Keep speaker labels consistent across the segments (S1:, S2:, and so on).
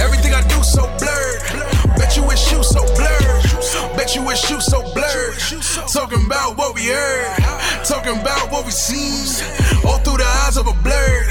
S1: Everything I do so blurred. Bet you wish you so blurred. Bet you wish you so blurred. Talking about what we heard. Talking about what we seen. All through the eyes of a blur.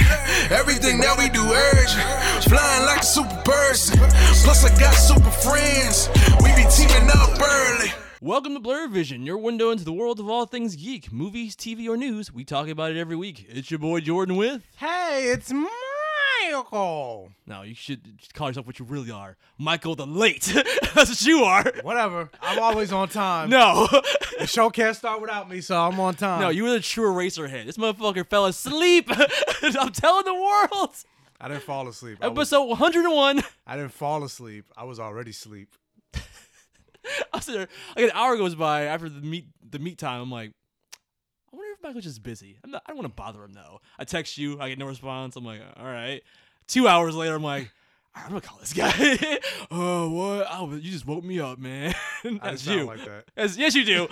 S1: Everything that we do urge. Flying like a super person. Plus I got super friends. We be teaming up early.
S2: Welcome to Blur Vision, your window into the world of all things geek, movies, TV, or news. We talk about it every week. It's your boy Jordan with.
S3: Hey, it's Michael.
S2: No, you should just call yourself what you really are, Michael the Late. That's what you are.
S3: Whatever. I'm always on time.
S2: No,
S3: The show can't start without me, so I'm on time.
S2: no, you were the true eraser head. This motherfucker fell asleep. I'm telling the world.
S3: I didn't fall asleep. I, was,
S2: Episode 101.
S3: I didn't fall asleep. I was already asleep.
S2: I was there. Like an hour goes by after the meet the meet time. I'm like, I wonder if Michael's just busy. I'm not, I don't want to bother him though. I text you, I get no response. I'm like, all right. Two hours later, I'm like, all right, I'm gonna call this guy. oh, what? Oh, you just woke me up, man.
S3: I
S2: That's
S3: didn't sound
S2: you.
S3: like that.
S2: That's- yes, you do.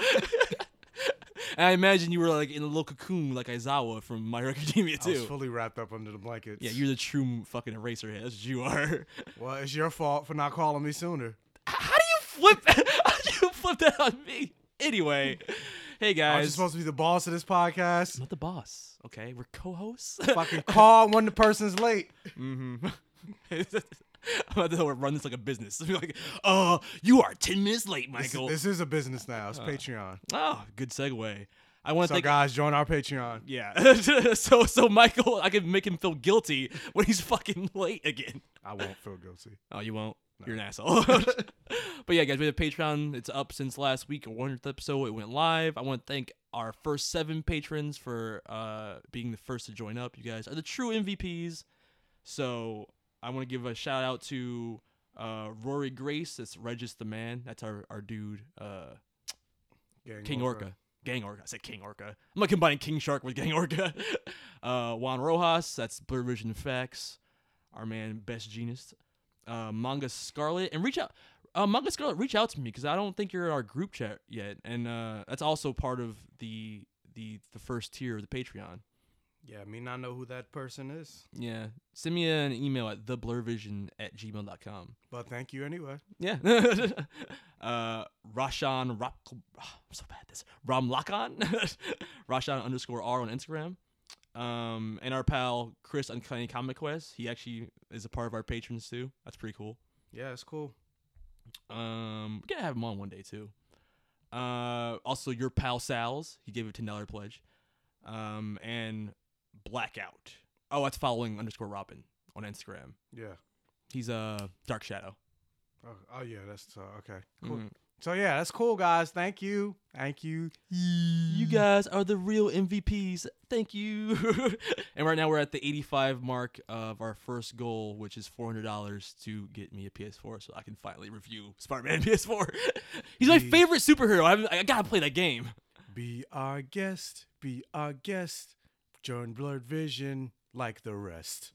S2: and I imagine you were like in a little cocoon, like Aizawa from My Hero Academia
S3: I was
S2: too.
S3: fully wrapped up under the blankets.
S2: Yeah, you're the true fucking eraser head. That's what you are.
S3: Well, it's your fault for not calling me sooner.
S2: How do you flip? How do you flip that on me? Anyway, hey
S3: I was
S2: guys,
S3: supposed to be the boss of this podcast.
S2: not the boss. Okay, we're co-hosts.
S3: Fucking call when the person's late.
S2: I'm about to run this like a business. Be like, uh, you are ten minutes late,
S3: This,
S2: Michael.
S3: this is a business now. It's Patreon.
S2: Oh, good segue. I want to
S3: So
S2: Uh, thank.
S3: guys, join our Patreon.
S2: yeah. so so Michael, I can make him feel guilty when he's fucking late again.
S3: I won't feel guilty.
S2: Oh, you won't. You're an asshole. but yeah, guys, we have Patreon. It's up since last week, our 100th episode. It went live. I want to thank our first seven patrons for uh, being the first to join up. You guys are the true MVPs. So I want to give a shout out to uh, Rory Grace. That's Regis the Man. That's our, our dude, uh,
S3: Gang
S2: King Orca. Gang Orca. I said King Orca. I'm not combining King Shark with Gang Orca. uh, Juan Rojas. That's Blur Vision Facts. Our man, Best Genius. Uh, Manga Scarlet. And reach out. Uh, Manga Scarlet, reach out to me because I don't think you're in our group chat yet. And uh, that's also part of the the the first tier of the Patreon.
S3: Yeah, me not know who that person is,
S2: Yeah. Send me an email at theblurvision at gmail.com.
S3: but thank you anyway.
S2: Yeah. uh, Rashan Rock. I'm so bad at this. Ramlakan. Rashan underscore R on Instagram. Um, and our pal Chris Uncanny Comic Quest. He actually is a part of our patrons too. That's pretty cool.
S3: Yeah, it's cool.
S2: Um, we gotta have him on one day too. Uh, also your pal Sal's. He gave a ten dollar pledge. Um, and Blackout. Oh, that's following underscore Robin on Instagram.
S3: Yeah.
S2: He's a uh, Dark Shadow.
S3: Oh, oh yeah, that's uh, okay. Cool.
S2: Mhm.
S3: So yeah, that's cool, guys. Thank you, thank you.
S2: You guys are the real MVPs. Thank you. and right now we're at the 85 mark of our first goal, which is $400 to get me a PS4 so I can finally review Spider-Man PS4. He's my
S3: Jeez.
S2: favorite superhero. I, I gotta play that game.
S3: Be our guest, be our guest. Join Blurred Vision like the rest.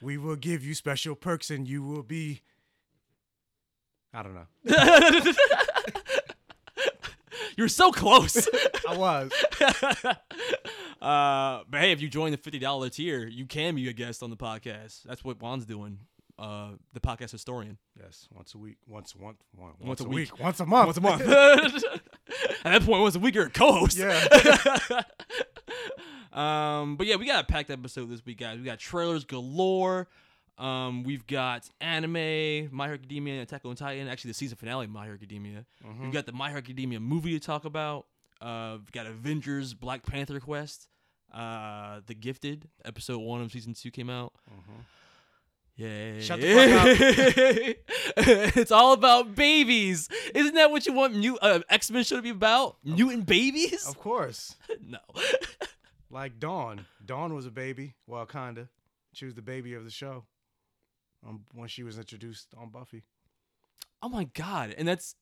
S3: we will give you special perks, and you will be. I don't know.
S2: You're so close.
S3: I was.
S2: uh, but hey, if you join the $50 tier, you can be a guest on the podcast. That's what Juan's doing. Uh, the podcast historian.
S3: yes, once a week, once once one, once,
S2: a
S3: a week. once a month, once a month.
S2: At that point, once a week, you're a co-host.
S3: yeah.
S2: um, but yeah, we got a packed episode this week, guys. We got trailers galore. Um, we've got anime, My Hero Academia, Attack on Titan. Actually, the season finale of My Hero Academia. We've got the My Hero Academia movie to talk about. Uh, we've got Avengers, Black Panther Quest, uh, The Gifted, episode one of season two came out. Yeah.
S3: Shut the fuck up.
S2: it's all about babies. Isn't that what you want new uh, X Men should be about? Mutant babies?
S3: Of course.
S2: no.
S3: Like Dawn. Dawn was a baby. Well, kinda. She was the baby of the show. Um, when she was introduced on Buffy.
S2: Oh my god! And that's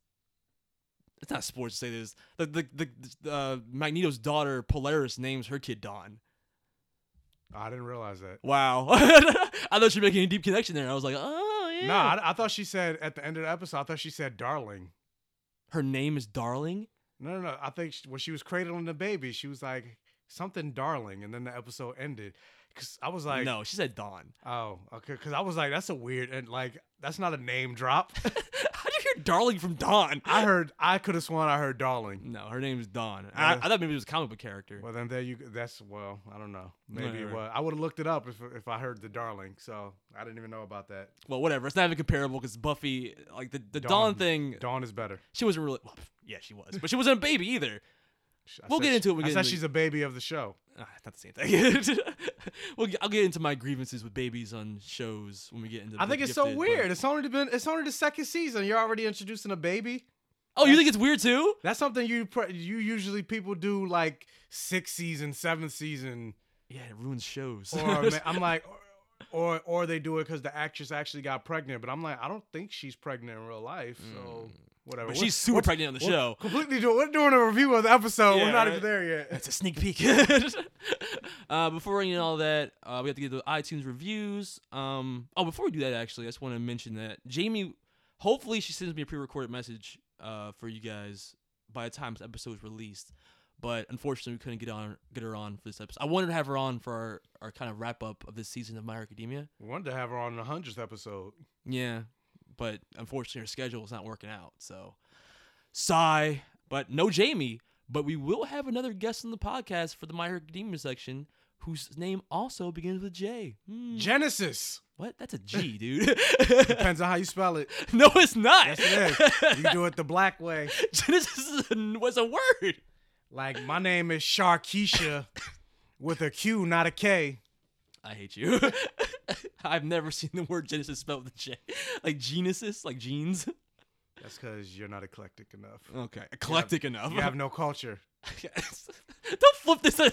S2: it's not sports to say this. The the the, the uh, Magneto's daughter Polaris names her kid Don.
S3: Oh, I didn't realize that.
S2: Wow. I thought you were making a deep connection there. I was like, oh yeah.
S3: No, I, I thought she said at the end of the episode. I thought she said darling.
S2: her name is Darling.
S3: No, no, no. I think she, when she was cradling the baby, she was like something darling, and then the episode ended. Cause I was like,
S2: no, she said Dawn.
S3: oh, okay. Cause I was like, that's a weird and like that's not a name drop.
S2: How do you hear Darling from Dawn?
S3: I heard I could have sworn I heard darling.
S2: no, her name is Dawn. I,
S3: Yeah.
S2: I thought maybe it was a comic book character.
S3: Well, then there you. That's well, I don't know. Maybe it
S2: Whatever.
S3: was. I would have looked it up if if I heard the darling. So I didn't even know about that.
S2: Well, whatever. It's not even comparable because Buffy, like the, the Dawn,
S3: Dawn-
S2: thing,
S3: Dawn is better.
S2: she wasn't really. Well, pff, yeah, she was, but she wasn't a baby either.
S3: I
S2: We'll
S3: said
S2: get
S3: she-
S2: into it when we
S3: I
S2: get
S3: said
S2: into the-
S3: she's a baby of the show.
S2: Ah, it's not the same thing. well, g- I'll get into my grievances with babies on shows when we get into.
S3: I
S2: The
S3: think it's so
S2: Gifted, but-
S3: weird. It's only been it's only the second season. You're already introducing a baby.
S2: Oh, you think it's weird too?
S3: That's something you pr- you usually people do like sixth season, seventh season,
S2: Yeah, it ruins shows.
S3: or ma- I'm like, or or they do it because the actress actually got pregnant. But I'm like, I don't think she's pregnant in real life. So whatever.
S2: Hmm. but
S3: We're-
S2: she's super
S3: we're-
S2: pregnant on the
S3: we're
S2: show.
S3: Completely doing. We're doing a review of the episode.
S2: Yeah,
S3: we're not
S2: right.
S3: even there yet.
S2: That's a sneak peek. uh, before we get into all that, uh, we have to get the iTunes reviews. Um, oh, before we do that, actually, I just want to mention that Jamie, hopefully, she sends me a pre-recorded message uh, for you guys by the time this episode is released. But unfortunately, we couldn't get on get her on for this episode. I wanted to have her on for our, our kind of wrap up of this season of My Hero Academia.
S3: We wanted to have her on the hundredth episode.
S2: Yeah, but unfortunately, her schedule is not working out. So, sigh. But no Jamie. But we will have another guest on the podcast for the My Hero Academia section, whose name also begins with J. Hmm,
S3: Genesis
S2: what? That's a G, dude.
S3: depends on how you spell it.
S2: no, it's not.
S3: Yes, it is. You do it the black way.
S2: Genesis is a, was a word.
S3: Like my name is Sharkeisha, with a Q, not a K.
S2: I hate you. I've never seen the word Genesis spelled with a J. Like Genesis, like jeans.
S3: That's because you're not eclectic enough.
S2: Okay, eclectic enough.
S3: You have no culture.
S2: Yes. Don't flip this as,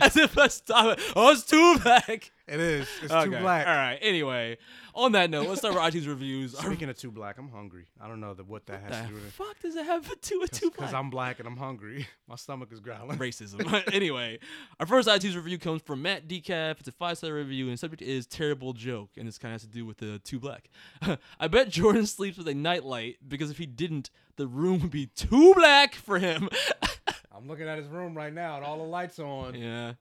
S2: as if I stop it. Oh, it's too black.
S3: It is. It's too
S2: Okay.
S3: black.
S2: All right. Anyway, on that note, let's start with iTunes reviews. Our,
S3: Speaking of too black, I'm hungry. I don't know that what that has to
S2: the
S3: do with
S2: fuck does it have to do with
S3: it.
S2: too
S3: Because
S2: black?
S3: I'm black and I'm hungry. My stomach is growling.
S2: racism. anyway, our first iTunes review comes from Matt Decaf. It's a five star review, and the subject is terrible joke, and this kind of has to do with the two black. I bet Jordan sleeps with a nightlight because if he didn't, the room would be too black for him.
S3: I'm looking at his room right now and all the lights on.
S2: Yeah.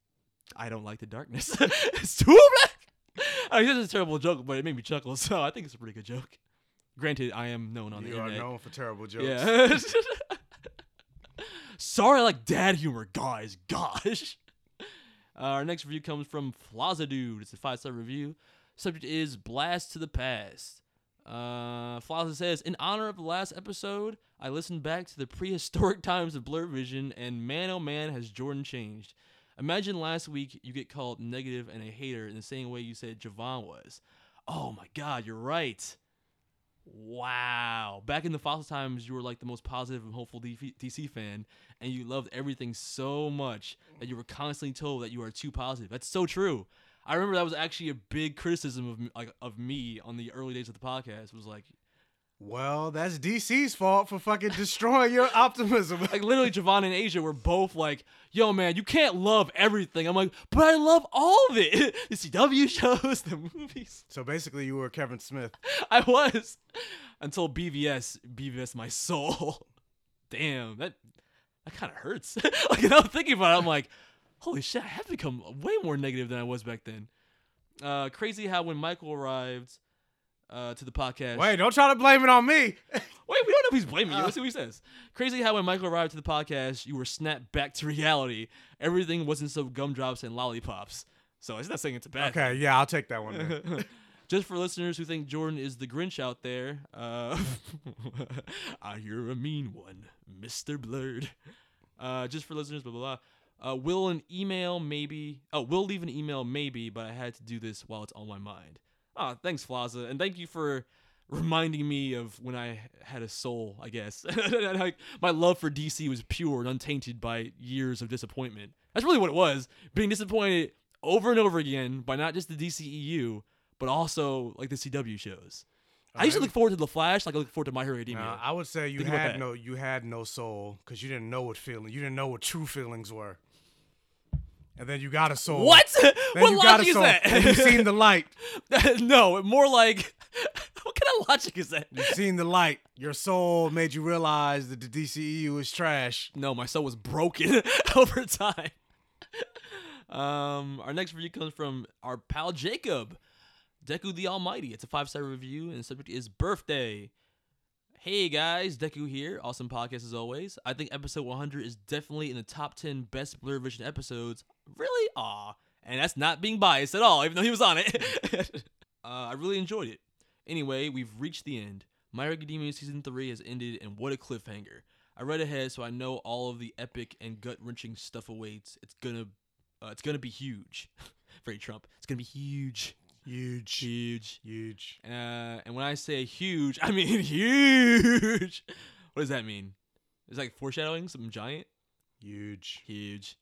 S2: I don't like the darkness. it's too black. I guess it's a terrible joke, but it made me chuckle, so I think it's a pretty good joke. Granted, I am known on the
S3: You are
S2: internet.
S3: known for terrible jokes.
S2: yeah. Sorry, I like dad humor, guys. Gosh. Uh, our next review comes from Plaza Dude. It's a five star review. Subject is Blast to the Past. Uh, Plaza says, In honor of the last episode, I listened back to the prehistoric times of Blur Vision, and man oh man has Jordan changed. Imagine last week you get called negative and a hater in the same way you said Javon was. Oh my god, you're right. Wow. Back in the fossil times, you were like the most positive and hopeful DF- DC fan, and you loved everything so much that you were constantly told that you are too positive. That's so true. I remember that was actually a big criticism of m- like of me on the early days of the podcast. Was like,
S3: Well, that's DC's fault for fucking destroying your optimism.
S2: like literally, Javon and Asia were both like, "Yo, man, you can't love everything." I'm like, "But I love all of it: the CW shows, the movies."
S3: so basically, you were Kevin Smith.
S2: I was until BVS BVS my soul. Damn, that that kind of hurts. like now thinking about it, I'm like, holy shit, I have become way more negative than I was back then. Uh, crazy how when Michael arrived uh, to the podcast,
S3: Wait, don't try to blame it on me.
S2: Wait, we don't know if he's blaming you. Let's see what he says. Crazy how when Michael arrived to the podcast, you were snapped back to reality. Everything wasn't so gumdrops and lollipops. So it's not saying it's a bad.
S3: okay, yeah, I'll take that one. then.
S2: Just for listeners who think Jordan is the Grinch out there, uh, I hear a mean one, Mr. Blurred. Uh, just for listeners, blah, blah, blah. Uh, will an email maybe? Oh, will leave an email maybe, but I had to do this while it's on my mind. Ah, thanks, Flaza. And thank you for reminding me of when I had a soul, I guess. Like, my love for DC was pure and untainted by years of disappointment. That's really what it was being disappointed E over and over again by not just the DCEU, but also like the CW shows. I used to
S3: Alright.
S2: look forward to The Flash, like I look forward to My Hero Academia.
S3: Now, Uh, I would say you
S2: Think about
S3: had
S2: that.
S3: no you had no soul because you didn't know what feeling you didn't know what true feelings were. And then you got a soul.
S2: what?
S3: Then
S2: what
S3: you got a
S2: logic is
S3: soul, And you seen
S2: that?
S3: the light.
S2: no, more like what kind of logic is that?
S3: You seen the light. Your soul made you realize that the DCEU is trash.
S2: No, my soul was broken over time. Um, our next review comes from our pal Jacob, Deku the Almighty. It's a five star review, and the subject is birthday. Hey guys, Deku here. Awesome podcast as always. I think episode 100 is definitely in the top 10 best Blur Vision episodes. Really? Aw. And that's not being biased at all, even though he was on it. uh, I really enjoyed it. Anyway, we've reached the end. My Hero Academia Season 3 has ended, and what a cliffhanger. I read ahead, so I know all of the epic and gut wrenching stuff awaits. It's gonna, uh, it's gonna be huge. Very Trump. It's gonna be huge,
S3: Huge.
S2: huge.
S3: Huge.
S2: Uh, and when I say huge, I mean huge. What does that mean? It's like foreshadowing something giant.
S3: Huge.
S2: Huge.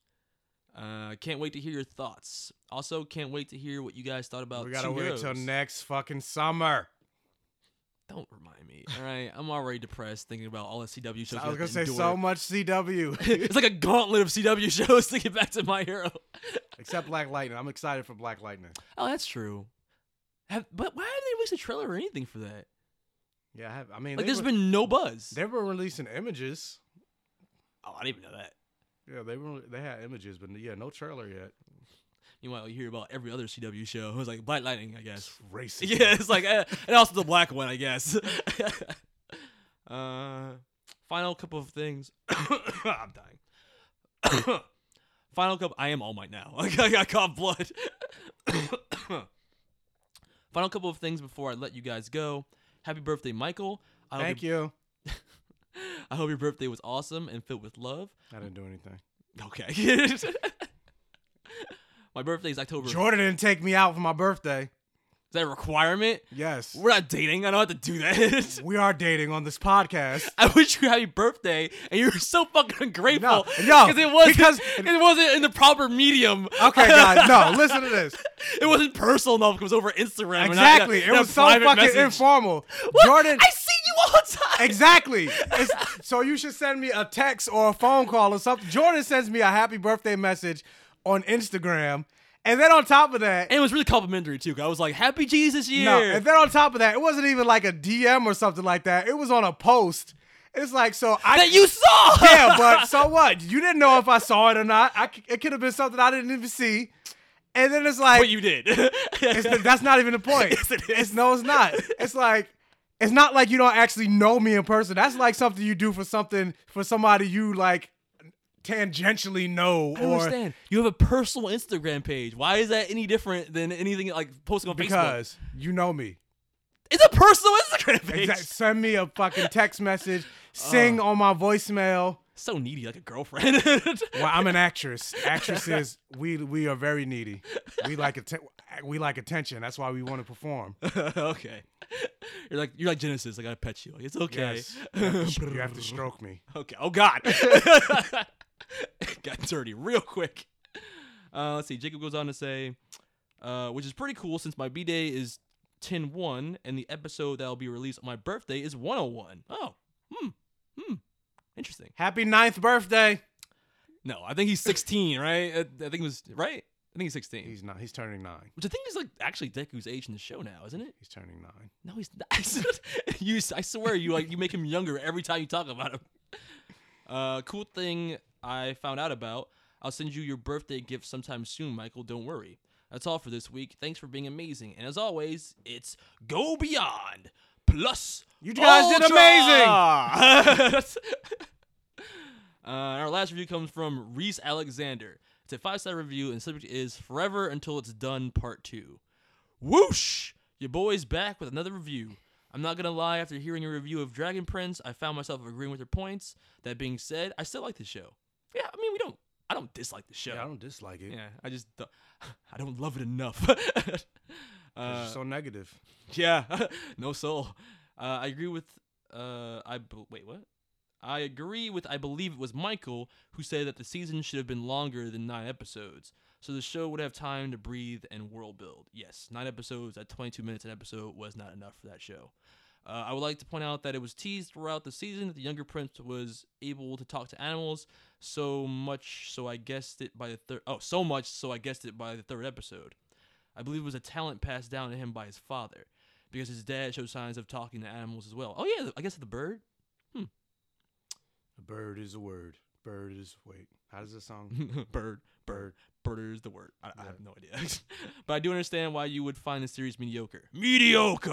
S2: Uh, can't wait to hear your thoughts. Also, can't wait to hear what you guys thought about.
S3: We gotta
S2: Two
S3: wait till
S2: Heroes.
S3: next fucking summer.
S2: Don't remind me. All right, I'm already depressed thinking about all the CW shows.
S3: I
S2: we have
S3: was gonna
S2: to
S3: say
S2: endure.
S3: so much CW.
S2: it's like a gauntlet of CW shows to get back to My Hero.
S3: Except Black Lightning. I'm excited for Black Lightning.
S2: Oh, that's true. Have, but why haven't they released a trailer or anything for that?
S3: Yeah, I, have, I mean,
S2: Like,
S3: they,
S2: there's
S3: were,
S2: been no buzz.
S3: they were releasing images.
S2: Oh, I didn't even know that.
S3: Yeah, they were they had images, but yeah, no trailer yet.
S2: Meanwhile, you hear about every other CW show. It was like Black Lightning, I guess.
S3: It's racist.
S2: Yeah, it's like, eh, and also the black one, I guess. uh, final couple of things. I'm dying. final couple. I am all might now. Like, I got caught blood. final couple of things before I let you guys go. Happy birthday, Michael. I hope
S3: Thank you.
S2: I hope your birthday was awesome and filled with love.
S3: I didn't do anything.
S2: Okay. My birthday is October. Is
S3: Jordan didn't take me out for my birthday.
S2: that a requirement?
S3: Yes.
S2: We're not dating. I don't have to do that.
S3: We are dating on this podcast.
S2: I wish you happy birthday, and you were so fucking ungrateful.
S3: No, no,
S2: it wasn't,
S3: because-
S2: it wasn't in the proper medium.
S3: Okay, guys, no, listen to this.
S2: it wasn't personal enough. It was over Instagram. and not in a-
S3: Exactly.
S2: in
S3: It
S2: a
S3: was so
S2: private
S3: fucking
S2: message.
S3: informal.
S2: What?
S3: Jordan
S2: I see you all the time.
S3: Exactly. It's- so you should send me a text or a phone call or something. Jordan sends me a happy birthday message on Instagram. And then on top of that,
S2: And it was really complimentary too. 'cause I was like, "Happy Jesus year."
S3: No, and then on top of that, it wasn't even like a DM or something like that. It was on a post. It's like so I
S2: that you saw.
S3: yeah, but so what? You didn't know if I saw it or not. I c it could have been something I didn't even see. And then it's like
S2: but you did.
S3: it's- that's not even the point.
S2: Yes, it
S3: It's
S2: is.
S3: no, it's not. It's like it's not like you don't actually know me in person. That's like something you do for something for somebody you like tangentially know
S2: I don't
S3: or
S2: understand. You have a personal Instagram page. Why is that any different than anything like posting on Facebook?
S3: because you know me.
S2: It's a personal Instagram page.
S3: Exact- Send me a fucking text message. Sing
S2: Uh.
S3: on my voicemail.
S2: So needy, like a girlfriend.
S3: Well, I'm an actress. Actresses, we we are very needy. We like atten- we like attention. That's why we want to perform.
S2: okay. You're like you're like Genesis. I gotta pet you. Like, it's okay.
S3: Yes. You have to- you have to stroke me.
S2: okay. Oh God. It Got dirty real quick. Uh, let's see. Jacob goes on to say, uh, which is pretty cool since my B day is 10 1 and the episode that will be released on my birthday is 101. Oh, hmm. Hmm. Interesting.
S3: Happy ninth birthday.
S2: No, I think he's 16, right? I, I think it was, right? I think he's 16.
S3: He's not. He's turning nine.
S2: which I think is like actually Deku's age in the show now, isn't it?
S3: He's turning nine.
S2: No, he's not. you, I swear, you like you make him younger every time you talk about him. Uh, cool thing I found out about. I'll send you your birthday gift sometime soon, Michael. Don't worry. That's all for this week. Thanks for being amazing, and as always, it's go beyond plus.
S3: You guys did
S2: amazing. uh, our last review comes from Reese Alexander. It's a five star review, and subject is "Forever Until It's Done" Part Two. Whoosh! Your boy's back with another review. I'm not gonna lie, after hearing your review of Dragon Prince, I found myself agreeing with your points. That being said, I still like the show. Yeah, I mean, we don't, I don't dislike the show.
S3: Yeah, I don't dislike it.
S2: Yeah, I just, don't- I don't love it enough.
S3: It's
S2: uh,
S3: just so negative.
S2: yeah, no soul. Uh, I agree with. Uh, I b- wait. What? I agree with I believe it was Michael who said that the season should have been longer than nine episodes, so the show would have time to breathe and world build. Yes, nine episodes at 22 minutes an episode was not enough for that show. Uh, I would like to point out that it was teased throughout the season that the younger prince was able to talk to animals so much, so I guessed it by the third. Oh, so much, so I guessed it by the third episode. I believe it was a talent passed down to him by his father, because his dad showed signs of talking to animals as well. Oh yeah, I guess the bird.
S3: A bird is a word. Bird is wait. How does this song?
S2: bird, bird,
S3: Bird.
S2: bird is the word. I, I
S3: Yeah.
S2: have no idea, but I do understand why you would find the series mediocre. Mediocre.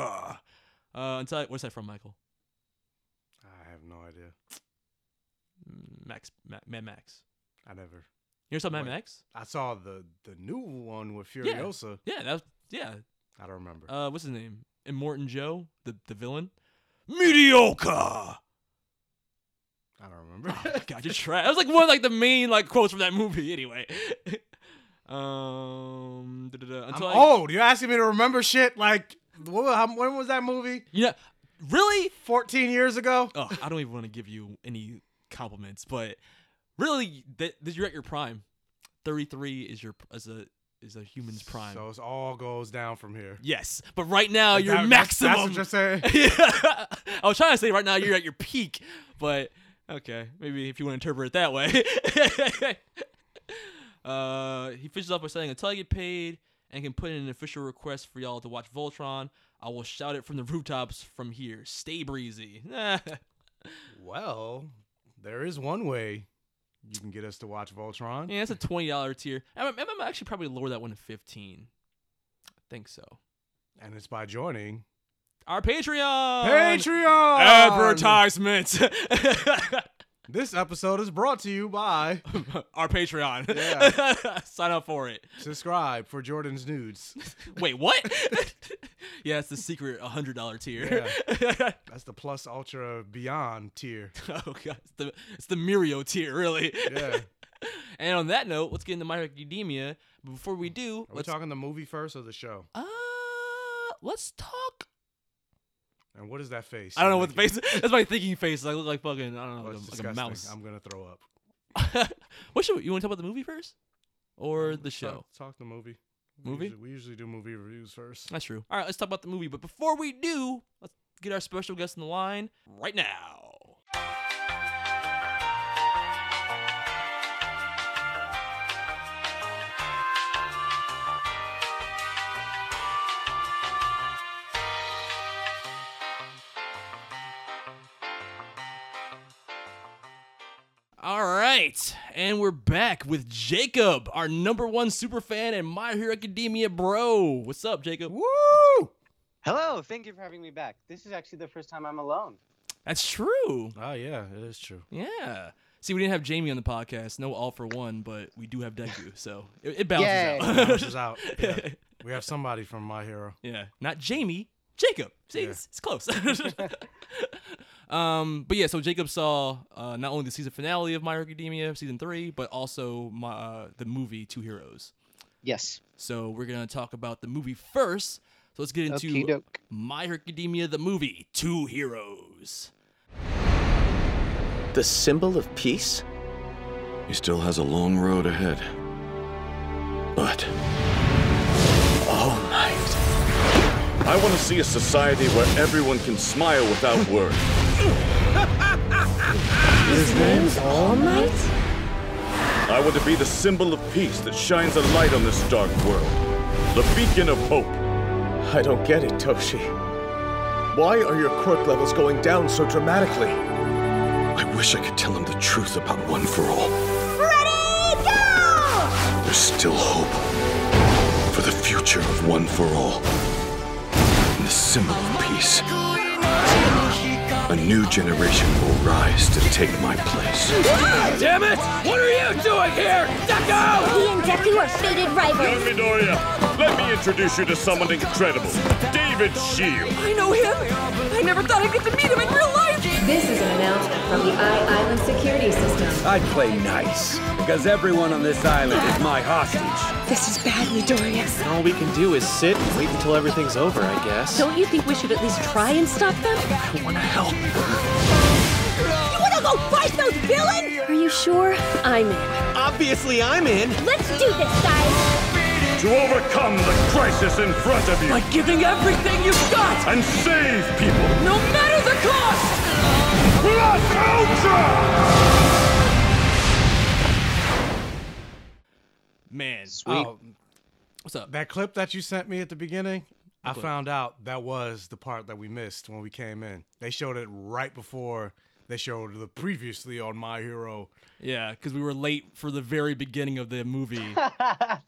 S2: Uh, until I, where's that from, Michael?
S3: I have no idea.
S2: Mm, Max, Ma- Mad Max.
S3: I never.
S2: You ever saw Mad
S3: Wait.
S2: Max?
S3: I saw the the new one with
S2: Yeah.
S3: Furiosa.
S2: Yeah, that was, yeah.
S3: I don't remember.
S2: Uh, what's his name? Immortan Joe, the the villain. Mediocre.
S3: I don't remember.
S2: Oh, God, you're trash. That was like one of like the main like quotes from that movie. Anyway. um. da, da, da,
S3: I'm
S2: Until I,
S3: old. You're asking me to remember shit like what, how, when was that movie?
S2: You know, really?
S3: 14 years ago.
S2: Oh, I don't even want to give you any compliments, but really, that that you're at your prime. Thirty three is your as a is a human's prime.
S3: So it all goes down from here.
S2: yes, but right now
S3: Is
S2: you're
S3: that- that's-
S2: maximum.
S3: That's what you're saying.
S2: I was trying to say right now you're at your peak, but okay, maybe if you want to interpret it that way. uh, he finishes off by saying, "Until I get paid and can put in an official request for y'all to watch Voltron, I will shout it from the rooftops from here. Stay breezy."
S3: Well, there is one way you can get us to watch Voltron.
S2: Yeah, it's a twenty dollar tier. I'm, I'm- I'm actually probably lower that one to fifteen. I think so.
S3: And it's by joining
S2: Our Patreon
S3: Patreon.
S2: advertisement.
S3: This episode is brought to you by
S2: Our Patreon.
S3: Yeah.
S2: Sign up for it.
S3: subscribe for Jordan's nudes.
S2: Wait, what? yeah, it's the secret hundred dollar tier.
S3: That's the plus ultra beyond tier.
S2: oh god, it's the it's the Mirio tier, really.
S3: Yeah.
S2: And on that note, let's get into My Hero Academia. But before we do,
S3: Are we
S2: let's
S3: talking the movie first or the show?
S2: uh, let's talk
S3: And what is that face?
S2: I don't know
S3: you're
S2: what the
S3: making?
S2: face. That's my thinking face. I look like fucking. I don't know,
S3: Oh,
S2: like,
S3: it's
S2: a, like a
S3: disgusting.
S2: mouse.
S3: I'm gonna throw up.
S2: what should we, you want to talk about the movie first, or the
S3: Let's
S2: show?
S3: Talk, talk the movie.
S2: Movie?
S3: We usually, we usually do movie reviews first.
S2: That's true. All right, let's talk about the movie. But before we do, let's get our special guest in the line right now. All right, and we're back with Jacob, our number one super fan and My Hero Academia bro. What's up, Jacob?
S3: Woo!
S4: Hello, thank you for having me back. This is actually the first time I'm alone.
S2: That's true.
S3: Oh yeah, it is true.
S2: Yeah. See, we didn't have Jamie on the podcast. No all for one, but we do have Deku, so it, it balances
S4: Yay.
S2: out.
S3: Bounces out. Yeah. We have somebody from My Hero.
S2: Yeah, not Jamie, Jacob. See,
S3: Yeah.
S2: it's, it's close. um, but yeah, so Jacob saw uh, not only the season finale of My Hero Academia season three, but also my, uh, the movie Two Heroes.
S4: Yes.
S2: So we're gonna talk about the movie first. So let's get into
S4: Okie doke.
S2: My Hero Academia the movie Two Heroes.
S5: The symbol of peace?
S6: He still has a long road ahead. But oh
S5: All night.
S6: I want to see a society where everyone can smile without worry.
S5: His name's All Might?
S6: I want to be the symbol of peace that shines a light on this dark world, the beacon of hope.
S5: I don't get it, Toshi. Why are your quirk levels going down so dramatically?
S6: I wish I could tell him the truth about One for All. Ready, go! There's still hope for the future of One for All. And the symbol of peace. A new generation will rise to take my place.
S2: Damn it! What are you doing here, Deku?
S7: He and Deku are fated rivals.
S6: Midoriya, let me introduce you to someone incredible, David Shield.
S8: I know him. I never thought I'd get to meet him in real life.
S9: This is an announcement from the I Island Security System.
S10: I'd play nice, because everyone on this island is my hostage.
S8: This is bad, Midoriya.
S5: All we can do is sit and wait until everything's over, I guess.
S7: Don't you think we should at least try and stop them?
S5: want to help.
S8: You wanna go
S7: Kaizo's villain? Are you sure? I'm in.
S11: Obviously, I'm in.
S7: Let's do this, guys.
S12: To overcome the crisis in front of you.
S8: By giving everything you've got.
S12: And save people.
S8: No matter the cost.
S12: Plus Ultra!
S2: Man, uh,
S3: Sweet.
S2: what's up?
S3: That clip that you sent me at the beginning, I
S2: clip?
S3: found out that was the part that we missed when we came in. They showed it right before they showed the previously on My Hero.
S2: Yeah, because we were late for the very beginning of the movie.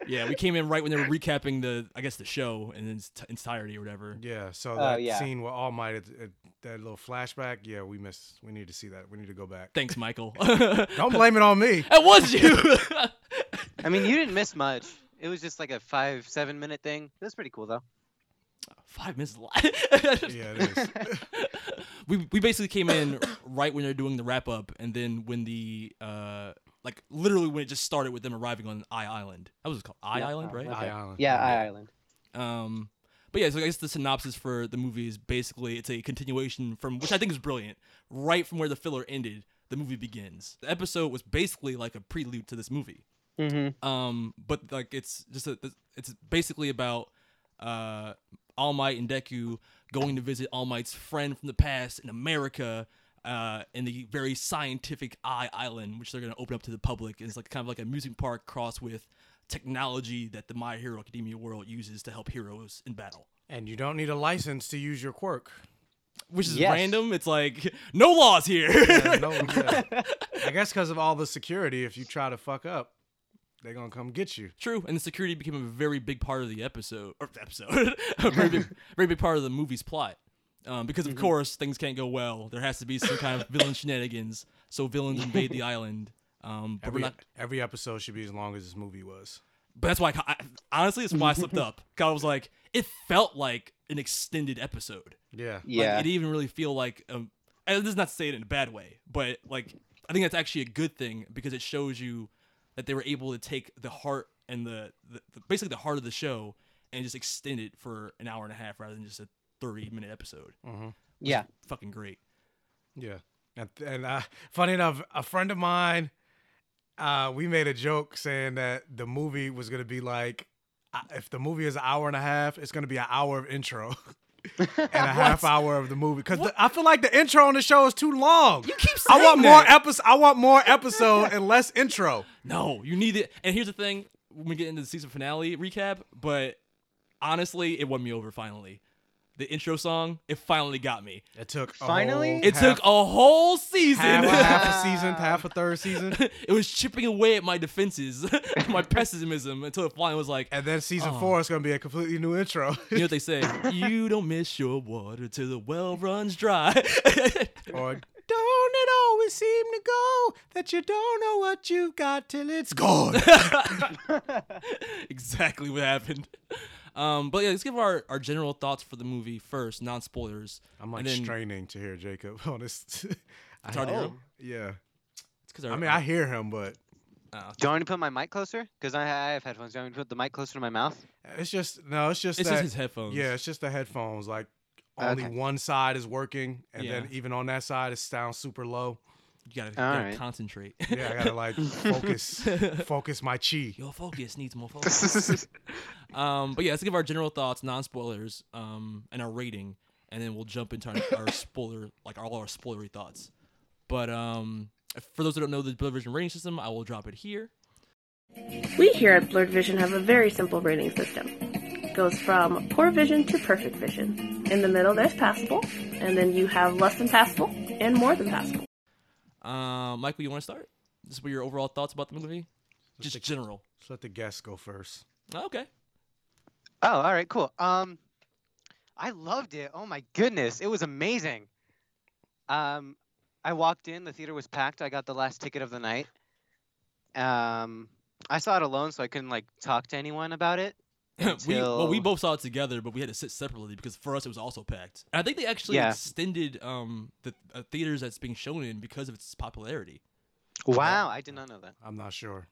S2: yeah, we came in right when they were recapping the, I guess, the show in its t- entirety or whatever.
S3: Yeah, so
S2: Oh,
S3: that
S2: yeah.
S3: scene where All Might, it, it- that little flashback, yeah, we missed. We need to see that. We need to go back.
S2: Thanks, Michael.
S3: Don't blame it on me.
S2: It was you.
S4: I mean, you didn't miss much. It was just like a five, seven minute thing. It was pretty cool though.
S2: Five minutes is a lot. yeah,
S3: it
S2: is. we we basically came in right when they're doing the wrap up, and then when the uh like literally when it just started with them arriving on I Island. That was called I
S4: Yeah,
S2: Island, right?
S4: I
S2: Okay.
S4: Island. Yeah, I Island.
S2: Um, but yeah, so I guess the synopsis for the movie is basically it's a continuation from which I think is brilliant. Right from where the filler ended, the movie begins. The episode was basically like a prelude to this movie.
S4: Mm-hmm.
S2: Um, but like it's just a, it's basically about uh All Might and Deku going to visit All Might's friend from the past in America. Uh, in the very scientific Eye Island, which they're going to open up to the public, and it's like kind of like a amusement park crossed with technology that the My Hero Academia world uses to help heroes in battle.
S3: And you don't need a license to use your quirk.
S2: Which is Yes. random. It's like no laws here.
S3: Yeah, no- yeah. I guess because of all the security, if you try to fuck up, they're gonna come get you.
S2: True, and the security became a very big part of the episode, or the episode, a very big, very big part of the movie's plot. Um, because of
S4: Mhm.
S2: course things can't go well. There has to be some kind of villain shenanigans. So villains invade the island. Um, but
S3: Every, e-,
S2: we're not.
S3: every episode should be as long as this movie was.
S2: But that's why, I, I- honestly, it's why I slipped up. 'Cause I was like, it felt like an extended episode.
S3: Yeah.
S2: Like, it didn't even really feel like um and this is not to say it in a bad way, but like I think that's actually a good thing because it shows you that they were able to take the heart and the, the, the basically the heart of the show and just extend it for an hour and a half rather than just a 30 minute episode.
S3: Mhm.
S2: Which is
S4: Yeah.
S2: Fucking great.
S3: Yeah. And, and uh, funny enough, a friend of mine, uh, we made a joke saying that the movie was gonna be like, uh, if the movie is an hour and a half, it's gonna be an hour of intro. And a half hour of the movie because I feel like the intro on the show is too long. You keep I want
S2: saying
S3: more
S2: that.
S3: episode. I want more episode and less intro.
S2: No, you need it. And here's the thing when we get into the season finale recap, but honestly, it won me over finally. The intro song, it finally got me.
S3: It took a
S2: finally.
S3: whole
S2: it
S3: half-
S2: took a whole season.
S3: Half, half a season, half a third season.
S2: it was chipping away at my defenses, my pessimism, until it finally was like.
S3: And then season
S2: "Oh."
S3: four is gonna be a completely new intro.
S2: You know what they say? you don't miss your water till the well runs dry.
S3: or Don't it always seem to go that you don't know what you've got till it's gone?
S2: exactly what happened. Um, but yeah, let's give our, our general thoughts for the movie first, non spoilers.
S3: I'm like straining to hear Jacob. Honest, I
S2: It's hard to hear
S3: oh,
S2: him?
S3: Yeah,
S2: It's 'cause our-
S3: I mean I hear him, but
S4: Do you want me to put my mic closer? Because I, I have headphones. Do you want me to put the mic closer to my mouth?
S3: it's just no, it's just
S2: It's just
S3: that-
S2: his headphones.
S3: Yeah, it's just the headphones. Like only
S4: Okay.
S3: one side is working, and then
S2: Yeah.
S3: even on that side, it sounds super low.
S2: You gotta, you gotta
S4: right.
S2: concentrate.
S3: Yeah, I gotta like focus, focus my chi.
S2: Your focus needs more focus. um, but yeah, let's give our general thoughts, non spoilers, um, and our rating, and then we'll jump into our, our spoiler, like all our spoilery thoughts. But um, for those who don't know the Blue Vision rating system, I will drop it here.
S13: We here at Blurred Vision have a very simple rating system. It goes from poor vision to perfect vision. In the middle, there's passable, and then you have less than passable and more than passable.
S2: Um, Michael, you want to start? Just what your overall thoughts about the movie, just general.
S3: Let's let the guests go first.
S2: Oh, okay.
S4: Oh, all right, cool. Um, I loved it. Oh my goodness, it was amazing. Um, I walked in, the theater was packed. I got the last ticket of the night. Um, I saw it alone, so I couldn't like talk to anyone about it.
S2: we, well, we
S4: until-
S2: both saw it together, but we had to sit separately because for us it was also packed. And I think they actually
S4: Yeah.
S2: extended um the uh, theaters that's being shown in because of its popularity.
S4: Wow, I did not know that.
S3: I'm not sure.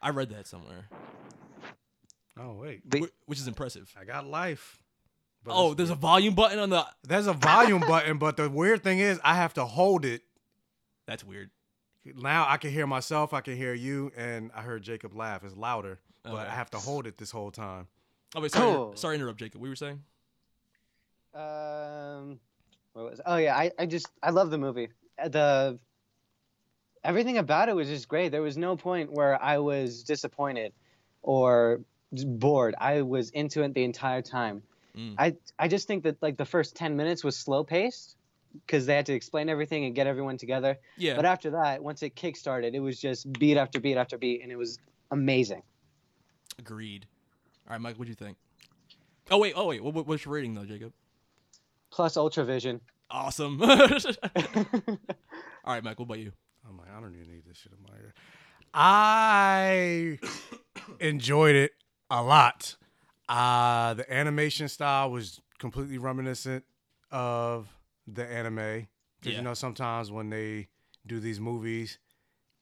S2: I read that somewhere,
S3: Oh wait,
S2: wh- which is impressive.
S3: I got life. But
S2: Oh,
S3: let's-
S2: there's a volume button on the.
S3: There's a volume button, but the weird thing is I have to hold it
S2: That's weird.
S3: now I can hear myself, I can hear you, and I heard Jacob laugh. It's louder, but I have to hold it this whole time.
S2: Oh wait, sorry, sorry to interrupt, Jacob. We were saying.
S4: Um, what was? Oh yeah, I, I just I love the movie. Uh, The everything about it was just great. There was no point where I was disappointed or just bored. I was into it the entire time.
S2: Mm.
S4: I I just think that like the first ten minutes was slow paced because they had to explain everything and get everyone together.
S2: Yeah.
S4: But after that, once it kick started, it was just beat after beat after beat, and it was amazing.
S2: Agreed. All right, Mike, what do you think? Oh wait, oh wait, what, what- what's your rating though, Jacob?
S4: Plus Ultravision.
S2: Awesome. All right, Mike, what about you?
S3: I'm like, I don't even need this shit in my ear. I enjoyed it a lot. Uh, the animation style was completely reminiscent of the anime. Because
S2: Yeah.
S3: you know, sometimes when they do these movies,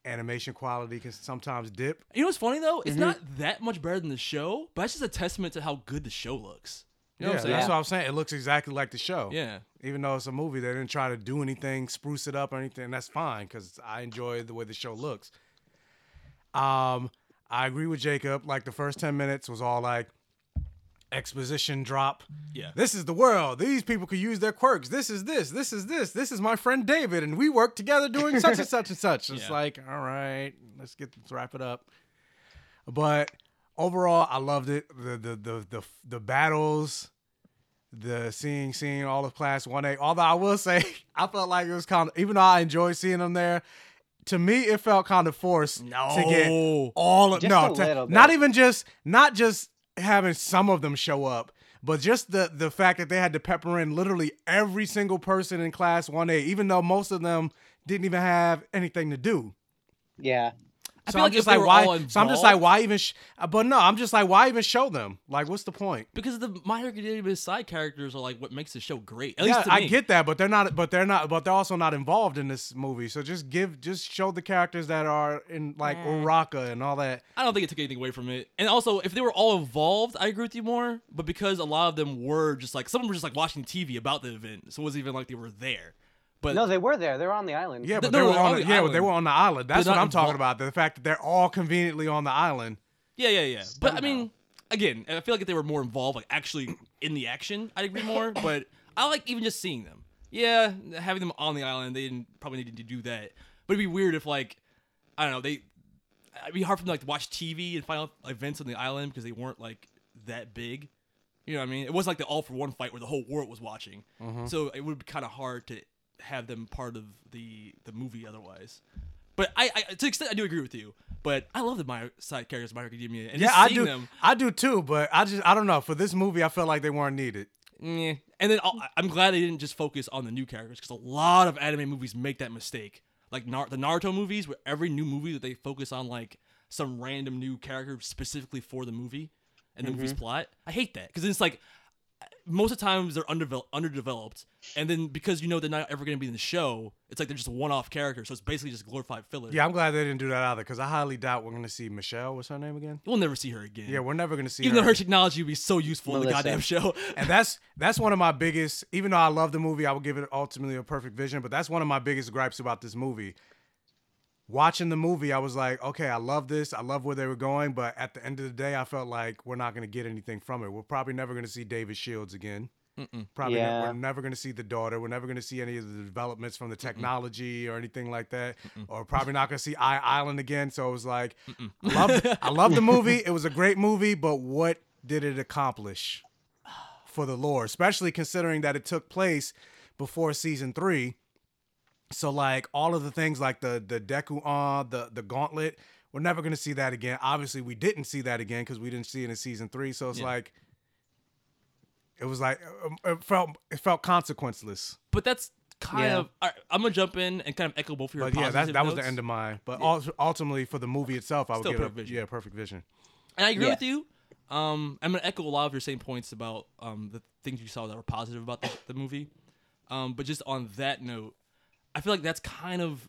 S3: animation quality can sometimes dip.
S2: You know what's funny though? It's
S3: Mhm.
S2: not that much better than the show, but that's just a testament to how good the show looks. You know
S3: yeah,
S2: what I'm saying?
S3: that's what I'm saying. It looks exactly like the show.
S2: Yeah.
S3: Even though it's a movie, they didn't try to do anything, spruce it up or anything. and That's fine because I enjoy the way the show looks. Um, I agree with Jacob. Like the first ten minutes was all like exposition drop.
S2: Yeah.
S3: This is the world. These people could use their quirks. This is this. This is this. This is my friend David, and we work together doing such and such and such. It's
S2: Yeah.
S3: like, all right, let's get let's wrap it up. But overall, I loved it. The the the the, the battles, the seeing seeing all of class one A. Although I will say, I felt like it was kind of even though I enjoyed seeing them there. To me, it felt kind of forced to get
S2: No.
S3: all of
S2: Just a
S3: no, to-
S2: little bit.
S3: not even just not just having some of them show up, but just the the fact that they had to pepper in literally every single person in class one A, even though most of them didn't even have anything to do.
S4: Yeah.
S2: I
S3: So
S2: feel
S3: I'm
S2: like if
S3: just
S2: they
S3: like
S2: were
S3: why.
S2: all
S3: So I'm just like why even? Sh- uh, but no, I'm just like why even show them? Like what's the point?
S2: Because the My Hero Academia side characters are like what makes the show great. At
S3: yeah,
S2: least to
S3: I
S2: me.
S3: get that, but they're not. But they're not. But they're also not involved in this movie. So just give, just show the characters that are in like
S2: Mm.
S3: Uraka and all that.
S2: I don't think it took anything away from it. And also, if they were all involved, I agree with you more. But because a lot of them were just like some of them were just like watching TV about the event, so it wasn't even like they were there. But
S4: no, they were there. They were on the island.
S3: Yeah, but they were on. The, oh, yeah, but they were on the island. That's
S2: They're
S3: what
S2: not
S3: I'm talking
S2: invol-
S3: about. The fact that they're all conveniently on the island.
S2: Yeah, yeah, yeah. But I mean, again, I feel like if they were more involved, like actually in the action, I'd agree more. But I like even just seeing them. Yeah, having them on the island, they didn't probably needed to do that. But it'd be weird if like I don't know, they it'd be hard for them to like watch TV and find out events on the island because they weren't like that big. You know what I mean? It was like the all for one fight where the whole world was watching.
S3: Mhm.
S2: So it would be kind of hard to have them part of the the movie otherwise. But I, I to the extent I do agree with you. But I love the my side characters, of My Hero Academia, and
S3: yeah,
S2: just
S3: I
S2: seeing
S3: do.
S2: them.
S3: I do too. But I just I don't know. For this movie, I felt like they weren't needed.
S2: Yeah. And then I'll- I'm glad they didn't just focus on the new characters because a lot of anime movies make that mistake. Like Nar- the Naruto movies, where every new movie that they focus on like some random new character specifically for the movie and the movie's
S10: Mhm.
S2: plot. I hate that because it's like uh, most of the times they're underdeveloped, underdeveloped, and then because you know they're not ever going to be in the show, it's like they're just a one-off character, so it's basically just glorified filler.
S3: Yeah, I'm glad they didn't do that either because I highly doubt we're gonna see Michelle. What's her name again?
S2: We'll never see her again.
S3: Yeah, we're never gonna see
S2: Even
S3: her.
S2: though her technology would be so useful in the goddamn show.
S3: and that's that's one of my biggest. Even though I love the movie, I would give it ultimately a perfect vision. But that's one of my biggest gripes about this movie. Watching the movie, I was like, okay, I love this. I love where they were going. But at the end of the day, I felt like we're not going to get anything from it. We're probably never going to see David Shields again.
S2: Mm-mm.
S3: Probably ne-
S2: Yeah.
S3: we're never going to see the daughter. We're never going to see any of the developments from the technology or anything like that. Or probably not going to see I Island again. So it was like, I love I love the movie. It was a great movie, but what did it accomplish for the lore? Especially considering that it took place before season three. So like all of the things like the the Deku on the the gauntlet, we're never gonna see that again. Obviously, we didn't see that again because we didn't see it in season three. So it's
S2: Yeah.
S3: like it was like um, it felt it felt consequenceless.
S2: But that's kind
S3: Yeah.
S2: of. I, I'm gonna jump in and kind of echo both of your.
S3: But yeah, that
S2: positive
S3: that was the
S2: notes.
S3: end of mine. But
S2: Yeah.
S3: ult- ultimately, for the movie itself, I would
S2: Still
S3: give it a-
S2: perfect
S3: yeah perfect vision.
S2: And I agree
S3: Yeah.
S2: with you. Um, I'm gonna echo a lot of your same points about um the things you saw that were positive about the, the movie. Um, but just on that note, I feel like that's kind of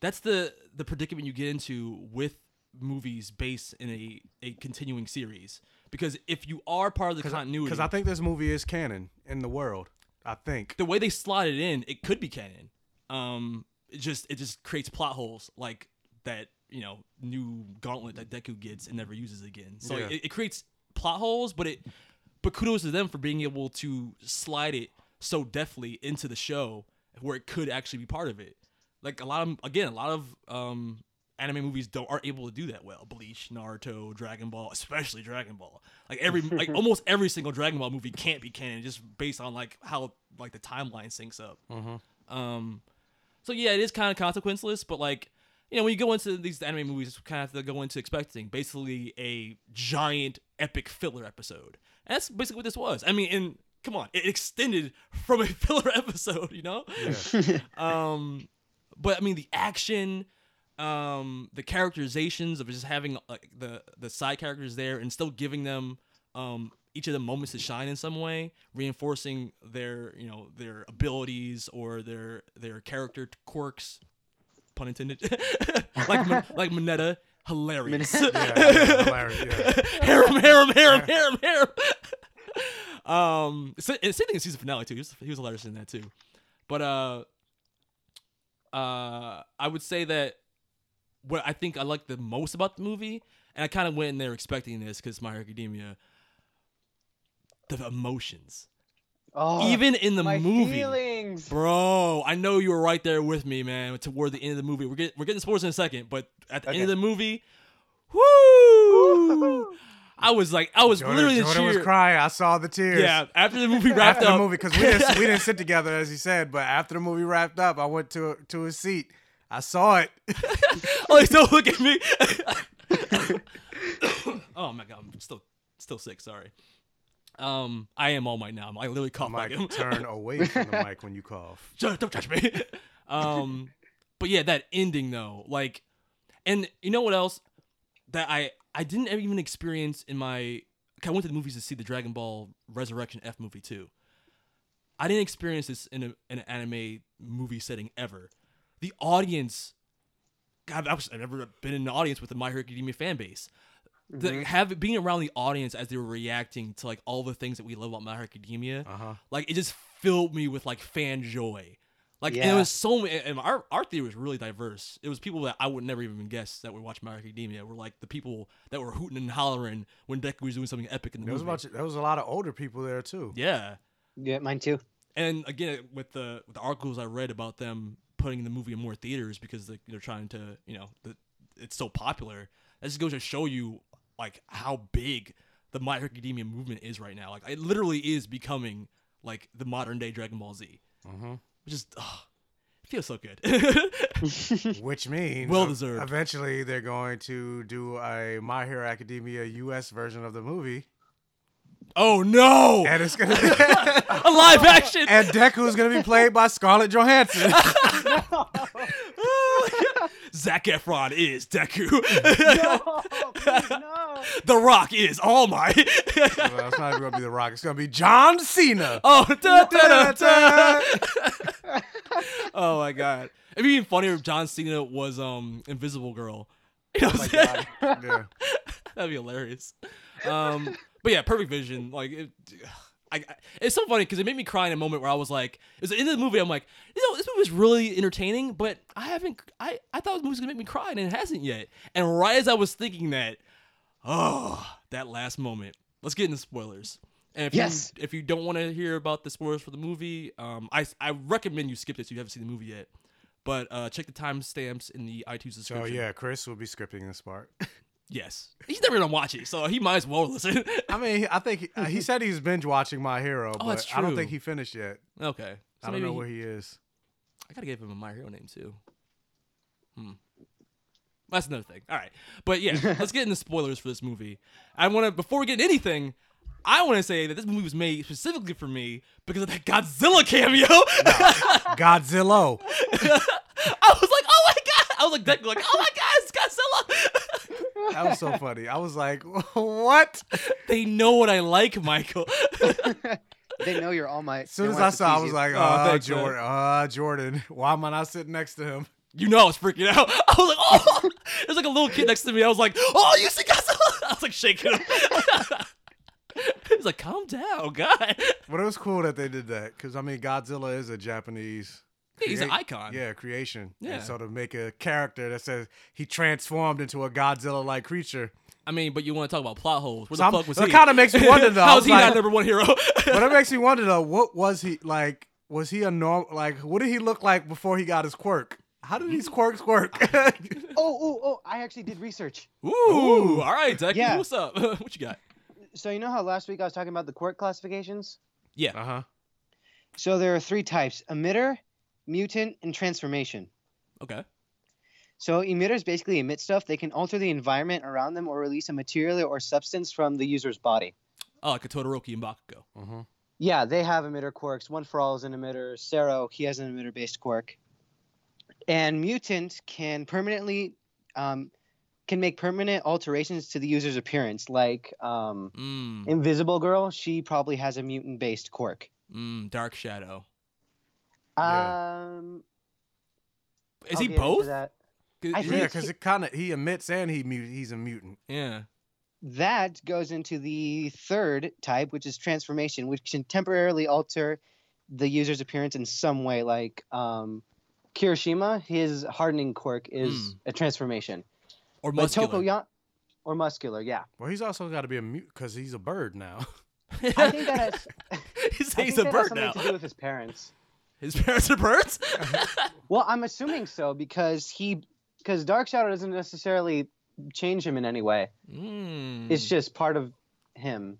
S2: that's the the predicament you get into with movies based in a a continuing series because if you are part of the continuity,
S3: Because I think this movie is canon in the world. I think
S2: the way they slot it in, it could be canon. Um, it just it just creates plot holes like that you know new gauntlet that Deku gets and never uses again. So
S11: Yeah.
S2: it, it creates plot holes, but it but kudos to them for being able to slide it so deftly into the show where it could actually be part of it. Like a lot of again, a lot of um anime movies don't aren't able to do that well. Bleach, Naruto, Dragon Ball, especially Dragon Ball. Like every like almost every single Dragon Ball movie can't be canon just based on like how like the timeline syncs up. Um, so yeah, it is kind of consequenceless, but like you know, when you go into these anime movies, it's kind of have to go into expecting basically a giant epic filler episode. And that's basically what this was. I mean, and come on, it extended from a filler episode, you know. um, but I mean, the action, um, the characterizations of just having like the the side characters there and still giving them um each of the moments to shine in some way, reinforcing their you know their abilities or their their character quirks, pun intended, like Min- like Mineta. Hilarious.
S12: Mineta. Yeah, yeah, hilarious, yeah.
S2: harem, harem, harem, harem, harem. um, it's, it's same thing in season finale too. He was, he was hilarious in that too, but uh, uh, I would say that what I think I like the most about the movie, and I kind of went in there expecting this because My Hero Academia, the emotions.
S4: Oh,
S2: Even in the
S4: my
S2: movie,
S4: feelings.
S2: bro, I know you were right there with me, man. Toward the end of the movie, we're getting we're getting sports in a second, but at the end of the movie, woo! I was like, I was
S3: Jordan,
S2: literally
S3: Jordan was
S2: cheering.
S3: crying. I saw the tears.
S2: Yeah, after the movie wrapped
S3: after
S2: up-
S3: the movie because we didn't, we didn't sit together as he said, but after the movie wrapped up, I went to to his seat. I saw it.
S2: oh, he's still look at me. oh my god, I'm still still sick. Sorry. Um, I am all might now. I literally cough like him.
S3: Mike, turn away from the mic when you cough.
S2: Shut up, don't touch me. um, but yeah, that ending though, like, and you know what else that I I didn't ever even experience in my. 'cause I went to the movies to see the Dragon Ball Resurrection F movie too. I didn't experience this in, a, in an anime movie setting ever. The audience, God, I was, I've never been in an audience with a My Hero Academia fan base. The,
S11: Mhm.
S2: Have being around the audience as they were reacting to like all the things that we love about My Hero Academia, like it just filled me with like fan joy. Like and it
S11: Yeah.
S2: was so many, and our our theater was really diverse. It was people that I would never even guess that would watch My Hero Academia. Were like the people that were hooting and hollering when Deku was doing something epic in the
S3: There was
S2: movie.
S3: about there was a lot of older people there too.
S2: Yeah.
S4: Yeah, mine too.
S2: And again, with the with the articles I read about them putting the movie in more theaters because they, they're trying to, you know, the, it's so popular. That just goes to show you like how big the My Hero Academia movement is right now. Like it literally is becoming like the modern day Dragon Ball Z, which is ugh, it feels so good.
S3: Which means
S2: Hmm. Well deserved.
S3: Eventually, they're going to do a My Hero Academia U.S. version of the movie.
S2: Oh no!
S3: And it's gonna be
S2: a live action.
S3: And Deku's gonna be played by Scarlett Johansson.
S2: Zac Efron is Deku.
S4: Oh,
S2: The Rock is All Might.
S3: well, it's not even gonna be The Rock. It's gonna be John Cena.
S2: Oh, da, da, da, da. oh my god! It'd be even funnier if John Cena was um Invisible Girl. You know
S3: Oh,
S2: what I'm saying? That'd be hilarious. Um, but yeah, Perfect Vision. Like, it, I, I- it's so funny because it made me cry in a moment where I was like, it was the end of the movie. I'm like, you know, this movie is really entertaining, but I haven't. I I thought the movie was gonna make me cry, and it hasn't yet. And right as I was thinking that, oh, that last moment. Let's get into spoilers. And if
S11: Yes.
S2: you if you don't want to hear about the spoilers for the movie, um, I I recommend you skip this if you haven't seen the movie yet. But uh, check the timestamps in the iTunes description.
S3: So yeah, Chris will be scripting this part.
S2: Yes. He's never gonna watch it, so he might as well listen.
S3: I mean, I think he, uh, he said he's binge watching My Hero,
S2: Oh,
S3: but
S2: that's
S3: I don't
S2: true.
S3: think he finished yet.
S2: Okay. So
S3: I don't know
S2: maybe
S3: where he is.
S2: I gotta give him a My Hero name too. Hmm. That's another thing. All right, but yeah, let's get into spoilers for this movie. I want to before we get into anything. I want to say that this movie was made specifically for me because of that Godzilla cameo.
S3: Godzilla.
S2: I was like, oh my god! I was like, Deku, like, oh my god, it's Godzilla!
S3: That was so funny. I was like, what?
S2: They know what I like, Michael.
S4: They know you're all my.
S3: As soon as I saw, I was like,
S2: Oh,
S3: oh,
S2: thanks, man.
S3: Jordan, uh, Jordan, why am I not sitting next to him?
S2: You know, I was freaking out. I was like, oh! There's like a little kid next to me. I was like, oh, you see Godzilla? I was like shaking him. He's like, calm down, God.
S3: But it was cool that they did that because I mean, Godzilla is a Japanese
S2: Yeah, he's an
S3: create-
S2: icon.
S3: Yeah, creation. Yeah.
S2: Yeah.
S3: so to make a character that says he transformed into a Godzilla-like creature.
S2: I mean, but you want to talk about plot holes? Where
S3: So
S2: the
S3: I'm-
S2: fuck was
S3: it
S2: he?
S3: kind of makes me wonder though. I
S2: How
S3: was
S2: is he
S3: like-
S2: not number one hero?
S3: but it makes me wonder though. What was he like? Was he a normal? Like, what did he look like before he got his quirk? How did these quirks work?
S4: Oh, oh, oh! I actually did research.
S2: Ooh, all right, Deku,
S4: Yeah.
S2: what's up? what you got?
S4: So you know how last week I was talking about the quirk classifications?
S2: Yeah. Uh huh.
S4: So there are three types: emitter, mutant, and transformation.
S2: Okay.
S4: So emitters basically emit stuff. They can alter the environment around them or release a material or substance from the user's body.
S2: Oh, like a Todoroki and Bakugo.
S3: Uh-huh.
S4: Yeah, they have emitter quirks. One for all is an emitter. Sero, he has an emitter based quirk. And mutant can permanently um, can make permanent alterations to the user's appearance. Like um, Invisible Girl, she probably has a mutant based quirk.
S2: Mm, Dark Shadow.
S4: Um,
S2: Is
S4: I'll
S2: he
S4: get into
S2: both?
S4: that. I
S3: yeah,
S4: think
S3: because it kind of he emits and he mut- he's a mutant.
S2: Yeah.
S4: that goes into the third type, which is transformation, which can temporarily alter the user's appearance in some way. Like um, Kirishima, his hardening quirk is
S2: Hmm.
S4: a transformation.
S2: Or
S4: But
S3: muscular.
S4: Tokuya- or muscular, yeah.
S3: Well, he's also got to be a mutant because he's a bird now.
S4: I think that has,
S2: he's,
S4: I think
S2: he's a
S4: that has
S2: bird
S4: something
S2: now.
S4: to do with his parents.
S2: His parents are birds.
S4: Well, I'm assuming so because he because Dark Shadow doesn't necessarily change him in any way.
S2: Mm.
S4: It's just part of him.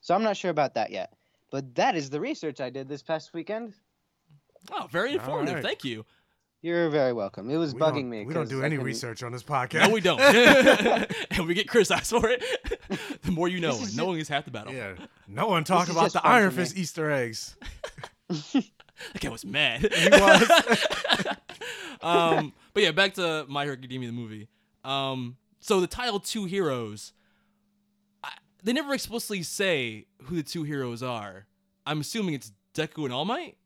S4: So I'm not sure about that yet. But that is the research I did this past weekend.
S2: Oh, very informative.
S4: right.
S2: Thank you.
S4: You're very welcome. It was
S3: We
S4: bugging
S3: don't-
S4: me.
S3: We don't
S4: 'cause
S3: do
S4: I
S3: any
S4: couldn't-
S3: research on this podcast.
S2: No, we don't. and we get criticized for it. the more you know,
S3: This is
S2: knowing is half the battle.
S3: Yeah. No one
S2: This
S3: talked
S2: is
S3: about
S2: just
S3: the
S2: fun
S3: Iron
S2: for me.
S3: Fist Easter eggs.
S2: That guy was mad.
S3: He was.
S2: um, but yeah, back to My Hero Academia the movie. Um, so the title two heroes, I, they never explicitly say who the two heroes are. I'm assuming it's Deku and All Might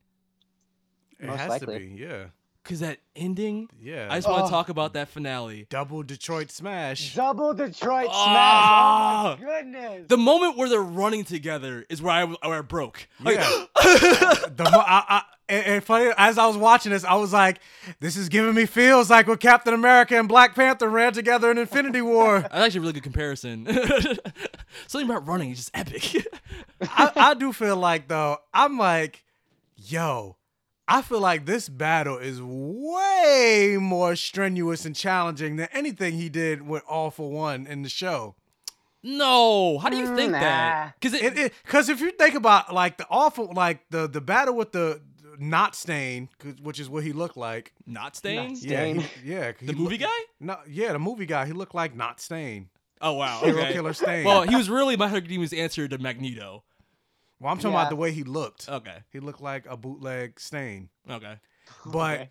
S3: It
S2: Most
S3: has
S2: likely.
S3: to be, yeah.
S2: because that ending.
S3: Yeah.
S2: I just want
S3: Oh.
S2: to talk about that finale.
S3: Double Detroit Smash.
S4: Double Detroit
S2: Ah!
S4: Smash. Oh, my goodness.
S2: The moment where they're running together is where I where I broke. Like,
S3: Yeah. the, mo- I, I, and, and funny, as I was watching this, I was like, this is giving me feels like when Captain America and Black Panther ran together in Infinity War.
S2: That's actually a really good comparison. Something about running is just epic.
S3: I, I do feel like, though, I'm like, yo, I feel like this battle is way more strenuous and challenging than anything he did with All for One in the show.
S2: no, how do
S3: Mm,
S2: you think that? Because
S3: it, because if you think about like the awful, like the the battle with the not stain, 'cause- which is what he looked like.
S2: Not Stain? Not
S3: Yeah, he-
S2: Stain.
S3: yeah.
S2: The movie guy?
S3: No, yeah, the movie guy. He looked like not stain.
S2: Oh wow,
S3: Serial
S2: okay.
S3: killer Stain.
S2: Well, he was really my Hero Demon's answer to Magneto.
S3: Well, I'm talking
S2: Yeah.
S3: about the way he looked.
S2: Okay.
S3: He looked like a bootleg stain.
S2: Okay.
S3: But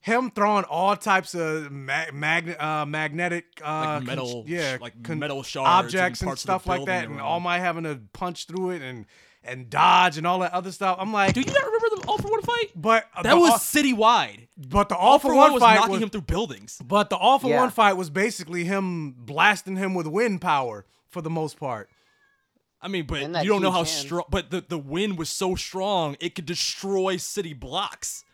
S3: him throwing all types of mag- mag- uh, magnetic uh,
S2: Like metal
S3: con- yeah,
S2: sh- like
S3: con-
S2: metal shards and
S3: objects and,
S2: parts of the
S3: stuff like that,
S2: building
S3: and
S2: around.
S3: All Might having to punch through it and and dodge and all that other stuff. I'm like,
S2: Do you not remember the All for One fight?
S3: But uh,
S2: That
S3: the
S2: was
S3: all-
S2: citywide.
S3: But the all, for, one,
S2: was
S3: fight
S2: knocking
S3: was,
S2: him through buildings.
S3: But the all for
S2: Yeah.
S3: one fight was basically him blasting him with wind power for the most part.
S2: I mean, but
S3: that
S2: you don't know
S3: huge
S2: how
S3: hand.
S2: strong. But the, the wind was so strong it could destroy city blocks.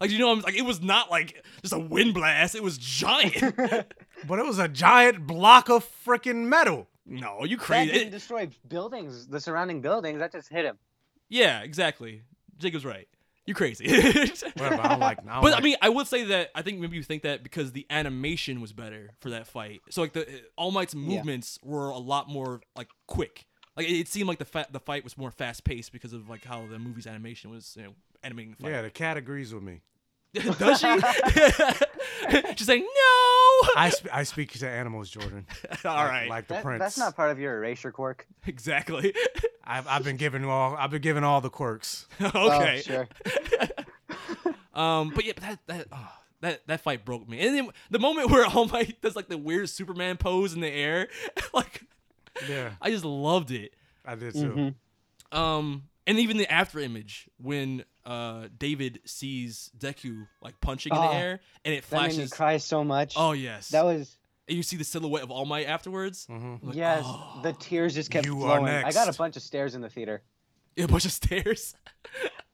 S2: Like you know, I'm like it was not like just a wind blast. It was giant.
S3: But it was a giant block of freaking metal.
S2: no, you
S4: That
S2: crazy.
S4: didn't
S2: It-
S4: destroy buildings, the surrounding buildings. That just hit him.
S2: yeah, exactly. Jacob's right. You crazy.
S3: Whatever, I don't like- I don't
S2: but I
S3: like-
S2: mean, I would say that I think maybe you think that because the animation was better for that fight. So like the uh, All Might's movements were a lot more like quick. Like it, it seemed like the fa- the fight was more fast paced because of like how the movie's animation was you know animating the fight.
S3: Yeah, the cat agrees with me.
S2: Does she? She's like, no.
S3: I sp- I speak to animals, Jordan.
S2: All
S3: Like-
S2: right.
S3: like the
S4: That,
S3: prince.
S4: that's not part of your erasure quirk.
S2: Exactly.
S3: I've I've been given all I've been given all the quirks.
S2: okay.
S4: Oh, sure.
S2: Um, but yeah, but that that oh, that that fight broke me. And then the moment where All Might does like the weird Superman pose in the air, like
S3: Yeah,
S2: I just loved it.
S3: I did
S2: Mm-hmm.
S3: too.
S2: Um, and even the after image when uh David sees Deku like punching in
S4: Oh,
S2: the air and it
S4: That made me
S2: flashes.
S4: cry so much.
S2: Oh yes.
S4: That was
S2: and you see the silhouette of All Might afterwards. Mm-hmm.
S4: yes. the tears just kept
S2: You are
S4: flowing. I got a
S2: next.
S4: bunch of stares in the theater.
S2: a bunch of stairs.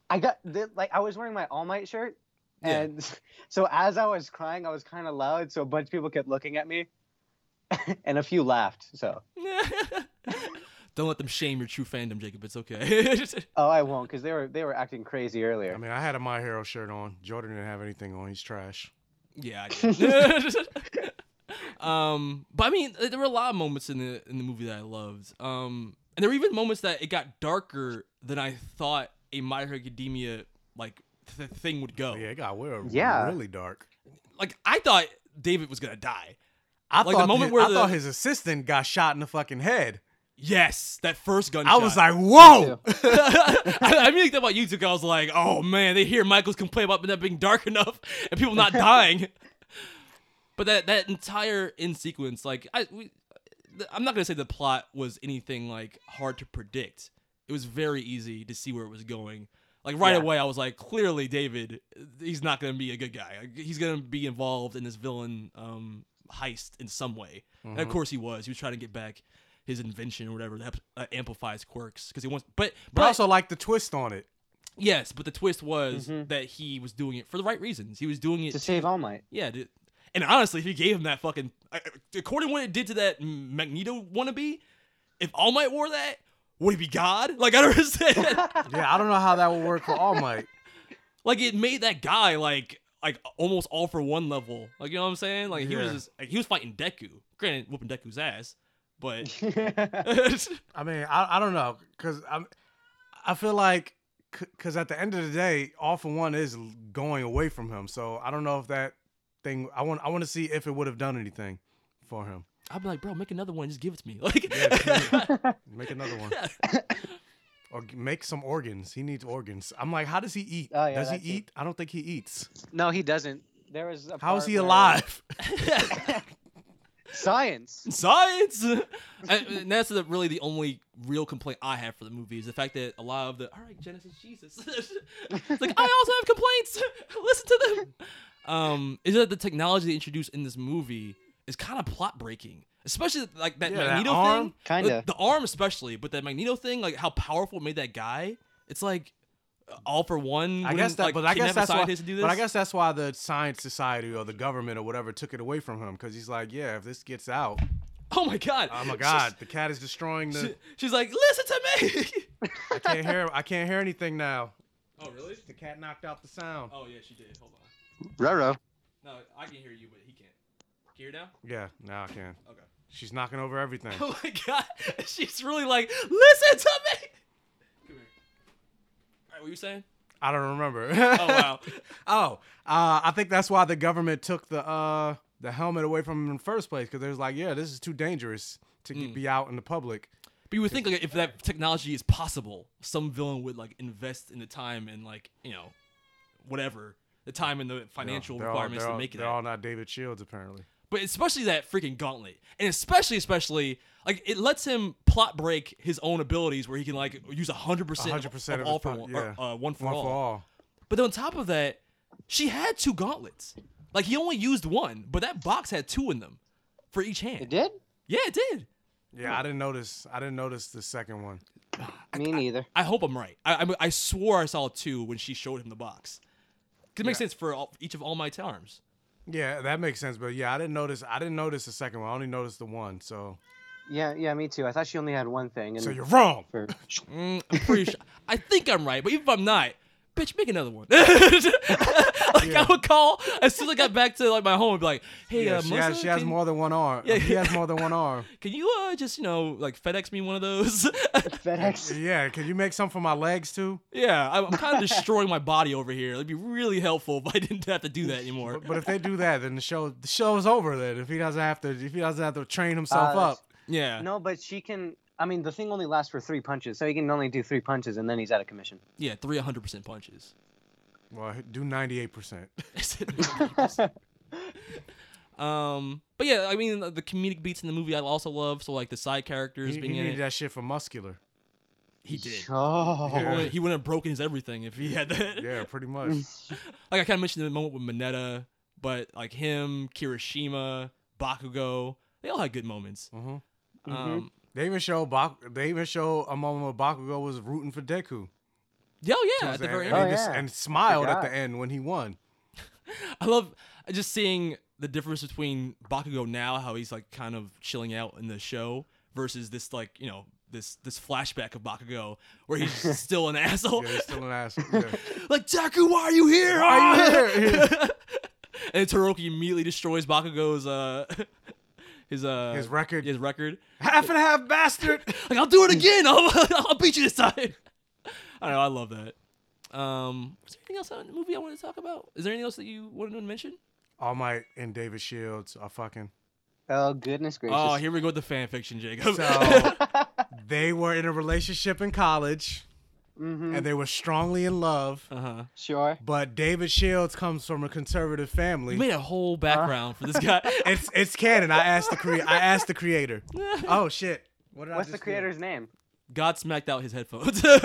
S4: I got the, like I was wearing my All Might shirt,
S2: Yeah.
S4: And so as I was crying, I was kind of loud, so a bunch of people kept looking at me, and a few laughed. So
S2: Don't let them shame your true fandom, Jacob. It's okay.
S4: oh, I won't, because they were they were acting crazy earlier.
S3: I mean, I had a My Hero shirt on. Jordan didn't have anything on. He's trash.
S2: yeah. I did. um, but I mean, there were a lot of moments in the in the movie that I loved. Um, and there were even moments that it got darker than I thought a My Hero Academia like th- thing would go.
S3: Oh, Yeah, it got weird.
S4: Yeah.
S3: really dark.
S2: Like I thought David was gonna die.
S3: I
S2: like
S3: thought
S2: the moment
S3: his,
S2: where
S3: I
S2: the,
S3: thought his assistant got shot in the fucking head.
S2: Yes, that first gunshot.
S3: I was like, whoa.
S2: I, I really thought about YouTube. I was like, oh man, they hear Michael's complain about that being dark enough and people not dying. but that that entire in sequence, like I, we, th- I'm not gonna say the plot was anything like hard to predict. It was very easy to see where it was going. Like right
S10: Yeah.
S2: away, I was like, clearly David, he's not gonna be a good guy. Like, He's gonna be involved in this villain um, heist in some way. And of
S10: Mhm.
S2: course he was. He was trying to get back his invention or whatever that uh, amplifies quirks because he wants. But
S3: But I also like the twist on it.
S2: Yes, but the twist was that he was doing it for the right reasons. He was doing it
S4: to save All Might.
S2: Yeah, dude. and honestly, if you gave him that fucking, I- I- according to what it did to that Magneto wannabe, if All Might wore that, would he be God? Like I don't understand.
S3: yeah, I don't know how that would work for All Might.
S2: like it made that guy like like almost all for one level. Like you know what I'm saying? Like he was
S3: Yeah.
S2: just, like, he was fighting Deku. Granted, whooping Deku's ass, but
S3: I mean, I, I don't know, cause I'm, I feel like, c- cause at the end of the day, all for one is l- going away from him. So I don't know if that thing. I want I want to see if it would have done anything for him.
S2: I'd be like, bro, make another one. Just give it to me. Like
S3: Make another one. Or g- make some organs. He needs organs. I'm like, how does he eat?
S4: Oh, yeah,
S3: does he
S4: that's it.
S3: eat? I don't think he eats.
S4: No, he doesn't. There was a
S3: How is
S4: part
S3: he
S4: where-
S3: alive?
S4: Science.
S2: Science. and, and that's the, really the only real complaint I have for the movie is the fact that a lot of the all right Genesis Jesus. it's like I also have complaints. Listen to them. Um, is that the technology they introduced in this movie is kind of plot breaking, especially like that
S4: Yeah, that
S2: Magneto
S4: arm,
S2: thing.
S4: kinda.
S2: Like, the arm especially, but that Magneto thing, like how powerful it made that guy. It's like all for one.
S3: I
S2: wouldn't,
S3: guess that,
S2: like,
S3: but I guess
S2: kidnap a
S3: that's why.
S2: scientist to do this.
S3: But I guess that's why the science society or the government or whatever took it away from him because he's like, yeah, if this gets out,
S2: Oh my god.
S3: oh my god, the cat is destroying the.
S2: She's like, listen to me.
S3: I can't hear. I can't hear anything now.
S2: Oh really? The
S3: cat knocked out the sound.
S2: Oh yeah, she did. Hold on.
S4: Raro.
S2: No, I can hear you, but he can't. Can you hear now?
S3: Yeah, now I can.
S2: Okay.
S3: She's knocking over everything.
S2: Oh my god, she's really like, listen to me. Come here. All right, what you saying?
S3: I don't remember.
S2: Oh, wow.
S3: oh, uh, I think that's why the government took the uh, the helmet away from him in the first place because they was like, yeah, this is too dangerous to
S2: Mm.
S3: ge- be out in the public.
S2: But you would think like if that technology is possible, some villain would like invest in the time and like you know, whatever the time and the financial
S3: They're all-
S2: requirements
S3: they're
S2: to
S3: all-
S2: make it.
S3: They're all not David Shields apparently.
S2: But especially that freaking gauntlet, and especially especially like it lets him plot break his own abilities where he can like use hundred percent,
S3: 100%
S2: of,
S3: of
S2: all
S3: his
S2: for
S3: po-
S2: one, or,
S3: yeah.
S2: uh, one for
S3: One
S2: all.
S3: for all.
S2: But then on top of that, she had two gauntlets. Like he only used one, but that box had two in them for each hand. It
S4: did.
S2: Yeah, it did.
S3: Yeah, I didn't notice. I didn't notice the second one.
S4: Me neither.
S2: I hope I'm right. I, I, I swore I saw two when she showed him the box. 'Cause It makes sense for all, each of All Might's arms.
S3: Yeah, that makes sense. But yeah, I didn't notice. I didn't notice the second one. I only noticed the one. So
S4: Yeah, yeah, me too. I thought she only had one thing. And
S3: So you're wrong.
S4: For...
S2: Mm, I'm pretty sure. I think I'm right, but even if I'm not, bitch, make another one. like I would call as soon as I got back to like my home and be like, hey,
S3: yeah,
S2: uh,
S3: she has,
S2: Melissa,
S3: she has
S2: can-
S3: more than one arm.
S2: Yeah.
S3: he has more than one arm.
S2: Can you uh, just you know like FedEx me one of those?
S4: FedEx.
S3: Yeah, can you make some for my legs too?
S2: Yeah, I'm, I'm kind of destroying my body over here. It'd be really helpful if I didn't have to do that anymore.
S3: But if they do that, then the show the show is over. Then if he doesn't have to, if he doesn't have to train himself
S4: Uh,
S3: up,
S2: Yeah.
S4: No, but she can. I mean, the thing only lasts for three punches, so he can only do three punches, and then he's out of commission.
S2: Yeah, three 100% punches.
S3: well, do ninety eight percent.
S2: Um, but yeah, I mean the comedic beats in the movie I also love. So like the side characters
S3: He, he
S2: being in it.
S3: needed that shit for muscular.
S2: He did.
S4: Oh.
S2: He, wouldn't, he wouldn't have broken his everything if he had that.
S3: Yeah, pretty much.
S2: like I kind of mentioned the moment with Mineta, but like him, Kirishima, Bakugo, they all had good moments.
S3: Mhm.
S2: Um,
S3: they even show Bak- They even show a moment where Bakugo was rooting for Deku.
S2: Yo, yeah,
S3: Towards
S2: at the
S3: end,
S2: very end.
S3: and, he
S2: Oh,
S3: just-
S2: yeah.
S3: and smiled at the
S2: Forgot.
S3: end when he won.
S2: I love just seeing the difference between Bakugo now, how he's like kind of chilling out in the show, versus this like you know this this flashback of Bakugo where he's still an asshole.
S3: Yeah, he's still an asshole. Yeah.
S2: like Deku, why are you here? Ah!
S3: Why are you here?
S2: and Toroki immediately destroys Bakugo's uh his uh
S3: His record.
S2: his record.
S3: half and half bastard.
S2: Like I'll do it again. I'll, I'll beat you this time. I don't know. I love that. Um, is there anything else on the movie I want to talk about? Is there anything else that you wanted to mention?
S3: All Might and David Shields are fucking.
S4: Oh goodness gracious!
S2: Oh, here we go with the fan fiction, Jacob.
S3: So they were in a relationship in college, and they were strongly in love.
S2: Mm-hmm. Uh-huh.
S4: Sure.
S3: But David Shields comes from a conservative family.
S2: You made a whole background for this guy.
S3: it's it's canon. I asked the cre- I asked the creator. Oh shit! What did I
S4: What's the
S3: just do?
S4: creator's name?
S2: God smacked out his headphones.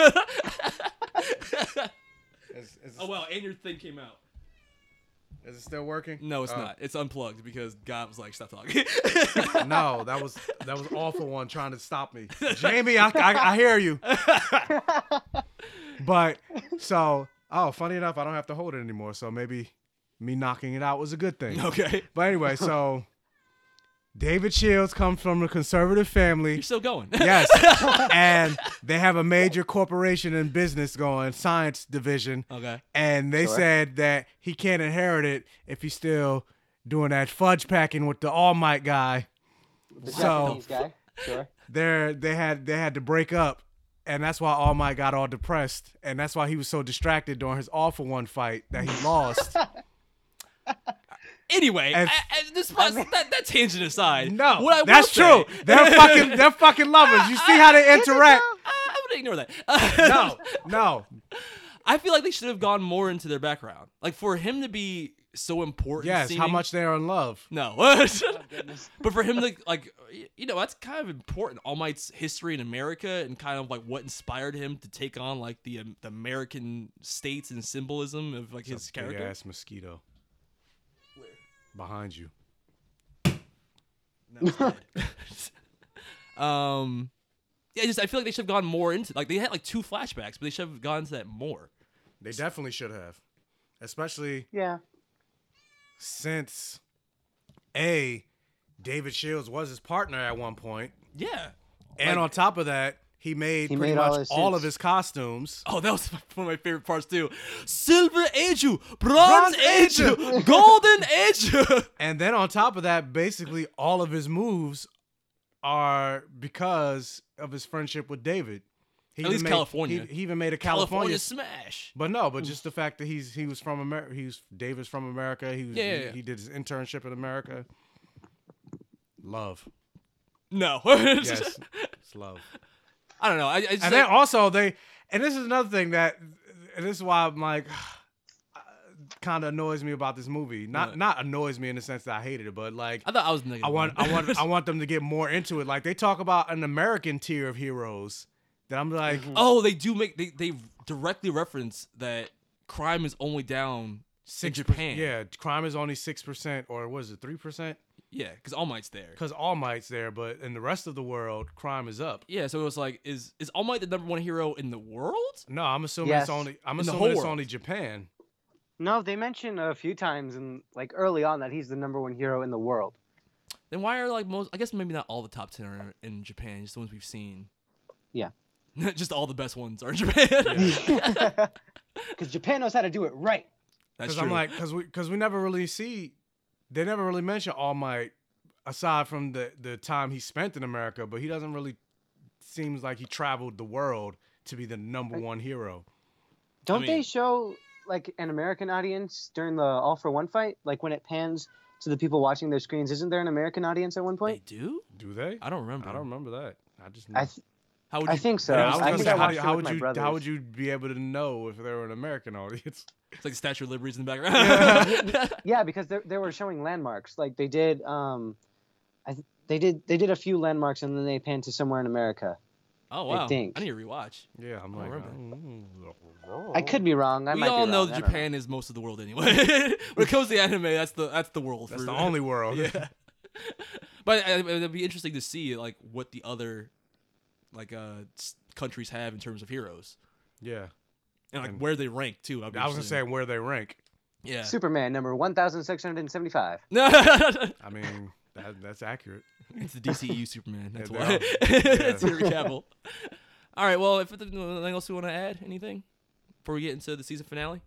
S3: Is, is,
S2: oh wow, and your thing came out.
S3: is it still working?
S2: No, it's
S3: Oh.
S2: not. It's unplugged because God was like, "Stop talking."
S3: no, that was that was awful one trying to stop me. Jamie, I, I, I hear you. But so, oh, funny enough, I don't have to hold it anymore. So maybe me knocking it out was a good thing.
S2: okay,
S3: But anyway, so David Shields comes from a conservative family.
S2: you're still going.
S3: Yes. and they have a major corporation in business going, science division.
S2: Okay.
S3: And they
S2: Sure.
S3: said that he can't inherit it if he's still doing that fudge packing with the All Might guy.
S4: The
S3: So
S4: Japanese guy. Sure.
S3: they they had they had to break up, and that's why All Might got all depressed, and that's why he was so distracted during his All for One fight that he lost.
S2: Anyway,
S3: And-
S2: I- I- this was- that, that tangent aside.
S3: No,
S2: what I will
S3: that's
S2: say- Uh,
S3: true. They're fucking they're fucking lovers. You see how they interact?
S2: I would ignore that. Uh,
S3: No, no.
S2: I feel like they should have gone more into their background. Like for him to be so important.
S3: Yes, how
S2: seeming-
S3: much Oh they are in love.
S2: No, but for him to like, y- you know, that's kind of important. All Might's history in America and kind of like what inspired him to take on like the um, the American states and symbolism of like his character.
S3: Big ass mosquito. Behind you.
S2: Um, yeah, just I feel like they should have gone more into like they had like two flashbacks, but they should have gone into that more.
S3: They definitely should have. Especially
S4: Yeah.
S3: since A, David Shields was his partner at one point.
S2: Yeah.
S3: And
S2: Like-
S3: on top of that, he made
S4: He
S3: pretty
S4: made
S3: much
S4: all
S3: all,
S4: his
S3: of his costumes.
S2: Oh, that was one of my favorite parts too. Silver age you, bronze,
S3: Bronze
S2: age
S3: age
S2: you,
S3: you.
S2: golden age you.
S3: And then on top of that, basically all of his moves are because of his friendship with David. He
S2: At
S3: even
S2: least
S3: made-
S2: California.
S3: He, he even made a
S2: California
S3: California.
S2: smash.
S3: But no, but just the fact that he's he was from America. He was David's from America. He was
S2: Yeah, yeah,
S3: he,
S2: yeah.
S3: he did his internship in America. Love.
S2: No,
S3: Yes. it's love.
S2: I don't know. I, I just
S3: and
S2: like-
S3: then also they and this is another thing that and this is why I'm like kind of annoys me about this movie. Not
S2: What?
S3: not annoys me in the sense that I hated it, but like
S2: I thought I was negative.
S3: I want
S2: one.
S3: I want I want them to get more into it. Like they talk about an American tier of heroes that I'm like
S2: oh, they do make they they directly reference that crime is only down
S3: six
S2: in Japan.
S3: Yeah, crime is only 6% or was it 3%?
S2: yeah, because All Might's there.
S3: Cuz all might's there, but in the rest of the world crime is up.
S2: Yeah, so it was like, is is All Might the number one hero in the world?
S3: No, I'm assuming
S4: Yes.
S3: it's only I'm
S2: In the whole
S3: assuming it's
S2: world.
S3: only Japan.
S4: No, they mentioned a few times and like early on that he's the number one hero in the world.
S2: Then why are like most? I guess maybe not all the top ten are in Japan. Just the ones we've seen.
S4: Yeah.
S2: just all the best ones are in Japan.
S4: Because Japan knows how to do it right.
S2: That's
S3: Because
S2: true.
S3: I'm like, because we because we never really see, they never really mention All Might aside from the the time he spent in America, but he doesn't really seems like he traveled the world to be the number one hero.
S4: Don't
S2: mean-
S4: they show like an American audience during the All for One fight? Like when it pans to the people watching their screens, isn't there an American audience at one
S2: they
S4: point?
S2: do?
S3: Do they?
S2: I don't remember.
S3: I don't remember that. I just.
S4: I th-
S2: How would
S4: I
S2: you-
S4: think so.
S3: Yeah, I
S4: I,
S3: was gonna
S4: think
S3: say,
S4: I
S3: how,
S4: watched
S3: do,
S4: it
S3: how
S4: with
S3: would
S4: my
S3: you
S4: brothers.
S3: how would you be able to know if they were an American audience?
S2: It's like the Statue of Liberty's in the background.
S4: Yeah, because they they were showing landmarks. Like they did, um, I th- they did they did a few landmarks and then they panned to somewhere in America.
S2: oh wow! I,
S4: think.
S2: need to rewatch.
S3: Yeah, I'm
S2: I
S3: like.
S2: don't
S3: I
S4: I could be wrong. I
S2: we
S4: might
S2: all
S4: be
S2: know
S4: wrong. I
S2: that
S4: don't
S2: Japan is most of the world anyway. when it comes to anime, that's the that's the world.
S3: That's
S2: for-
S3: the only world.
S2: Yeah. but I- I- it'd be interesting to see like what the other like uh s- countries have in terms of heroes
S3: yeah.
S2: and like
S3: And-
S2: where they rank too. I'd be
S3: I was gonna
S2: interested
S3: say
S2: in-
S3: where they rank.
S2: Yeah.
S4: Superman number 1675.
S3: I mean, that, that's accurate.
S2: It's the DCEU Superman. That's
S3: Yeah,
S2: why.
S3: they are. Yeah.
S2: it's Henry Cavill. All right. Well, if there's anything else we want to add, anything before we get into the season finale?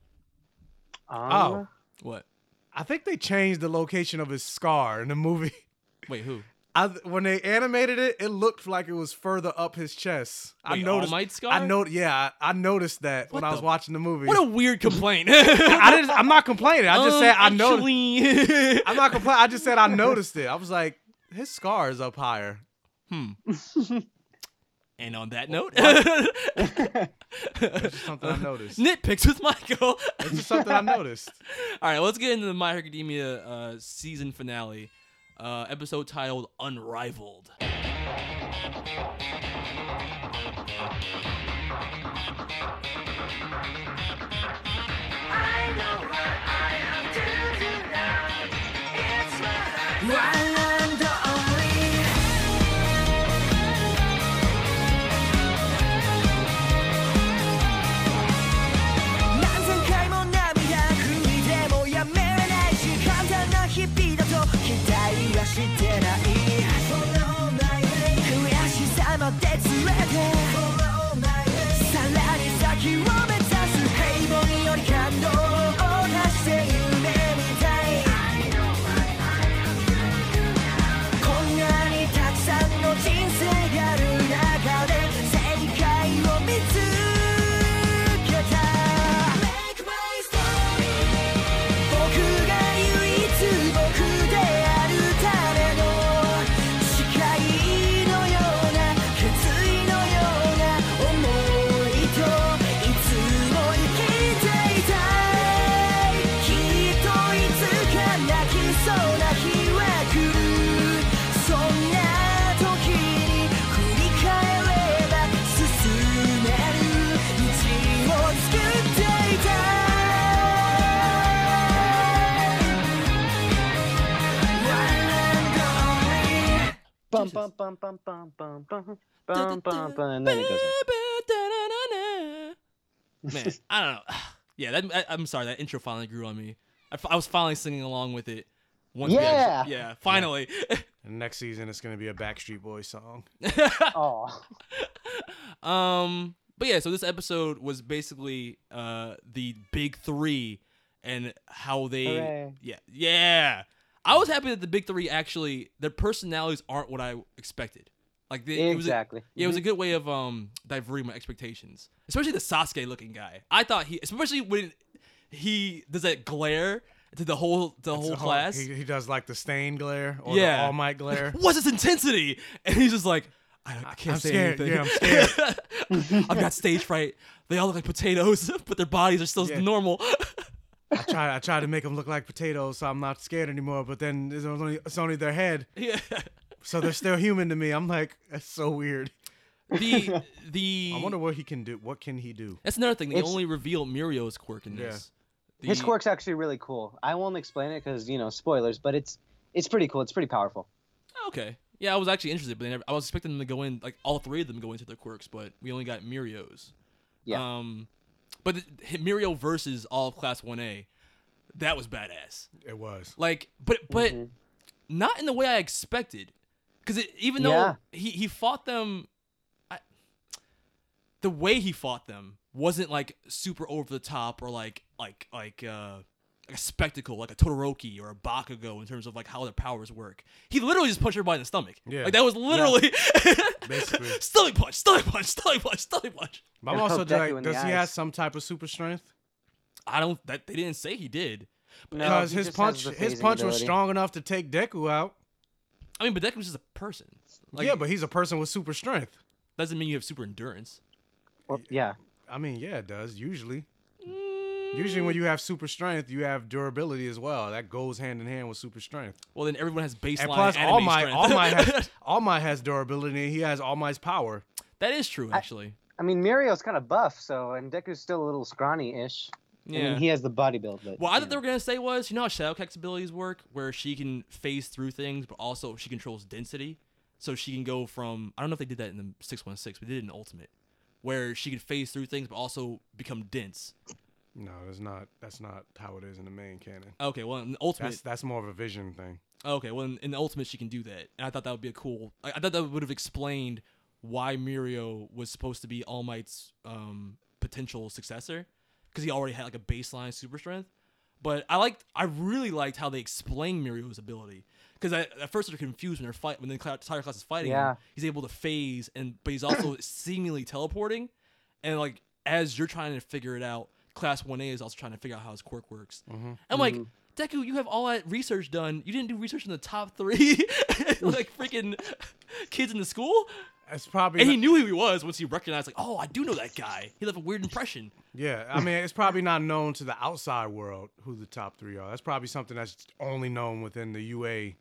S4: Uh-huh.
S3: oh,
S2: what?
S3: I think they changed the location of his scar in the movie.
S2: Wait, who?
S3: I, when they animated it, it looked like it was further up his chest. I
S2: Wait, All
S3: noticed.
S2: Might's scar?
S3: I know. Yeah, I, I noticed that when I was
S2: the-
S3: watching the movie.
S2: What a weird complaint.
S3: I didn't, I'm not complaining. I just
S2: Um,
S3: said I
S2: actually-
S3: noticed. I'm not complaining. I just said I noticed it. I was like, his scar is up higher.
S2: Hmm. and on that note,
S3: That's just something I noticed.
S2: nitpicks with Michael.
S3: That's just something I noticed.
S2: All right, let's get into the My Hero Academia uh, season finale, uh, episode titled "Unrivaled."
S12: 何千回も涙ぐいでもやめないし簡単な日々だと期待はしてない悔しさまで連れてさらに先を目指す平凡より感動を出して夢みたいこんなにたくさんの人生がある中で正解を見つけた Make my story 僕が唯一僕であるための誓いのような決意のような思いといつも生きていたいきっといつか泣きそうな日は来るそんな時に振り返れば進める道を作っていた
S4: Bum, bum, bum, bum, bum, bum, bum, bum, bum, bum, and then it goes.
S2: Man, I don't know. Yeah, that, I, I'm sorry. That intro finally grew on me. I, f- I was finally singing along with it. Once we actually- yeah, finally.
S3: And next season, it's gonna be a Backstreet Boys song.
S4: oh.
S2: Um, but yeah, so this episode was basically uh the big three and how they
S4: Hooray.
S2: yeah yeah. I was happy that the big three actually their personalities aren't what I expected. Like they,
S4: Exactly.
S2: It was a, yeah, it was a
S4: Mhm.
S2: good way of um diverting my expectations, especially the Sasuke looking guy. I thought he, especially when he does that glare to the whole the
S3: It's
S2: whole
S3: a
S2: class.
S3: He, he does like the stain glare or the
S2: yeah,
S3: all might glare.
S2: What's its intensity? And he's just like, I, I can't
S3: I'm
S2: say
S3: scared.
S2: anything.
S3: Yeah, I'm scared.
S2: I've got stage fright. They all look like potatoes, but their bodies are still normal.
S3: I try. I try to make them look like potatoes, so I'm not scared anymore. But then it's only, it's only their head.
S2: Yeah.
S3: So they're still human to me. I'm like, that's so weird.
S2: The the
S3: I wonder what he can do. What can he do?
S2: That's another thing. They
S4: It's-
S2: only reveal Muriel's quirk in this. The-
S4: His quirk's actually really cool. I won't explain it because you know spoilers, but it's it's pretty cool. It's pretty powerful.
S2: oh, Okay. Yeah, I was actually interested, but they never, I was expecting them to go in like all three of them go into their quirks, but we only got Muriel's.
S4: Yeah.
S2: Um, but the, Muriel versus all of Class One A, that was badass.
S3: It was.
S2: Like, but but not in the way I expected, because even though
S3: Yeah.
S2: he he fought them, I, the way he fought them wasn't like super over the top or like like like uh. Like a spectacle, like a Todoroki or a Bakugo, in terms of like how their powers work. He literally just punched everybody in the stomach.
S3: Yeah.
S2: like that was
S3: Yeah.
S2: literally
S3: Basically.
S2: stomach punch, stomach punch, stomach punch, stomach punch.
S3: But I'm also like, does he have some type of super strength?
S2: I don't. That they didn't say he did. But-
S3: Because his punch, his punch was strong enough to take Deku out.
S2: I mean, but Deku was just a person. Like,
S3: yeah, but he's a person with super strength.
S2: doesn't mean you have super endurance.
S4: yeah.
S3: I mean, yeah, it does usually. Usually, when you have super strength, you have durability as well. That goes hand in hand with super strength.
S2: Well, then everyone has baseline.
S3: and plus,
S2: anime
S3: all my
S2: strength.
S3: all my has, all my has durability. and He has all my's power.
S2: that is true, actually.
S4: I mean, Muriel's kind of buff, so and Deku's still a little scrawny-ish. I mean,
S2: Yeah.
S4: he has the body build, but
S2: What I thought they were gonna say was, you know how Shadowcat's abilities work, where she can phase through things, but also she controls density, so she can go from. I don't know if they did that in the six one six, but they did it in Ultimate, where she can phase through things, but also become dense.
S3: No, that's not. That's not how it is in the main canon.
S2: Okay, well, in the Ultimate-
S3: That's, that's more of a vision thing.
S2: Okay, well, in, in the Ultimate, she can do that, and I thought that would be a cool. I, I thought that would have explained why Mirio was supposed to be All Might's um, potential successor, because he already had like a baseline super strength. But I liked, I really liked how they explained Mirio's ability, because at first they're confused when they're fight when the cla- entire class is fighting. him.
S4: Yeah.
S2: he's able to phase, and but he's also seemingly teleporting, and like as you're trying to figure it out, Class One A is also trying to figure out how his quirk works.
S3: Mm-hmm.
S2: I'm like, Deku, you have all that research done. You didn't do research in the top three, like freaking kids in the school.
S3: That's probably.
S2: And he knew who he was once he recognized, like, oh, I do know that guy. He left a weird impression.
S3: Yeah, I mean, it's probably not known to the outside world who the top three are. That's probably something that's only known within the UA.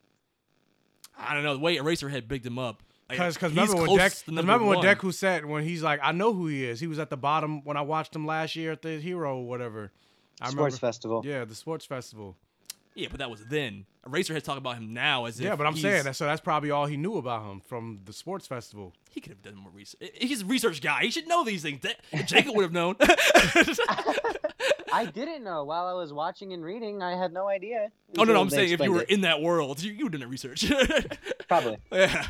S2: I don't know. The way Eraserhead bigged him up. like,
S3: Because
S2: he's
S3: remember when
S2: close
S3: Deku,
S2: to number
S3: remember when
S2: one.
S3: Deku said when he's like, I know who he is. He was at the bottom when I watched him last year at the Hero or whatever. I
S4: Sports
S3: remember-
S4: festival.
S3: Yeah, the sports festival.
S2: Yeah, but that was then. Eraserhead's talking about him now as if.
S3: yeah, but I'm
S2: he's-
S3: saying that so that's probably all he knew about him from the sports festival.
S2: He could have done more research. He's a research guy. He should know these things. De- Jacob would have known.
S4: I didn't know while I was watching and reading. I had no idea.
S2: Oh no,
S4: until
S2: no I'm
S4: they
S2: saying if you
S4: explained
S2: were
S4: it.
S2: in that world, you, you would have done research.
S4: Probably.
S2: yeah.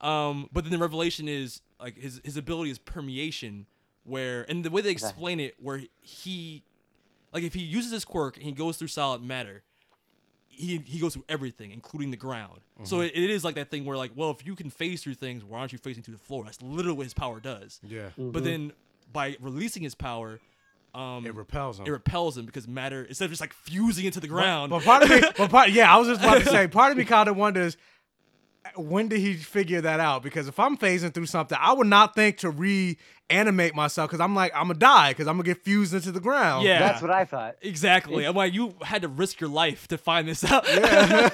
S2: Um, but then the revelation is like his his ability is permeation, where and the way they explain it, where he, like if he uses his quirk and he goes through solid matter, he he goes through everything, including the ground. So
S4: Mm-hmm.
S3: Mhm.
S2: it, it is like that thing where like, well, if you can phase through things, why aren't you phasing through the floor? That's literally what his power does.
S3: Yeah.
S2: But
S4: Mm-hmm.
S3: Mhm.
S2: then by releasing his power. Um, it
S3: repels
S2: him. It repels him because matter instead of just like fusing into the ground.
S3: But, but part of me, but part, yeah, I was just about to say, part of me kind of wonders when did he figure that out? Because if I'm phasing through something, I would not think to reanimate myself because I'm like, I'm gonna die because I'm gonna get fused into the ground.
S2: Yeah. That's what
S4: I thought.
S2: Exactly. I'm like, you had to risk your life to find this out.
S4: I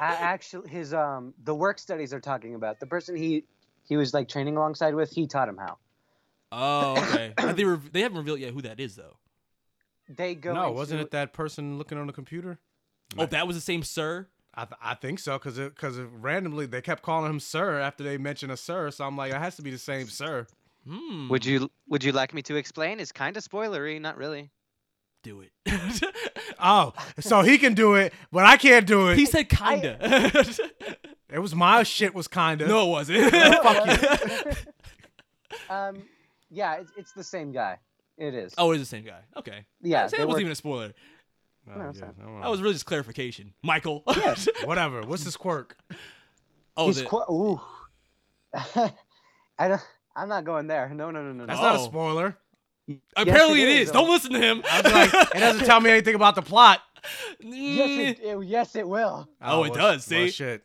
S4: actually his um the work studies are talking about the person he he was like training alongside with he taught him how
S2: oh, okay. But they were they haven't revealed yet who that is though.
S4: they go
S3: no,
S4: into-
S3: wasn't it that person looking on the computer?
S2: Oh, that was the same sir.
S3: I, th- I think so because because randomly they kept calling him sir after they mentioned a sir, so I'm like, it has to be the same sir.
S2: Hmm.
S4: would you would you like me to explain it's kind of spoilery not really
S2: do it
S3: Oh, so he can do it, but I can't do it.
S2: He said kinda.
S3: it was my shit was kinda.
S2: No, it wasn't.
S3: Fuck you.
S4: um yeah it's, it's the same guy it is
S2: oh, it is the same guy. Okay.
S4: Yeah,
S2: See,
S4: they
S2: that wasn't
S4: were-
S2: even a spoiler.
S3: Oh,
S4: No, it's not.
S2: That was really just clarification. Michael.
S3: Whatever. What's his quirk?
S2: Oh,
S4: He's
S2: the-
S4: qu- ooh. I don't, I'm not going there. No, no, no, no.
S3: That's
S4: no.
S3: not a spoiler.
S2: Apparently it is.
S4: though.
S2: Don't listen to him.
S3: I was like, it doesn't tell me anything about the plot.
S4: Yes, it, it- yes, it will.
S2: Oh, it
S3: well,
S2: does.
S3: well,
S2: See,
S3: shit.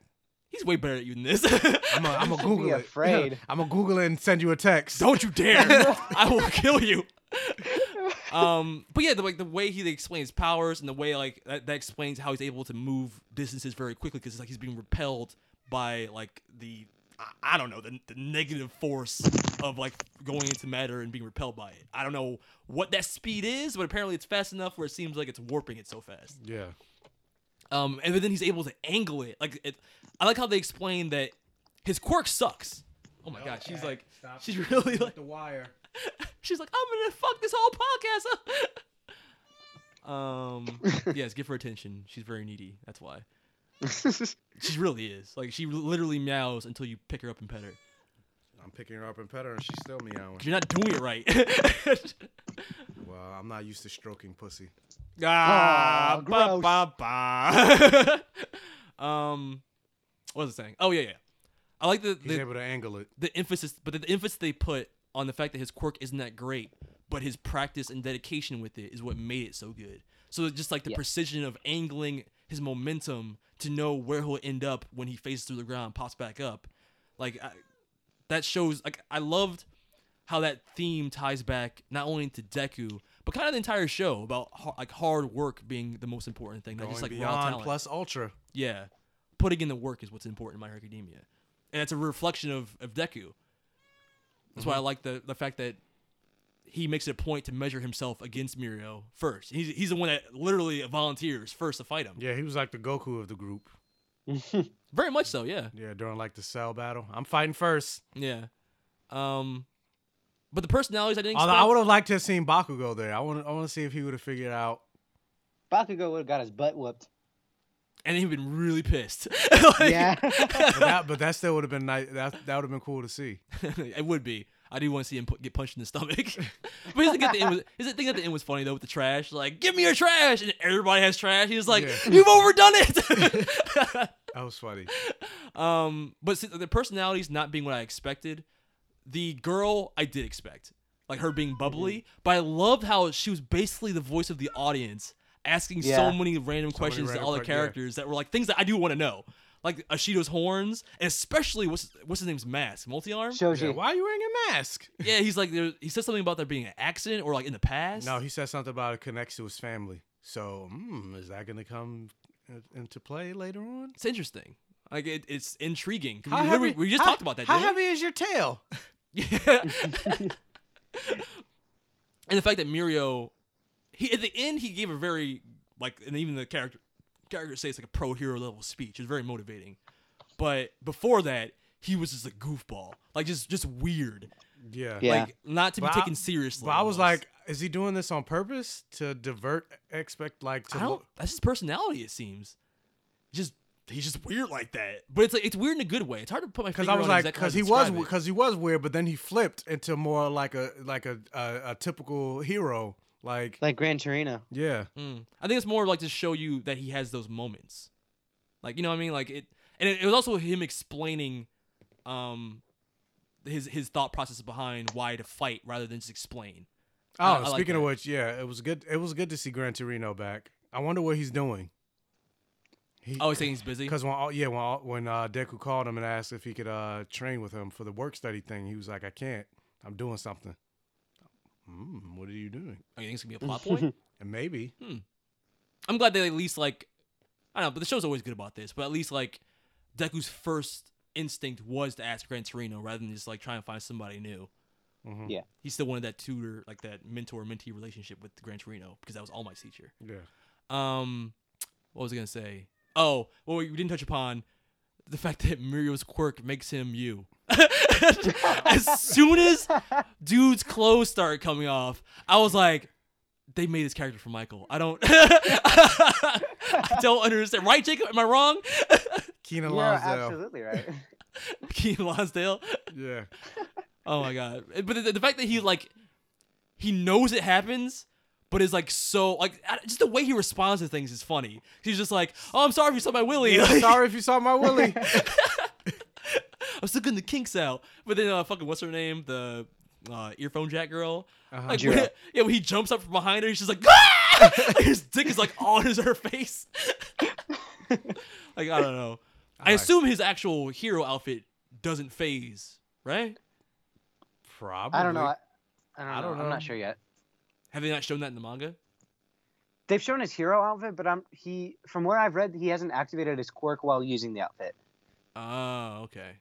S2: he's way better at you than this.
S3: I'm gonna I'm gonna
S4: Be
S3: Google it.
S4: afraid.
S3: I'm gonna Google it and send you a text.
S2: Don't you dare! I will kill you. um, but yeah, the, like the way he explains powers and the way like that, that explains how he's able to move distances very quickly because it's like he's being repelled by like the I, I don't know the, the negative force of like going into matter and being repelled by it. I don't know what that speed is, but apparently it's fast enough where it seems like it's warping it so fast.
S3: Yeah.
S2: Um, and then he's able to angle it. Like it, I like how they explain that his quirk sucks. Oh my god, she's like she's really like
S3: the wire.
S2: She's like, I'm gonna fuck this whole podcast up. um, yes, give her attention. She's very needy. That's why. she really is. Like, she literally meows until you pick her up and pet her.
S3: I'm picking her up and pet her, and she's still meowing.
S2: 'Cause You're not doing it right.
S3: Well, I'm not used to stroking pussy.
S2: ah,
S3: Aw,
S2: ba, ba, ba. um, what was I saying? Oh yeah, yeah. I like the,
S3: He's
S2: the
S3: able to angle it.
S2: the emphasis, but the emphasis they put on the fact that his quirk isn't that great, but his practice and dedication with it is what made it so good. So it's just like the
S4: Yeah.
S2: precision of angling his momentum to know where he'll end up when he faces through the ground, pops back up, like I, that shows. Like I loved how that theme ties back not only to Deku, but kind of the entire show about har- like hard work being the most important thing, not
S3: Going
S2: just like raw
S3: beyond
S2: talent.
S3: plus ultra.
S2: Yeah. Putting in the work is what's important in My Hero Academia. And it's a reflection of, of Deku. That's
S3: Mm-hmm.
S2: why I like the, the fact that he makes it a point to measure himself against Mirio first. He's, he's the one that literally volunteers first to fight him.
S3: Yeah, he was like the Goku of the group.
S2: Very much so, yeah.
S3: Yeah, during like the cell battle, I'm fighting first.
S2: Yeah. Um, But the personalities I didn't.
S3: Although
S2: Expect,
S3: I would have liked to have seen Bakugo there. I want I want to see if he would have figured out.
S4: Bakugo would have got his butt whooped.
S2: and he'd been really pissed.
S4: Yeah.
S3: but, that, but that still would have been nice. That that would have been cool to see.
S2: it would be. I do want to see him pu- get punched in the stomach. but his thing, at the end was, his thing at the end was funny though with the trash. Like, give me your trash, and everybody has trash. He was like,
S3: Yeah.
S2: "You've overdone it."
S3: That was funny.
S2: um, but since the personalities not being what I expected, the girl I did expect, like her being bubbly.
S3: Mm-hmm.
S2: But I loved how she was basically the voice of the audience, asking so
S4: Yeah.
S2: many random questions
S3: random
S2: to all the
S3: que- yeah.
S2: characters that were like things that I do want to know, like Ashido's horns, and especially what's what's his name's mask, multi arm.
S4: Shoji.
S3: Yeah, why are you wearing a mask?
S2: Yeah, he's like there, he said something about there being an accident or like in the past.
S3: No, he said something about it connects to his family. So, mm, is that going to come in- into play later on?
S2: it's interesting. Like it, it's intriguing. 'Cause We, literally- we just
S3: how-
S2: talked about that.
S3: How
S2: didn't we?
S3: heavy is your tail?
S2: Yeah. and the fact that Mirio, he at the end he gave a very like, and even the character characters say it's like a pro hero level speech. It was very motivating. But before that, he was just a goofball, like just just weird,
S3: Yeah.
S4: Yeah.
S2: like not to be
S3: But I-
S2: taken seriously.
S3: But I was
S2: almost.
S3: like, is he doing this on purpose to divert expect like to
S2: I don't.
S3: lo-
S2: That's his personality. It seems. Just he's just weird like that. But it's like it's weird in a good way. It's hard to put my
S3: Because
S2: finger
S3: I was
S2: on
S3: like,
S2: exactly how
S3: because
S2: to
S3: he was,
S2: describe it.
S3: because he was weird, but then he flipped into more like a like a a, a typical hero, like
S4: Like Gran Torino.
S3: yeah,
S2: Mm. I think it's more like to show you that he has those moments. Like you know what I mean? Like it, and it, it was also him explaining, um, his his thought process behind why to fight rather than just explain.
S3: Oh,
S2: I- I like
S3: speaking of
S2: that.
S3: which, yeah, it was good. It was good to see Gran Torino back. I wonder what he's doing. He,
S2: Oh, he's saying he's busy.
S3: because when all, yeah when all, when uh, Deku called him and asked if he could uh, train with him for the work study thing, he was like, "I can't. I'm doing something." Mm, what are you doing?
S2: Oh, you think it's gonna be a plot point?
S3: And maybe
S4: Hmm.
S2: I'm glad they at least like, I don't know, but the show's always good about this. But at least like, Deku's first instinct was to ask Gran Torino rather than just like trying to find somebody new.
S3: Mhm.
S4: Yeah.
S2: He still wanted that tutor, like that mentor mentee relationship with Gran Torino because that was all my teacher.
S3: yeah,
S2: Um, what was I gonna say? Oh, well, we didn't touch upon the fact that Mirio's quirk makes him you. as soon as dude's clothes started coming off, I was like, they made this character for Michael. I don't, I don't understand. Right, Jacob? Am I wrong?
S3: Keenan
S4: You're
S3: Lonsdale.
S4: absolutely right.
S2: Keenan Lonsdale.
S3: Yeah,
S2: Oh my god! But the, the fact that he like, he knows it happens. But is like so like I- just the way he responds to things is funny. He's just like, "Oh, I'm sorry if you saw my willy."
S3: Yeah,
S2: Like-
S3: sorry if you saw my Willie.
S2: I'm still getting the kinks out. But then, uh, fucking, what's her name? The uh, earphone jack girl.
S3: Uh-huh.
S2: Like,
S4: Jiro.
S2: when- yeah, when he jumps up from behind her, she's like, "Ah!" Like, his dick is like on his her face. like I don't know. I
S3: like-
S2: assume his actual hero outfit doesn't phase, right?
S3: Probably.
S4: I don't know. I, I don't know.
S3: I
S4: I
S3: don't
S4: am
S3: know.
S4: not sure yet.
S2: Have they not shown that in the manga?
S4: They've shown his hero outfit, but I'm he from what I've read, he hasn't activated his quirk while using the outfit.
S2: Oh, okay.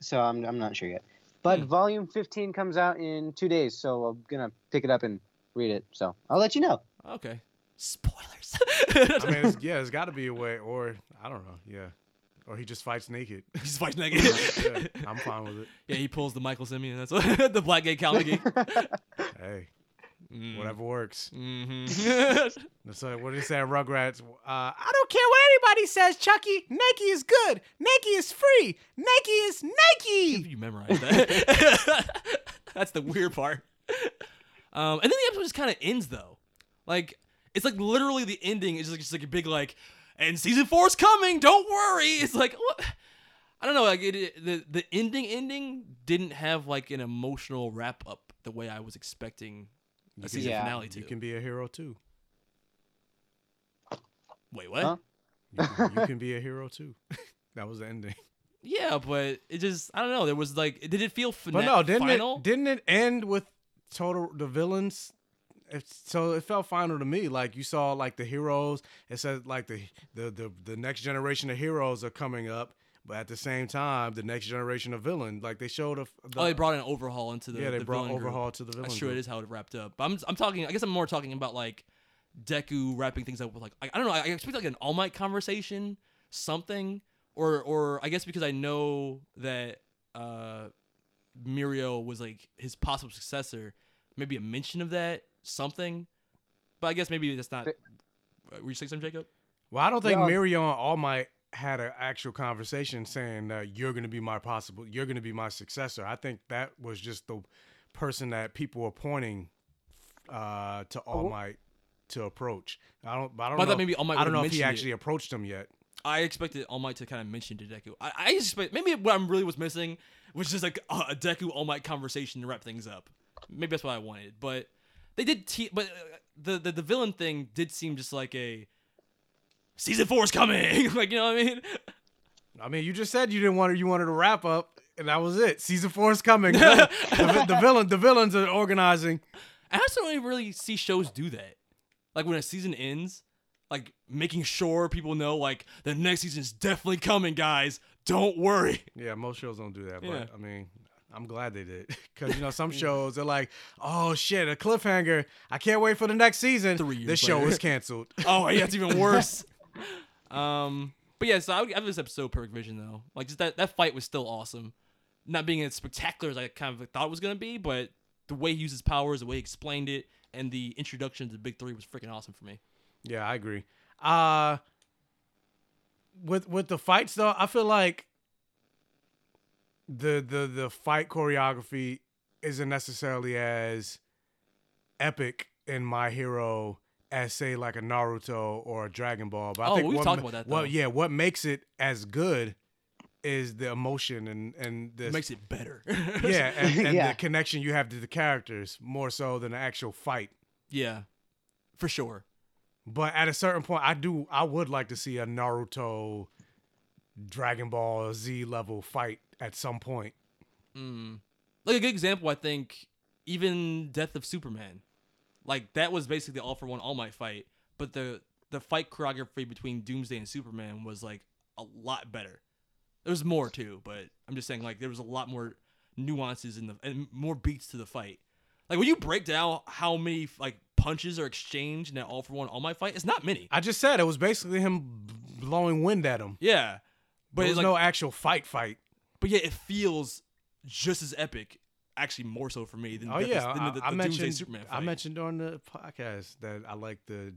S4: So I'm I'm not sure yet. But
S2: Hmm.
S4: volume 15 comes out in 2 days, so I'm going to pick it up and read it. So I'll let you know.
S2: Okay. Spoilers.
S3: I mean, it's, yeah, there's got to be a way, or I don't know. Yeah, or he just fights naked.
S2: He's fighting naked.
S3: Yeah, I'm fine with it.
S2: yeah, he pulls the Michael Simeon. That's what, the black gay comedy.
S3: Hey,
S2: Mm.
S3: whatever works.
S2: Mm-hmm.
S3: That's like, what is that, Rugrats? Uh, I don't care what anybody says, Chucky. Nike is good. Nike is free. Nike is Nike.
S2: you memorize that. That's the weird part. Um, and then the episode just kind of ends though. Like it's like literally the ending is just, just like a big like, and season four is coming. Don't worry. It's like what? I don't know. Like it, it- the the ending ending didn't have like an emotional wrap up the way I was expecting a season
S4: yeah.
S2: finale to.
S3: You can be a hero too.
S2: Wait, what?
S4: Huh?
S3: You can, you can be a hero too. That was the ending.
S2: Yeah, but it just I don't know. There was like did it feel fina-
S3: But no, didn't
S2: final?
S3: it? Didn't it end with total the villains? It, so it felt final to me. Like you saw, like the heroes. It said like the, the the the next generation of heroes are coming up, but at the same time, the next generation of villain. Like they showed a. The,
S2: oh, they brought an overhaul into the
S3: yeah, they
S2: the
S3: brought
S2: villain group.
S3: overhaul to the villain.
S2: That's true. It
S3: group.
S2: is how it wrapped up. But I'm I'm talking. I guess I'm more talking about like Deku wrapping things up with like I, I don't know. I, I expect like an All Might conversation, something, or or I guess because I know that uh Mirio was like his possible successor, maybe a mention of that something. But I guess maybe that's not. Were you saying something, Jacob?
S3: Well, I don't think
S2: Yeah.
S3: Mirio and All Might had an actual conversation saying that you're going to be my possible, you're going to be my successor. I think that was just the person that people were pointing uh, to All
S2: Oh.
S3: Might to approach. I don't, I don't
S2: But I
S3: know.
S2: thought maybe All Might
S3: I don't
S2: would've
S3: know if he
S2: mentioned it.
S3: actually approached him yet.
S2: I expected All Might to kind of mention to Deku. I, I expect maybe what I'm really was missing was just like a, a Deku All Might conversation to wrap things up. Maybe that's what I wanted, but they did. Te- but uh, the, the the villain thing did seem just like a season four is coming. like you know what I mean?
S3: I mean, you just said you didn't want you wanted a wrap up, and that was it. Season four is coming. the, vi- the villain, the villains are organizing.
S2: I also don't even really see shows do that. Like when a season ends, like making sure people know like the next season's definitely coming, guys. Don't worry.
S3: Yeah, most shows don't do that, but
S2: Yeah.
S3: I mean, I'm glad they did because you know some shows they're like, oh shit, a cliffhanger. I can't wait for the next season. Three years this show
S2: later.
S3: is canceled.
S2: Oh, yeah, it's even worse. um, but yeah, so I would give this episode perfect vision though. Like just that that fight was still awesome. Not being as spectacular as I kind of thought it was gonna be, but the way he used his powers, the way he explained it, and the introduction to the big three was freaking awesome for me.
S3: Yeah, I agree. Uh with with the fights though, I feel like the the the fight choreography isn't necessarily as epic in My Hero as say like a Naruto or a Dragon Ball. But I
S2: Oh,
S3: think
S2: we've
S3: what,
S2: talked about that,
S3: Well,
S2: though.
S3: yeah, what makes it as good is the emotion and and the
S2: It makes it better.
S3: yeah, and, and
S2: Yeah.
S3: the connection you have to the characters more so than the actual fight.
S2: Yeah, for sure.
S3: But at a certain point, I do. I would like to see a Naruto, Dragon Ball Z level fight at some point.
S2: Mm. Like a good example, I think, even Death of Superman, like that was basically the all for one all might fight, but the the fight choreography between Doomsday and Superman was like a lot better. There was more too, but I'm just saying like there was a lot more nuances in the and more beats to the fight. Like when you break down how many like punches are exchanged in that all for one all might fight, it's not many.
S3: I just said it was basically him b- blowing wind at him.
S2: Yeah, but
S3: But there
S2: it's like,
S3: was no actual fight fight.
S2: But yeah, it feels just as epic, actually more so for me than
S3: Oh
S2: Death of-
S3: yeah,
S2: than
S3: I,
S2: the, the
S3: I
S2: Doomsday
S3: mentioned.
S2: Superman fight.
S3: I mentioned on the podcast that I like the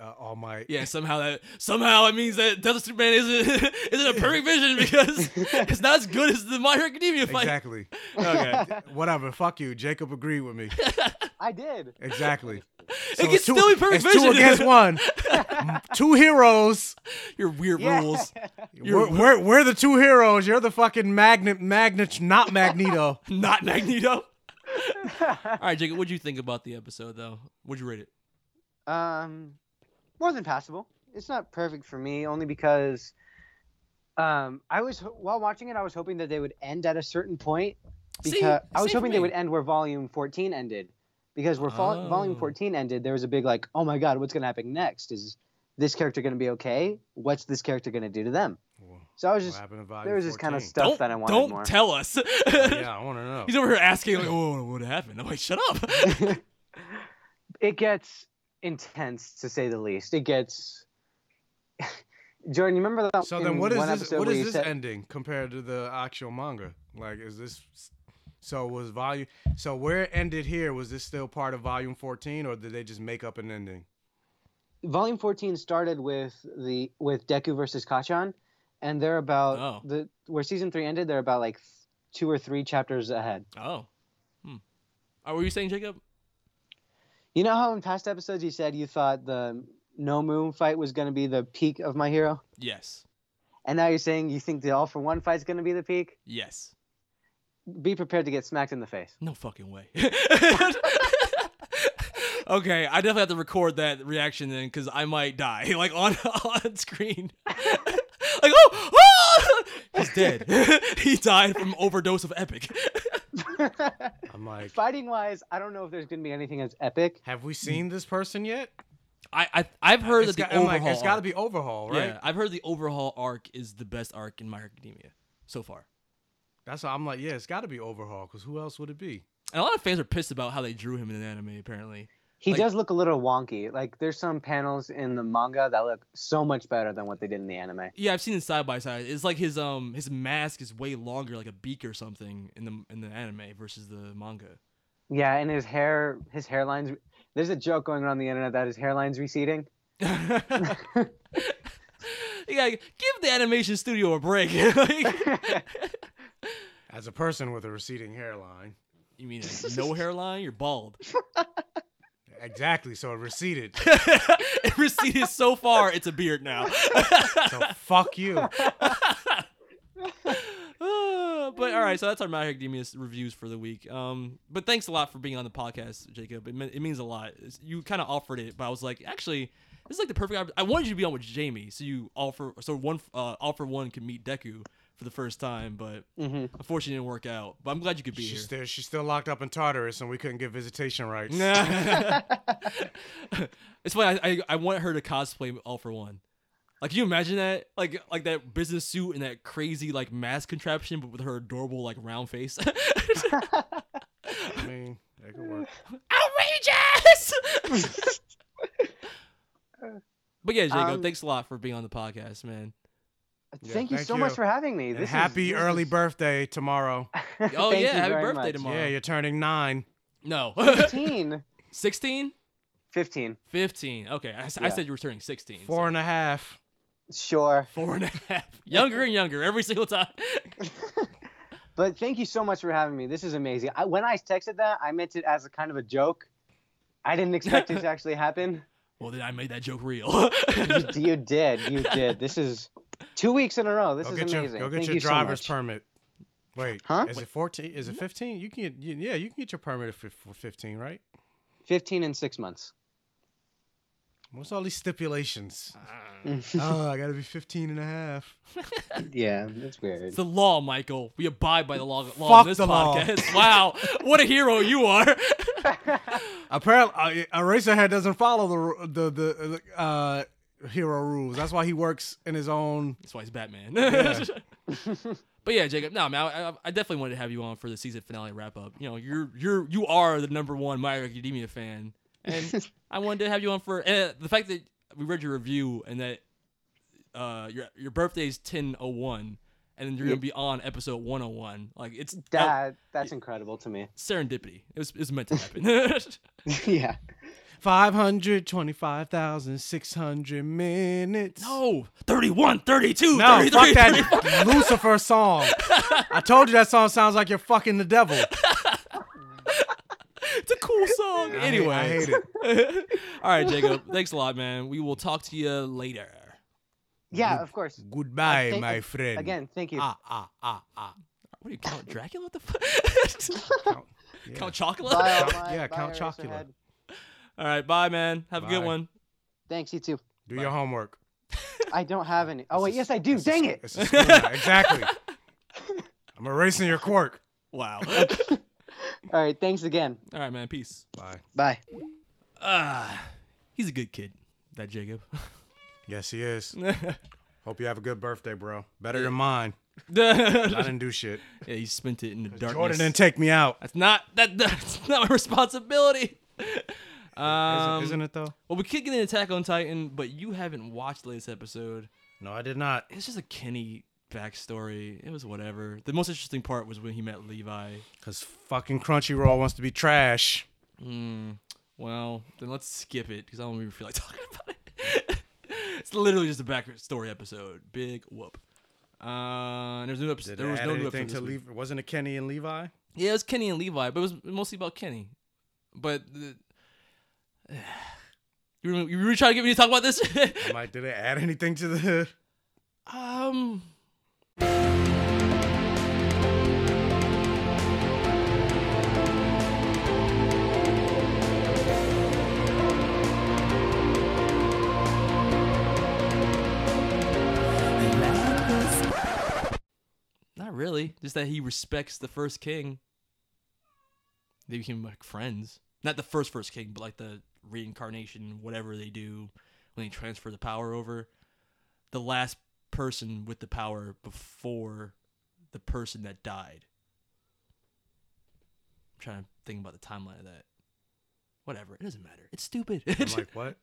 S3: uh, All Might.
S2: Yeah, somehow that somehow it means that Death of Superman isn't isn't a perfect vision because it's not as good as the My Hero Academia fight.
S3: Exactly.
S2: Okay.
S3: Whatever. Fuck you. Jacob agreed with me.
S4: I did.
S3: Exactly.
S2: It
S3: So
S2: can
S3: it's two-
S2: still be perfect
S3: it's two
S2: vision.
S3: against one. two heroes.
S2: Your weird
S4: Yeah.
S2: rules.
S3: We're, we're, we're the two heroes. You're the fucking magnet, magnet, not Magneto.
S2: not Magneto. All right, Jacob, what'd you think about the episode though? What'd you rate it?
S4: Um, more than passable. It's not perfect for me, only because um, I was while watching it, I was hoping that they would end at a certain point
S2: See,
S4: because I was
S2: same for
S4: hoping they
S2: me.
S4: would end where Volume 14 ended, because where fol- Volume
S2: Oh.
S4: 14 ended, there was a big like, oh my god, what's gonna happen next? Is this character gonna be okay? What's this character gonna do to them? So I was just
S3: happened to Volume
S4: there was just kind of
S3: 14?
S4: stuff
S2: don't
S4: that I wanted
S2: don't
S4: more.
S2: tell us.
S3: yeah, I want to know.
S2: He's over here asking like, "Oh, what happened?" I'm like, "Shut up."
S4: it gets intense to say the least. It gets. Jordan, you remember that?
S3: So
S4: in
S3: then, what is
S4: one
S3: this?
S4: episode
S3: What
S4: where
S3: is
S4: you
S3: this
S4: said-
S3: ending compared to the actual manga? Like, is this? So was volume? So where it ended here? Was this still part of volume fourteen, or did they just make up an ending?
S4: Volume 14 started with the with Deku versus Kachan, and they're about
S2: Oh.
S4: the where season three ended. They're about like th- two or three chapters ahead.
S2: oh, hmm. Are were you saying Jacob?
S4: You know how in past episodes you said you thought the No Moon fight was going to be the peak of My Hero,
S2: Yes,
S4: and now you're saying you think the All for One fight's going to be the peak.
S2: yes.
S4: Be prepared to get smacked in the face.
S2: No fucking way. okay, I definitely have to record that reaction then because I might die like on on screen. like oh, oh! he's dead. he died from overdose of epic.
S3: I'm like,
S4: Fighting wise, I don't know if there's going to be anything as epic.
S3: have we seen this person yet?
S2: I, I I've heard
S3: It's
S2: that the
S3: got- I'm like,
S2: overhaul
S3: it's got to
S2: arc-
S3: be overhaul, right?
S2: Yeah, I've heard the overhaul arc is the best arc in My Hero Academia so far.
S3: That's why I'm like, yeah, it's got to be overhaul because who else would it be?
S2: And a lot of fans are pissed about how they drew him in an anime. Apparently,
S4: He
S2: Like-
S4: does look a little wonky. Like there's some panels in the manga that look so much better than what they did in the anime.
S2: Yeah, I've seen it side by side. It's like his um his mask is way longer, like a beak or something, in the in the anime versus the manga.
S4: Yeah, and his hair, his hairlines. There's a joke going around the internet that his hairline's receding.
S2: Yeah, give the animation studio a break. Like-
S3: As a person with a receding hairline.
S2: You mean no hairline? You're bald.
S3: Exactly. So it receded.
S2: it receded so far, it's a beard now.
S3: so fuck you.
S2: Uh, but all right, so that's our My Hero Academia reviews for the week. Um, but thanks a lot for being on the podcast, Jacob. It, mean, it means a lot. It's- you kind of offered it, but I was like, actually, this is like the perfect. opp- I wanted you to be on with Jamie, so you offer, so one, uh, offer one could meet Deku for the first time, but unfortunately it didn't work out. But I'm glad you could be here.
S3: She's still, she's still locked up in Tartarus and we couldn't get visitation rights.
S2: it's funny. I, I I want her to cosplay All for One. Like, can you imagine that? Like, like that business suit and that crazy like mask contraption, but with her adorable like round face.
S3: I mean, that could work.
S2: Outrageous. but yeah, Jacob,
S4: Um,
S2: thanks a lot for being on the podcast, man.
S4: thank you so much for having me.
S3: And
S4: This is-
S3: happy
S4: this
S3: early birthday tomorrow.
S2: Oh
S4: Thank
S2: yeah,
S4: you
S2: happy
S4: very
S2: birthday
S4: much.
S2: tomorrow.
S3: Yeah, you're turning nine.
S2: No,
S4: 15.
S2: 16,
S4: 15.
S2: 15. Okay, I, s- I
S4: Yeah.
S2: said you were turning 16. so-
S3: Four and a half.
S4: Sure.
S2: Four and a half. Younger and younger every single time.
S4: But thank you so much for having me. This is amazing. I, when I texted that, I meant it as a kind of a joke. I didn't expect it to actually happen.
S2: Well, then I made that joke real.
S4: You, you did. You did. This is two weeks in a row. This
S3: Go
S4: is
S3: get your
S4: amazing.
S3: go get
S4: Thank
S3: your
S4: you so
S3: driver's
S4: much.
S3: permit. Wait,
S4: Huh?
S3: is it 14? Is it 15? You can get, you- yeah, you can get your permit if for 15, right?
S4: 15 in six months.
S3: What's all these stipulations? oh, I got to be 15 and a half.
S4: Yeah, that's weird.
S3: uh,
S2: It's the law, Michael. We abide by the law, law
S3: Fuck
S2: on this
S3: the law.
S2: podcast. Wow, what a hero you are!
S3: Apparently, uh, Eraserhead doesn't follow the ru- the the uh, hero rules. That's why he works in his own.
S2: That's why he's Batman.
S3: Yeah.
S2: but yeah, Jacob. No, man, I, I- I definitely wanted to have you on for the season finale wrap up. You know, you're you're you are the number one My Hero Academia fan, and I wanted to have you on for and uh, the fact that we read your review and that uh your your birthday is ten oh one, and then you're gonna be on episode one oh one. Like it's
S4: That that's incredible to me.
S2: serendipity. It was it was meant to happen.
S4: yeah.
S3: 525,600 minutes.
S2: No, 31, 32,
S3: No,
S2: 33,
S3: fuck that Lucifer song. I told you that song sounds like you're fucking the devil.
S2: It's a cool song.
S3: I hate-
S2: anyway.
S3: I hate it.
S2: All right, Jacob. Thanks a lot, man. We will talk to you later.
S4: Yeah, of course.
S3: Goodbye,
S4: Thank-
S3: my friend.
S4: Again, thank you.
S3: Ah, ah, ah, ah.
S2: What do you count? Dracula? What the fuck? count,
S3: yeah.
S2: chocolate?
S4: Bye,
S3: Count-
S4: bye,
S3: yeah,
S4: bye,
S3: Count
S4: Eraserhead.
S3: Chocula.
S2: All right, bye, man. Have a good
S3: Bye.
S2: one.
S4: Thanks, you too.
S3: Do your homework.
S4: I don't have any. Oh wait, yes I do. Dang it.
S3: It's a screw now. exactly. I'm erasing your quirk.
S2: Wow.
S4: All right, thanks again.
S2: All right, man. Peace.
S3: Bye.
S4: Bye.
S2: Ah, he's a good kid, that Jacob.
S3: Yes, he is. Hope you have a good birthday, bro. Better than mine. I
S2: yeah,
S3: didn't do shit.
S2: he spent it in the darkness.
S3: Jordan didn't take me out.
S2: That's not that. That's not my responsibility. Um,
S3: isn't it though?
S2: Well, we could get an Attack on Titan, but you haven't watched the latest episode.
S3: No, I did not.
S2: It's just a Kenny backstory. It was whatever. The most interesting part was when he met Levi.
S3: Cause fucking Crunchyroll wants to be trash.
S2: Mm, well, then let's skip it because I don't even feel like talking about it. it's literally just a backstory episode. Big whoop. Uh, and there's no episode.
S3: Did
S2: There was
S3: add
S2: no new
S3: anything
S2: episode.
S3: to
S2: this week.
S3: leave? Wasn't it Kenny and Levi?
S2: Yeah, it was Kenny and Levi, but it was mostly about Kenny. But the, you really, you really trying to get me to talk about this?
S3: Am I, did it add anything to the?
S2: um. Not really. Just that he respects the first king. They became like friends. Not the first first king, but like the reincarnation, whatever they do when they transfer the power over. The last person with the power before the person that died. I'm trying to think about the timeline of that. Whatever. It doesn't matter. It's stupid. I'm
S3: like, what?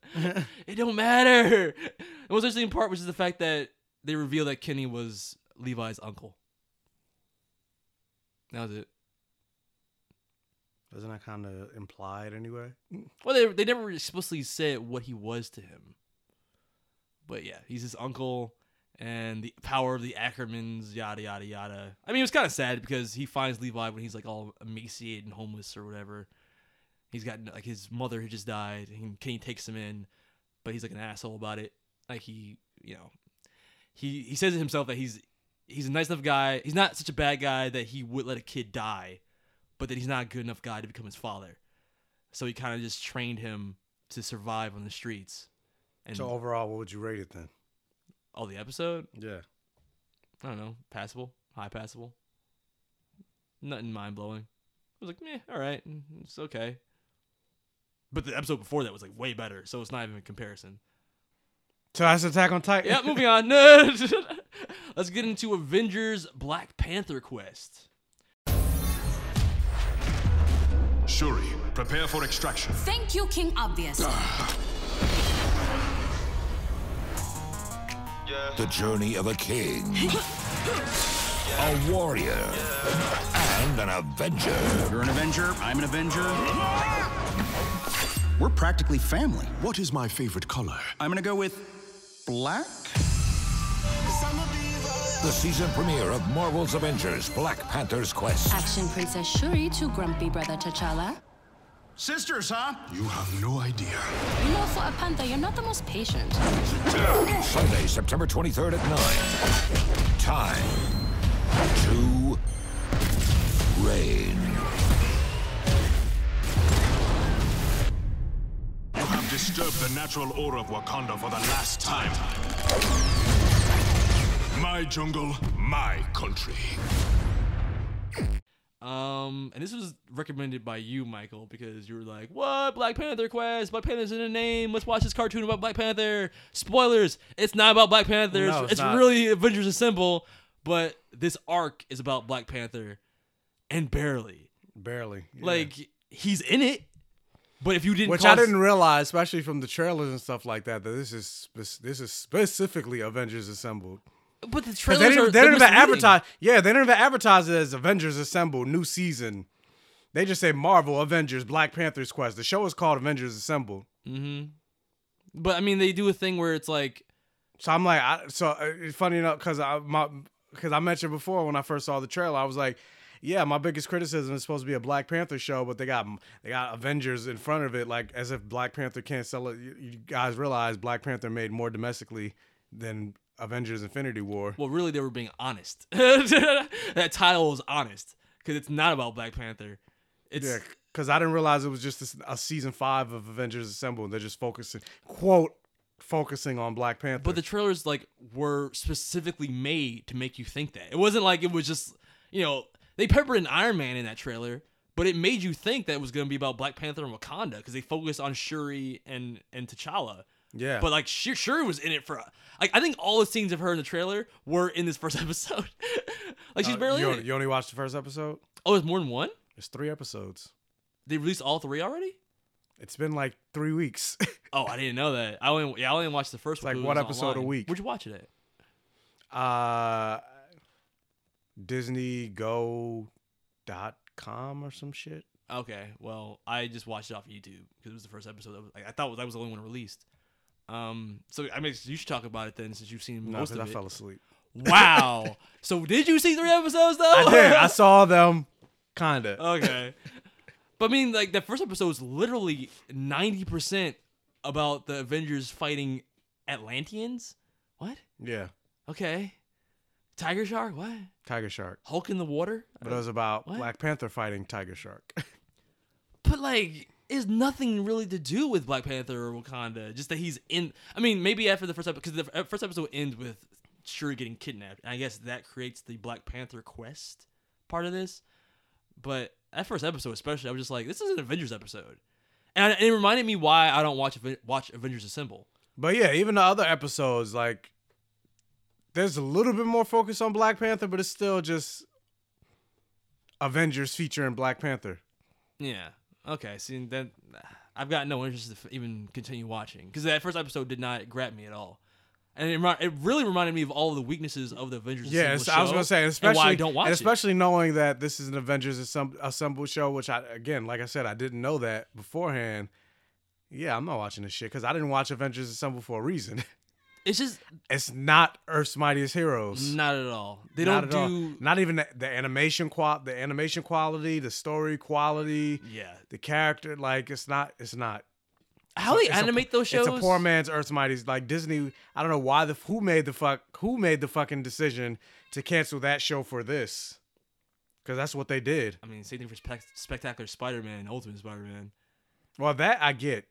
S2: it don't matter. The most interesting part was just the fact that they revealed that Kenny was Levi's uncle. That was it.
S3: Doesn't that kind of imply it anyway?
S2: Well, they they never explicitly said what he was to him. But yeah, he's his uncle, and the power of the Ackermans, yada yada yada. I mean, it was kind of sad because he finds Levi when he's like all emaciated and homeless or whatever. He's got like his mother who just died, and Kenny takes him in, but he's like an asshole about it. Like he, you know, he he says it himself that he's he's a nice enough guy. He's not such a bad guy that he would let a kid die, but that he's not a good enough guy to become his father. So he kind of just trained him to survive on the streets. And
S3: so overall, what would you rate it then?
S2: all Oh, the episode,
S3: Yeah.
S2: I don't know, passable, high passable. Nothing mind blowing. I was like, meh, all right, it's okay. But the episode before that was like way better, so it's not even a comparison.
S3: So that's Attack on Titan.
S2: Yeah, moving on. No. Let's get into Avengers Black Panther quest.
S11: Shuri, prepare for extraction.
S14: Thank you, King Obvious.
S15: The journey of a king, a warrior, and an avenger.
S10: You're an Avenger, I'm an Avenger. We're practically family.
S15: What is my favorite color?
S10: I'm gonna go with black.
S15: The season premiere of Marvel's Avengers Black Panther's Quest.
S14: Action Princess Shuri to grumpy brother T'Challa.
S10: Sisters, huh?
S15: You have no idea.
S14: You know, for a panther, you're not the most patient.
S15: Sunday, September 23rd at 9. Time to reign.
S11: You have disturbed the natural order of Wakanda for the last time. My jungle, my country.
S2: Um, and this was recommended by you, Michael, because you were like, "What Black Panther quest? Black Panther's in the name. Let's watch this cartoon about Black Panther." Spoilers: It's not about Black Panther. it's
S3: No, it's
S2: it's
S3: not.
S2: really Avengers Assemble, but this arc is about Black Panther, and barely,
S3: barely.
S2: Like he's in it, but if you didn't,
S3: Which
S2: call
S3: I
S2: us-
S3: didn't realize, especially from the trailers and stuff like that, that this is spec- this is specifically Avengers Assembled.
S2: But the
S3: 'Cause
S2: trailers
S3: They didn't,
S2: are
S3: they didn't
S2: they're
S3: even
S2: misleading.
S3: advertise. Yeah, they didn't even advertise it as Avengers Assemble new season. They just say Marvel Avengers Black Panther's Quest. The show is called Avengers Assemble.
S2: Mm-hmm. But I mean, they do a thing where it's like.
S3: So I'm like, I, so uh, it's funny enough because I my because I mentioned before when I first saw the trailer, I was like, yeah, my biggest criticism is supposed to be a Black Panther show, but they got they got Avengers in front of it, like as if Black Panther can't sell it. You, you guys realize Black Panther made more domestically than Avengers Infinity War.
S2: Well, really, they were being honest. that title is honest because it's not about Black Panther. It's
S3: yeah, because I didn't realize it was just this, a season five of Avengers Assemble. They're just focusing quote focusing on Black Panther.
S2: but the trailers like were specifically made to make you think that it wasn't like it was just you know they peppered an Iron Man in that trailer, but it made you think that it was going to be about Black Panther and Wakanda because they focused on Shuri and and T'Challa.
S3: Yeah.
S2: but like Sh- Shuri was in it for like I think all the scenes of her in the trailer were in this first episode. like she's
S3: Uh,
S2: barely.
S3: you,
S2: in it.
S3: you only watched the first episode.
S2: Oh, it's more than one.
S3: There's three episodes.
S2: They released all three already.
S3: It's been like three weeks.
S2: Oh, I didn't know that. I only yeah, I only watched the first one.
S3: like
S2: 'cause it
S3: one
S2: was
S3: episode a
S2: online.
S3: week.
S2: Where'd you watch it at?
S3: uh Disney Go dot com or some shit.
S2: Okay, well, I just watched it off YouTube because it was the first episode. That was, I, I thought that was the only one released. Um, so I mean, you should talk about it then, since you've seen
S3: No,
S2: most of
S3: because I
S2: it.
S3: fell asleep.
S2: Wow. so did you see three episodes though?
S3: I did. I saw them kinda.
S2: okay. But I mean, like the first episode is literally ninety percent about the Avengers fighting Atlanteans. What?
S3: Yeah.
S2: Okay. Tiger Shark. What?
S3: Tiger Shark.
S2: Hulk in the water. I
S3: But it
S2: don't-
S3: was about
S2: uh, What?
S3: Black Panther fighting Tiger Shark.
S2: But like, it's nothing really to do with Black Panther or Wakanda. Just that he's in. I mean, maybe after the first episode, because the f- first episode ends with Shuri getting kidnapped. And I guess that creates the Black Panther quest part of this. But that first episode, especially, I was just like, this is an Avengers episode, and, and it reminded me why I don't watch Aven- watch Avengers Assemble.
S3: but yeah, even the other episodes, like there's a little bit more focus on Black Panther, but it's still just Avengers featuring Black Panther.
S2: Yeah. Okay. See, then I've got no interest to f- even continue watching because that first episode did not grab me at all. And it, remi- it really reminded me of all the weaknesses of the Avengers.
S3: Yes,
S2: Assemble
S3: I was
S2: show
S3: gonna say,
S2: and
S3: especially
S2: why I don't watch
S3: and
S2: it.
S3: especially knowing that this is an Avengers Assem- Assemble show, which I again, like I said, I didn't know that beforehand. Yeah, I'm not watching this shit because I didn't watch Avengers Assemble for a reason.
S2: It's just
S3: it's not Earth's Mightiest Heroes.
S2: Not at all. Mm, They
S3: Not
S2: don't
S3: at all.
S2: do-
S3: not even the, the animation qual the animation quality, the story quality.
S2: Yeah.
S3: the character like it's not it's not.
S2: How
S3: It's a-
S2: they
S3: it's a-
S2: animate those
S3: It's a
S2: shows?
S3: poor man's Earth's Mightiest. Like Disney, I don't know why the who made the fuck who made the fucking decision to cancel that show for this, because that's what they did.
S2: I mean, same thing for spec- Spectacular Spider-Man, Ultimate Spider-Man.
S3: Well, that I get.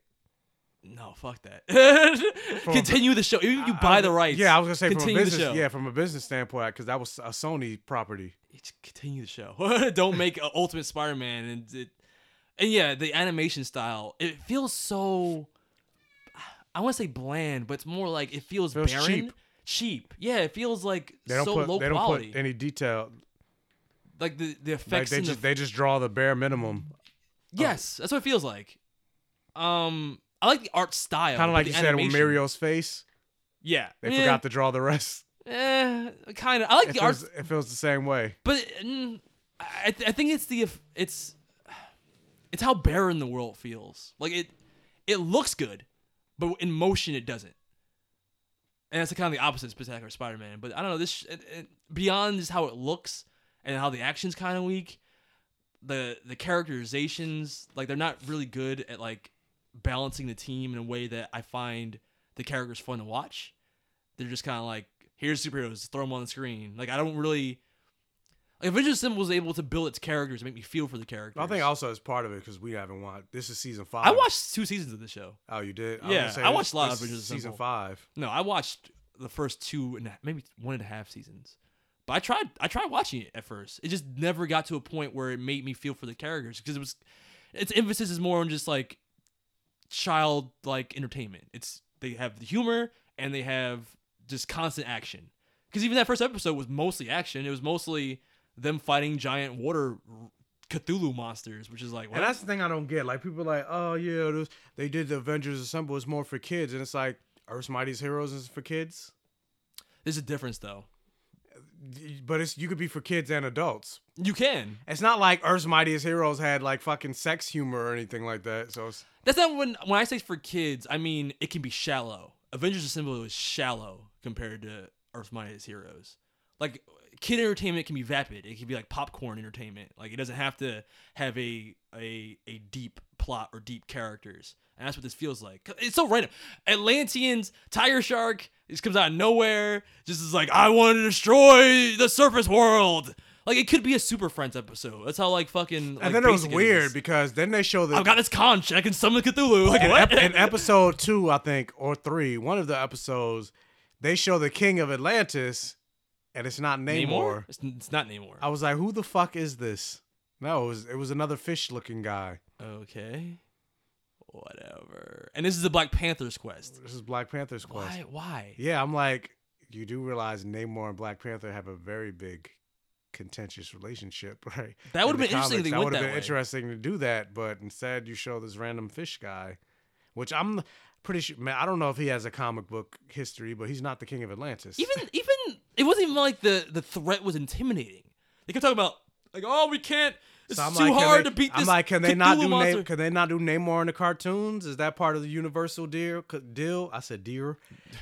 S2: No, fuck that.
S3: From a-
S2: continue the show. Even if you
S3: I-
S2: buy
S3: I-
S2: the rights.
S3: Yeah, I was gonna say
S2: continue
S3: from a business.
S2: the show.
S3: Yeah, from a business standpoint, because that was a Sony property.
S2: continue the show. don't make a Ultimate Spider-Man and it, and yeah, the animation style. It feels so. I want to say bland, but it's more like it feels,
S3: Feels
S2: barren,
S3: cheap.
S2: cheap. Yeah, it feels like
S3: They don't
S2: so
S3: put
S2: low
S3: they don't
S2: quality.
S3: put any detail.
S2: like the the
S3: Like
S2: effects
S3: they
S2: in the
S3: just they oh. just draw the bare minimum.
S2: Yes, that's what it feels like. Um, I like the art style,
S3: Kind
S2: but
S3: of like
S2: the
S3: you
S2: animation.
S3: said with Mirio's face.
S2: Yeah,
S3: They
S2: Eh,
S3: forgot to draw the rest.
S2: Eh, kind of. I like
S3: it
S2: the art,
S3: feels, It feels the same way.
S2: but mm, I, I think it's the eff- it's it's how barren the world feels. Like it, it looks good, but in motion it doesn't. And that's the kind of the opposite of Spectacular Spider-Man. But I don't know this sh- it, it, beyond just how it looks and how the action's kind of weak. The the characterizations like they're not really good at like balancing the team in a way that I find the characters fun to watch. They're just kind of like here's superheroes, throw them on the screen. Like I don't really. Like Avengers Assemble was able to build its characters, and make me feel for the characters.
S3: I think also it's part of it because we haven't watched. This is season five.
S2: I watched two seasons of the show.
S3: Oh, you did? I was
S2: yeah,
S3: gonna say,
S2: I watched a lot of
S3: this
S2: Avengers
S3: is season
S2: Assemble.
S3: five.
S2: No, I watched the first two and a- maybe one and a half seasons. But I tried. I tried watching it at first. It just never got to a point where it made me feel for the characters because it was. Its emphasis is more on just like child like entertainment. It's they have the humor and they have just constant action. Because even that first episode was mostly action. It was mostly them fighting giant water Cthulhu monsters, which is like what?
S3: And that's the thing I don't get. Like people are like, oh yeah, this, they did the Avengers Assemble. It's more for kids, and it's like Earth's Mightiest Heroes is for kids.
S2: There's a difference though.
S3: But it's you could be for kids and adults.
S2: You can.
S3: It's not like Earth's Mightiest Heroes had like fucking sex humor or anything like that. So it's,
S2: That's not when when I say for kids, I mean it can be shallow. Avengers Assemble is shallow compared to Earth's Mightiest Heroes. Like kid entertainment can be vapid. It can be like popcorn entertainment. Like it doesn't have to have a a a deep plot or deep characters. And that's what this feels like. It's so random. Atlanteans, Tiger Shark, just comes out of nowhere. Just is like, I want to destroy the surface world. Like it could be a Super Friends episode. That's how like fucking. like, Oh,
S3: and then it was
S2: basic
S3: weird
S2: is.
S3: because then they show the
S2: I've got this conch. and I can summon Cthulhu. Like
S3: in,
S2: what?
S3: ep- in episode two, I think, or three, one of the episodes, they show the king of Atlantis, and it's not Namor.
S2: It's, it's not Namor.
S3: I was like, who the fuck is this? No, it was it was another fish looking guy.
S2: Okay. Whatever. And this is the Black Panther's quest.
S3: This is Black Panther's quest.
S2: Why? Why?
S3: Yeah, I'm like, you do realize Namor and Black Panther have a very big contentious relationship, right?
S2: That would've
S3: In the
S2: been interesting if they
S3: comics. That
S2: went
S3: would've
S2: that
S3: been
S2: way.
S3: interesting to do that, but instead you show this random fish guy, which I'm pretty sure. Man, I don't know if he has a comic book history, but he's not the king of Atlantis.
S2: Even even it wasn't even like the the threat was intimidating. They kept talking about like, oh, we can't. It's
S3: So I'm
S2: too
S3: like, can
S2: hard
S3: they-
S2: to beat this.
S3: I'm like, can they not
S2: Cthulhu
S3: do
S2: monster.
S3: Na- can they not do Namor in the cartoons? Is that part of the Universal deal? c- Deal? I said deal.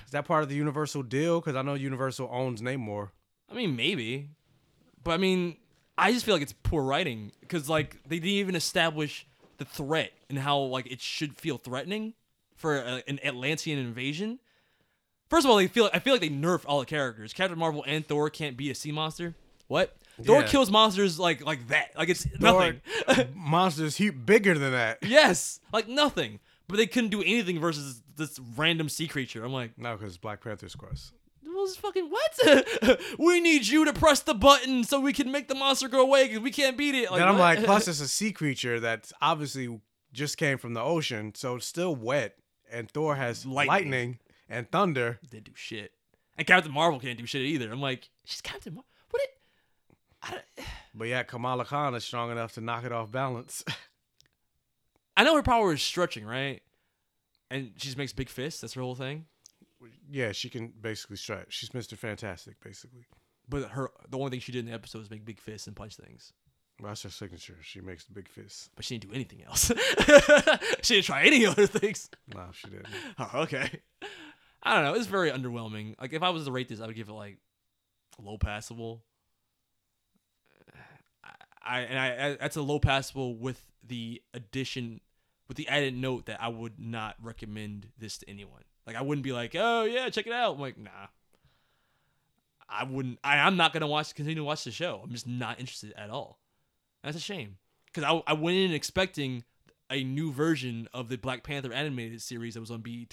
S3: Is that part of the Universal deal? Because I know Universal owns Namor.
S2: I mean, maybe, but I mean, I just feel like it's poor writing because like they didn't even establish the threat and how like it should feel threatening for a, an Atlantean invasion. First of all, they feel I feel like they nerfed all the characters. Captain Marvel and Thor can't be a sea monster. What? Thor
S3: Yeah.
S2: kills monsters like like that. Like it's nothing.
S3: monsters heap bigger than that.
S2: Yes, like nothing. But they couldn't do anything versus this random sea creature. I'm like,
S3: no, because Black Panther's quest.
S2: It was fucking what? we need you to press the button so we can make the monster go away because we can't beat it.
S3: then I'm
S2: Oh, what?
S3: like, plus it's a sea creature that's obviously just came from the ocean, so it's still wet. And Thor has lightning, and thunder.
S2: They do shit. and Captain Marvel can't do shit either. I'm like, she's Captain Marvel. What? It-
S3: But yeah, Kamala Khan is strong enough to knock it off balance.
S2: I know her power is stretching, right? And she just makes big fists. That's her whole thing.
S3: Yeah, she can basically strike. She's Mister Fantastic, basically.
S2: But her the only thing she did in the episode was make big fists and punch things.
S3: That's her signature. She makes the big fists.
S2: But she didn't do anything else. she didn't try any other things.
S3: No, she didn't.
S2: Oh, okay. I don't know. It's very underwhelming. Like if I was to rate this, I would give it like low passable. I and I, I that's a low passable with the addition, with the added note that I would not recommend this to anyone. Like I wouldn't be like, oh yeah, check it out. I'm like, nah. I wouldn't. I, I'm not gonna watch. Continue to watch the show. I'm just not interested at all. That's a shame because I I went in expecting a new version of the Black Panther animated series that was on BET.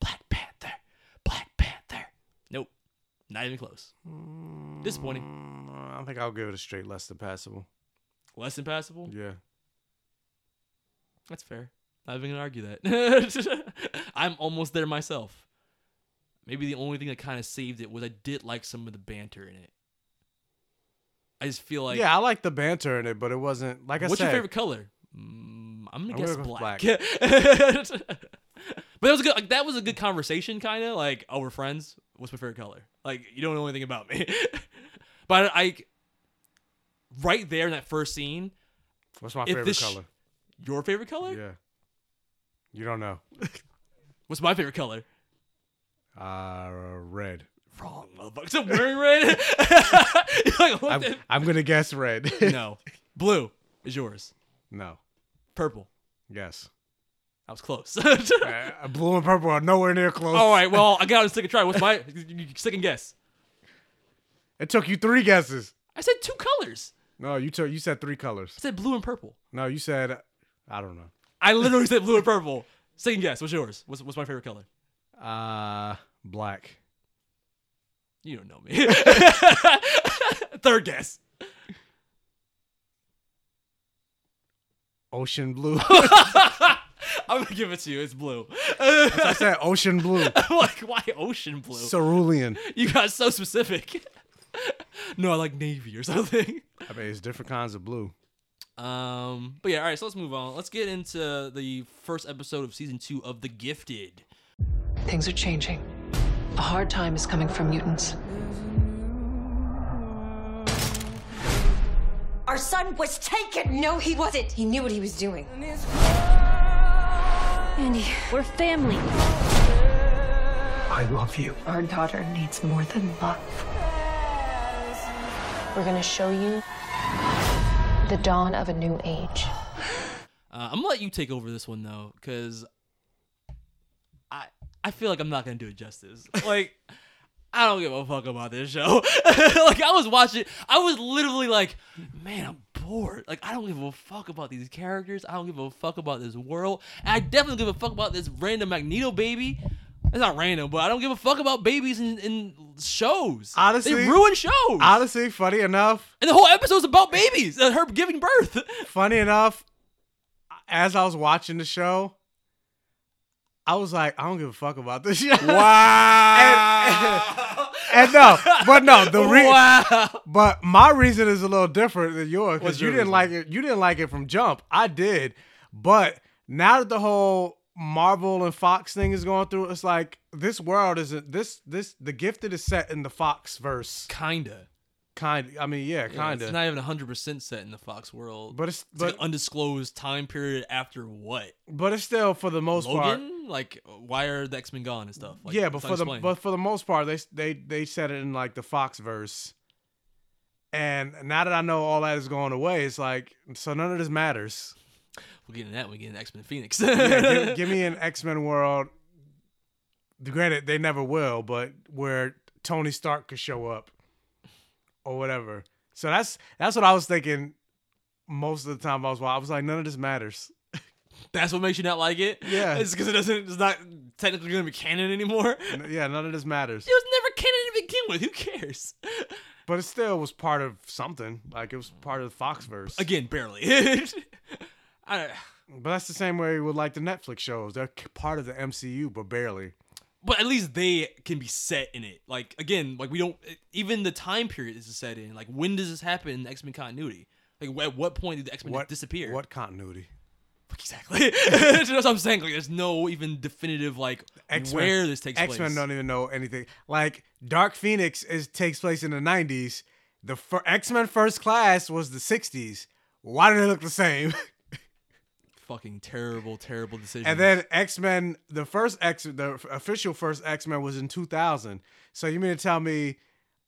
S2: Black Panther, Black Panther. Nope, not even close. Disappointing.
S3: Mm, I think I'll give it a straight less than passable.
S2: Less than passable.
S3: Yeah.
S2: That's fair. Not even gonna argue that. I'm almost there myself. Maybe the only thing that kind of saved it was I did like some of the banter in it. I just feel like
S3: yeah, I like the banter in it, but it wasn't like I
S2: What's
S3: said.
S2: your favorite color? Mm, I'm gonna
S3: I'm
S2: guess
S3: gonna go
S2: black.
S3: black.
S2: but that was a good. Like, that was a good conversation, kind of like, oh, we're friends. What's my favorite color? Like, you don't know anything about me. but I, right there in that first scene,
S3: What's my
S2: if
S3: favorite
S2: this sh-
S3: color?
S2: your favorite color?
S3: Yeah. You don't know.
S2: What's my favorite color?
S3: Uh, red.
S2: Wrong, motherfucker. So wearing red. You're like, what
S3: I'm,
S2: the-
S3: I'm gonna guess red.
S2: no, blue is yours.
S3: No.
S2: Purple.
S3: Yes.
S2: I was close.
S3: Uh, blue and purple are nowhere near close.
S2: All right, well, Oh, I got a second try. What's my second guess?
S3: It took you three guesses.
S2: I said two colors.
S3: No, you took. You said three colors.
S2: I said blue and purple.
S3: No, you said. I don't know.
S2: I literally said blue and purple. Second guess. What's yours? What's, what's my favorite color?
S3: Uh, black.
S2: You don't know me. Third guess.
S3: Ocean blue.
S2: I'm gonna give it to you. It's blue.
S3: I said ocean blue.
S2: I'm like, why ocean blue?
S3: Cerulean.
S2: you got so specific. no, I like navy or something.
S3: I mean, it's different kinds of blue.
S2: Um, but yeah, all right. So let's move on. Let's get into the first episode of season two of The Gifted.
S16: Things are changing. A hard time is coming for mutants.
S17: Our son was taken! No, he wasn't. He knew what he was doing.
S7: Andy, we're family.
S16: I love you. Our daughter needs more than love. We're gonna show you the dawn of a new age.
S2: Uh, I'm gonna let you take over this one though, because I I feel like I'm not gonna do it justice. Like I don't give a fuck about this show. like I was watching, I was literally like, man, I'm bored. Like I don't give a fuck about these characters. I don't give a fuck about this world. And I definitely give a fuck about this random Magneto baby. It's not random, but I don't give a fuck about babies in, in shows.
S3: Honestly,
S2: they ruin shows.
S3: Honestly, funny enough,
S2: and the whole episode's about babies and her giving birth.
S3: funny enough, as I was watching the show, I was like, I don't give a fuck about this show. Wow. and, and no, but no, the reason.
S2: Wow.
S3: But my reason is a little different than yours
S2: What's
S3: because you
S2: your
S3: didn't
S2: reason?
S3: like it. You didn't like it from jump. I did, but now that the whole Marvel and Fox thing is going through, it's like this world isn't this this the gifted is set in the Fox verse.
S2: Kinda.
S3: Kind. I mean, yeah,
S2: Yeah,
S3: kinda.
S2: It's not even hundred percent set in the Fox world,
S3: But it's-
S2: like
S3: but-
S2: undisclosed time period after what
S3: but it's still for the most part.
S2: Logan? Like why are the X Men gone and stuff? Like,
S3: yeah, but
S2: it's
S3: for the
S2: unexplained.
S3: but for the most part, they they they said it in like the Fox verse. And now that I know all that is going away, it's like so none of this matters.
S2: we're getting that. We're getting X Men Phoenix.
S3: Yeah, gi- give, me an X Men world. Granted, they never will, but where Tony Stark could show up or whatever. So that's that's what I was thinking most of the time. I was I was like, none of this matters.
S2: That's what makes you not like it.
S3: Yeah.
S2: it's because it doesn't. It's not technically going to be canon anymore. It
S3: N- Yeah, none of this matters.
S2: was never canon to begin with. Who cares?
S3: But it still was part of something. Like it was part of the Foxverse.
S2: Again, barely. I,
S3: But that's the same way with like the Netflix shows. They're c- part of the MCU, but barely.
S2: but at least they can be set in it. Like again, like we don't even the time period is set in. Like when does this happen in X Men continuity? Like at what point did the X Men
S3: What
S2: disappear?
S3: What continuity?
S2: Exactly. That's what I'm saying. Like, there's no even definitive like
S3: X-Men,
S2: where this takes
S3: X-Men
S2: place.
S3: don't even know anything. Like Dark Phoenix is takes place in the '90s. The fir- X-Men First Class was the '60s. Why do they look the same?
S2: Fucking terrible, terrible decision.
S3: and then X-Men, the first X, the official first X-Men was in 2000. So you mean to tell me?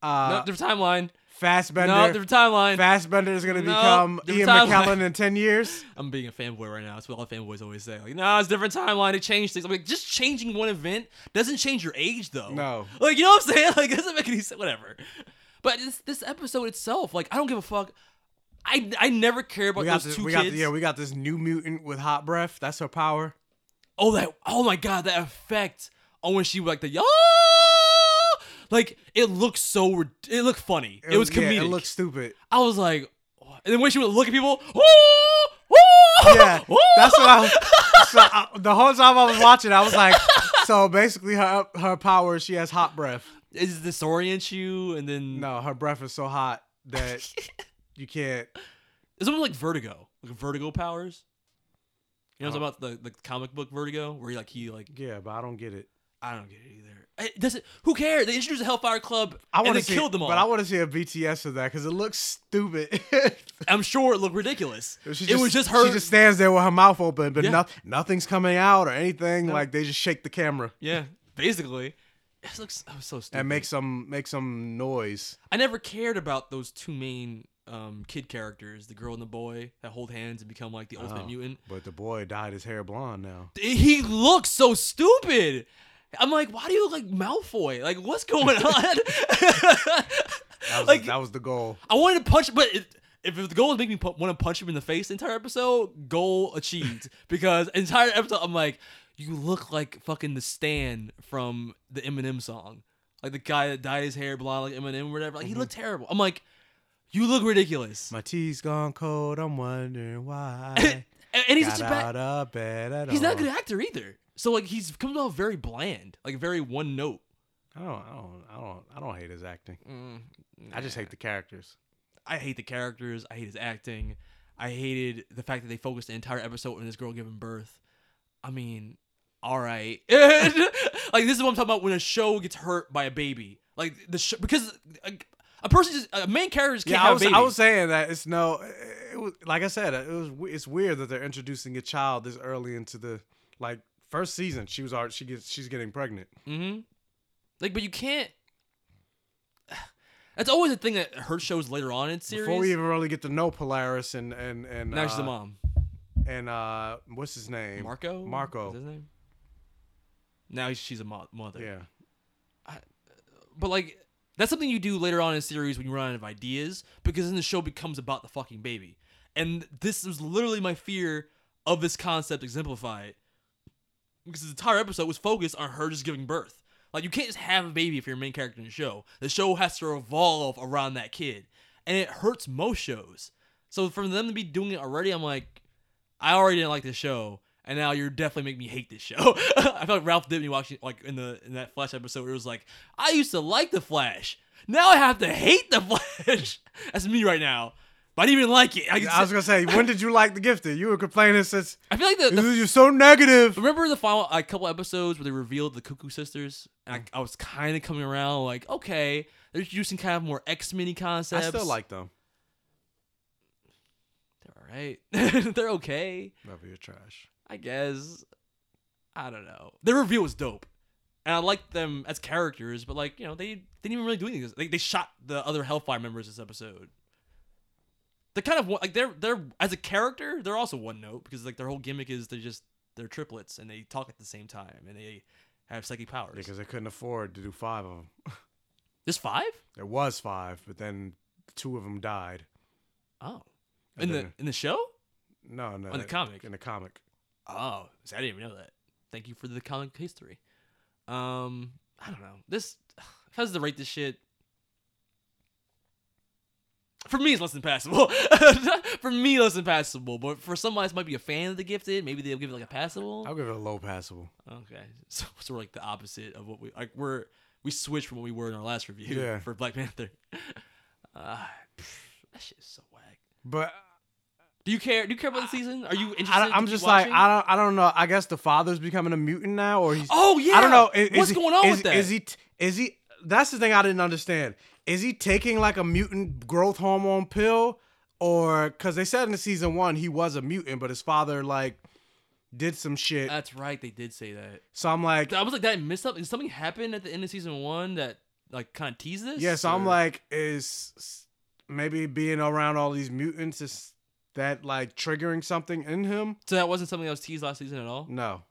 S3: Uh,
S2: no, different timeline.
S3: Fastbender.
S2: No, different timeline.
S3: Fastbender is going to
S2: No,
S3: become Ian
S2: different timeline.
S3: McKellen in 10 years.
S2: I'm being a fanboy right now. That's what all fanboys always say. Like, nah, it's a different timeline. It changed things. I'm like, just changing one event doesn't change your age, though.
S3: No.
S2: Like, you know what I'm saying? Like, it doesn't make any sense. Whatever. But this, this episode itself, like, I don't give a fuck. I, I never care about
S3: We got,
S2: those
S3: this,
S2: two
S3: we
S2: kids.
S3: got yeah, we got this new mutant with hot breath. That's her power.
S2: oh that oh my god that effect on when she like the yo like it looked so rid- it looked funny it, was comedic
S3: Yeah, it looks stupid.
S2: i was like "What?" and then when she would look at people "Oh, oh,
S3: Yeah,
S2: oh."
S3: that's what I. Was, so I- the whole time I was watching, I was like, so basically, her her power, is she has hot breath.
S2: is this disorient you and then
S3: No, her breath is so hot that you can't.
S2: it's almost like vertigo like vertigo powers you know it's about the, the comic book vertigo where he like he like
S3: Yeah, but I don't get it.
S2: i don't get it either it doesn't who cares they introduced the hellfire club
S3: I
S2: and
S3: want
S2: they
S3: to see,
S2: killed them all
S3: but I want to see a BTS of that because it looks stupid.
S2: i'm sure it looked ridiculous
S3: She
S2: it was just her
S3: She just stands there with her mouth open, but
S2: Yeah.
S3: noth- nothing's coming out or anything. Like they just shake the camera
S2: yeah basically it looks oh, so stupid
S3: and make some make some noise.
S2: I never cared about those two main um, kid characters, the girl and the boy that hold hands and become like the ultimate
S3: Oh,
S2: mutant.
S3: But the boy dyed his hair blonde now.
S2: He looks so stupid. I'm like, why do you look like Malfoy? Like, what's going on?
S3: That was,
S2: Like-
S3: that was the goal.
S2: I wanted to punch, but it, if the goal is make me pu- want to punch him in the face the entire episode, goal achieved. because entire episode, I'm like, you look like fucking the Stan from the Eminem song, like the guy that dyed his hair blonde like Eminem or whatever. Like he looked terrible. I'm like, you look ridiculous.
S3: My tea's gone cold. I'm wondering why.
S2: And, and he's
S3: Got
S2: such a bad.
S3: out of bed at
S2: He's not a
S3: all.
S2: good actor either. So like he's comes off very bland, like very one note.
S3: I don't, I don't, I don't, I don't hate his acting.
S2: Mm,
S3: I just hate the characters.
S2: I hate the characters. I hate his acting. I hated the fact that they focused the entire episode on this girl giving birth. I mean, all right. like this is what I'm talking about when a show gets hurt by a baby. Like the show because a, a person just a main character just can't
S3: Yeah, I
S2: have
S3: was,
S2: a baby.
S3: I was saying that it's no, it was, like I said, it was, we- it's weird that they're introducing a child this early into the like first season. She was already, she gets, she's getting pregnant.
S2: Mm-hmm. Like, but you can't. That's always a thing that hurts shows later on in series.
S3: Before we even really get to know Polaris and and and
S2: now she's
S3: uh,
S2: a mom.
S3: and uh, what's his name?
S2: Marco.
S3: Marco.
S2: Is that his name? Now he's- she's a mo- mother.
S3: Yeah.
S2: But like that's something you do later on in a series when you run out of ideas because then the show becomes about the fucking baby. And this was literally my fear of this concept exemplified. Because the entire episode was focused on her just giving birth. Like you can't just have a baby if you're a main character in the show. The show has to revolve around that kid. And it hurts most shows. So for them to be doing it already, I'm like, I already didn't like this show, and now you're definitely making me hate this show. I felt like Ralph Dibney watching like in the in that Flash episode where it was like, I used to like the Flash. Now I have to hate the Flash. That's me right now. But I didn't even like it. I,
S3: I was gonna say, when did you like the gifted? You were complaining since
S2: I feel like the, the
S3: you're so negative.
S2: Remember the final a couple episodes where they revealed the Cuckoo Sisters, and I, I was kind of coming around like, okay, they're using kind of more X Men
S3: I
S2: concepts.
S3: still like them.
S2: they're all right, they're okay.
S3: Whatever, you're trash.
S2: I guess. I don't know. Their reveal was dope. And I liked them as characters, but like, you know, they didn't even really do anything. They, they shot the other Hellfire members this episode. They're kind of one, like they're they're as a character, they're also one note because like their whole gimmick is they're just they're triplets and they talk at the same time and they have psychic powers.
S3: Because they couldn't afford to do five of them.
S2: There's five?
S3: There was five, but then two of them died.
S2: Oh. In
S3: And
S2: the
S3: then-
S2: in the show?
S3: No, no.
S2: On the
S3: that-
S2: comic.
S3: In the comic.
S2: Oh, see, I didn't even know that. Thank you for the comic history. Um, I don't know. This, if I was to rate this shit, for me, it's less than passable. for me, less than passable. But for somebody that might be a fan of the gifted, maybe they'll give it like a passable.
S3: I'll give it a low passable.
S2: Okay, so, so we're like the opposite of what we like. We're we switched from what we were in our last review
S3: Yeah.
S2: for Black Panther. Uh, pff, that shit is so whack.
S3: But
S2: Do you care? Do you care about the season? Are you interested?
S3: I,
S2: to
S3: I'm
S2: keep
S3: just
S2: watching?
S3: like I don't I don't know. I guess the father's becoming a mutant now, or he's
S2: Oh,
S3: I don't know.
S2: yeah.
S3: Is, is
S2: What's
S3: he-
S2: going on
S3: is,
S2: with that?
S3: Is he t- is he? That's the thing I didn't understand. Is he taking like a mutant growth hormone pill, or because they said in the season one he was a mutant, but his father like did some shit.
S2: That's right. They did say that.
S3: So I'm like,
S2: I was like, did I miss something? Did something happen at the end of season one that like kind of teased this?
S3: yeah. So I'm
S2: Or-
S3: like, is s- maybe being around all these mutants is that like triggering something in him?
S2: so that wasn't something that was teased last season at all.
S3: No.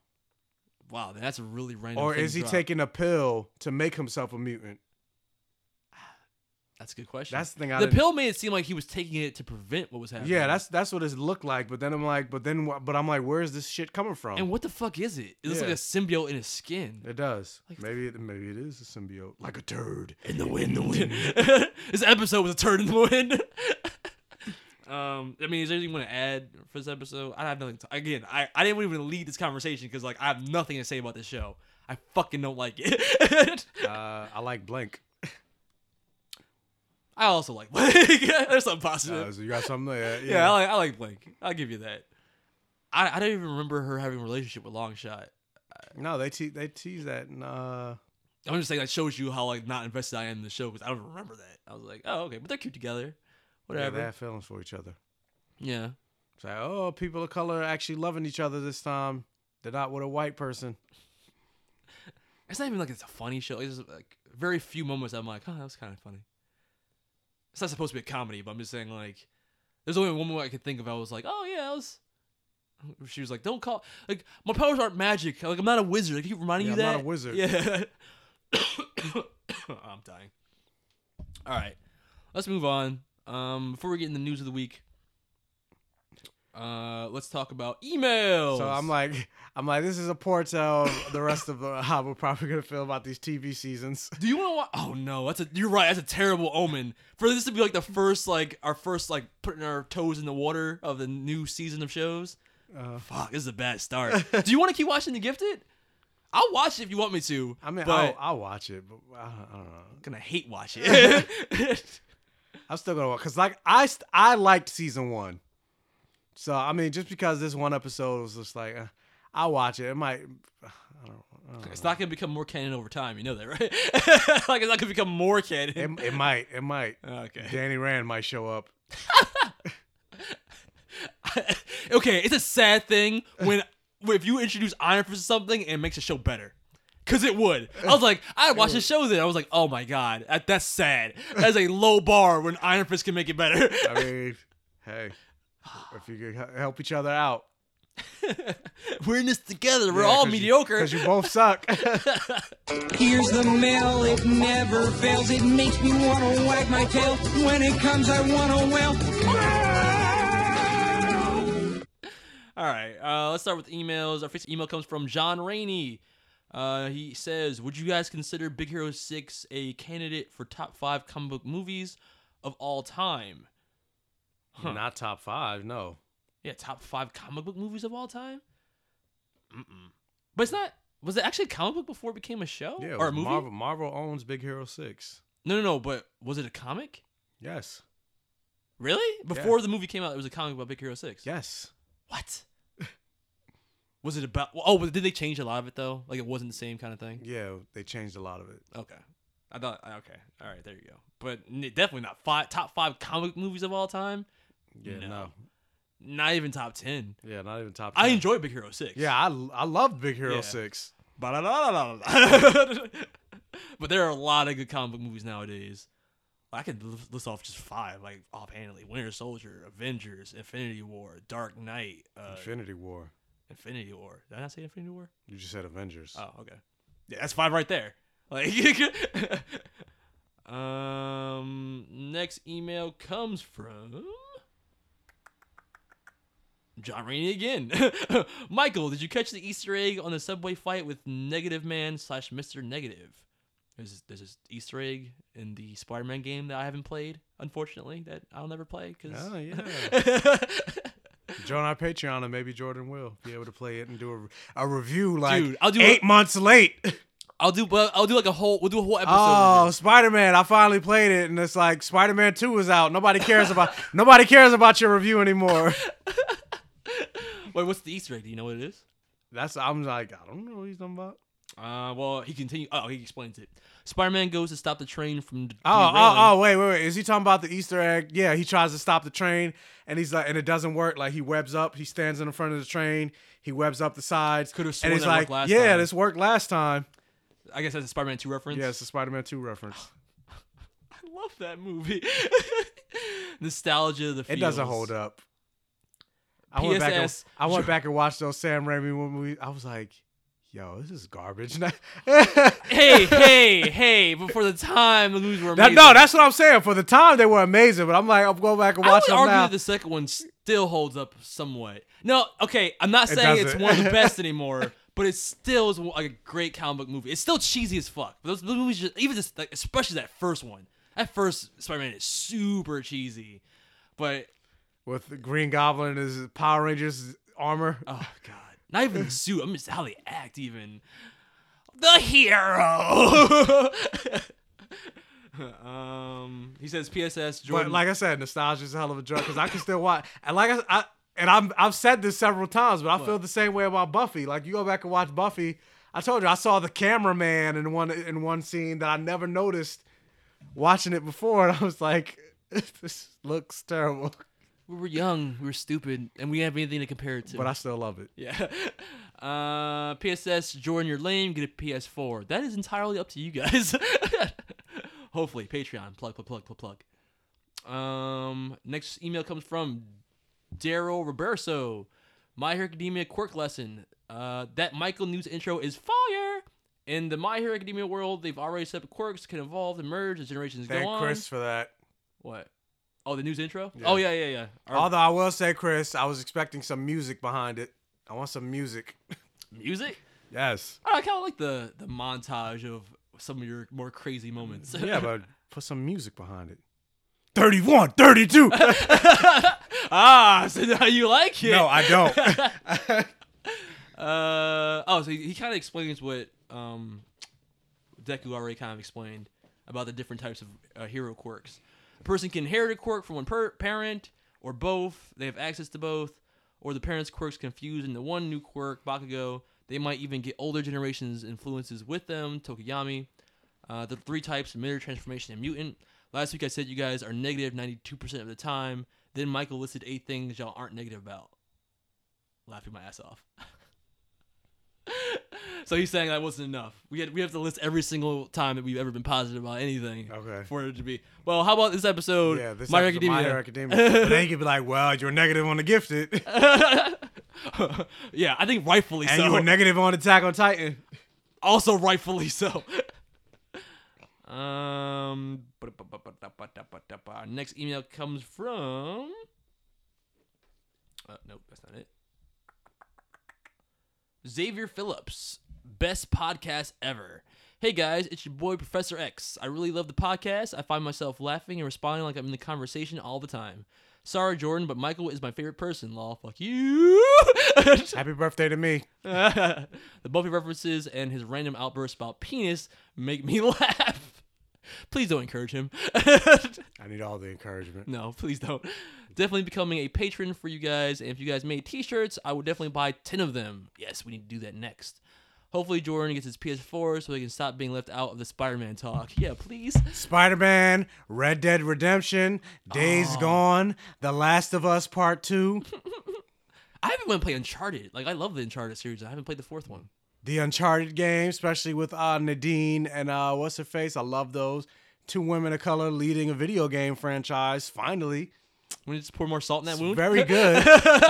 S2: Wow, then that's a really random.
S3: Or
S2: thing
S3: is
S2: to
S3: he
S2: drop.
S3: taking a pill to make himself a mutant?
S2: That's a good question.
S3: That's the thing I
S2: the
S3: didn't-
S2: pill made it seem like he was taking it to prevent what was happening.
S3: Yeah, that's that's what it looked like. But then I'm like, but then wh- but I'm like, where is this shit coming from?
S2: And what the fuck is it? It looks
S3: Yeah.
S2: like a symbiote in his skin.
S3: It does. maybe it, maybe it is a symbiote, like a turd in the
S2: wind. this episode was a turn in the wind. um, I mean, is there anything you want to add for this episode? I have nothing. To, again, I, I didn't even lead this conversation because like I have nothing to say about this show. I fucking don't like it.
S3: uh, I like blank.
S2: I also like Blake. There's something positive.
S3: Uh, so you got something there?
S2: yeah,
S3: yeah.
S2: I like I like Blake. I'll give you that. I I don't even remember her having a relationship with Longshot.
S3: No, they te- they tease that. And, uh,
S2: I'm just saying that shows you how like not invested I am in the show because I don't remember that. I was like, oh okay, but they're cute together.
S3: yeah,
S2: Whatever.
S3: they have feelings for each other.
S2: yeah.
S3: It's like, oh, people of color are actually loving each other this time. They're not with a white person.
S2: It's not even like it's a funny show. It's just like very few moments I'm like, oh, that was kind of funny. It's not supposed to be a comedy, but I'm just saying like, there's only one moment I could think of. I was like, oh yeah, that was. She was like, don't call like my powers aren't magic. Like I'm not a wizard. I keep reminding
S3: Yeah,
S2: you
S3: I'm
S2: that
S3: not a wizard.
S2: Yeah. I'm dying. All right, let's move on. Um, before we get in the news of the week, uh, let's talk about emails.
S3: So I'm like, I'm like, this is a portrait of the rest of uh, how we're probably gonna feel about these TV seasons.
S2: Do you want to watch? Oh no, that's a. You're right. That's a terrible omen for this to be like the first, like our first, like putting our toes in the water of the new season of shows.
S3: Uh.
S2: Fuck, this is a bad start. Do you want to keep watching The Gifted? I'll watch it if you want me to.
S3: I mean, I'll,
S2: but
S3: I'll watch it, but I don't, I don't know. I'm
S2: gonna hate watch it.
S3: I'm still gonna watch because, like, I st- I liked season one, so I mean, just because this one episode was just like, uh, I'll watch it. It might, I don't, I don't know.
S2: it's not gonna become more canon over time. You know that, right? like it's not gonna become more canon.
S3: It, it might, it might.
S2: Okay.
S3: Danny Rand might show up.
S2: okay, it's a sad thing when when- if you introduce Iron Fist to something and it makes a show better. Cause it would. I was like, I watched the show then. I was like, oh my god, that, that's sad. That's a low bar when Iron Fist can make it better.
S3: I mean, hey, if you could he- help each other out,
S2: We're in this together. We're all mediocre.
S3: because you both suck.
S18: Here's the mail, it never fails. It makes me wanna wag my tail. When it comes, I wanna wail.
S2: All right, uh, let's start with emails. Our first email comes from John Rainey. Uh, he says, "Would you guys consider Big Hero Six a candidate for top five comic book movies of all time?" Huh.
S3: Not top five, no.
S2: Yeah, top five comic book movies of all time. Mm-mm. But it's not. Was it actually a comic book before it became a show
S3: Yeah, it
S2: or a
S3: was
S2: movie?
S3: Marvel, Marvel owns Big Hero Six.
S2: No, no, no. But was it a comic?
S3: Yes,
S2: Really? Before the movie came out, it was a comic about Big Hero Six.
S3: yes.
S2: What? was it about? Oh, but did they change a lot of it though? Like it wasn't the same kind of thing.
S3: Yeah, they changed a lot of it.
S2: Okay. I thought okay. All right, there you go. But n- definitely not five top five comic movies of all time.
S3: Yeah, no.
S2: Not even top ten.
S3: Yeah, not even top.
S2: I
S3: 10.
S2: enjoy Big Hero Six.
S3: Yeah, I I loved Big Hero
S2: Yeah.
S3: Six.
S2: Ba-da-da-da-da-da. but there are a lot of good comic book movies nowadays. I could l- list off just five, like offhandedly: Winter Soldier, Avengers, Infinity War, Dark Knight, uh,
S3: Infinity War.
S2: Infinity War. Did I not say Infinity War?
S3: You just said Avengers.
S2: Oh, okay. Yeah, that's five right there. Like, um, next email comes from John Rainey again. Michael, did you catch the Easter egg on the subway fight with Negative Man slash Mister Negative? There's there's this Easter egg in the Spider-Man game that I haven't played, unfortunately, that I'll never play because
S3: Oh, Join our Patreon and maybe Jordan will be able to play it and do a, a review like
S2: Dude, I'll do
S3: eight
S2: a-
S3: months late.
S2: I'll do. But I'll do like a whole. We'll do a whole episode.
S3: Oh, Spider Man! I finally played it, and it's like Spider Man Two was out. Nobody cares about nobody cares about your review anymore.
S2: Wait, what's the Easter egg? Do you know what it is?
S3: That's I'm like I don't know what he's talking about.
S2: Uh, well, he continues. Oh, he explains it. Spider Man goes to stop the train from. d-
S3: Oh,
S2: derailing.
S3: oh, oh, wait, wait, wait. Is he talking about the Easter egg? Yeah, he tries to stop the train and he's like, and it doesn't work. Like, he webs up, he stands in the front of the train, he webs up the sides. Could
S2: have
S3: And
S2: sworn
S3: he's
S2: that
S3: like,
S2: worked last
S3: yeah,
S2: time."
S3: this worked last time.
S2: I guess that's a Spider Man Two reference.
S3: Yeah, it's a Spider Man 2 reference.
S2: I love that movie. Nostalgia. of The
S3: It doesn't
S2: feels.
S3: hold up. I went, back and,
S2: PSS.
S3: I went back and watched those Sam Raimi movies. I was like, yo, this is garbage.
S2: hey, hey, hey! But for the time, the movies were
S3: That-
S2: amazing.
S3: no, that's what I'm saying. For the time, they were amazing, but I'm like, I'm going back and
S2: I would
S3: watching
S2: argue
S3: them now.
S2: that the second one still holds up somewhat. No, okay, I'm not
S3: It
S2: saying it's
S3: doesn't.
S2: one of the best anymore, but it still is like a great comic book movie. It's still cheesy as fuck. But those, those movies, just, even just like, especially that first one. That first Spider-Man is super cheesy, but
S3: With the Green Goblin and his Power Rangers armor.
S2: Oh God! not even the suit. I'm just how they act. Even the hero. um, he says, "P.S.S. Jordan."
S3: But like I said, nostalgia is a hell of a drug because I can still watch. And like I, I and I'm I've said this several times, but I feel
S2: What?
S3: the same way about Buffy. Like you go back and watch Buffy. I told you I saw the cameraman in one in one scene that I never noticed watching it before, and I was like, this looks terrible.
S2: we were young, we were stupid, and we didn't have anything to compare it to.
S3: But I still love it.
S2: Yeah. Uh, PSS, Jordan, you're lame. Get a PS4. That is entirely up to you guys. Hopefully, Patreon. Plug, plug, plug, plug, plug. Um, next email comes from Daryl Roberto. My Hero Academia quirk lesson. Uh, that Michael News intro is fire. In the My Hero Academia world, they've already set up quirks can evolve and merge as generations
S3: Thank
S2: go on.
S3: Chris for that.
S2: What? Oh, the news intro. Oh yeah, yeah, yeah. Our-
S3: Although I will say, Chris, I was expecting some music behind it. I want some music.
S2: Music?
S3: Yes.
S2: I kind of like the the montage of some of your more crazy moments.
S3: yeah, but put some music behind it. 31, 32.
S2: ah, so now you like it?
S3: No, I don't.
S2: uh, oh, so he, he kind of explains what um, Deku already kind of explained about the different types of uh, hero quirks. A person can inherit a quirk from one per- parent or both. They have access to both, or the parents' quirks confused into one new quirk, Bakugo. They might even get older generations' influences with them, Tokuyami. Uh, the three types: mirror, transformation, and mutant. Last week I said you guys are negative ninety-two percent of the time. Then Michael listed eight things y'all aren't negative about. Laughing my ass off. so he's saying that wasn't enough. We had we have to list every single time that we've ever been positive about anything.
S3: Okay.
S2: For it to be well, how about this episode?
S3: Yeah, this
S2: My
S3: My
S2: Hero
S3: Academia. My Hero Academia. but they could be like, well, you're negative on the gifted.
S2: yeah, I think rightfully
S3: and
S2: so.
S3: you were negative on Attack on Titan.
S2: also rightfully so. um, ba-da-ba-ba-da-ba-da-ba-da-ba. next email comes from. Uh, nope, that's not it. Xavier Phillips, best podcast ever. Hey guys, it's your boy Professor X. I really love the podcast. I find myself laughing and responding like I'm in the conversation all the time. Sorry, Jordan, but Michael is my favorite person. Law, fuck you.
S3: Happy birthday to me.
S2: the Buffy references and his random outbursts about penis make me laugh. Please don't encourage him.
S3: I need all the encouragement.
S2: no, please don't. Definitely becoming a patron for you guys. And if you guys made t shirts, I would definitely buy 10 of them. Yes, we need to do that next. Hopefully, Jordan gets his PS4 so he can stop being left out of the Spider Man talk. Yeah, please.
S3: Spider Man, Red Dead Redemption, Days Gone, The Last of Us Part 2,
S2: I haven't even played Uncharted. Like, I love the Uncharted series. I haven't played the fourth one.
S3: the Uncharted game, especially with uh, Nadine and uh, what's her face. I love those. Two women of color leading a video game franchise, finally.
S2: We need to pour more salt in that wound.
S3: Very good.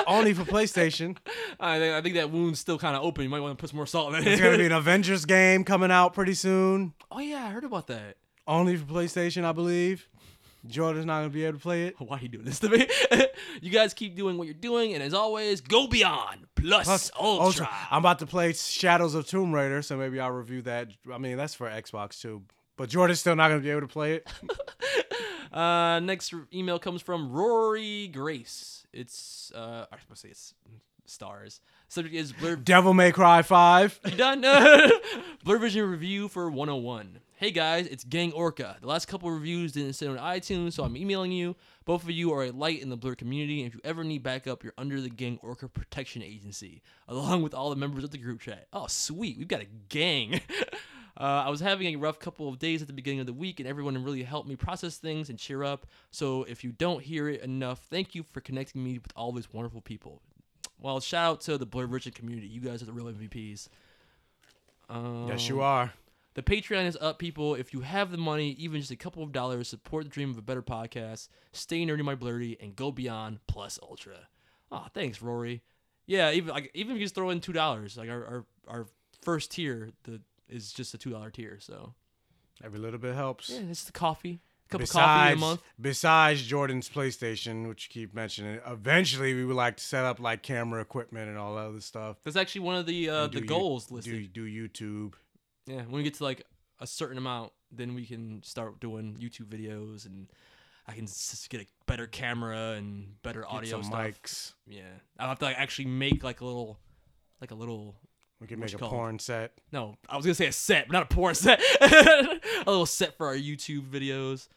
S3: Only for PlayStation.
S2: I think, I think that wound's still kind of open. You might want to put some more salt in it.
S3: There's going to be an Avengers game coming out pretty soon.
S2: Oh yeah, I heard about that.
S3: Only for PlayStation, I believe. Jordan's not going to be able to play it.
S2: Why are you doing this to me? you guys keep doing what you're doing, and as always, go beyond plus,
S3: Plus
S2: ultra.
S3: I'm about to play Shadows of Tomb Raider, so maybe I'll review that. I mean, that's for Xbox too. But Jordan's still not going to be able to play it.
S2: Uh, next email comes from Rory Grace. It's uh, I was supposed to say it's stars. Subject is Blur.
S3: Devil May Cry 5.
S2: Done. Blur Vision review for 101. Hey guys, it's Gang Orca. The last couple reviews didn't sit on iTunes, so I'm emailing you. Both of you are a light in the Blur community, and if you ever need backup, you're under the Gang Orca Protection Agency, along with all the members of the group chat. Oh, sweet. We've got a gang. Uh, I was having a rough couple of days at the beginning of the week, and everyone really helped me process things and cheer up. So if you don't hear it enough, thank you for connecting me with all these wonderful people. Well, shout out to the Blur Virgin community. You guys are the real MVPs. Um,
S3: Yes, you are.
S2: The Patreon is up, people. If you have the money, even just a couple of dollars, support the dream of a better podcast. Stay nerdy, my blurry, and go beyond plus ultra. Oh, thanks, Rory. Yeah, even like even if you just throw in two dollars, like our, our our first tier the is just a two dollar tier. So
S3: Every little bit helps.
S2: yeah, it's the coffee, a cup of coffee a month.
S3: Besides Jordan's PlayStation, which you keep mentioning, eventually we would like to set up like camera equipment and all that other stuff.
S2: That's actually one of the uh,
S3: And
S2: the
S3: do you-
S2: goals
S3: do-
S2: listed.
S3: Do, YouTube.
S2: Yeah, when we get to like a certain amount, then we can start doing YouTube videos, and I can s- get a better camera and better audio
S3: some
S2: stuff.
S3: mics.
S2: Yeah, I'll have to like actually make like a little, like a little.
S3: We can
S2: what's
S3: make
S2: it
S3: a
S2: called?
S3: porn set.
S2: No, I was gonna say a set, but not a porn set. a little set for our YouTube videos.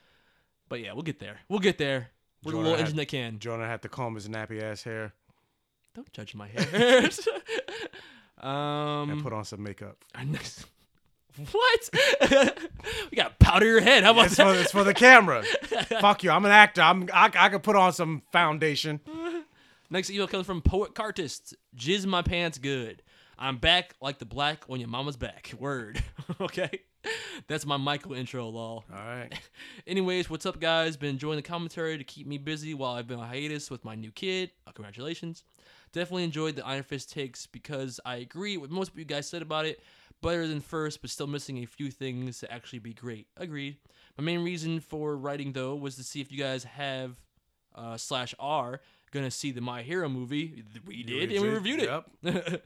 S2: But yeah, we'll get there. We'll get there. We're the
S3: Jordan
S2: little
S3: had-
S2: engine that can.
S3: Jordan had to comb his nappy ass hair
S2: Don't judge my hair. um,
S3: and put on some makeup.
S2: what? we got powder your head. How about
S3: it's
S2: that?
S3: For, it's for the camera. Fuck you. I'm an actor. I'm, I, I could put on some foundation.
S2: Next email comes from Poet Cartist. Jizz my pants good. I'm back like the black on your mama's back. Word. okay. That's my Michael intro, lol.
S3: All right.
S2: Anyways, what's up, guys? Been enjoying the commentary to keep me busy while I've been on hiatus with my new kid. Uh, congratulations. Definitely enjoyed the Iron Fist takes because I agree with most of you guys said about it. Better than first, but still missing a few things to actually be great. Agreed. My main reason for writing, though, was to see if you guys have uh, slash are gonna see the My Hero movie. We did, and we
S3: did,
S2: reviewed it.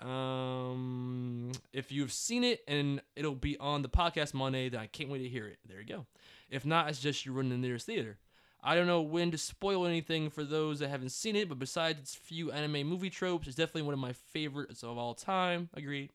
S2: um, if you've seen it, and it'll be on the podcast Monday, then I can't wait to hear it. There you go. If not, it's just you running the nearest theater. I don't know when to spoil anything for those that haven't seen it, but besides its few anime movie tropes, it's definitely one of my favorites of all time. Agreed.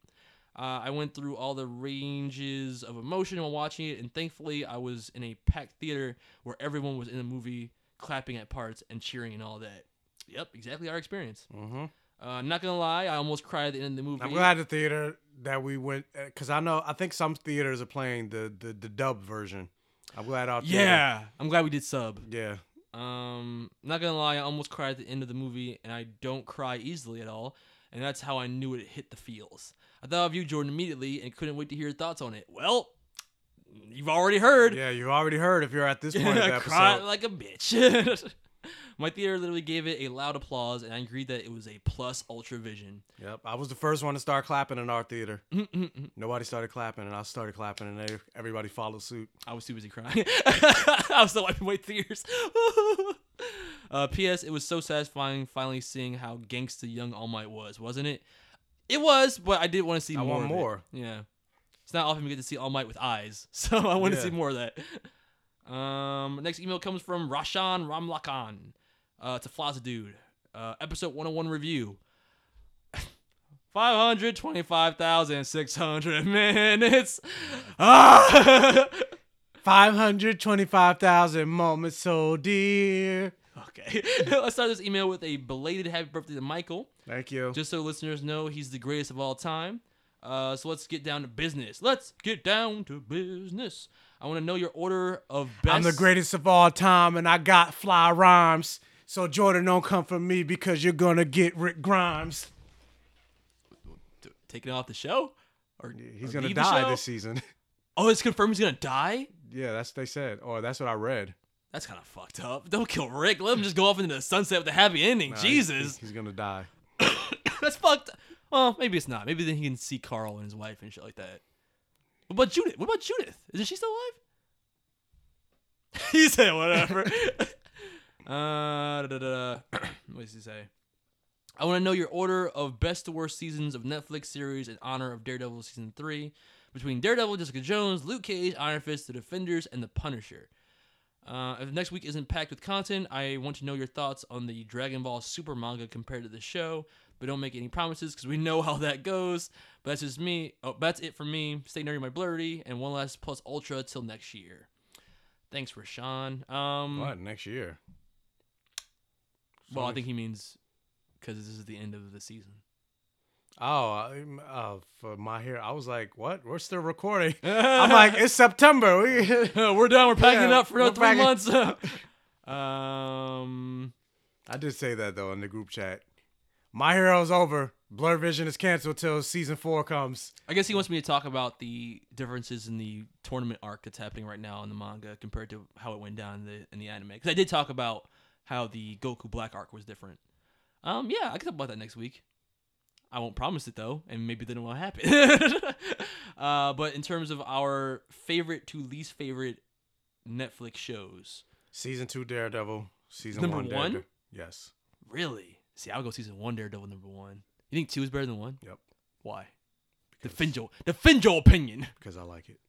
S2: Uh, I went through all the ranges of emotion while watching it, and thankfully, I was in a packed theater where everyone was in the movie, clapping at parts and cheering and all that. Yep, exactly our experience.
S3: Mm-hmm.
S2: Uh, not gonna lie, I almost cried at the end of the movie.
S3: I'm glad the theater that we went because I know I think some theaters are playing the the, the dub version. I'm glad our theater-
S2: Yeah, I'm glad we did sub.
S3: yeah
S2: Um, not gonna lie, I almost cried at the end of the movie, and I don't cry easily at all, and that's how I knew it hit the feels. I thought of you, Jordan, immediately, and couldn't wait to hear your thoughts on it. Well, you've already heard.
S3: yeah you already heard if you're at this point of the
S2: I cried
S3: episode.
S2: like a bitch. My theater literally gave it a loud applause, and I agreed that it was a plus ultra vision.
S3: Yep, I was the first one to start clapping in our theater.
S2: Mm-mm-mm.
S3: Nobody started clapping, and I started clapping, and they, everybody followed suit.
S2: I was too busy crying. I was still wiping my tears. uh, P.S. It was so satisfying finally seeing how gangsta Young All Might was, wasn't it? It was, but I did want to see
S3: I
S2: more.
S3: want
S2: of it.
S3: more.
S2: Yeah, it's not often we get to see All Might with eyes, so I want
S3: Yeah.
S2: to see more of that. Um, next email comes from Rashan Ramlakan. Uh, it's a Flaza dude. Uh, episode 101 review. 525,600 minutes. Ah!
S3: Five hundred twenty-five thousand moments so dear.
S2: Okay. Let's start this email with a belated happy birthday to Michael.
S3: Thank you.
S2: Just so listeners know, he's the greatest of all time. Uh, so let's get down to business. Let's get down to business. I want to know your order of best.
S3: I'm the greatest of all time, and I got fly rhymes. So Jordan, don't come for me because you're gonna get Rick Grimes.
S2: Taking off the show? Or
S3: He's
S2: or
S3: gonna
S2: leave the
S3: die
S2: show?
S3: this season.
S2: Oh, it's confirmed he's gonna die.
S3: Yeah, that's what they said, or that's what I read.
S2: That's kind of fucked up. Don't kill Rick. Let him just go off into the sunset with a happy ending.
S3: Nah, he's-
S2: Jesus,
S3: Uh, he's, he's gonna die.
S2: that's fucked. Well, maybe it's not. Maybe then he can see Carl and his wife and shit like that. What about Judith? What about Judith? Isn't she still alive? he said whatever. uh, da, da, da. what does he say? I want to know your order of best to worst seasons of Netflix series in honor of Daredevil season three, between Daredevil, Jessica Jones, Luke Cage, Iron Fist, The Defenders, and The Punisher. Uh, if next week isn't packed with content, I want to know your thoughts on the Dragon Ball Super manga compared to the show. But don't make any promises because we know how that goes. But that's just me. Oh, that's it for me. Stay nerdy, my blurry, and one last plus ultra till next year. Thanks, Rashawn. Um,
S3: What next year?
S2: Well, I think he means because this is the end of the season.
S3: Oh, I'm, uh, for my hair. I was like, what? We're still recording. I'm like, it's September. We
S2: we're done. We're packing up for another three months.
S3: um, I did say that though in the group chat. My hero's over. Blur Vision is canceled till season four comes.
S2: I guess he wants me to talk about the differences in the tournament arc that's happening right now in the manga compared to how it went down in the, in the anime. Because I did talk about how the Goku Black arc was different. Um, yeah, I can talk about that next week. I won't promise it though, and maybe then it won't happen. uh, but in terms of our favorite to least favorite Netflix shows,
S3: Season two Daredevil. Season
S2: Number
S3: one.
S2: one?
S3: Daredevil. Yes.
S2: really? See, I'll go season one Daredevil number one. You think two is better than one?
S3: Yep.
S2: Why? defend your defend your opinion.
S3: Because I like it.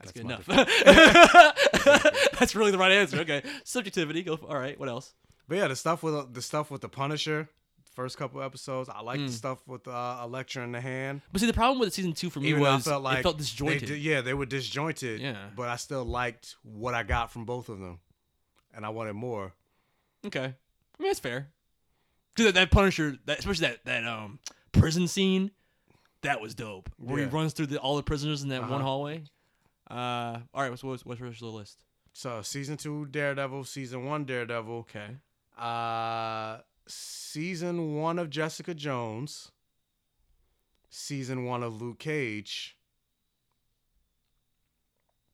S2: That's,
S3: That's
S2: good
S3: my
S2: enough.
S3: defense.
S2: That's really the right answer. Okay, subjectivity. Go. For, all right. What else?
S3: But yeah, the stuff with the stuff with the Punisher, first couple episodes. I
S2: Hmm.
S3: like the stuff with uh, Electra in the hand.
S2: But see, the problem with season two for me
S3: Even though I
S2: was
S3: felt like
S2: it felt
S3: they
S2: disjointed.
S3: did- yeah, they were disjointed.
S2: Yeah.
S3: But I still liked what I got from both of them, and I wanted more.
S2: Okay, I mean that's fair. Cause that, that Punisher, that, especially that that um prison scene, that was dope. Where
S3: Yeah.
S2: he runs through the, all the prisoners in that one
S3: Uh-huh.
S2: hallway. Uh, all right. What's what's what's the rest of the list?
S3: So season two Daredevil, season one Daredevil.
S2: Okay.
S3: Uh, season one of Jessica Jones. Season one of Luke Cage.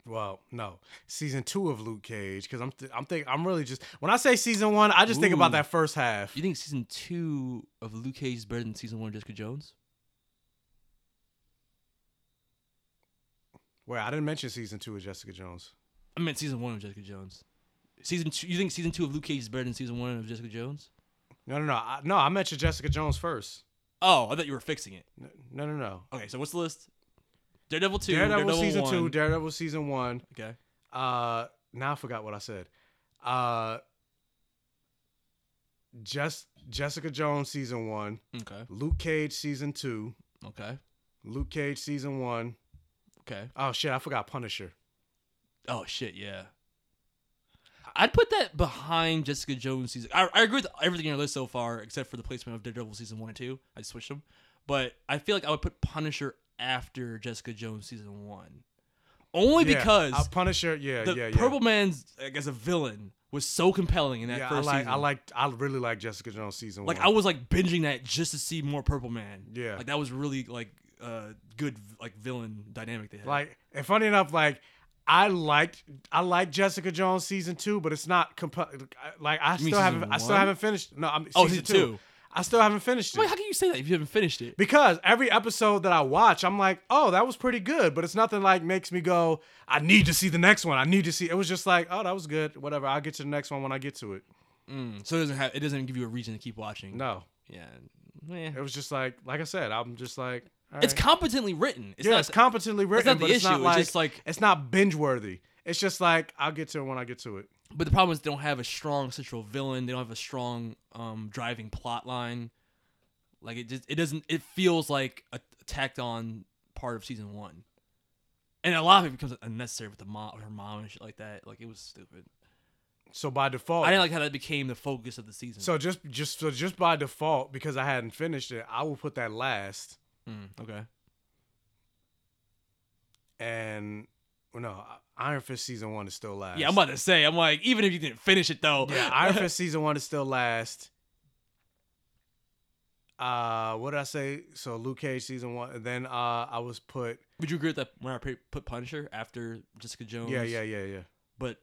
S3: Well, no, season two of Luke Cage because I'm th- I'm think I'm really just when I say season one, I just think about
S2: Ooh.
S3: that first half.
S2: You think season two of Luke Cage is better than season one of Jessica Jones?
S3: Wait, I didn't mention season two of Jessica Jones.
S2: I meant season one of Jessica Jones. Season two. You think season two of Luke Cage is better than season one of Jessica Jones?
S3: No, no, no, I, no. I mentioned Jessica Jones first.
S2: Oh, I thought you were fixing it.
S3: No, no, no.
S2: Okay, so what's the list? Daredevil two,
S3: Daredevil,
S2: Daredevil,
S3: season two,
S2: one.
S3: Daredevil season one.
S2: Okay.
S3: Uh, now I forgot what I said. Uh, just Jessica Jones season one.
S2: okay,
S3: Luke Cage season two.
S2: okay,
S3: Luke Cage season one.
S2: okay.
S3: Oh shit, I forgot Punisher.
S2: Oh shit, yeah. I'd put that behind Jessica Jones season. I, I agree with everything in your list so far, except for the placement of Daredevil season one and two. I switched them, but I feel like I would put Punisher after Jessica Jones season one, only
S3: Yeah,
S2: because
S3: uh, Punisher. Yeah,
S2: the
S3: yeah, yeah.
S2: Purple Man's like as a villain was so compelling in that
S3: yeah, I
S2: first
S3: like,
S2: season.
S3: I like, I really like Jessica Jones season
S2: like
S3: one.
S2: I was like binging that just to see more Purple Man.
S3: Yeah.
S2: like that was really like uh good like villain dynamic they had.
S3: Like, and funny enough, like I liked I liked Jessica Jones season two, but it's not compu- like I
S2: You mean
S3: still haven't
S2: season
S3: I still
S2: one?
S3: haven't finished. No, I'm
S2: Oh,
S3: season
S2: season two.
S3: I still haven't finished
S2: Wait,
S3: it
S2: how can you say that if you haven't finished it?
S3: because every episode that I watch, I'm like, oh, that was pretty good, but it's nothing like makes me go, I need to see the next one. I need to see. It was just like, oh, that was good. Whatever. I'll get to the next one when I get to it.
S2: Mm, so it doesn't have it doesn't give you a reason to keep watching.
S3: No,
S2: Yeah. Yeah.
S3: it was just like, like I said, I'm just like, all
S2: It's
S3: right.
S2: competently written. It's
S3: yeah,
S2: not,
S3: it's competently written,
S2: not the
S3: but it's not
S2: issue,
S3: like
S2: it's
S3: it's,
S2: just like-
S3: not binge worthy. It's just like I'll get to it when I get to it.
S2: But the problem is they don't have a strong central villain. They don't have a strong um, driving plot line. Like it just it doesn't it feels like a tacked on part of season one. And a lot of it becomes unnecessary with the mom her mom and shit like that. Like it was stupid.
S3: So by default,
S2: I didn't like how that became the focus of the season.
S3: So just just so just by default, because I hadn't finished it, I will put that last.
S2: Mm, okay.
S3: And well, no, Iron Fist season one is still last.
S2: Yeah, I'm about to say, I'm like, even if you didn't finish it though.
S3: Yeah, Iron Fist season one is still last. Uh, what did I say? So Luke Cage season one, and then uh, I was put.
S2: Would you agree with that when I pre- put Punisher after Jessica Jones?
S3: Yeah, yeah, yeah, yeah.
S2: But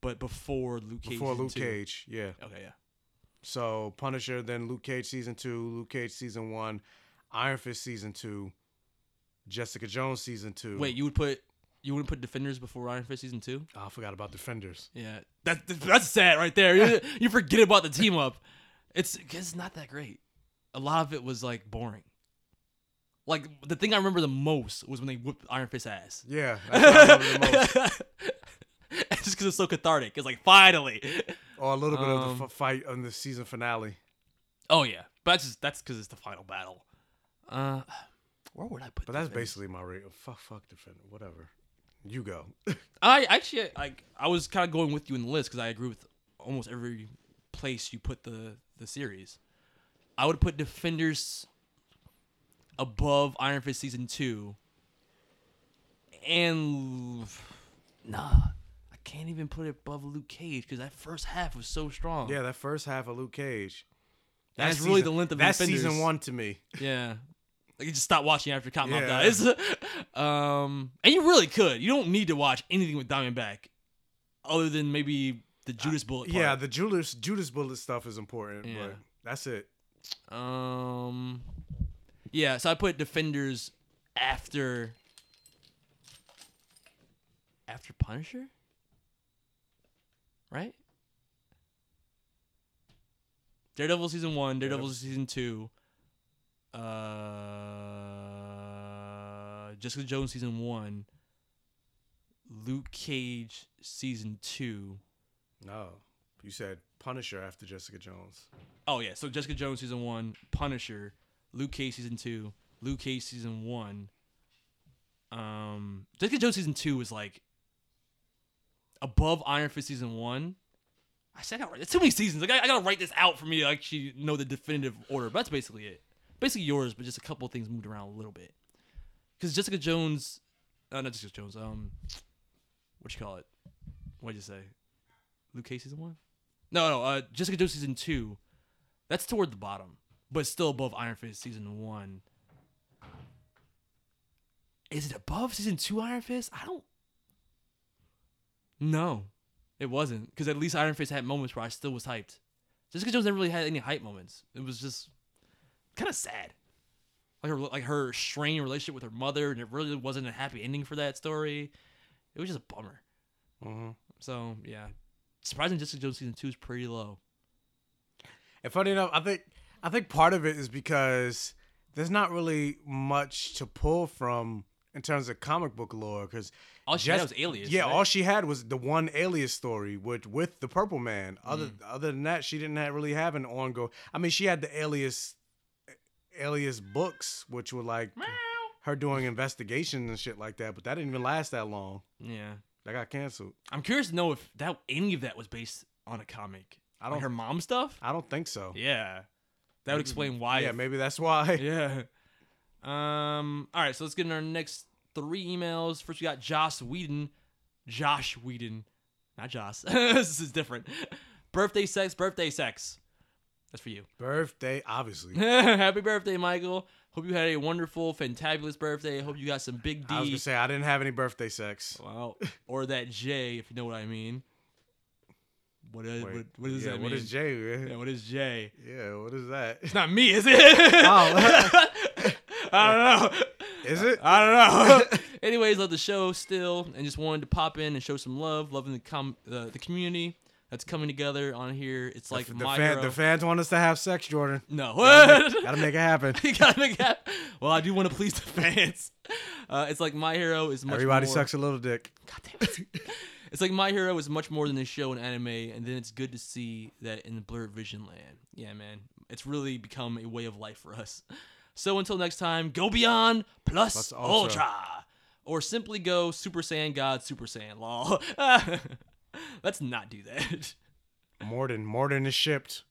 S2: but before Luke Cage.
S3: Before
S2: season
S3: Luke
S2: two.
S3: Cage, yeah.
S2: Okay, yeah.
S3: So Punisher, then Luke Cage season two, Luke Cage season one, Iron Fist season two, Jessica Jones season two.
S2: Wait, you would put you wouldn't put Defenders before Iron Fist season two?
S3: Oh, I forgot about Defenders.
S2: Yeah, that that's sad right there. You, you forget about the team up. It's 'cause it's not that great. A lot of it was like boring. Like the thing I remember the most was when they whipped Iron Fist ass.
S3: Yeah, that's what I remember the
S2: Just because it's so cathartic. It's like finally.
S3: Or a little bit
S2: Um,
S3: of the f- fight on the season finale.
S2: Oh yeah, but that's just, that's because it's the final battle. Uh, where would I put?
S3: But that's basically my rate. Fuck, fuck, defender, whatever. You go.
S2: I actually like I was kind of going with you in the list because I agree with almost every place you put the the series. I would put Defenders above Iron Fist season two, and nah, I can't even put it above Luke Cage because that first half was so strong.
S3: Yeah, that first half of Luke Cage.
S2: That's
S3: That
S2: really
S3: season-
S2: the length of
S3: that's
S2: Defenders.
S3: season one to me.
S2: Yeah. Like you just stop watching after Cottonmouth
S3: Yeah.
S2: dies. um, and you really could. You don't need to watch anything with Diamondback, other than maybe the Judas Bullet.
S3: Yeah,
S2: part.
S3: the Judas Judas Bullet stuff is important,
S2: Yeah.
S3: but that's it.
S2: Um, yeah. So I put Defenders after after Punisher, right? Daredevil season one, Daredevil season two, uh, Jessica Jones season one, Luke Cage season two.
S3: No, you said Punisher after Jessica Jones.
S2: Oh yeah, so Jessica Jones season one, Punisher, Luke Cage season two, Luke Cage season one. Um, Jessica Jones season two is like above Iron Fist season one. I said that right. It's too many seasons. Like I, I gotta write this out for me to actually know the definitive order. But that's basically it. Basically yours, but just a couple of things moved around a little bit. Because Jessica Jones, uh, not Jessica Jones. Um, what you call it? What'd you say? Luke Cage season one? No, no. Uh, Jessica Jones season two. That's toward the bottom, but still above Iron Fist season one. Is it above season two Iron Fist? I don't. No, it wasn't. Because at least Iron Fist had moments where I still was hyped. Jessica Jones never really had any hype moments. It was just kind of sad. Like her, like her strained relationship with her mother, and it really wasn't a happy ending for that story. It was just a bummer. So yeah, surprising Jessica Jones season two is pretty low.
S3: And funny enough, I think I think part of it is because there's not really much to pull from in terms of comic book lore because
S2: All she had was Alias,
S3: Yeah,
S2: right?
S3: all she had was the one alias story with with the Purple Man. Other
S2: Mm.
S3: other than that, she didn't have, really have an ongoing. I mean, she had the alias alias books, which were like her doing investigations and shit like that, but that didn't even last that long.
S2: Yeah.
S3: That got canceled.
S2: I'm curious to know if that any of that was based on a comic. I don't her mom stuff.
S3: I don't think so.
S2: Yeah, that would
S3: Maybe-
S2: explain why.
S3: Yeah, maybe that's why.
S2: Yeah. Um. All right. So let's get in our next three emails. First, we got Josh Whedon. Josh Whedon, not Joss. this is different. Birthday sex. Birthday sex. That's for you.
S3: Birthday, obviously.
S2: Happy birthday, Michael. Hope you had a wonderful, fantabulous birthday. Hope you got some big D.
S3: I was gonna say I didn't have any birthday sex.
S2: Wow. or that J, if you know what I mean. What is,
S3: Wait,
S2: what, what does
S3: yeah,
S2: that mean?
S3: what is J?
S2: Yeah, what is J?
S3: Yeah, what is that?
S2: It's not me, is it?
S3: Oh.
S2: I don't know.
S3: Is it?
S2: I don't know. Anyways, love the show still, and just wanted to pop in and show some love, loving the com- uh, the community that's coming together on here. It's like
S3: the,
S2: my
S3: fan-
S2: hero.
S3: the fans want us to have sex, Jordan.
S2: No.
S3: gotta, make, gotta make it happen.
S2: You gotta make that. Well, I do want to please the fans. Uh, it's like my hero is much
S3: Everybody
S2: more-
S3: sucks a little dick.
S2: It's like My Hero is much more than a show and anime, and then it's good to see that in the blurred vision land. Yeah, man. It's really become a way of life for us. So until next time, go beyond plus,
S3: Plus
S2: ultra.
S3: Ultra.
S2: Or simply go Super Saiyan God Super Saiyan lol. Let's not do that.
S3: Morden, Morden is shipped.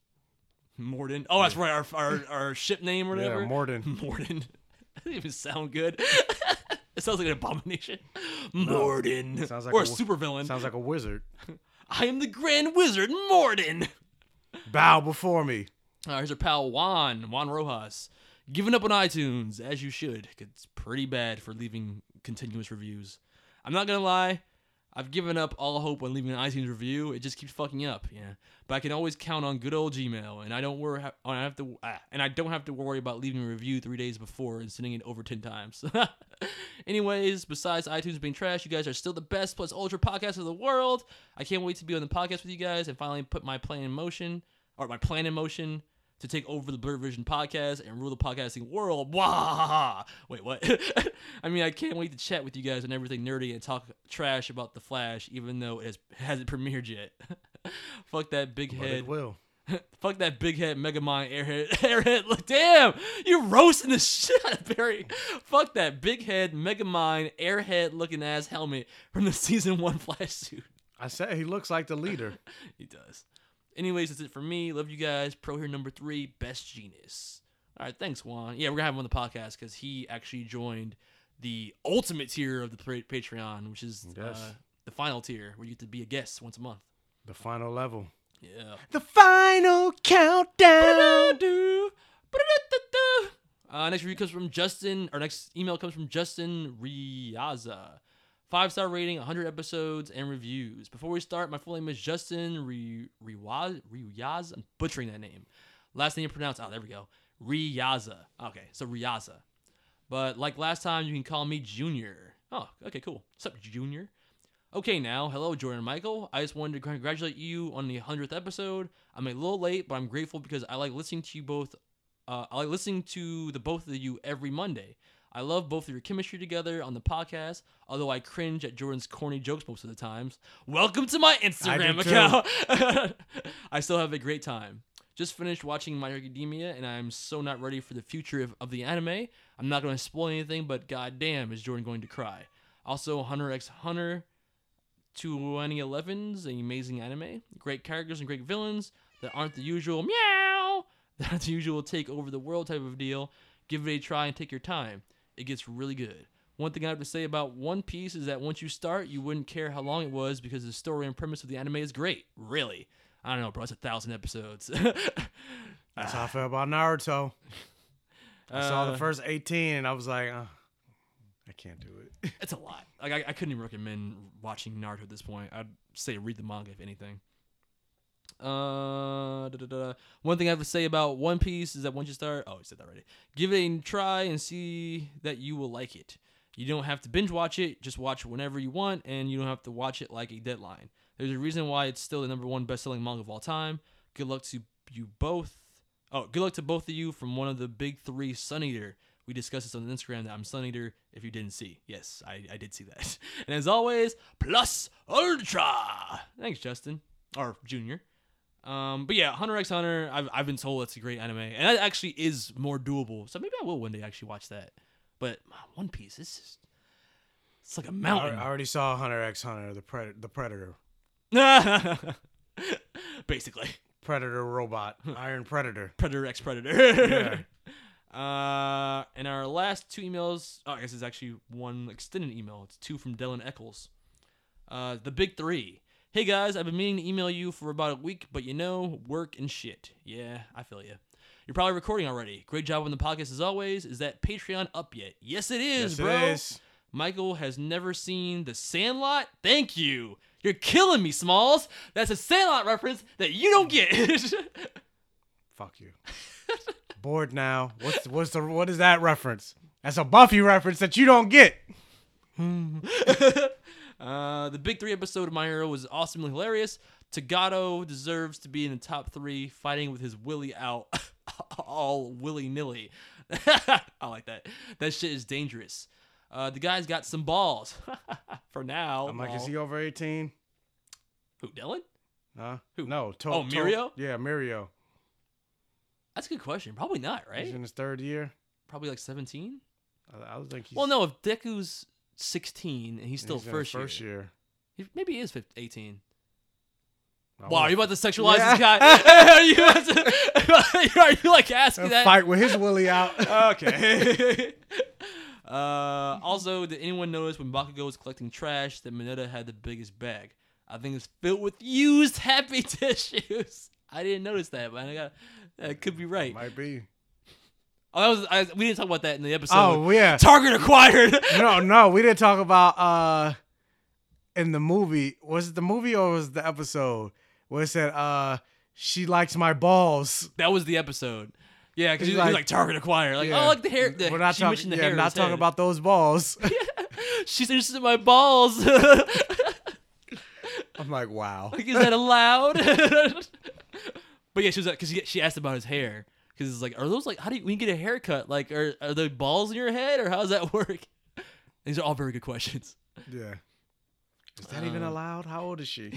S2: Morden. Oh, that's right. Our, our, our ship name or
S3: Yeah,
S2: whatever.
S3: Morden.
S2: Morden. That doesn't even sound good. it sounds like an abomination. Morden.
S3: Sounds like
S2: or a,
S3: wi-
S2: supervillain.
S3: Sounds like a wizard.
S2: I am the Grand Wizard Morden.
S3: Bow before me.
S2: Uh, here's our pal Juan Juan Rojas, giving up on iTunes as you should. 'cause It's pretty bad for leaving continuous reviews. I'm not gonna lie, I've given up all hope when leaving an iTunes review. It just keeps fucking up. Yeah, but I can always count on good old Gmail, and I don't worry. ha- I have to, ah, and I don't have to worry about leaving a review three days before and sending it over ten times. Anyways, besides iTunes being trash, you guys are still the best plus ultra podcast of the world. I can't wait to be on the podcast with you guys and finally put my plan in motion or my plan in motion to take over the Blurred Vision podcast and rule the podcasting world. Wah! Wait, what? I mean, I can't wait to chat with you guys on everything nerdy and talk trash about The Flash, even though it has, hasn't premiered yet. Fuck that big
S3: But it
S2: head.
S3: will.
S2: Fuck that big head, Megamind, Airhead, Airhead. Look, damn, you roasting the shit out of Barry. Fuck that big head, Megamind, Airhead looking ass helmet from the season one Flash suit.
S3: I said he looks like the leader.
S2: he does. Anyways, that's it for me. Love you guys. Pro here number three, best genius. All right, thanks Juan. Yeah, we're gonna have him on the podcast because he actually joined the ultimate tier of the pa- Patreon, which is
S3: Yes.
S2: uh, the final tier where you get to be a guest once a month.
S3: The final level.
S2: Yeah.
S3: The final countdown.
S2: Uh, next review comes from Justin. Our next email comes from Justin Riaza. Five star rating, 100 episodes and reviews. Before we start, my full name is Justin Ri- Riwa- Riaza. I'm butchering that name. Last name pronounced. Oh, there we go. Riaza. Okay, so Riaza. But like last time, you can call me Junior. Oh, okay, cool. What's up, Junior? Okay, now, hello, Jordan and Michael. I just wanted to congratulate you on the 100th episode. I'm a little late, but I'm grateful because I like listening to you both. Uh, I like listening to the both of you every Monday. I love both of your chemistry together on the podcast, although I cringe at Jordan's corny jokes most of the times. Welcome to my Instagram
S3: too.
S2: account. I still have a great time. Just finished watching My Hero Academia, and I'm so not ready for the future of, of the anime. I'm not going to spoil anything, but goddamn, is Jordan going to cry? Also, Hunter x Hunter 2011's an amazing anime. Great characters and great villains that aren't the usual meow, that aren't the usual take over the world type of deal. Give it a try and take your time. It gets really good. One thing I have to say about One Piece is that once you start, you wouldn't care how long it was because the story and premise of the anime is great. Really. I don't know, bro. It's a thousand episodes.
S3: That's how I felt about Naruto. I saw
S2: Uh,
S3: the first 18 and I was like, uh, I can't do it.
S2: it's a lot. Like I, I couldn't even recommend watching Naruto at this point. I'd say read the manga if anything. Uh, da, da, da. One thing I have to say about One Piece is that once you start, oh, I said that already. Give it a try and see that you will like it. You don't have to binge watch it. Just watch it whenever you want, and you don't have to watch it like a deadline. There's a reason why it's still the number one best-selling manga of all time. Good luck to you both. Oh, good luck to both of you from one of the big three Sun Eater. We discussed this on Instagram that I'm Sun Eater. If you didn't see, yes, I, I did see that. And as always, plus ultra. Thanks, Justin or Junior. Um, but yeah, Hunter x Hunter. I've I've been told it's a great anime, and that actually is more doable. So maybe I will one day actually watch that. But man, One Piece, it's just, it's like a mountain.
S3: I already saw Hunter x Hunter, the, pred- the Predator.
S2: Basically.
S3: Predator robot. Iron Predator.
S2: Predator X Predator.
S3: Yeah.
S2: Uh, and our last two emails, oh, I guess it's actually one extended email. It's two from Dylan Eccles. Uh, the big three. Hey guys, I've been meaning to email you for about a week, but you know, work and shit. Yeah, I feel you. You're probably recording already. Great job on the podcast as always. Is that Patreon up yet? Yes, it is,
S3: Yes, it
S2: bro.
S3: is.
S2: Michael has never seen The Sandlot. Thank you. You're killing me, Smalls. That's a Sandlot reference that you don't get.
S3: Fuck you. Bored now. What's what's the what is that reference? That's a Buffy reference that you don't get.
S2: Uh, the big three episode of My Hero was awesomely hilarious. Tagato deserves to be in the top three, fighting with his willy out all willy nilly. I like that. That shit is dangerous. Uh, the guy's got some balls for now.
S3: I'm like, is
S2: lol.
S3: he over 18?
S2: who? Dylan?
S3: Huh? No. To-
S2: Oh,
S3: to-
S2: Mirio?
S3: yeah, Mirio.
S2: That's a good question. Probably not,
S3: He's
S2: right?
S3: in his third year.
S2: Probably like seventeen.
S3: I, I would think he's
S2: Well, no. If Deku's sixteen and he's still
S3: he's in his
S2: first,
S3: first
S2: year,
S3: year.
S2: He- maybe he is 15, eighteen.
S3: I
S2: Wow,
S3: wanna-
S2: are you about to sexualize this
S3: Yeah.
S2: guy? are, you about to- are you like asking
S3: A
S2: that?
S3: fight with his willy out.
S2: okay. uh, also, did anyone notice when Bakugo was collecting trash that Mineta had the biggest bag? I think it's filled with used happy tissues. I didn't notice that, but I got that could be right.
S3: Might be.
S2: Oh, that was I, we didn't talk about that in the episode.
S3: oh yeah.
S2: Target acquired.
S3: no, no, we didn't talk about uh in the movie. Was it the movie or was it the episode where it said uh she likes my balls?
S2: that was the episode. Yeah, because
S3: He's
S2: you're like,
S3: like-
S2: target acquired. Like,
S3: Yeah.
S2: oh, like the hair. The,
S3: We're not
S2: she
S3: talking.
S2: mentioned the
S3: yeah,
S2: hair. in
S3: not
S2: his
S3: talking
S2: head.
S3: about those balls.
S2: She's interested in my balls. like,
S3: I'm like, wow.
S2: is that allowed? But yeah, she was like, because she asked about his hair. Because it's like, are those like, how do you, when you get a haircut? Like, are, are the balls in your head or how does that work? These are all very good questions.
S3: Yeah. Is that even
S2: Um,
S3: allowed? How old is she?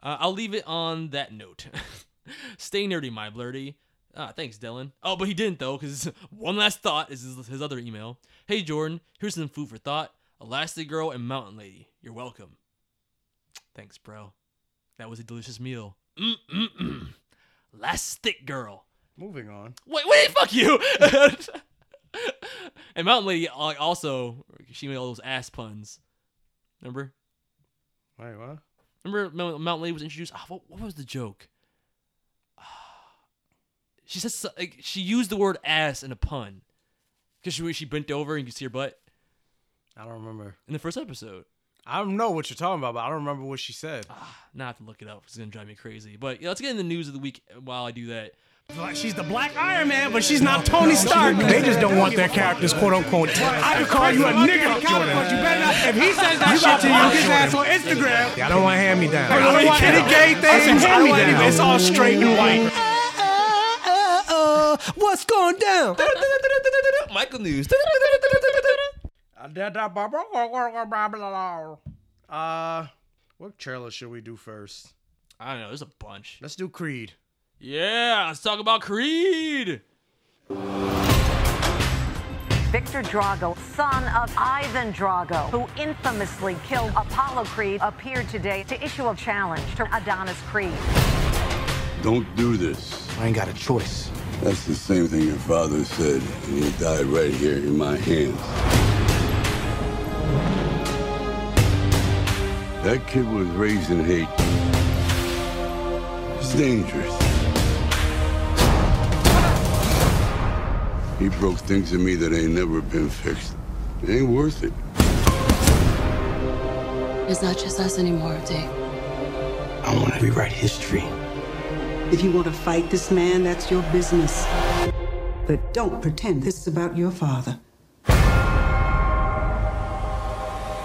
S2: Uh, I'll leave it on that note. Stay nerdy, my blurdy. Ah, thanks, Dylan. Oh, but he didn't though, because one last thought is his, his other email. Hey, Jordan, here's some food for thought: Elastigirl and Mountain Lady. You're welcome. Thanks, bro. That was a delicious meal. Mm mm mm. Elastic girl.
S3: Moving on.
S2: Wait, wait, fuck you. and Mountain Lady like, also she made all those ass puns. Remember?
S3: Wait, what?
S2: Remember Mount- Mountain Lady was introduced. ah, what, what was the joke? Ah. She says so- like, she used the word ass in a pun because she she bent over and you could see her butt
S3: I don't remember.
S2: in the first episode.
S3: I don't know what you're talking about, but I don't remember what she said.
S2: Now I have to look it up. It's gonna drive me crazy. But yeah, let's get in the news of the week while I do that.
S3: She's the Black Iron Man, but she's not Tony Stark.
S19: They just don't want their characters, quote unquote. I could call you a nigga, Jordan. But you better not. If he says that shit to you, his ass on Instagram. Yeah, I don't want hand me down.
S12: I don't want any gay things. I don't want any-
S19: It's all straight and white.
S12: Uh, what's going down?
S2: Michael News.
S3: Uh, what trailer should we do first?
S2: I don't know. There's a bunch.
S3: Let's do Creed.
S2: Yeah, let's talk about Creed.
S20: Victor Drago, son of Ivan Drago, who infamously killed Apollo Creed, appeared today to issue a challenge to Adonis Creed.
S21: Don't do this. I ain't got a choice. That's the same thing your father said, and he died right here in my hands. That kid was raised in hate. It's dangerous. He broke things in me that ain't never been fixed. It ain't worth it.
S22: It's not just us anymore, Dave.
S21: I want to rewrite history.
S23: If you want to fight this man, that's your business. But don't pretend this is about your father.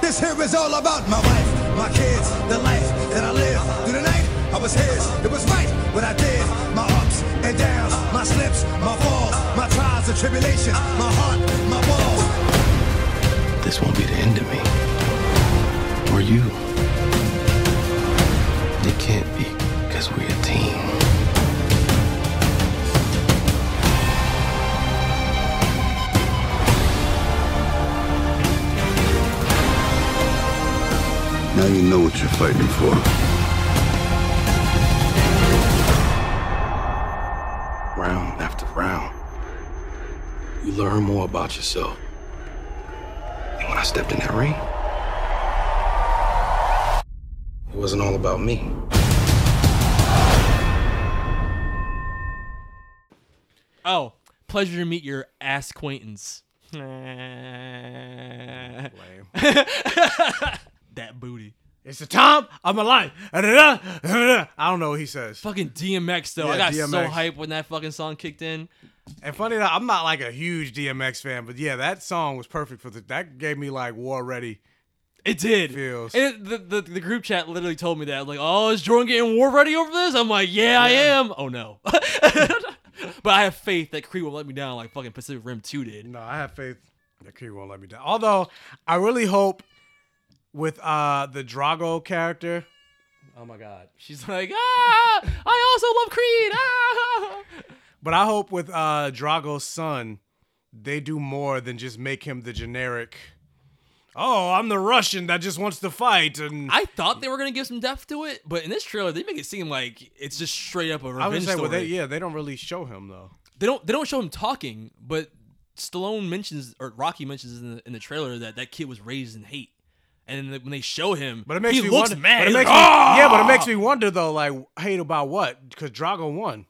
S24: This here is all about my wife, my kids, the life that I live. Through the night, I was his. It was right what I did. My ups and downs, my slips, my falls, my trials and tribulations, my heart, my walls.
S21: This won't be the end of me. Or you. It can't be, because we're a team. Now you know what you're fighting for. Round after round, you learn more about yourself. And when I stepped in that ring, it wasn't all about me.
S2: Oh, pleasure to meet your ass acquaintance. that booty.
S3: It's the time I'm alive. I don't know what he says.
S2: Fucking DMX though. I
S3: Yeah,
S2: got so
S3: DMX.
S2: hyped when that fucking song kicked in.
S3: And funny enough, I'm not like a huge DMX fan, but yeah, that song was perfect for the. That gave me like war ready.
S2: It did.
S3: Feels.
S2: And it- the, the the group chat literally told me that. Like, oh, is Jordan getting war ready over this? I'm like, yeah, I am. Oh no. but I have faith that Creed won't let me down like fucking Pacific Rim 2 did.
S3: No, I have faith that Creed won't let me down. Although I really hope with uh the Drago character.
S2: Oh my god. She's like, ah, I also love Creed. Ah.
S3: But I hope with uh Drago's son, they do more than just make him the generic. Oh, I'm the Russian that just wants to fight, and
S2: I thought they were gonna give some depth to it, but in this trailer they make it seem like it's just straight up a revenge
S3: I was saying,
S2: story.
S3: well, they, yeah, they don't really show him though.
S2: They don't they don't show him talking, but Stallone mentions or Rocky mentions in the, in the trailer that that kid was raised in hate, and then when they show him,
S3: But it makes
S2: he
S3: me
S2: looks
S3: wonder.
S2: mad.
S3: But it
S2: He's
S3: makes
S2: like,
S3: me, yeah, but it
S2: "Ah!"
S3: makes me wonder though, like hate about what? Because Drago won.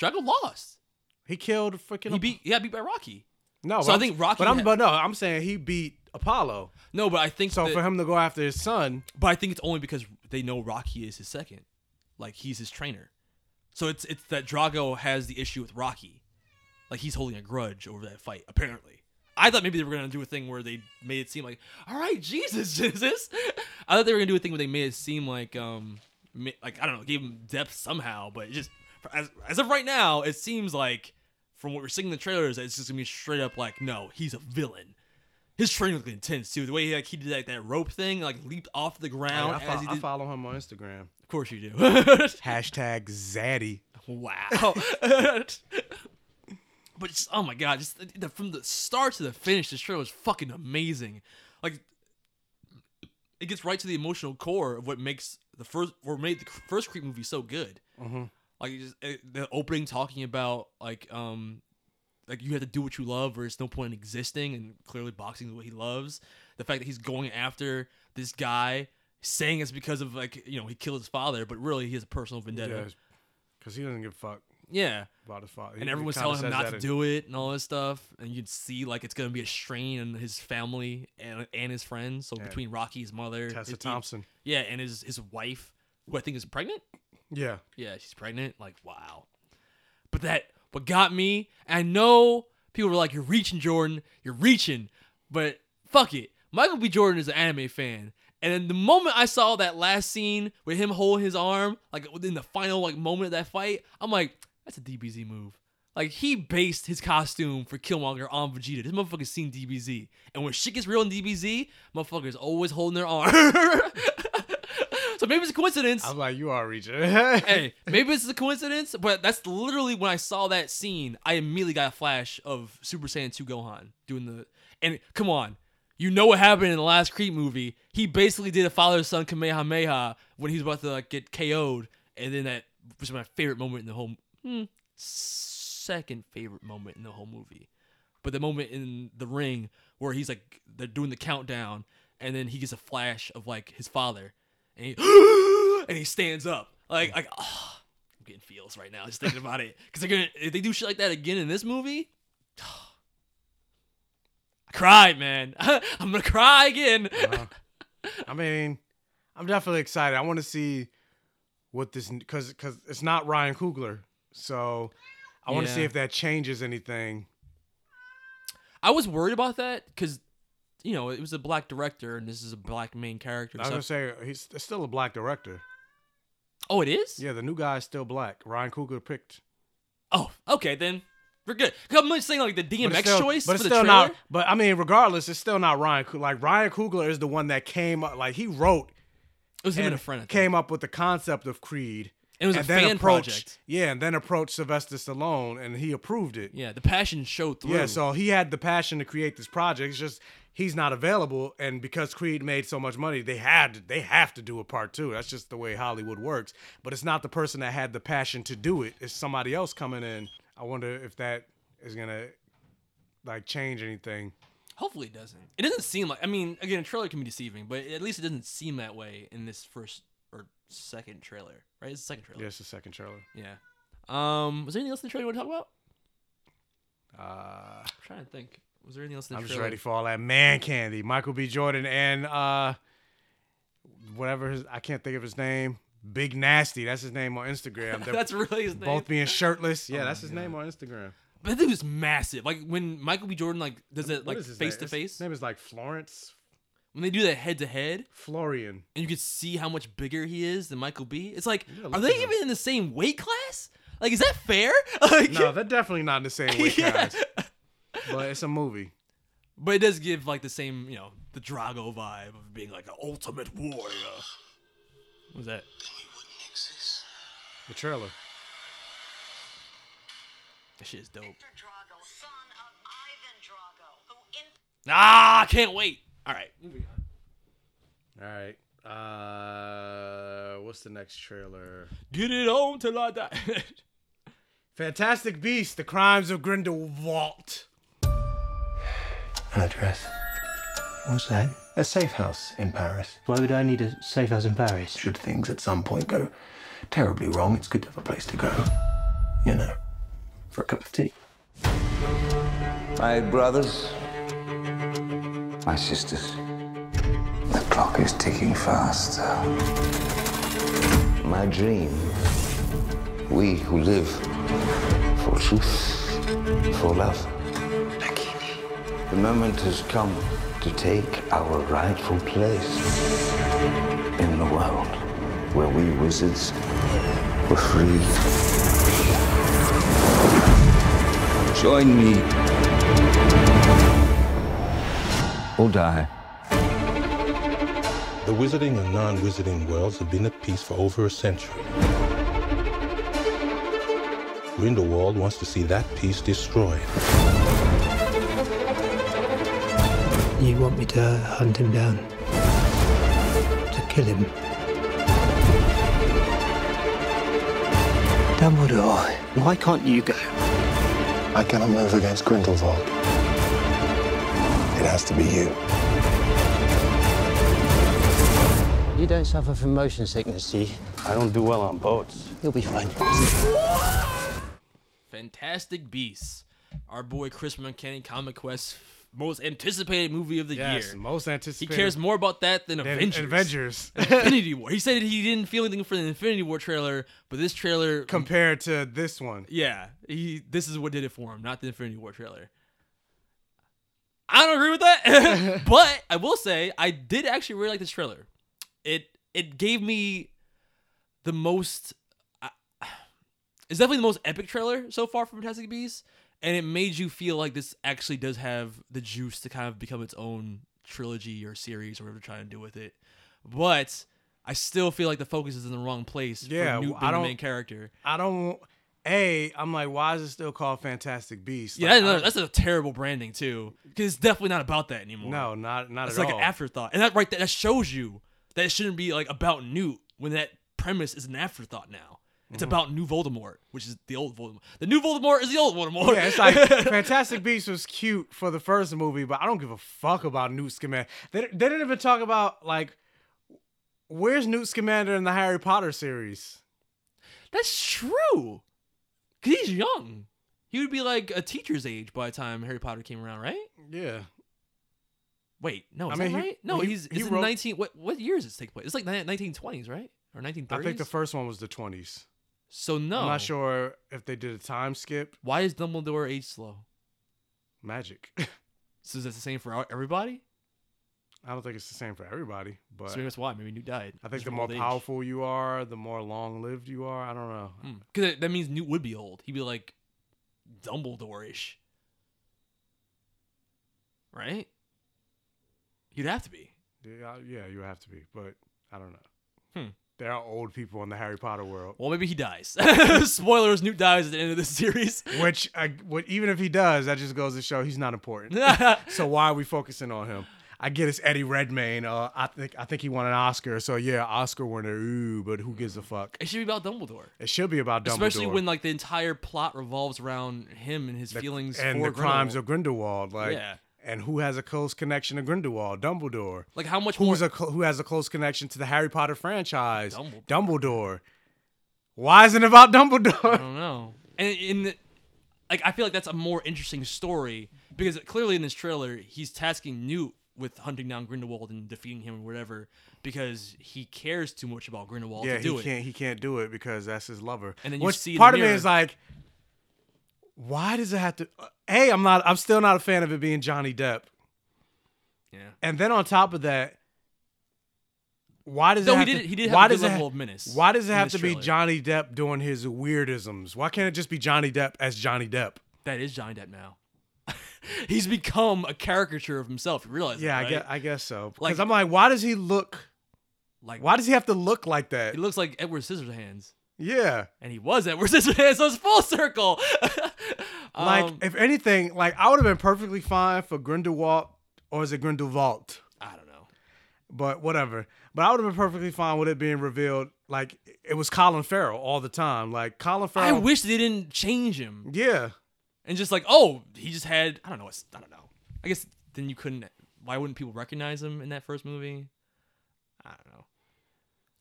S2: Drago lost.
S3: He killed freaking.
S2: He beat yeah beat by Rocky.
S3: No,
S2: So I
S3: but I'm-
S2: think Rocky
S3: But I'm
S2: had-
S3: but no, I'm saying he beat Apollo.
S2: No, but I think
S3: So for him to go after his son,
S2: but I think it's only because they know Rocky is his second, like he's his trainer. So it's it's that Drago has the issue with Rocky, like he's holding a grudge over that fight. Apparently, I thought maybe they were gonna do a thing where they made it seem like, all right, Jesus, Jesus. I thought they were gonna do a thing where they made it seem like um, ma- like I don't know, gave him depth somehow, but it just as, as of right now, it seems like from what we're seeing in the trailers, that it's just gonna be straight up like, no, he's a villain. His training looked intense too. The way he like he did like that rope thing, like leaped off the
S3: Hey,
S2: ground.
S3: Oh, I,
S2: as
S3: fo-
S2: he
S3: I
S2: did-
S3: follow him on Instagram.
S2: Of course you do.
S3: Hashtag Zaddy.
S2: Wow. but just, oh my god, just the, the, from the start to the finish, this trailer was fucking amazing. Like it gets right to the emotional core of what makes the first or made the first Creep movie so good.
S3: Mhm.
S2: Like it just it, the opening talking about like um like you have to do what you love or there's no point in existing and clearly boxing is what he loves. The fact that he's going after this guy saying it's because of like you know he killed his father but really he has a personal vendetta.
S3: Because he doesn't give a fuck.
S2: Yeah.
S3: About his father.
S2: And everyone's telling him not to do it and all this stuff. And you can see like it's gonna be a strain on his family and and his friends. So
S3: Yeah.
S2: between Rocky, his mother,
S3: Tessa
S2: his-
S3: Thompson.
S2: yeah, and his his wife, who I think is pregnant.
S3: Yeah.
S2: Yeah, she's pregnant. Like wow. But that what got me. I know people were like, "You're reaching, Jordan. You're reaching," but fuck it. Michael B. Jordan is an anime fan. And then the moment I saw that last scene with him holding his arm, like within the final like moment of that fight, I'm like, that's a DBZ move. Like he based his costume for Killmonger on Vegeta. This motherfucker's seen DBZ, and when shit gets real in DBZ, motherfuckers always holding their arm. so maybe it's a coincidence.
S3: I'm like, you are reaching.
S2: hey, maybe it's a coincidence, but that's literally when I saw that scene, I immediately got a flash of Super Saiyan 2 Gohan doing the and come on. You know what happened in the last Creed movie. He basically did a father son Kamehameha when he was about to like, get KO'd, and then that was my favorite moment in the whole hmm, second favorite moment in the whole movie. But the moment in the ring where he's like they're doing the countdown, and then he gets a flash of like his father, and he and he stands up like like ah, I'm getting feels right now just thinking about it because they're gonna if they do shit like that again in this movie. I cried, man. I'm gonna cry again.
S3: Uh-huh. I mean, I'm definitely excited. I want to see what this because because it's not Ryan Coogler, so I want to see
S2: Yeah.
S3: if that changes anything.
S2: I was worried about that because you know it was a black director and this is a black main character.
S3: I was
S2: so-
S3: gonna say he's it's still a black director.
S2: Oh, it is.
S3: Yeah, the new guy is still black. Ryan Coogler picked.
S2: Oh, okay then. We're good. 'Cause I'm just saying like the
S3: But it's
S2: DMX
S3: still-
S2: choice
S3: but
S2: for
S3: it's
S2: the
S3: still
S2: trailer.
S3: not. But I mean, regardless, it's still not Ryan. Coogler. Like Ryan Coogler is the one that came up. Like he wrote.
S2: It was him and
S3: and
S2: a friend, I think.
S3: Came up with the concept of Creed.
S2: It was a
S3: and then
S2: fan
S3: approached-
S2: project.
S3: Yeah, and then approached Sylvester Stallone, and he approved it.
S2: Yeah, the passion showed through.
S3: Yeah, so he had the passion to create this project. It's just he's not available, and because Creed made so much money, they had to, they have to do a part two. That's just the way Hollywood works. But it's not the person that had the passion to do it. It's somebody else coming in. I wonder if that is gonna like change anything.
S2: Hopefully it doesn't. It doesn't seem like. I mean, again, a trailer can be deceiving, but at least it doesn't seem that way in this first or second trailer, right? It's the second trailer.
S3: Yeah, it's the second trailer.
S2: Yeah. Um, was there anything else in the trailer you want to talk about?
S3: Uh,
S2: I'm trying to think. Was there anything else in the
S3: I'm
S2: trailer?
S3: just ready for all that man candy. Michael B. Jordan and uh, whatever his I can't think of his name. Big Nasty, that's his name on Instagram. They're
S2: That's really his name?
S3: Both being shirtless. Yeah,
S2: Oh
S3: that's
S2: my
S3: his name on Instagram.
S2: But that dude was massive. Like when Michael B. Jordan like does it
S3: What
S2: like
S3: is his
S2: face
S3: name?
S2: to
S3: His
S2: face.
S3: name is like Florence.
S2: When they do that head to head,
S3: Florian,
S2: and you can see how much bigger he is than Michael B. It's like,
S3: look
S2: are
S3: at
S2: they
S3: him.
S2: even in the same weight class? Like, is that fair? Like,
S3: No, they're definitely not in the same weight
S2: Yeah.
S3: class. But it's a movie.
S2: But it does give like the same, you know, the Drago vibe of being like an ultimate warrior. What was that?
S3: The trailer.
S2: That shit is dope. Ah, I can't wait. All right. moving on.
S3: All right. Uh, what's the next trailer?
S2: Get it on till I die.
S3: Fantastic Beasts: The Crimes of Grindelwald.
S1: address. What's that? A safe house in Paris. Why would I need a safe house in Paris?
S21: Should things at some point go terribly wrong, it's good to have a place to go. You know, for a cup of tea.
S10: My brothers,
S21: My sisters.
S10: the clock is ticking faster. My dream. We who live for truth, for love. The moment has come to take our rightful place in the world where we wizards were free Join me. Or die.
S5: The wizarding and non wizarding worlds have been at peace for over a century. Grindelwald wants to see that peace destroyed.
S1: You want me to hunt him down? To kill him? Dumbledore, why can't you go?
S6: I cannot move against Grindelwald. It has to be you.
S8: You don't suffer from motion sickness, do you?
S6: I don't do well on boats.
S8: You'll be fine.
S2: Fantastic Beasts. Our boy Chris McKenny, Comic Quest, most anticipated movie of the
S3: Yes,
S2: year.
S3: most anticipated.
S2: He cares more about that than Avengers.
S3: Avengers.
S2: Infinity War. He said he didn't feel anything for the Infinity War trailer, but this trailer
S3: compared to this one.
S2: Yeah, he. This is what did it for him, not the Infinity War trailer. I don't agree with that, but I will say I did actually really like this trailer. It it gave me the most. I- It's definitely the most epic trailer so far from Fantastic Beasts, and it made you feel like this actually does have the juice to kind of become its own trilogy or series or whatever they're trying to do with it. But I still feel like the focus is in the wrong place.
S3: Yeah,
S2: for Newt
S3: I
S2: being the
S3: don't-
S2: main character.
S3: I don't. A, I'm like, why is it still called Fantastic Beasts?
S2: Yeah,
S3: Like,
S2: that's,
S3: I
S2: another-
S3: don't-
S2: that's a terrible branding too, because it's definitely not about that anymore.
S3: No, not not
S2: it's
S3: at
S2: like
S3: all.
S2: an afterthought, and that right there, that shows you that it shouldn't be like about Newt when that premise is an afterthought now. It's
S3: Mhm.
S2: about new Voldemort, which is the old Voldemort. The new Voldemort is the old Voldemort.
S3: Yeah, it's like Fantastic Beasts was cute for the first movie, but I don't give a fuck about Newt Scamander. They, they didn't even talk about like where's Newt Scamander in the Harry Potter series.
S2: That's true. Cause he's young. He would be like a teacher's age by the time Harry Potter came around, right?
S3: Yeah.
S2: Wait, no,
S3: I
S2: is
S3: mean,
S2: that
S3: he-
S2: right? no,
S3: he-
S2: he's
S3: he
S2: it's
S3: wrote-
S2: in nineteen. What what year does this take place? It's like nineteen twenties, right? Or nineteen
S3: I
S2: thirties.
S3: think the first one was the 20s.
S2: So no,
S3: I'm not sure if they did a time skip.
S2: Why is Dumbledore age slow?
S3: Magic.
S2: So is that the same for our- everybody?
S3: I don't think it's the same for everybody, but
S2: so maybe that's why. Maybe Newt died.
S3: I think the more powerful you are, the more long lived you are. I don't know.
S2: Hmm. Because that means Newt would be old. He'd be like Dumbledore ish. Right? You'd have to be.
S3: Yeah, I- yeah, you have to be, but I don't know.
S2: Hmm.
S3: There are old people in the Harry Potter world.
S2: Well, maybe he dies. Spoilers Newt dies at the end of this series.
S3: Which, I, what, even if he does, that just goes to show he's not important. so why are we focusing on him? I get it's Eddie Redmayne. Uh, I think I think he won an Oscar. So yeah, Oscar winner. Ooh, but who gives a fuck?
S2: It should be about Dumbledore.
S3: It should be about Dumbledore,
S2: Especially when like the entire plot revolves around him and his feelings
S3: and
S2: for
S3: the crimes
S2: Grindelwald.
S3: of Grindelwald. Like,
S2: Yeah.
S3: and who has a close connection to Grindelwald? Dumbledore.
S2: Like, how much
S3: Who's
S2: more-
S3: a cl- who has a close connection to the Harry Potter franchise? Dumbledore. Why isn't it about Dumbledore?
S2: I don't know. And in the, like, I feel like that's a more interesting story because clearly in this trailer, he's tasking Newt with hunting down Grindelwald and defeating him or whatever because he cares too much about Grindelwald
S3: yeah,
S2: to do
S3: he
S2: it.
S3: can't. He can't do it because that's his lover.
S2: And then you
S3: Which
S2: see in the
S3: part of me
S2: mirror-
S3: is like, why does it have to? uh, hey, I'm not. I'm still not a fan of it being Johnny Depp.
S2: Yeah.
S3: And then on top of that, why does
S2: Though
S3: it
S2: he
S3: have
S2: did-
S3: to,
S2: he did have
S3: why
S2: a good
S3: does it
S2: level
S3: ha-
S2: of menace
S3: Why does it
S2: in
S3: have
S2: this
S3: to be
S2: trailer.
S3: Johnny Depp doing his weirdisms? Why can't it just be Johnny Depp as Johnny Depp?
S2: That is Johnny Depp now. he's become a caricature of himself. You realize that,
S3: Yeah, I
S2: right?
S3: guess I guess so.
S2: Like-
S3: Because I'm like, why does he look?
S2: Like-
S3: why does he have to look like that?
S2: He looks like Edward Scissorhands.
S3: Yeah.
S2: And he was Edward Scissorhands, so it's full circle.
S3: Like,
S2: Um,
S3: if anything, like I would have been perfectly fine for Grindelwald, or is it Grindelwald?
S2: I don't know.
S3: But whatever. But I would have been perfectly fine with it being revealed. Like it was Colin Farrell all the time. Like Colin
S2: I
S3: Farrell.
S2: wish they didn't change him.
S3: Yeah.
S2: And just like, oh, he just had I don't know, it's, I don't know. I guess then you couldn't why wouldn't people recognize him in that first movie? I don't know.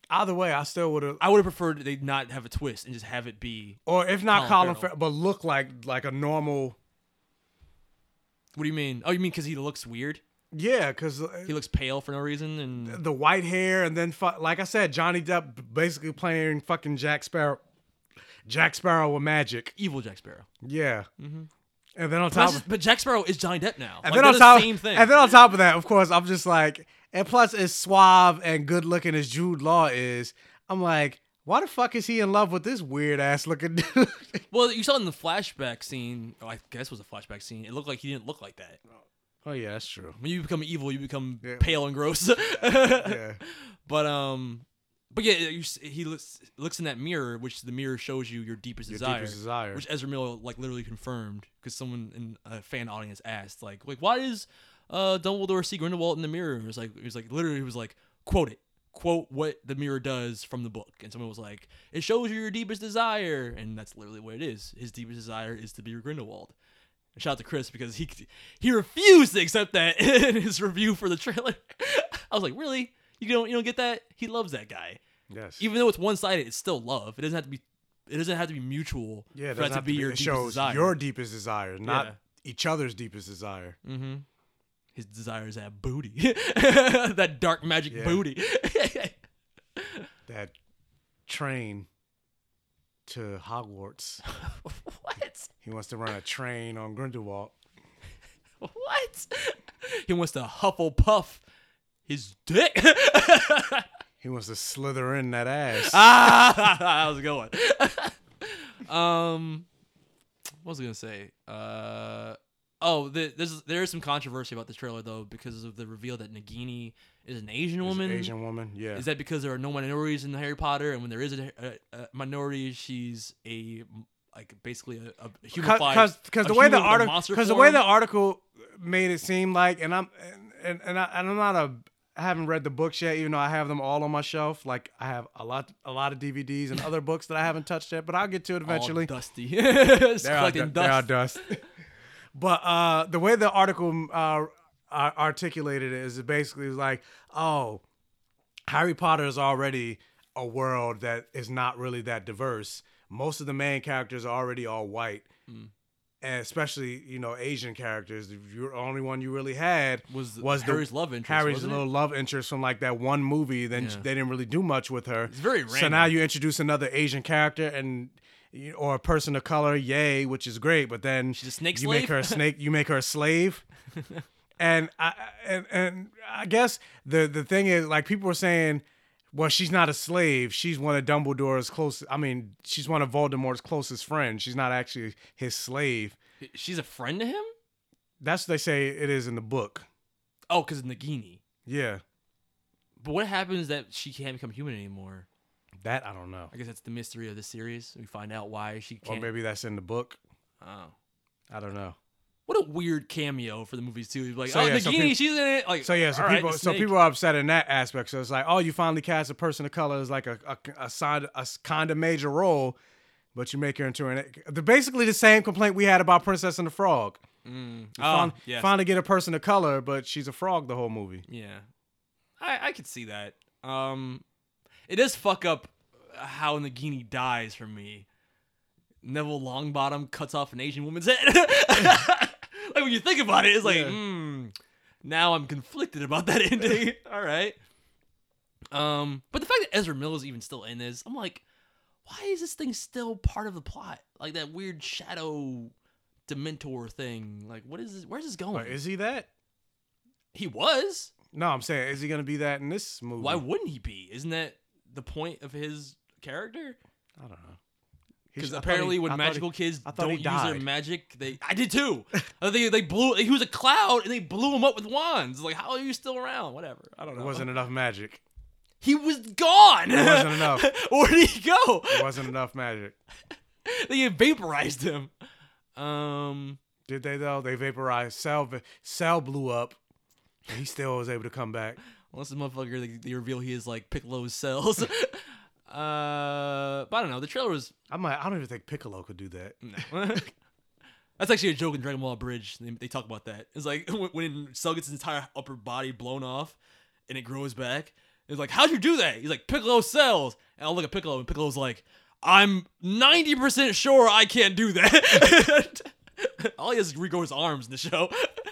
S3: Either way, I still would have.
S2: I would have preferred they not have a twist and just have it be
S3: Or if not Colin,
S2: Colin
S3: Farrell, but look like like a normal.
S2: What do you mean? Oh, you mean cuz he looks weird?
S3: Yeah, because
S2: He looks pale for no reason and
S3: the white hair, and then fu- like I said, Johnny Depp basically playing fucking Jack Sparrow, Jack Sparrow with magic,
S2: evil Jack Sparrow.
S3: Yeah,
S2: Mhm.
S3: and then on
S2: But, that's
S3: top,
S2: just-
S3: of,
S2: but Jack Sparrow is Johnny Depp now.
S3: and
S2: Like,
S3: then on
S2: they're
S3: top,
S2: the same thing.
S3: and then on top of that, of course, I'm just like, and plus, as suave and good looking as Jude Law is, I'm like, Why the fuck is he in love with this weird ass looking dude?
S2: Well, you saw in the flashback scene. Oh, I guess it was a flashback scene. It looked like he didn't look like that.
S3: Oh yeah, that's true.
S2: When you become evil, you become pale and gross.
S3: Yeah.
S2: But um, but yeah, you, s- he looks looks in that mirror, which the mirror shows you your deepest
S3: Your
S2: desire.
S3: deepest desire.
S2: Which Ezra Miller like literally confirmed because someone in a fan audience asked like like why does uh Dumbledore see Grindelwald in the mirror? It was like it was like literally it was like quote it quote what the mirror does from the book and someone was like it shows you your deepest desire and that's literally what it is his deepest desire is to be Grindelwald and shout out to Chris because he he refused to accept that in his review for the trailer. I was like, really? You don't you don't get that? He loves that guy.
S3: Yes.
S2: Even though it's one sided, it's still love. It doesn't have to be. It doesn't have to be mutual.
S3: Yeah, it
S2: for that
S3: doesn't
S2: to
S3: have
S2: be your
S3: it
S2: deepest
S3: shows
S2: desire.
S3: your deepest desire, not
S2: Yeah.
S3: each other's deepest desire.
S2: Mm-hmm. His desire is that booty, that dark magic
S3: Yeah.
S2: booty.
S3: That train to Hogwarts.
S2: what?
S3: He wants to run a train on Grindelwald.
S2: what? He wants to Hufflepuff his dick.
S3: He wants to slither in that ass.
S2: ah, that was a good one. um, what was I gonna say? Uh, oh, the, there's there is some controversy about this trailer though because of the reveal that Nagini is an Asian
S3: Is an
S2: woman.
S3: Asian woman, yeah.
S2: Is that because there are no minorities in Harry Potter, and when there is a, a, a minority, she's a like basically a, a human
S3: because the way the article because the way the
S2: the
S3: article made it seem like and i'm and and, I, and i'm not a i haven't read the books yet even though i have them all on my shelf like i have a lot a lot of dvds and other books that i haven't touched yet but i'll get to it eventually
S2: dusty. It's
S3: they're, all
S2: collecting
S3: du- they're all
S2: dust.
S3: dust but uh the way the article uh ar- articulated it is basically like oh Harry Potter is already a world that is not really that diverse. Most of the main characters are already all white,
S2: Mm.
S3: and especially you know Asian characters. Your the only one you really had
S2: Was the-
S3: was
S2: Harry's love interest,
S3: Harry's
S2: wasn't it?
S3: little love interest from like that one movie. Then
S2: Yeah.
S3: they didn't really do much with her. It's
S2: very
S3: So
S2: random.
S3: now you introduce another Asian character and. Or a person of color, yay, which is great. But then She's a
S2: snake
S3: you make
S2: slave?
S3: her a snake. You make her a slave and I and and I guess the the thing is like people were saying, well, she's not a slave. She's one of Dumbledore's closest. I mean, she's one of Voldemort's closest friends. She's not actually his slave.
S2: She's a friend to him.
S3: That's what they say it is in the book.
S2: Oh, because Nagini.
S3: Yeah,
S2: But what happens that she can't become human anymore?
S3: that I don't know.
S2: I guess that's the mystery of the series. We find out why she
S3: Or
S2: can't.
S3: maybe that's in the book.
S2: Oh.
S3: I don't know.
S2: What a weird cameo for the movies too. Like,
S3: So,
S2: oh,
S3: yeah,
S2: Nagini,
S3: so people-
S2: she's in it. Like,
S3: So yeah, so
S2: all right,
S3: people
S2: the
S3: so
S2: snake.
S3: people are upset in that aspect. So it's like, oh, you finally cast a person of color as like a a, a, side, a kind of major role, but you make her into an the basically the same complaint we had about Princess and the Frog.
S2: Mm.
S3: You
S2: Oh,
S3: fin-
S2: yes.
S3: finally get a person of color, but she's a frog the whole movie.
S2: Yeah, I I could see that. Um, it does fuck up how Nagini dies for me. Neville Longbottom cuts off an Asian woman's head. like when you think about it, it's like,
S3: Yeah.
S2: hmm. Now I'm conflicted about that ending. All right. Um, but the fact that Ezra Miller's even still in this, I'm like, why is this thing still part of the plot? Like that weird shadow dementor thing. Like, what is this? Where's this going?
S3: But is he that?
S2: He was.
S3: No, I'm saying, is he gonna be that in this movie?
S2: Why wouldn't he be? Isn't that the point of his character?
S3: I don't know. He
S2: Because
S3: should- I thought
S2: apparently,
S3: he- I
S2: when
S3: thought
S2: magical
S3: he-
S2: kids
S3: I thought
S2: don't
S3: he
S2: use their
S3: died.
S2: magic, they I did too. Uh, they they blew. He was a cloud, and they blew him up with wands. Like, how are you still around? Whatever. I don't know.
S3: There wasn't enough magic.
S2: He was gone.
S3: There wasn't enough.
S2: Where did he go?
S3: There wasn't enough magic.
S2: They vaporized him. Um,
S3: Did they though? They vaporized. Sal, Sal blew up. And he still was able to come back.
S2: Unless this motherfucker, they, they reveal he is like Piccolo's cells. uh, but I don't know. The trailer was.
S3: I might. I don't even think Piccolo could do that.
S2: No. That's actually a joke in Dragon Ball Bridge. They, they talk about that. It's like when, when Cell gets his entire upper body blown off and it grows back. It's like, how'd you do that? He's like, Piccolo cells. And I'll look at Piccolo and Piccolo's like, I'm 90% sure I can't do that. All he has is regrow his arms in the show.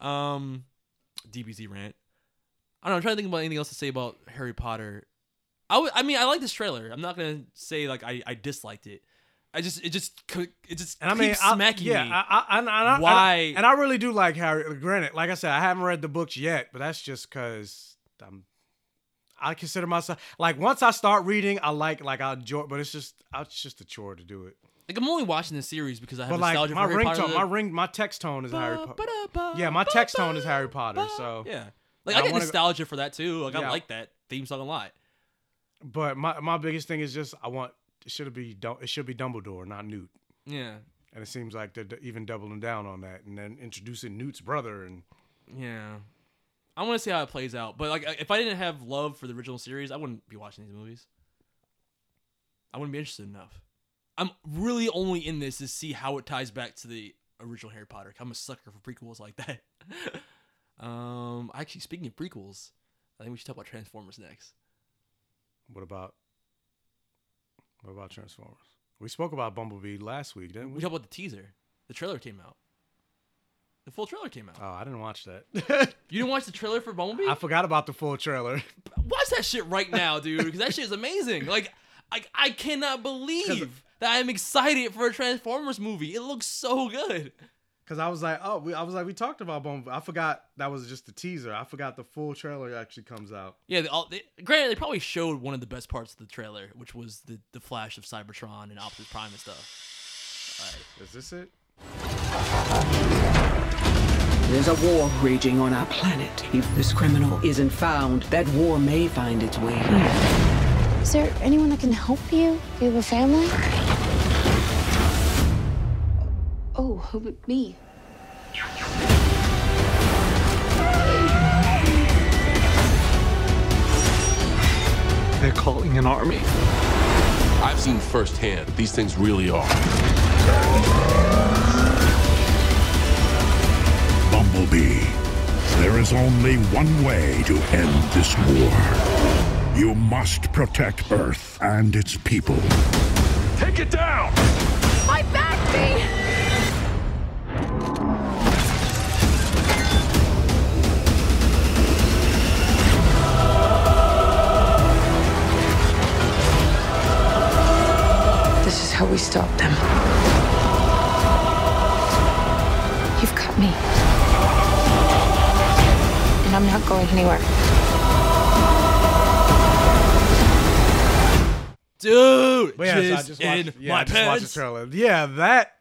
S2: Um, DBZ rant. I don't know. I'm trying to think about anything else to say about Harry Potter. I w- I mean, I like this trailer. I'm not gonna say like I, I disliked it. I just it just co- it just
S3: And I
S2: keeps
S3: mean, I-
S2: smacking
S3: yeah,
S2: me.
S3: I, I, I, and I, and I-
S2: Why?
S3: And I really do like Harry. Granted, like I said, I haven't read the books yet, but that's just because I'm. I consider myself like once I start reading, I like like I enjoy, but it's just I- it's just a chore to do it.
S2: Like I'm only watching the series because I have
S3: But like
S2: nostalgia
S3: my
S2: for Harry
S3: ringtone,
S2: Potter.
S3: my ring, my text tone is Harry Potter. Yeah, my text tone is Harry Potter. So
S2: yeah, like Oh. I, get
S3: wanna go-
S2: nostalgia for that too. Like I
S3: Yeah.
S2: like that theme song a lot.
S3: But my my biggest thing is just I want it should be Dum- it should be Dumbledore, not Newt.
S2: Yeah.
S3: And it seems like they're d- even doubling down on that, and then introducing Newt's brother and
S2: Yeah. I want to see how it plays out, but like if I didn't have love for the original series, I wouldn't be watching these movies. I wouldn't be interested enough. I'm really only in this to see how it ties back to the original Harry Potter. 'cause I'm a sucker for prequels like that. um, actually, speaking of prequels, I think we should talk about Transformers next.
S3: what about what about Transformers? We spoke about Bumblebee last week, didn't we?
S2: We talked about the teaser. The trailer came out. The full trailer came out.
S3: Oh, I didn't watch that.
S2: You didn't watch the trailer for Bumblebee?
S3: I forgot about the full trailer.
S2: watch that shit right now, dude, because that shit is amazing. Like, I, I cannot believe that I'm excited for a Transformers movie. It looks so good.
S3: Cause I was like, oh, we, I was like, we talked about Bumblebee. I forgot that was just the teaser. I forgot the full trailer actually comes out.
S2: Yeah, they all, they, granted, they probably showed one of the best parts of the trailer, which was the, the flash of Cybertron and Optimus Prime and stuff.
S3: Is this it?
S4: There's a war raging on our planet. If this criminal isn't found, that war may find its way here.
S16: Is there anyone that can help you? Do you have a family? Oh, who would me?
S9: They're calling an army.
S13: I've seen firsthand these things really are.
S11: Bumblebee. There is only one way to end this war. You must protect Earth and its people.
S12: Take it down! My back, me!
S4: This is how we stop them.
S16: You've got me. And I'm not going anywhere.
S2: Dude,
S3: But yeah, so I
S2: jizz
S3: just
S2: in
S3: watched, yeah,
S2: my
S3: I just watched the
S2: pants.
S3: trailer. Yeah, that.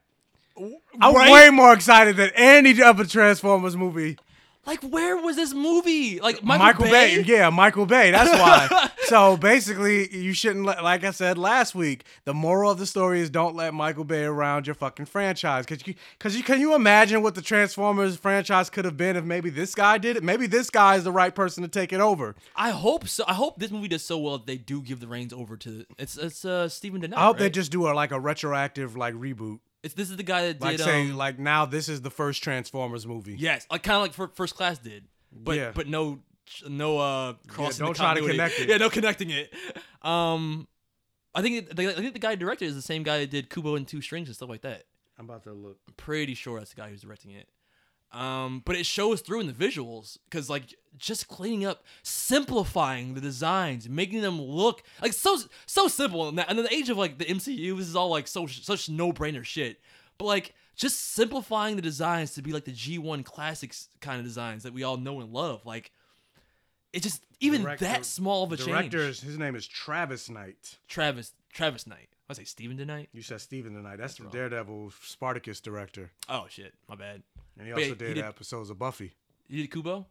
S3: I'm
S2: Right?
S3: way more excited than any other Transformers movie.
S2: Like, where was this movie? Like, Michael,
S3: Bay? yeah, Michael Bay. That's why. so basically, you shouldn't let. Like I said last week, the moral of the story is don't let Michael Bay around your fucking franchise. Cause you, cause you, can you imagine what the Transformers franchise could have been if maybe this guy did it? Maybe this guy is the right person to take it over.
S2: I hope so. I hope this movie does so well that they do give the reins over to it's it's uh Stephen Dennell.
S3: I hope they
S2: right?
S3: just do a, like a retroactive like reboot.
S2: It's this is the guy that did
S3: Like saying
S2: um,
S3: like now this is the first Transformers movie.
S2: Yes, like kind of like fir- first class did, but
S3: Yeah.
S2: but no no uh crossing.
S3: don't
S2: the
S3: try to
S2: continuity.
S3: connect it.
S2: Yeah, no connecting it. Um, I think it- the, I think the guy who directed it is the same guy that did Kubo and Two Strings and stuff like that.
S3: I'm about to look.
S2: I'm pretty sure that's the guy who's directing it. Um, but it shows through in the visuals because like just cleaning up, simplifying the designs, making them look like so so simple. And that- and in the age of like the MCU, this is all like so such no brainer shit. But like just simplifying the designs to be like the G1 classics kind of designs that we all know and love. Like it just even
S3: Director-
S2: that small of a change.
S3: director's- His name is Travis Knight.
S2: Travis Travis Knight. I say Steven tonight.
S3: You said Steven tonight. That's, the
S2: wrong.
S3: Daredevil Spartacus director.
S2: Oh shit, my bad.
S3: And he
S2: But
S3: also
S2: yeah,
S3: did, episodes of Buffy.
S2: He did Kubo.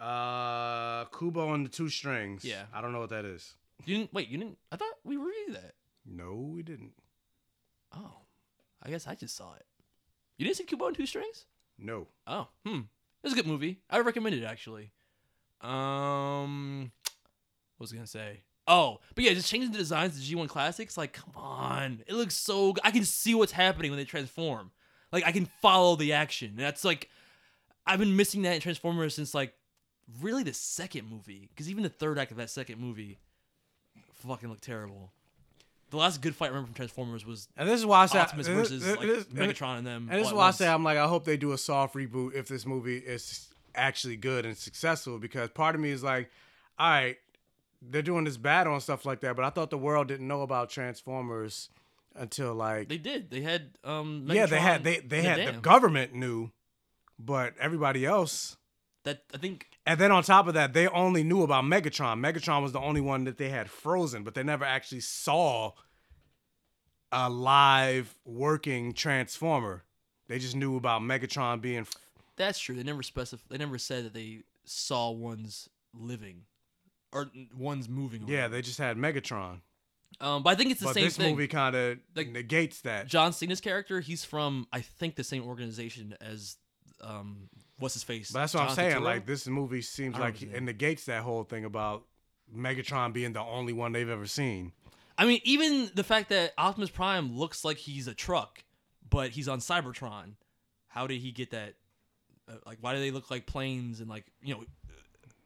S3: Uh, Kubo and the Two Strings.
S2: Yeah.
S3: I don't know what that is.
S2: You didn't wait. You didn't. I thought we reviewed that.
S3: No, we didn't.
S2: Oh, I guess I just saw it. You didn't see Kubo and Two Strings?
S3: No.
S2: Oh, hmm. It was a good movie. I recommend it actually. Um, what was I gonna say? Oh, but yeah, just changing the designs to G1 classics. Like, come on, it looks so. Good. I can see what's happening when they transform. Like, I can follow the action. And that's like, I've been missing that in Transformers since like, really the second movie. Because even the third act of that second movie, fucking looked terrible. The last good fight I remember from Transformers was
S3: And this is why I said
S2: Optimus
S3: and this-
S2: versus
S3: and
S2: like,
S3: this-
S2: Megatron and them.
S3: And this
S2: all
S3: is
S2: at
S3: why I
S2: once.
S3: say I'm like, I hope they do a soft reboot if this movie is actually good and successful. Because part of me is like, all right, they're doing this bad on stuff like that, but I thought the world didn't know about Transformers until like
S2: They did. They had um.
S3: yeah, they had
S2: Megatron
S3: they they
S2: in
S3: had the
S2: dam.
S3: government knew, but everybody else
S2: That I think
S3: And then on top of that, they only knew about Megatron. Megatron was the only one that they had frozen, but they never actually saw a live working Transformer. They just knew about Megatron being.
S2: that's true. They never specif- They never said that they saw one's living or one's moving.
S3: Yeah, they just had Megatron.
S2: Um, but I think it's the
S3: But
S2: same
S3: this
S2: thing.
S3: movie kind of negates that.
S2: John Cena's character, he's from I think the same organization as um, what's his face.
S3: But that's what I'm
S2: John
S3: saying.
S2: Turturro?
S3: Like this movie seems
S2: I don't
S3: like
S2: know his
S3: it negates that whole thing about Megatron being the only one they've ever seen.
S2: I mean, even the fact that Optimus Prime looks like he's a truck, but he's on Cybertron. How did he get that? Uh, like, why do they look like planes and like you know,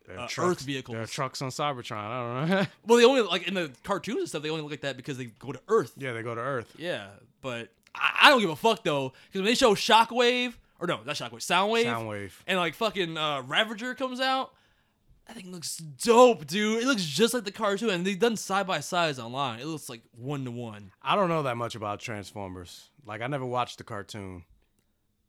S3: They're
S2: uh, Earth
S3: trucks-
S2: vehicles?
S3: they're trucks on Cybertron. I don't know.
S2: Well, they only like in the cartoons and stuff. They only look like that because they go to Earth.
S3: Yeah, they go to Earth.
S2: Yeah, but I, I don't give a fuck though because when they show Shockwave or no, not Shockwave, Soundwave,
S3: Soundwave.
S2: and like fucking uh, Ravager comes out, I think it looks dope, dude. It looks just like the cartoon, and they've done side by sides online. It looks like one to one.
S3: I don't know that much about Transformers. Like I never watched the cartoon.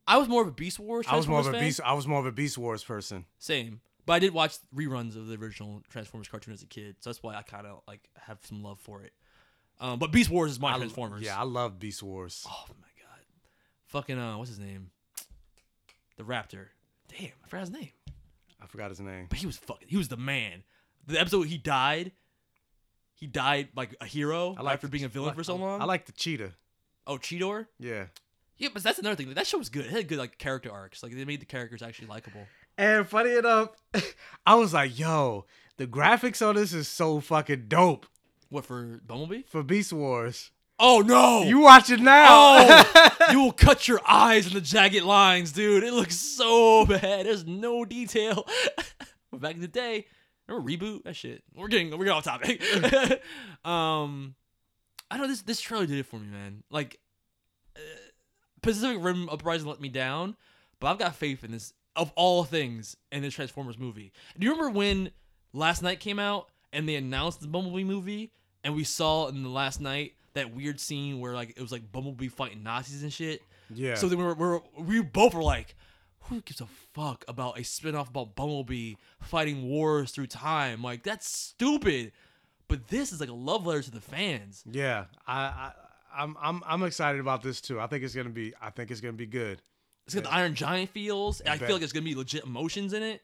S2: I was more of a Beast Wars.
S3: I was more of a
S2: Transformers fan.
S3: beast. I was more of a Beast Wars person.
S2: Same. But I did watch reruns of the original Transformers cartoon as a kid, so that's why I kind of like have some love for it. Um, but Beast Wars is my
S3: I-
S2: Transformers.
S3: Yeah, I love Beast Wars. Oh
S2: my god, fucking uh, what's his name? The Raptor. Damn, I forgot his name.
S3: I forgot his name.
S2: But he was fucking. He was the man. The episode where he died. He died like a hero after being a villain for so long.
S3: I like the cheetah.
S2: Oh, Cheetor.
S3: Yeah.
S2: Yeah, but that's another thing. That show was good. It had good like character arcs. Like they made the characters actually likable.
S3: And funny enough, I was like, yo, the graphics on this is so fucking dope.
S2: What for Bumblebee?
S3: For Beast Wars.
S2: Oh no!
S3: You watch it now.
S2: Oh, you will cut your eyes in the jagged lines, dude. It looks so bad. There's no detail. but back in the day, remember reboot that shit. We're getting we're getting off topic. um, I know this this trailer did it for me, man. Like uh, Pacific Rim Uprising let me down, but I've got faith in this of all things in this Transformers movie. Do you remember when last night came out and they announced the Bumblebee movie and we saw in the last night that weird scene where like it was like Bumblebee fighting Nazis and shit.
S3: Yeah.
S2: So then we were, we were we both were like, who gives a fuck about a spinoff about Bumblebee fighting wars through time? Like that's stupid. But this is like a love letter to the fans.
S3: Yeah, I, I I'm I'm I'm excited about this too. I think it's gonna be I think it's gonna be good.
S2: It's got the Iron Giant feels. and I
S3: bet.
S2: feel like it's gonna be legit emotions in it.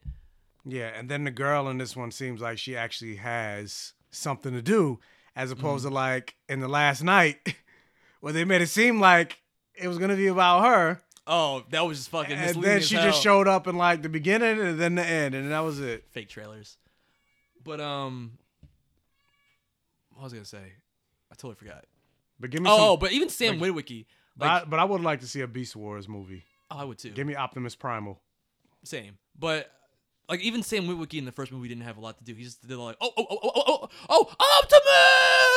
S3: Yeah, and then the girl in this one seems like she actually has something to do, as opposed to like in the last night, where they made it seem like it was gonna be about her,
S2: Oh, that was just fucking.
S3: and
S2: misleading
S3: then
S2: as
S3: she
S2: hell.
S3: just showed up in like the beginning and then the end, and that was it.
S2: fake trailers. But um, what was I gonna say? I totally forgot.
S3: But give me
S2: Oh,
S3: some-
S2: oh, but even Sam
S3: like-
S2: Witwicky.
S3: But, I, but I would like to see a Beast Wars movie.
S2: Oh, I would too.
S3: Give me Optimus Primal.
S2: Same, but like even Sam Witwicky in the first movie didn't have a lot to do. He just did like oh oh oh oh oh oh, oh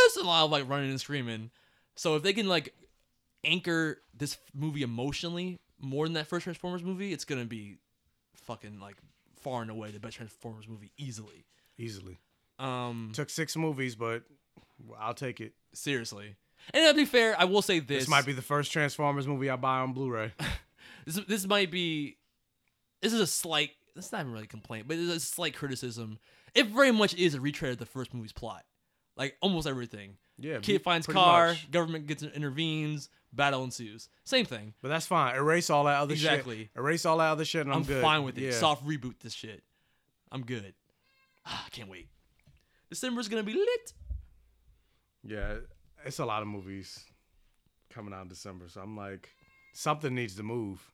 S2: Optimus, and a lot of like running and screaming. So if they can like anchor this movie emotionally more than that first Transformers movie, it's gonna be fucking like far and away the best Transformers movie easily.
S3: Easily.
S2: Um,
S3: took six movies, but I'll take it.
S2: Seriously. And to be fair, I will say this:
S3: This might be the first Transformers movie I buy on Blu-ray.
S2: this this might be this is a slight it's not even really a complaint, but it's a slight criticism. It very much is a retread of the first movie's plot, like almost everything.
S3: Yeah,
S2: kid
S3: be-
S2: finds
S3: pretty
S2: car,
S3: much.
S2: government gets intervenes, battle ensues. Same thing.
S3: But that's fine. Erase all that other shit.
S2: Exactly.
S3: Erase all that other shit, and I'm, good.
S2: fine with it.
S3: Yeah.
S2: Soft reboot this shit. I'm good. Ah, I can't wait. December's gonna be lit.
S3: Yeah, it's a lot of movies coming out in December, so I'm like, something needs to move.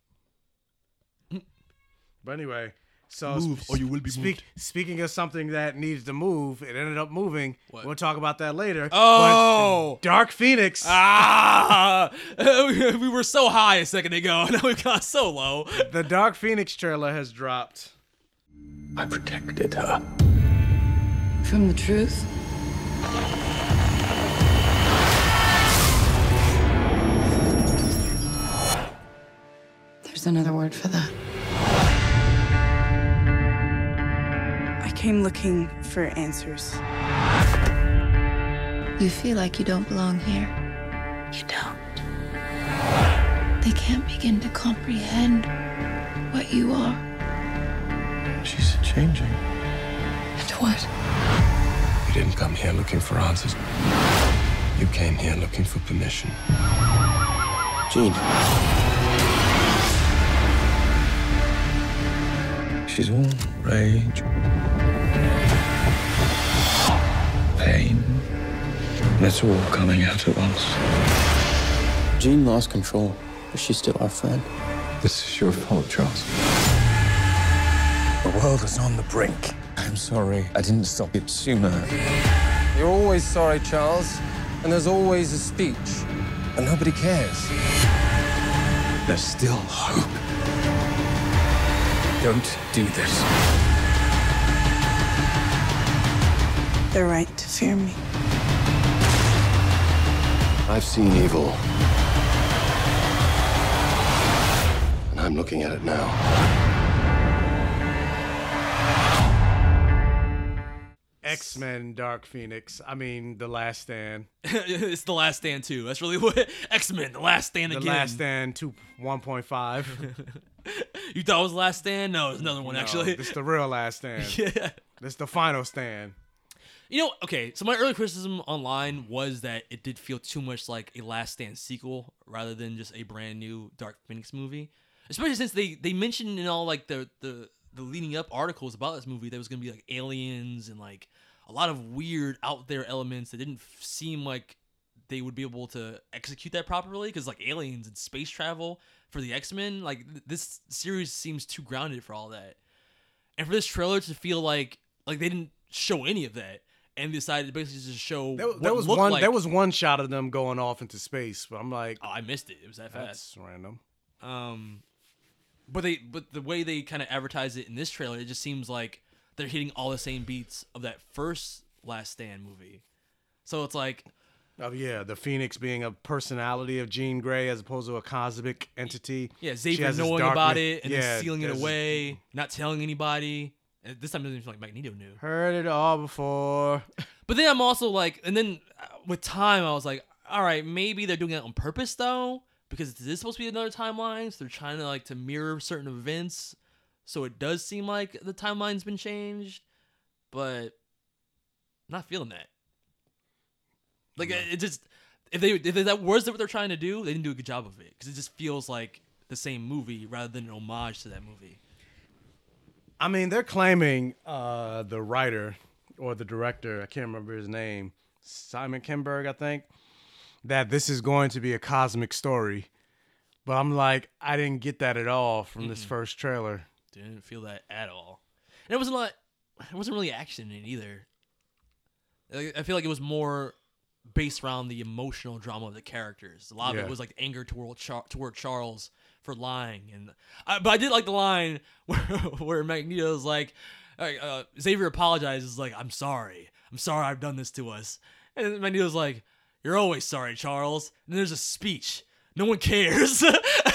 S3: but anyway, so
S2: Move, or you will be moved.
S3: Speaking of something that needs to move, it ended up moving.
S2: What?
S3: We'll talk about that later. But
S2: Oh!
S3: Dark Phoenix.
S2: Ah, we were so high a second ago, now we've got so low.
S3: The Dark Phoenix trailer has dropped.
S21: I protected her.
S22: From the truth? There's another word for that.
S7: I came looking for answers.
S22: You feel like you don't belong here. You don't. They can't begin to comprehend what you are.
S21: She's changing.
S22: Into what?
S21: You didn't come here looking for answers. You came here looking for permission. Jean. She's all rage, pain. And it's all coming out at once.
S14: Jean lost control, but she's still our friend.
S21: This is your fault, Charles.
S14: The world is on the brink.
S21: I'm sorry I didn't stop it sooner.
S14: You're always sorry, Charles, and there's always a speech.
S21: And nobody cares. There's still hope. Don't do this.
S7: They're right to fear me.
S21: I've seen evil. And I'm looking at it now.
S3: X Men, Dark Phoenix. I mean, The Last Stand.
S2: it's the last stand too. That's really what X Men, the last stand
S3: The
S2: again.
S3: Last Stand two one point five.
S2: you thought it was last stand? No, it's another one actually.
S3: This the real Last Stand.
S2: Yeah.
S3: This the final stand.
S2: You know, okay, so my early criticism online was that it did feel too much like a Last Stand sequel rather than just a brand new Dark Phoenix movie. Especially since they they mentioned in all like the the the leading up articles about this movie that it was going to be like aliens and like a lot of weird out there elements that didn't f- seem like they would be able to execute that properly because like aliens and space travel for the X-Men, like th- this series seems too grounded for all that and for this trailer to feel like like they didn't show any of that and decided to basically just show
S3: There,
S2: what
S3: there was
S2: looked
S3: one.
S2: like
S3: There was one shot of them going off into space, but I'm like,
S2: oh, I missed it. It was that
S3: That's random.
S2: um but they but the way they kind of advertise it in this trailer it just seems like they're hitting all the same beats of that first last stand movie so it's like
S3: Oh yeah, the Phoenix being a personality of Jean Grey as opposed to a cosmic entity.
S2: yeah
S3: She has
S2: Xavier
S3: this
S2: knowing
S3: dark
S2: about
S3: ma-
S2: it and
S3: yeah,
S2: then sealing it
S3: there's-
S2: away not telling anybody and this time it doesn't even feel like Magneto knew
S3: Heard it all before.
S2: But then I'm also like, and then uh, with time, I was like, all right, maybe they're doing it on purpose though, because this is supposed to be another timeline. So they're trying to like to mirror certain events, so it does seem like the timeline's been changed. But not feeling that. Like it- it just if they if that was what they're trying to do, they didn't do a good job of it because it just feels like the same movie rather than an homage to that movie.
S3: I mean, they're claiming uh, the writer or the director, I can't remember his name, Simon Kinberg, I think, that this is going to be a cosmic story. But I'm like, I didn't get that at all from this first trailer.
S2: Didn't feel that at all. And it wasn't like it wasn't really action in it either. I I feel like it was more based around the emotional drama of the characters. A lot of
S15: Yeah.
S2: it was like anger toward Char- toward Charles for lying, and I, but I did like the line where, where Magneto's like, uh, uh, Xavier apologizes like, "I'm sorry, I'm sorry, I've done this to us," and Magneto's like, "You're always sorry, Charles." And there's a speech. No one cares.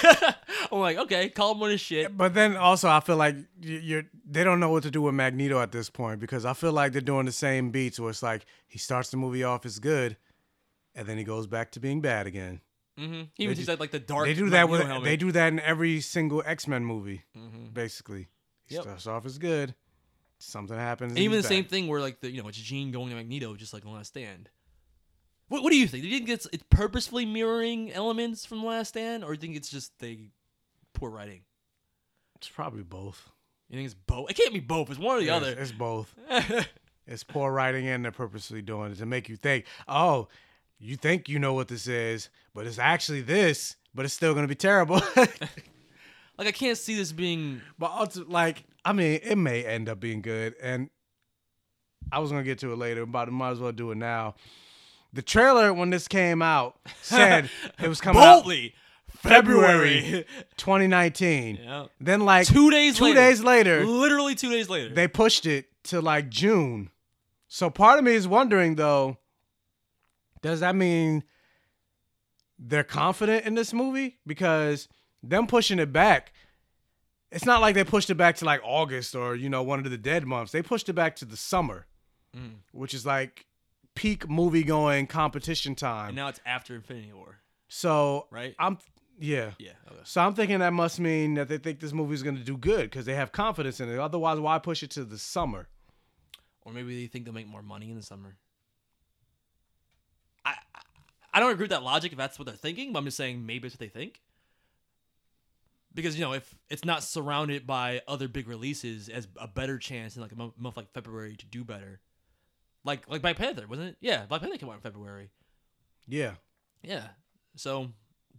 S2: I'm like, okay, call him on his shit.
S3: But then also, I feel like y- you're they don't know what to do with Magneto at this point because I feel like they're doing the same beats where it's like he starts the movie off as good, and then he goes back to being bad again.
S2: Mm-hmm.
S3: They
S2: Even
S3: do-
S2: just like, like the dark.
S3: They do that with
S2: Magneto helmet.
S3: they do that in every single X Men movie,
S2: Mhm.
S3: basically. He
S2: Yep.
S3: Starts off as good, something happens.
S2: And
S3: and
S2: even the
S3: he's
S2: same
S3: back.
S2: thing where like the you know it's Jean going to Magneto just like in Last Stand. What what do you think? Do you think it's it's purposefully mirroring elements from Last Stand, or do you think it's just they poor writing?
S3: It's probably both.
S2: You think it's both? It can't be both. It's one or the
S3: Yeah,
S2: other.
S3: It's, it's both. it's poor writing and they're purposely doing it to make you think, oh, you think you know what this is, but it's actually this, but it's still gonna be terrible.
S2: like I can't see this being.
S3: But also, like, I mean, it may end up being good, and I was gonna get to it later, but I might as well do it now. The trailer when this came out said it was coming
S2: Boldly,
S3: out
S2: February.
S3: 2019.
S2: Yeah.
S3: Then like
S2: two days
S3: two
S2: later,
S3: days later,
S2: literally two days later.
S3: they pushed it to like June. So part of me is wondering though, does that mean they're confident in this movie? Because them pushing it back, it's not like they pushed it back to like August or, you know, one of the dead months. They pushed it back to the summer,
S2: Mm.
S3: which is like peak movie going competition time.
S2: And now it's after Infinity War.
S3: So
S2: right,
S3: I'm Yeah.
S2: Yeah. okay.
S3: So I'm thinking that must mean that they think this movie's going to do good because they have confidence in it. Otherwise, why push it to the summer?
S2: Or maybe they think they'll make more money in the summer. I I- I don't agree with that logic if that's what they're thinking, but I'm just saying maybe it's what they think. Because you know, if it's not surrounded by other big releases, as a better chance in like a month, month like February to do better. Like like Black Panther, wasn't it? Yeah, Black Panther came out in February.
S3: Yeah.
S2: Yeah. So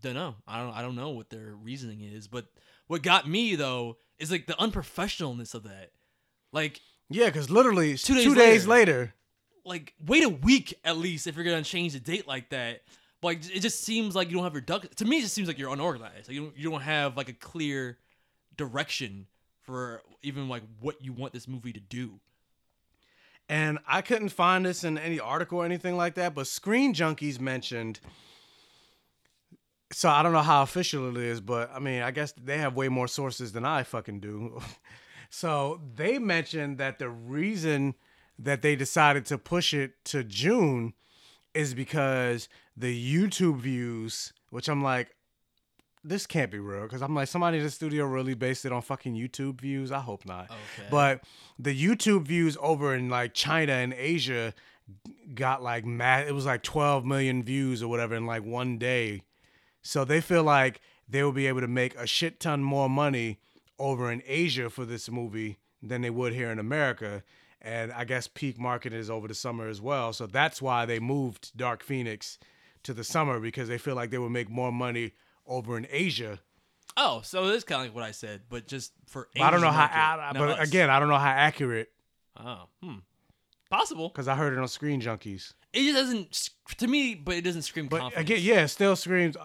S2: don't know. I don't I don't know what their reasoning is, but what got me though is like the unprofessionalness of that. Like
S3: Yeah, because literally
S2: Two
S3: two
S2: days
S3: days,
S2: later.
S3: later.
S2: like wait a week at least if you're gonna change the date like that. But, Like it just seems like you don't have your duck. To me, it just seems like you're unorganized. Like you don't, you don't have like a clear direction for even like what you want this movie to do.
S3: And I couldn't find this in any article or anything like that, but Screen Junkies mentioned. So I don't know how official it is, but I mean, I guess they have way more sources than I fucking do. so they mentioned that the reason that they decided to push it to June is because the YouTube views, which I'm like, this can't be real because I'm like somebody in the studio really based it on fucking YouTube views. I hope not.
S2: Okay.
S3: But the YouTube views over in like China and Asia got like mad. It was like 12 million views or whatever in like one day. So they feel like they will be able to make a shit ton more money over in Asia for this movie than they would here in America. And I guess peak market is over the summer as well. So that's why they moved Dark Phoenix to the summer because they feel like they would make more money over in Asia.
S2: Oh, so it's kind of like what I said, but just for
S3: But I don't
S2: Asian
S3: know how,
S2: market,
S3: I,
S2: not
S3: but
S2: us.
S3: again, I don't know how accurate
S2: oh, hmm, possible.
S3: because I heard it on Screen Junkies.
S2: It just doesn't sc- to me, but it doesn't scream confidence.
S3: Again, yeah, it still screams. uh,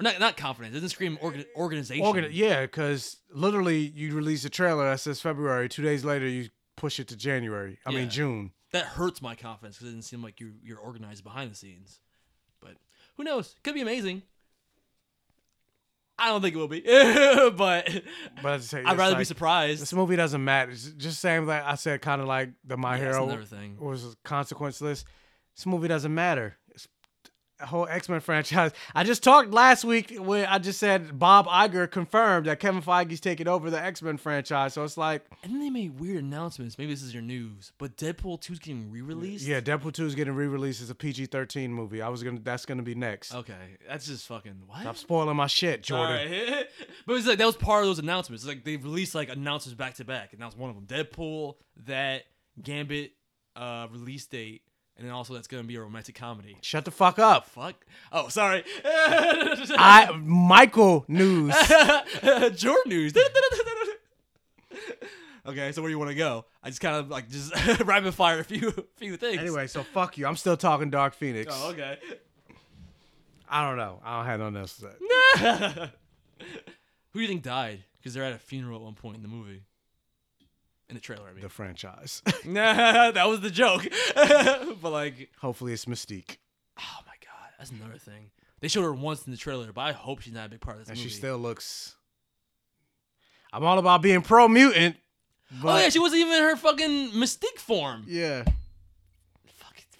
S2: not not confidence. It doesn't scream organ- organization.
S3: Organ- yeah, because literally you release a trailer that says February. Two days later, you push it to January. I
S2: Yeah.
S3: mean June.
S2: that hurts my confidence because it didn't seem like you you're organized behind the scenes. But who knows? Could be amazing. I don't think it will be, but
S3: But I just say,
S2: I'd
S3: it's
S2: rather be
S3: like-
S2: surprised.
S3: This movie doesn't matter. It's just same like I said, kind of like the My
S2: Yeah, it's
S3: Hero
S2: another thing.
S3: was consequenceless. This movie doesn't matter. It's a whole X Men franchise. I just talked last week where I just said Bob Iger confirmed that Kevin Feige's taking over the X Men franchise. So it's like,
S2: And then they made weird announcements. Maybe this is your news, but Deadpool 2 is getting re-released.
S3: yeah, Deadpool Two is getting re released as a PG thirteen movie. I was gonna, that's gonna be next.
S2: Okay, that's just fucking what?
S3: Stop spoiling my shit, Jordan.
S2: Oh. All right. but it's like that was part of those announcements. Like they released like announcements back to back, and that was one of them. Deadpool, that Gambit uh, release date, and then also that's gonna be a romantic comedy.
S3: Shut the fuck up.
S2: Fuck. Oh, sorry.
S3: I Michael news.
S2: Jordan news. okay, so where do you want to go? I just kind of like just rapid fire a few few things.
S3: anyway, so fuck you. I'm still talking Dark Phoenix.
S2: Oh, okay.
S3: I don't know. I don't have nothing else to say.
S2: Who do you think died? Because they're at a funeral at one point in the movie. In the trailer, I mean.
S3: The franchise.
S2: Nah, that was the joke. but like,
S3: Hopefully, it's Mystique.
S2: oh my god, that's another thing. They showed her once in the trailer, but I hope she's not a big part of this
S3: and
S2: movie.
S3: she still looks. I'm all about being pro mutant.
S2: oh
S3: But
S2: yeah, she wasn't even in her fucking Mystique form.
S3: yeah.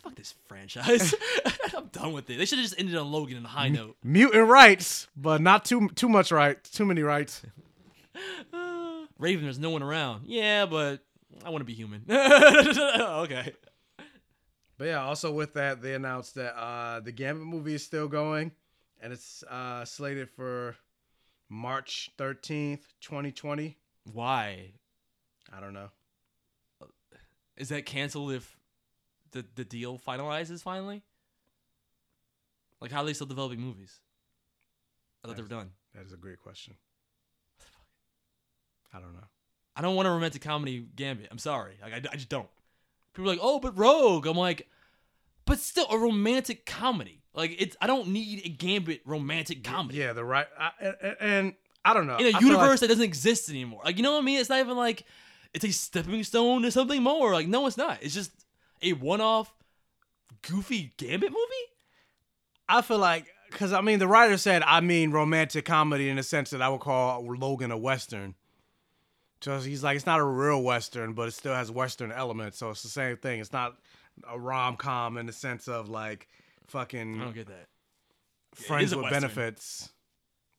S2: Fuck this franchise. I'm done with it. They should have just ended on Logan on a high note.
S3: Mutant rights, but not too too much rights, too many rights.
S2: Raven, there's no one around. Yeah, but I want to be human. okay.
S3: But yeah, also with that, they announced that uh, the Gambit movie is still going, and it's uh, slated for March 13th, 2020.
S2: Why
S3: I don't know.
S2: is that canceled if the the deal finalizes finally? Like, how are they still developing movies? I thought they were done.
S3: That is a great question. I don't know.
S2: I don't want a romantic comedy gambit. I'm sorry. Like, I, I just don't. People are like, oh, but Rogue. I'm like, but still a romantic comedy. Like, it's I don't need a gambit romantic comedy.
S3: Yeah, the right I, and, and I don't know.
S2: in a
S3: I feel like-
S2: universe that doesn't exist anymore. Like you know what I mean? It's not even like it's a stepping stone to something more. Like no, it's not. It's just a one-off goofy Gambit movie.
S3: I feel like because I mean the writer said I mean romantic comedy in the sense that I would call Logan a western. So he's like it's not a real western, but it still has western elements. So it's the same thing. It's not a rom com in the sense of like fucking
S2: I don't get that. It
S3: friends
S2: is a
S3: with
S2: western.
S3: benefits.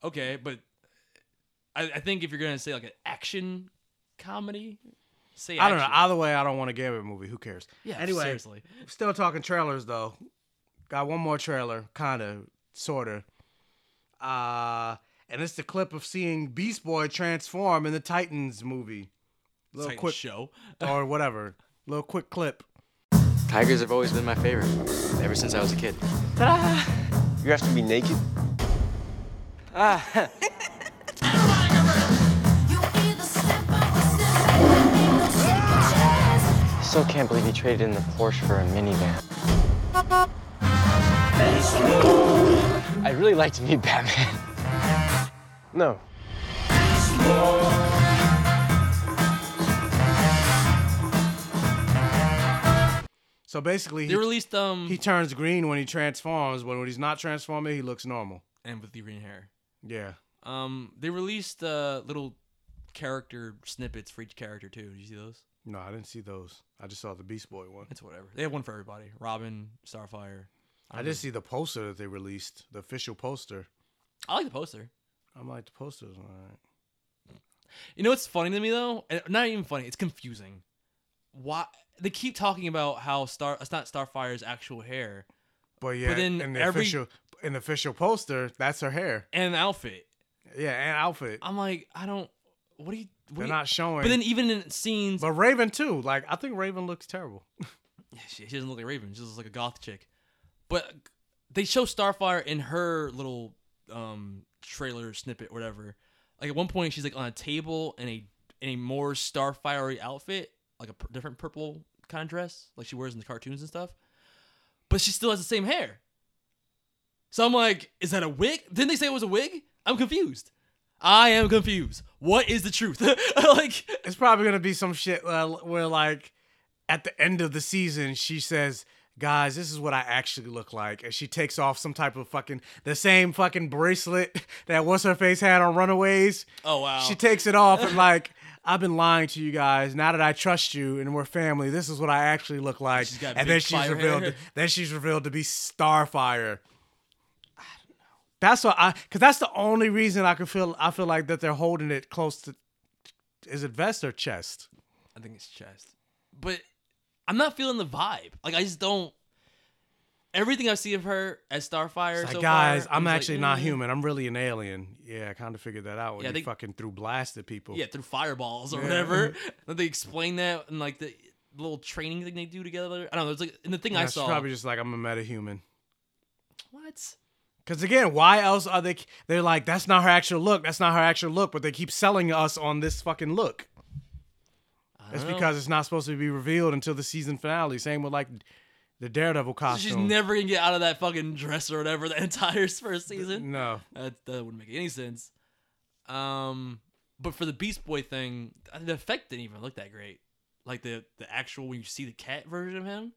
S2: Okay, but I, I think if you're gonna say like an action comedy, say
S3: I don't know.
S2: action.
S3: Either way, I don't want a Gambit movie. Who cares?
S2: Yeah,
S3: Anyway,
S2: seriously.
S3: still talking trailers though. Got one more trailer, kind of, sorta. Uh, and it's the clip of seeing Beast Boy transform in the Titans movie. Little
S2: Titans
S3: quick
S2: show
S3: or whatever. Little quick clip.
S17: Tigers have always been my favorite, ever since I was a kid. You have to be naked? Ah, still can't believe you traded in the Porsche for a minivan. I'd really like to meet Batman. No.
S3: So basically,
S2: They released, um,
S3: He turns green when he transforms, but when he's not transforming, he looks normal.
S2: and with the green hair.
S3: Yeah.
S2: Um, they released uh little character snippets for each character too. Did you see those?
S3: No, I didn't see those. I just saw the Beast Boy one.
S2: It's whatever. They have one for everybody. Robin, Starfire.
S3: I did see the poster that they released, the official poster.
S2: I like the poster.
S3: I'm like the poster's all right.
S2: You know what's funny to me though? And Not even funny. It's confusing. Why they keep talking about how Star? It's not Starfire's actual hair.
S3: But yeah,
S2: then
S3: in the
S2: every-
S3: official in the official poster, that's her hair.
S2: And outfit.
S3: Yeah, and outfit.
S2: I'm like, I don't. What are you? What
S3: They're
S2: are you-
S3: not showing.
S2: Uh, But then e even in scenes,
S3: but Raven too. Like I think Raven looks terrible.
S2: she, she doesn't look like Raven. She looks like a goth chick. But they show Starfire in her little um trailer snippet, whatever. Like at one point, she's like on a table in a in a more Starfire outfit, like a pur- different purple kind of dress, like she wears in the cartoons and stuff. But she still has the same hair. So I'm like, is that a wig? Didn't they say it was a wig? I'm confused. I am confused. What is the truth? like
S3: it's probably gonna be some shit uh, where like at the end of the season she says. Guys, this is what I actually look like. And she takes off some type of fucking the same fucking bracelet that what's her face had on Runaways.
S2: Oh wow.
S3: She takes it off and like, I've been lying to you guys. Now that I trust you and we're family, this is what I actually look like.
S2: She's got big
S3: and then she's
S2: fire
S3: revealed.
S2: hair.
S3: then she's revealed to be Starfire. That's what I, cause that's the only reason I could feel. I feel like that they're holding it close to, is it vest or chest?
S2: I think it's chest. But I'm not feeling the vibe. Like I just don't. Everything I see of her as Starfire,
S3: It's like,
S2: so
S3: guys,
S2: far,
S3: I'm
S2: just like,
S3: actually not
S2: mm.
S3: human. I'm really an alien. Yeah, I kind of figured that out when
S2: Yeah,
S3: you
S2: they-
S3: fucking threw blast at people.
S2: Yeah, through fireballs or
S3: Yeah.
S2: whatever. Then they explain that and like the little training thing they do together. I don't know. It's like in the thing
S3: Yeah,
S2: I
S3: she's
S2: saw.
S3: probably just like I'm a meta human.
S2: what?
S3: Because again, why else are they? They're like, that's not her actual look. That's not her actual look. But they keep selling us on this fucking look. It's
S2: don't know.
S3: because it's not supposed to be revealed until the season finale. Same with like the Daredevil costume.
S2: She's never gonna get out of that fucking dress or whatever the entire first season.
S3: No,
S2: that, that wouldn't make any sense. Um, but for the Beast Boy thing, the effect didn't even look that great. Like the the actual when you see the cat version of him,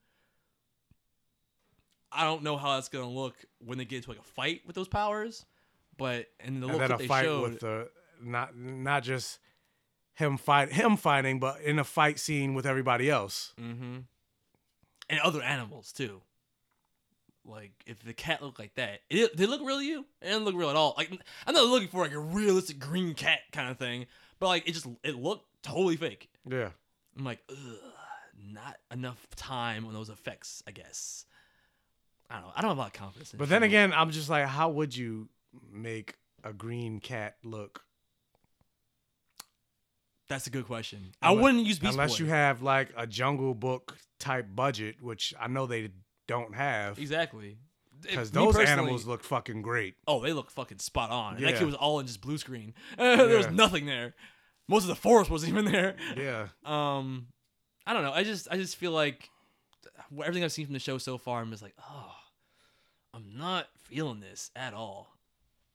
S2: I don't know how that's gonna look when they get into like a fight with those powers. But in the little
S3: and then
S2: clip
S3: a
S2: they
S3: fight
S2: showed,
S3: with the not not just him fight him fighting, but in a fight scene with everybody else.
S2: Mm-hmm. and other animals too. Like if the cat looked like that, it, they look real to you. It didn't look real at all. Like I'm not looking for like a realistic green cat kind of thing, but like it just it looked totally fake.
S3: Yeah.
S2: I'm like, Ugh, not enough time on those effects. I guess. I don't know. I don't have a lot of confidence. In
S3: But then
S2: Shiro.
S3: again, I'm just like, how would you make a green cat look?
S2: that's a good question. I wouldn't use Beast
S3: unless
S2: Boy.
S3: you have like a Jungle Book type budget, which I know they don't have.
S2: exactly It-
S3: Because
S2: me
S3: those
S2: personally-
S3: animals look fucking great.
S2: Oh, they look fucking spot on. And
S3: Yeah.
S2: that kid was all in just blue screen. there was
S3: Yeah.
S2: nothing there. Most of the forest wasn't even there.
S3: Yeah.
S2: Um, I don't know. I just I just feel like wh- everything I've seen from the show so far, I'm just like, oh, I'm not feeling this at all.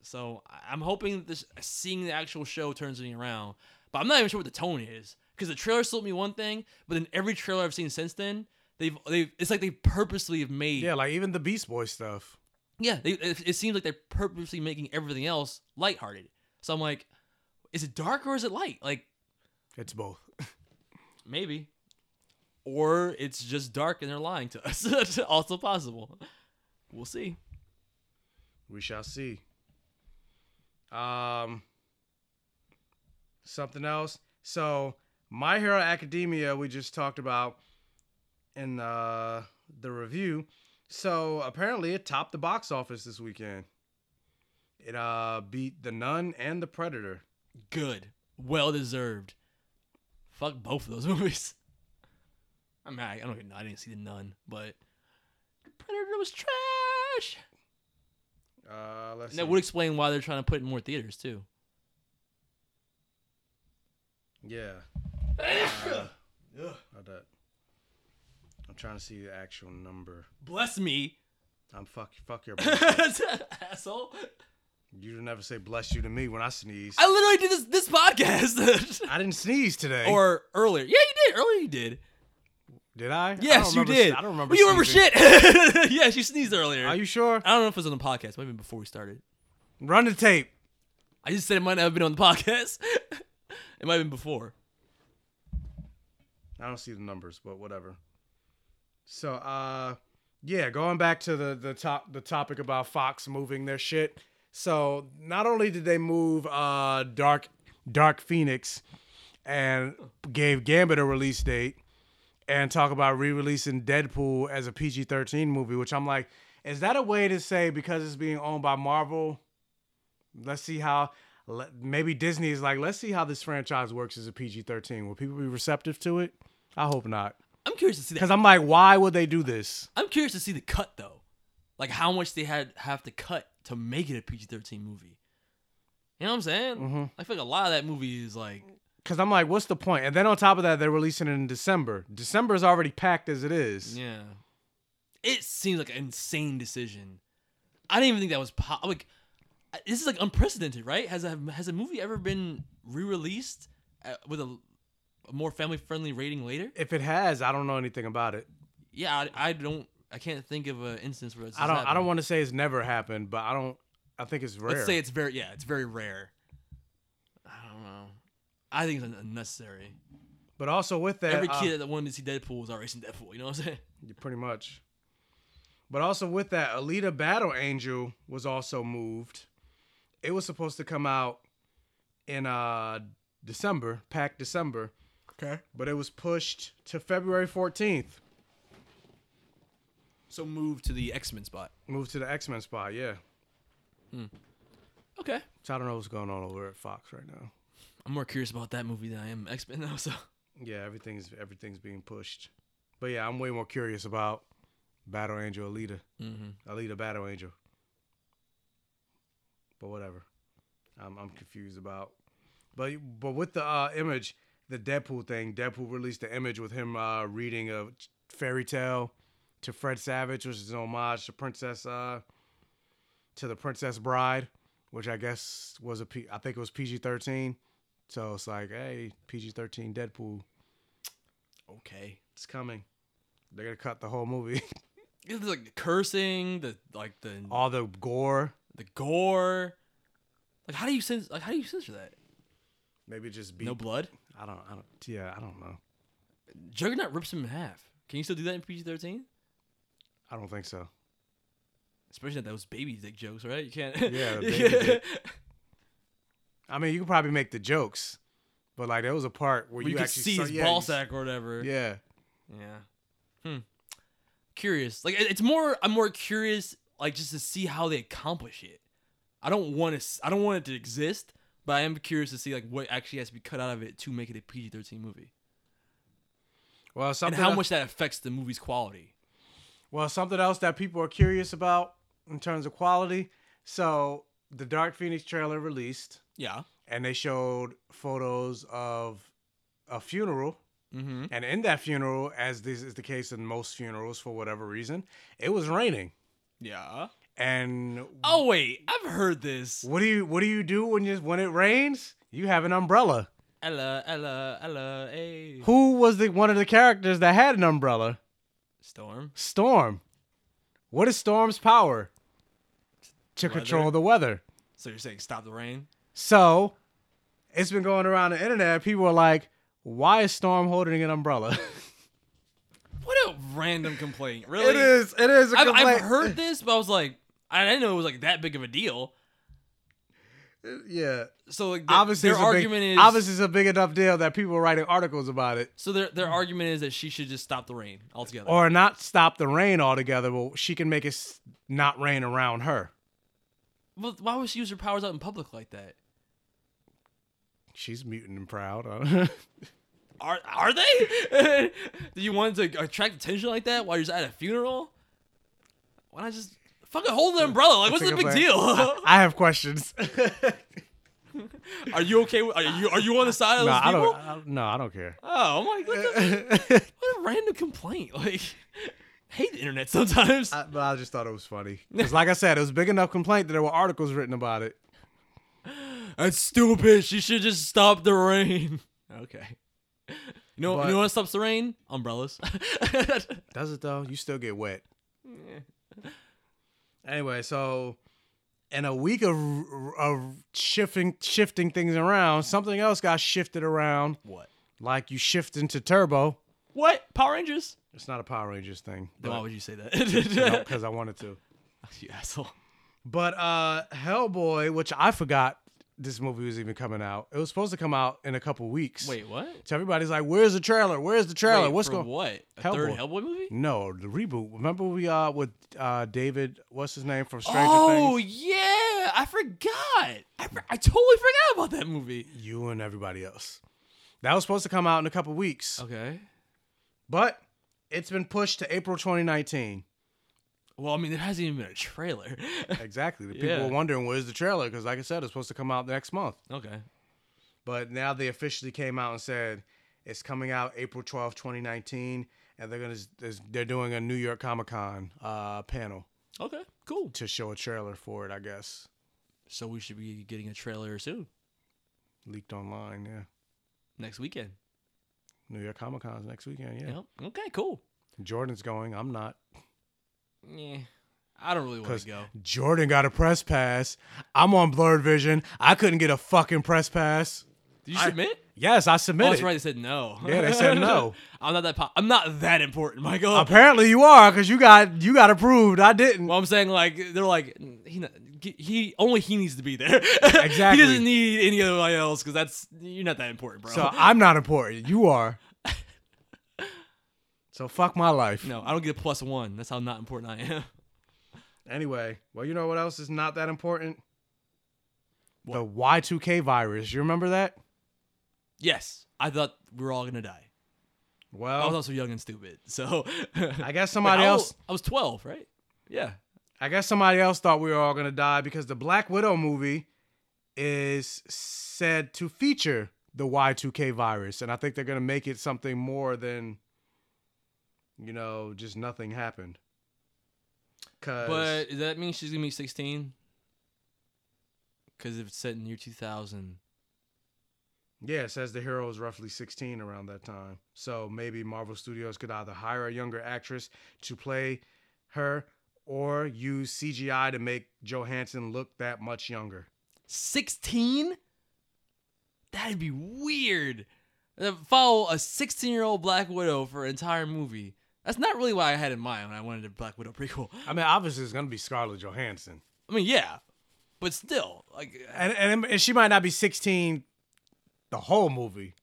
S2: So I- I'm hoping that this seeing the actual show turns me around. But I'm not even sure what the tone is because the trailer sold me one thing, but then every trailer I've seen since then, they've they've it's like they purposely have made
S3: Yeah, like even the Beast Boy stuff.
S2: yeah, they, it, it seems like they're purposely making everything else lighthearted. So I'm like, is it dark or is it light? Like
S3: It's both.
S2: maybe, or it's just dark and they're lying to us. That's also possible. We'll see.
S3: We shall see. Um, something else. So, My Hero Academia, we just talked about in uh, the review. So, apparently, it topped the box office this weekend. It uh, beat The Nun and The Predator.
S2: Good. Well deserved. Fuck both of those movies. I mean, I, I don't even know. I didn't see The Nun, but Predator was trash.
S3: Uh, let's
S2: And that
S3: see.
S2: would explain why they're trying to put it in more theaters, too.
S3: Yeah. Uh, how'd that- I'm trying to see the actual number.
S2: Bless me.
S3: I'm fuck fuck your
S2: asshole.
S3: You never say bless you to me when I sneeze.
S2: I literally did this this podcast.
S3: I didn't sneeze today.
S2: or earlier. Yeah, you did. Earlier you did.
S3: did I?
S2: Yes,
S3: I don't
S2: you
S3: remember-
S2: did.
S3: I don't remember.
S2: Well, you remember
S3: sneezing.
S2: shit. yes, you sneezed earlier. Are
S3: you sure?
S2: I don't know if it was on the podcast. Maybe before we started.
S3: Run the tape.
S2: I just said it might not have been on the podcast. it might have been before.
S3: I don't see the numbers, but whatever. So, uh, yeah, going back to the the top the topic about Fox moving their shit. So, not only did they move uh Dark Dark Phoenix and gave Gambit a release date and talk about re-releasing Deadpool as a PG-13 movie, which I'm like, is that a way to say because it's being owned by Marvel, let's see how le- maybe Disney is like, let's see how this franchise works as a PG-13. Will people be receptive to it? I hope not.
S2: I'm curious to see that.
S3: Cuz I'm like, why would they do this?
S2: I'm curious to see the cut though, like how much they had have to cut to make it a PG-13 movie. You know what I'm saying?
S3: Mhm.
S2: I feel like a lot of that movie is like
S3: Cuz I'm like, what's the point? And then on top of that, they're releasing it in December. December is already packed as it is.
S2: Yeah. It seems like an insane decision. I didn't even think that was po- like I- this is like unprecedented, right? Has a has a movie ever been re-released uh, with a, a more family-friendly rating later?
S3: If it has, I don't know anything about it.
S2: Yeah, I, I don't I can't think of an instance where it's
S3: I don't I don't want to say it's never happened, but I don't I think it's rare.
S2: Let's say it's very yeah, it's very rare. I don't know. I think it's un- unnecessary.
S3: But also with that,
S2: every
S3: uh,
S2: kid that wanted to see Deadpool was already seen Deadpool. You know what I'm saying?
S3: Yeah, Pretty much. But also with that, Alita Battle Angel was also moved. It was supposed to come out in uh December, packed December.
S2: Okay.
S3: But it was pushed to February 14th.
S2: So move to the X Men spot.
S3: Moved to the X-Men spot, yeah.
S2: Hmm. Okay.
S3: So I don't know what's going on over at Fox right now.
S2: I'm more curious about that movie than I am X Men though. So
S3: Yeah, everything's everything's being pushed. But yeah, I'm way more curious about Battle Angel Alita.
S2: Mhm.
S3: Alita Battle Angel. But whatever. I'm I'm confused about. But but with the uh, image, the Deadpool thing, Deadpool released the image with him uh, reading a fairy tale to Fred Savage, which is an homage to Princess uh, to the Princess Bride, which I guess was a P- I think it was PG thirteen. So it's like, hey, PG thirteen Deadpool,
S2: okay,
S3: it's coming. They're gonna cut the whole movie.
S2: it's like the cursing, the like the
S3: All the gore.
S2: the gore. Like how do you censor? Like how do you censor that?
S3: Maybe just
S2: no
S3: beat-
S2: blood.
S3: I don't. I don't. Yeah, I don't know.
S2: Juggernaut rips him in half. Can you still do that in PG-13?
S3: I don't think so.
S2: Especially not those baby dick jokes, right? You can't.
S3: Yeah, the baby dick. I mean, you could probably make the jokes, but like there was a part where
S2: Where you could
S3: actually
S2: see
S3: saw-
S2: his
S3: yeah,
S2: ball
S3: you-
S2: sack or whatever.
S3: Yeah.
S2: Yeah. Hmm. Curious. Like it- it's more. I'm more curious. Like just to see how they accomplish it. I don't want to. I don't want it to exist, but I am curious to see like what actually has to be cut out of it to make it a PG-13 movie,
S3: Well,
S2: and
S3: something
S2: how
S3: else-
S2: much that affects the movie's quality.
S3: Well, something else that people are curious about in terms of quality. So the Dark Phoenix trailer released.
S2: Yeah.
S3: And they showed photos of a funeral.
S2: Mhm.
S3: And in that funeral, as this is the case in most funerals for whatever reason, it was raining.
S2: Yeah.
S3: And
S2: oh wait, I've heard this.
S3: What do you What do you do when you when it rains? You have an umbrella.
S2: Ella, Ella, Ella, hey.
S3: Who was the one of the characters that had an umbrella?
S2: Storm.
S3: Storm. What is Storm's power? To
S2: Weather.
S3: control the weather.
S2: So you're saying stop the rain?
S3: So it's been going around the internet. People are like, why is Storm holding an umbrella?
S2: What a random complaint. Really?
S3: is- it is a
S2: I've, I've
S3: complaint.
S2: heard this, but I was like, I didn't know it was like that big of a deal.
S3: Yeah.
S2: So like, their-
S3: obviously,
S2: their
S3: it's a big-
S2: argument is-
S3: obviously it's a big enough deal that people are writing articles about it,
S2: So their their argument is that she should just stop the rain altogether.
S3: or not stop the rain altogether, but she can make it s- not rain around her.
S2: Well, why would she use her powers out in public like that?
S3: She's mutant and proud. huh?
S2: Are are they? Do you want to attract attention like that while you're just at a funeral? Why not just fucking hold an umbrella? Like, what's the
S3: Pick
S2: big
S3: up
S2: deal?
S3: I, I have questions.
S2: are you okay? With, are you are you on the side of
S3: no,
S2: those
S3: I
S2: people?
S3: don't, I don't- No, I don't care.
S2: Oh, I'm like, what, the, what a random complaint. Like, I hate the internet sometimes.
S3: I- but I just thought it was funny. 'Cause like I said, it was a big enough complaint that there were articles written about it.
S2: That's stupid. She should just stop the rain. Okay. You know,
S3: But-
S2: you know what stops the rain? Umbrellas.
S3: Does it though? You still get wet. Anyway, so in a week of, of shifting shifting things around, something else got shifted around.
S2: What?
S3: Like you shift into Turbo.
S2: what? Power Rangers?
S3: It's not a Power Rangers thing.
S2: Then why would you say that?
S3: Because I wanted to.
S2: You asshole.
S3: But uh Hellboy, which I forgot this movie was even coming out. It was supposed to come out in a couple weeks.
S2: Wait, what?
S3: So everybody's like, "Where's the trailer? Where's the trailer?
S2: Wait,
S3: What's
S2: for
S3: going?
S2: What? A third Hellboy Mm, movie?
S3: No, the reboot. Remember we uh with uh David, what's his name from Stranger
S2: oh
S3: Things?
S2: yeah, I forgot. I, for- I totally forgot about that movie.
S3: You and everybody else. That was supposed to come out in a couple weeks.
S2: Okay.
S3: But it's been pushed to April 2019.
S2: Well, I mean, there hasn't even been a trailer.
S3: Exactly. The people
S2: Yeah.
S3: were wondering where's the trailer because, like I said, it's supposed to come out next month.
S2: okay.
S3: But now they officially came out and said it's coming out April 12th, 2019, and they're gonna there's- they're doing a New York Comic Con uh, panel
S2: Okay. Cool.
S3: to show a trailer for it. I guess
S2: So we should be getting a trailer soon
S3: leaked online. Yeah,
S2: next weekend.
S3: New York Comic Con's next weekend. Yeah,
S2: Yep. Okay. Cool.
S3: Jordan's going. I'm not
S2: Yeah. I don't really want
S3: because
S2: to go.
S3: Jordan got a press pass. I'm on blurred vision. I couldn't get a fucking press pass.
S2: Did you submit?
S3: Yes, I
S2: Oh,
S3: submitted.
S2: that's right. They said no.
S3: Yeah, they said no.
S2: I'm not that. Po- I'm not that important, Michael.
S3: Apparently you are because you got you got approved. I didn't.
S2: Well, I'm saying like they're like he not- he only he needs to be there.
S3: Exactly.
S2: he doesn't need anybody else because that's you're not that important, bro.
S3: So I'm not important. You are. so fuck my life.
S2: no, I don't get a plus one. That's how not important I am.
S3: Anyway, well, you know what else is not that important? The Y2K virus. You remember that?
S2: Yes, I thought we were all gonna die. I was
S3: Well,
S2: also young and stupid, so I
S3: guess Oh. somebody else-
S2: I was 12, right? Yeah.
S3: I guess somebody else thought we were all gonna die because the Black Widow movie is said to feature the Y2K virus, and I think they're gonna make it something more than, you know, just nothing happened. Cause
S2: But does that mean she's gonna be 16? Because if it's set in year 2000,
S3: Yeah, it says the hero is roughly 16 around that time. So maybe Marvel Studios could either hire a younger actress to play her or use CGI to make Johansson look that much younger.
S2: 16? That'd be weird. Uh, Follow a 16 year old Black Widow for an entire movie. That's not really what I had in mind when I wanted a Black Widow prequel.
S3: I mean, obviously, it's going to be Scarlett Johansson.
S2: I mean, yeah, but still, like,
S3: And, and, and she might not be 16 the whole movie.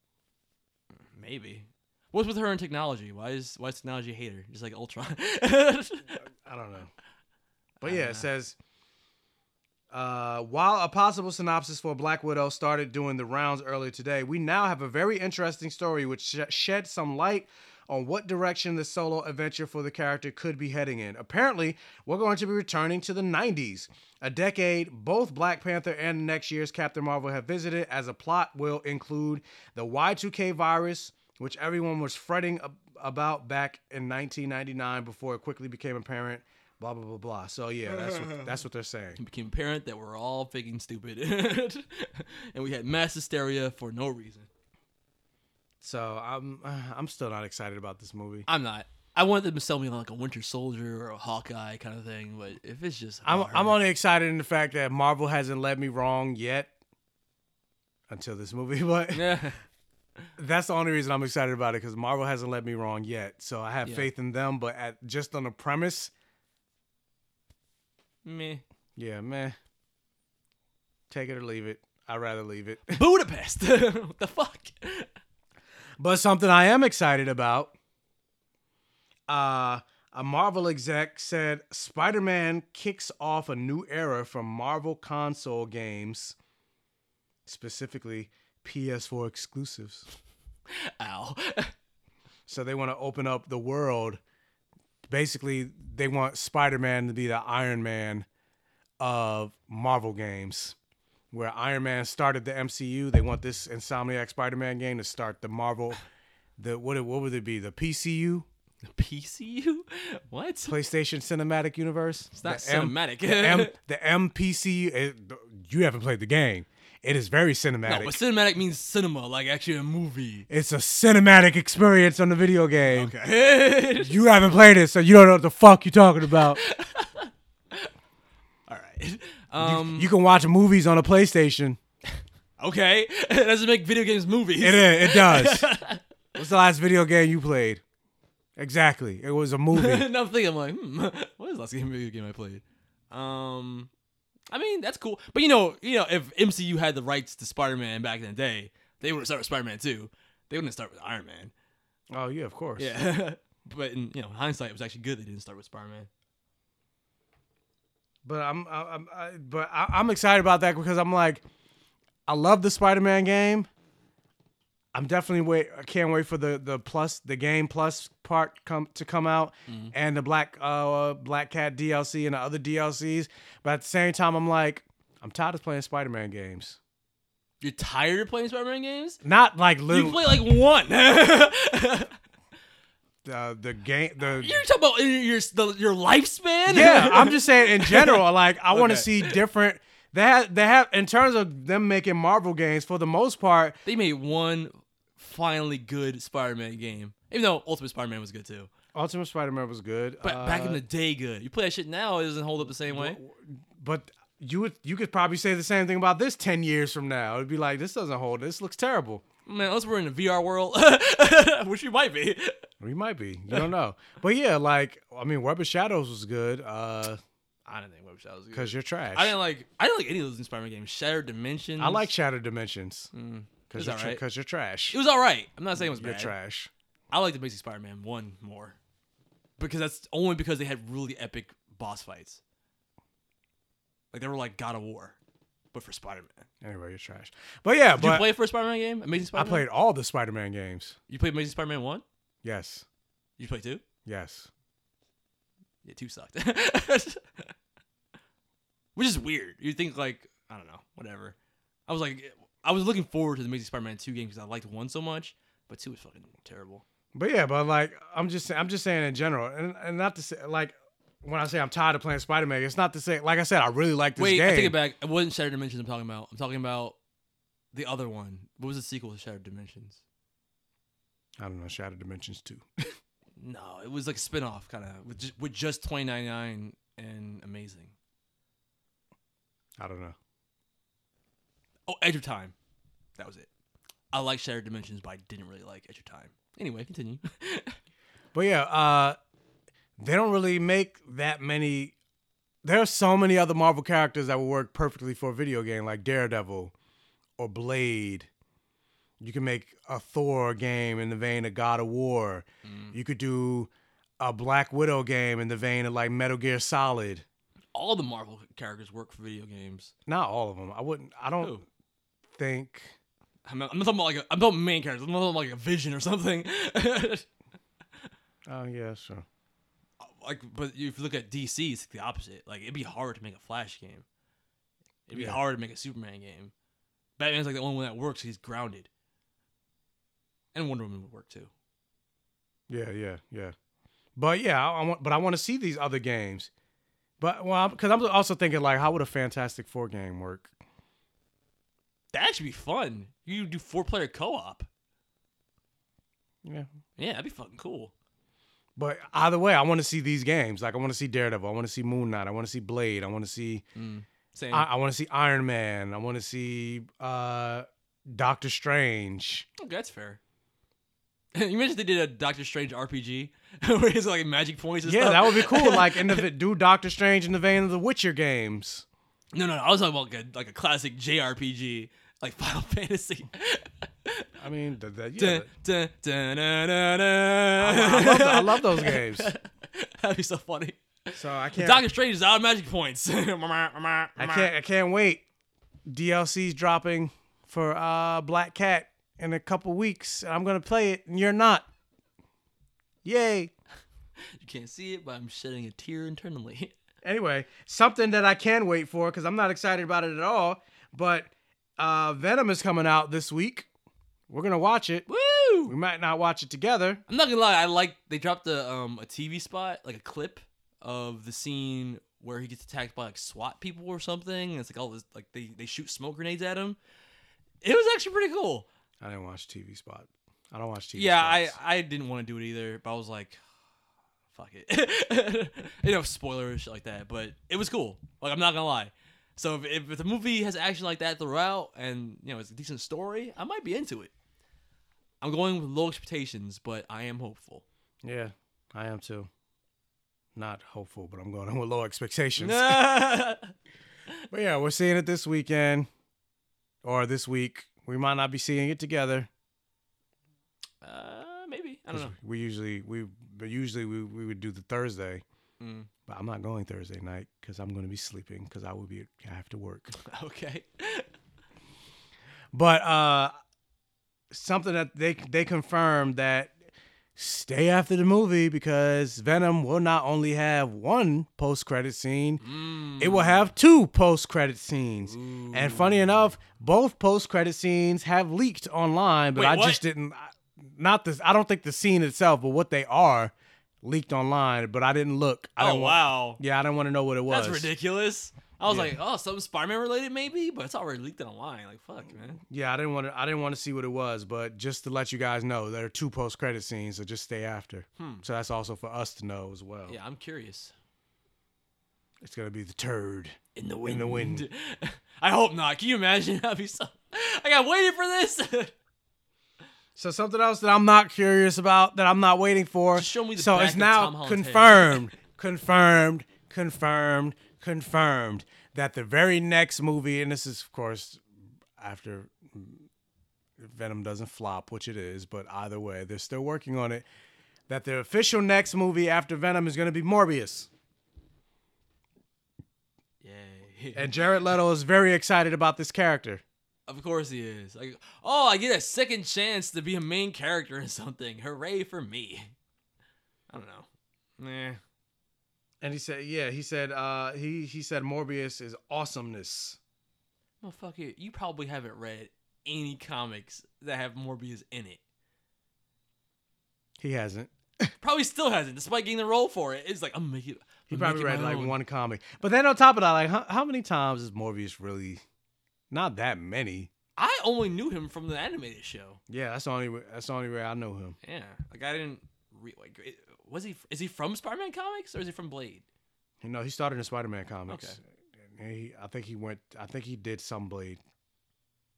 S2: maybe. What's with her and technology? Why is why is technology hate her? Just like Ultron.
S3: I don't know. But yeah, it says uh, while a possible synopsis for Black Widow started doing the rounds earlier today, we now have a very interesting story which sh- sheds some light on what direction the solo adventure for the character could be heading in. Apparently, we're going to be returning to the 90s, a decade both Black Panther and next year's Captain Marvel have visited, as a plot will include the Y2K virus, which everyone was fretting ab- about back in 1999 before it quickly became apparent. Blah blah blah blah. So yeah, that's what that's what they're saying.
S2: It became apparent that we're all freaking stupid, and we had mass hysteria for no reason.
S3: So I'm I'm still not excited about this movie.
S2: I'm not. I wanted them to sell me on like a Winter Soldier or a Hawkeye kind of thing, but if it's just
S3: I'm
S2: about her-
S3: I'm only excited in the fact that Marvel hasn't led me wrong yet until this movie, but
S2: yeah.
S3: that's the only reason I'm excited about it because Marvel hasn't led me wrong yet. So I have
S2: Yeah.
S3: faith in them, but at just on the premise,
S2: Meh.
S3: yeah, man. Take it or leave it. I'd rather leave it.
S2: Budapest. what the fuck?
S3: But something I am excited about. Uh a Marvel exec said Spider-Man kicks off a new era from Marvel console games, specifically PS4 exclusives.
S2: Ow.
S3: so they want to open up the world. Basically, they want Spider-Man to be the Iron Man of Marvel games. Where Iron Man started the MCU, they want this Insomniac Spider-Man game to start the Marvel the what what would it be? The PCU?
S2: The PCU? What?
S3: PlayStation Cinematic Universe.
S2: It's not
S3: M-
S2: cinematic.
S3: the, M, the MPCU. it- eh, you haven't played the game. It is very cinematic.
S2: No, but cinematic means cinema, like actually a movie.
S3: it's a cinematic experience on the video game.
S2: Okay.
S3: you haven't played it, so you don't know what the fuck you're talking about.
S2: Um,
S3: you can watch movies on a PlayStation.
S2: okay. It doesn't make video games movies.
S3: It is. It does. What's the last video game you played? Exactly. It was a movie.
S2: and I'm thinking, I'm like, hmm, what is the last game video game I played? Um, I mean that's cool, but you know, you know, if MCU had the rights to Spider-Man back in the day, they would have started with Spider-Man too. They wouldn't start with Iron Man.
S3: oh yeah, of course.
S2: Yeah, but in you know hindsight, it was actually good they didn't start with Spider-Man.
S3: But I'm, I- I'm I, but I, I'm excited about that because I'm like, I love the Spider-Man game. I'm definitely wait. I can't wait for the the plus the game plus part come to come out
S2: Mm-hmm.
S25: Mhm.
S3: and the black uh black cat DLC and the other DLCs. But at the same time, I'm like, I'm tired of playing Spider-Man games.
S2: You're tired of playing Spider-Man games?
S3: Not like
S2: You
S3: little
S2: play like one.
S3: uh, the game the
S2: You're talking about uh, your your, the, your lifespan?
S3: Yeah, I'm just saying in general. Like I want to
S2: Okay.
S3: see different. They have they have in terms of them making Marvel games for the most part.
S2: They made one finally good Spider-Man game, even though Ultimate Spider-Man was good too.
S3: Ultimate Spider-Man was good,
S2: But back in
S3: uh,
S2: the day, good. You play that shit now, it doesn't hold up the same way.
S3: but you would you could probably say the same thing about this ten years from now. It'd be like this doesn't hold. This looks terrible.
S2: Man, unless we're in a VR world, which we might be.
S3: We might be. You don't know. but yeah, like I mean, Web of Shadows was good. Uh,
S2: I don't think Web Shadows was good.
S3: 'Cause you're trash.
S2: I didn't like. I didn't like any of those new Spider-Man games. Shattered Dimensions.
S3: I like Shattered Dimensions
S2: Mm. It was
S3: because you're,
S2: alright.
S3: because you're trash.
S2: It was all right. I'm not saying it was
S3: You're
S2: bad.
S3: trash.
S2: I like the Amazing Spider-Man one more because that's only because they had really epic boss fights. Like they were like God of War, but for Spider-Man.
S3: Anyway, you're trash. But yeah,
S2: Did
S3: but
S2: you play for Spider-Man game? Amazing
S3: I
S2: Spider-Man.
S3: played all the Spider-Man games.
S2: You played Amazing Spider-Man one.
S3: Yes.
S2: You played two.
S3: Yes.
S2: Yeah, two sucked. Which is weird. You think like I don't know, whatever. I was like, I was looking forward to the Amazing Spider-Man two game because I liked one so much, but two was fucking terrible.
S3: But yeah, but like I'm just I'm just saying in general, and, and not to say like when I say I'm tired of playing Spider Man, it's not to say like I said I really like this
S2: Wait,
S3: game.
S2: I take it back. It wasn't Shattered Dimensions I'm talking about. I'm talking about the other one. What was the sequel to Shattered Dimensions?
S3: I don't know Shattered Dimensions two.
S2: No, it was like a spin-off kind of with just, with just 2099 and Amazing.
S3: I don't know.
S2: Oh, Edge of Time. That was it. I like Shattered Dimensions, but I didn't really like Edge of Time. Anyway, continue.
S3: But yeah, uh, they don't really make that many. There are so many other Marvel characters that would work perfectly for a video game, like Daredevil or Blade. You can make a Thor game in the vein of God of War.
S2: Mm.
S3: You could do a Black Widow game in the vein of like Metal Gear Solid.
S2: All the Marvel characters work for video games.
S3: Not all of them. I wouldn't. I don't think.
S2: I'm not, I'm not talking about like a, I'm talking about main characters. I'm not talking about like a Vision or something.
S3: Oh yeah, sure.
S2: like, but if you look at DC, it's the opposite. Like, it'd be hard to make a Flash game. It'd be
S3: Yeah.
S2: hard to make a Superman game. Batman's like the only one that works. He's grounded. And Wonder Woman would work too.
S3: Yeah, yeah, yeah. But yeah, I, I want. But I want to see these other games. But well, because I'm also thinking like, how would a Fantastic Four game work?
S2: That should be fun. You do four player co op.
S3: Yeah.
S2: Yeah, that'd be fucking cool.
S3: But either way, I want to see these games. Like I want to see Daredevil. I want to see Moon Knight. I want to see Blade. I want to see.
S2: Mm, same.
S3: I, want to see Iron Man. I want to see uh, Doctor Strange.
S2: Okay, that's fair. you mentioned they did a Doctor Strange RPG where he's like magic points and
S3: Yeah,
S2: stuff.
S3: that would be cool. Like in the do Doctor Strange in the vein of the Witcher games.
S2: No, no, no. I was talking about like a, like a classic JRPG, like Final Fantasy.
S3: I mean, th- th- yeah,
S2: Dun,
S3: but-
S2: dun, dun, dun, dun,
S3: I- I love th- I love those games.
S2: That'd be so funny.
S3: So I can't-
S2: Doctor Strange is out of magic points. I
S3: I can't. I can't wait. DLC's dropping for uh, Black Cat in a couple weeks. I'm gonna play it, and you're not. Yay!
S2: You can't see it, but I'm shedding a tear internally.
S3: Anyway, something that I can wait for because I'm not excited about it at all. But uh, Venom is coming out this week. We're gonna watch it.
S2: Woo!
S3: We might not watch it together.
S2: I'm not gonna lie. I like they dropped a um a TV spot like a clip of the scene where he gets attacked by like SWAT people or something. And it's like all this like they they shoot smoke grenades at him. It was actually pretty cool.
S3: I didn't watch TV spot. I don't watch TV.
S2: yeah,
S3: spots.
S2: I I didn't want to do it either, but I was like, fuck it. you know, spoilers shit like that. But it was cool. Like I'm not gonna lie. So if, if, if the movie has action like that throughout, and you know it's a decent story, I might be into it. I'm going with low expectations, but I am hopeful.
S3: Yeah, I am too. Not hopeful, but I'm going in with low expectations.
S2: Uh,
S3: But yeah, we're seeing it this weekend or this week. We might not be seeing it together.
S2: Uh, maybe I don't
S3: 'cause
S2: know.
S3: We usually we but usually we, we would do the Thursday.
S2: Mm.
S3: But I'm not going Thursday night because I'm going to be sleeping because I will be I have to work.
S2: Okay.
S3: But uh, something that they they confirmed that stay after the movie because Venom will not only have one post credit scene, it will
S2: Mm.
S3: have two post credit scenes. And funny enough, both post credit scenes have leaked online, but
S2: Wait,
S3: I
S2: what?
S3: just didn't. Not this. I don't think the scene itself, but what they are leaked online. But I didn't look. I
S2: Oh,
S3: don't wa-
S2: wow.
S3: yeah, I didn't want to know what it was.
S2: That's ridiculous. I was
S3: Yeah.
S2: like, oh, something Spider-Man related maybe, but it's already leaked online. Like, fuck, man.
S3: Yeah, I didn't want to. I didn't want to see what it was, but just to let you guys know, there are two post credit scenes, so just stay after.
S2: Hmm.
S3: So that's also for us to know as well.
S2: Yeah, I'm curious.
S3: It's gonna be the turd
S2: in the
S3: In the wind.
S2: I hope not. Can you imagine? I'd be so. I got waited for this.
S3: So something else that I'm not curious about, that I'm not waiting for.
S2: show me the
S3: so
S2: back
S3: it's
S2: of
S3: now
S2: Tom Holland's head.
S3: confirmed, confirmed, confirmed, confirmed that the very next movie, and this is of course after Venom doesn't flop, which it is, but either way, they're still working on it. That the official next movie after Venom is going to be Morbius.
S2: Yay.
S3: And Jared Leto is very excited about this character.
S2: Of course he is. Like, oh, I get a second chance to be a main character in something. Hooray for me. I don't know. Nah.
S3: And he said, yeah, he said, uh, he he said Morbius is awesomeness.
S2: Motherfucker, you probably haven't read any comics that have Morbius in it.
S3: He hasn't.
S2: Probably still hasn't, despite getting the role for it. It's like, I'm making
S3: He probably read like one comic. But then on top of that, like how, how many times is Morbius really? Not that many.
S2: I only knew him from the animated show.
S3: Yeah, that's the only way, that's the only way I know him.
S2: Yeah. Like, I didn't. Re- like, it- was he? Is he from Spider-Man comics or is he from Blade?
S3: You know, he started in Spider Man comics.
S2: Okay.
S3: And he, I think he went. I think he did some Blade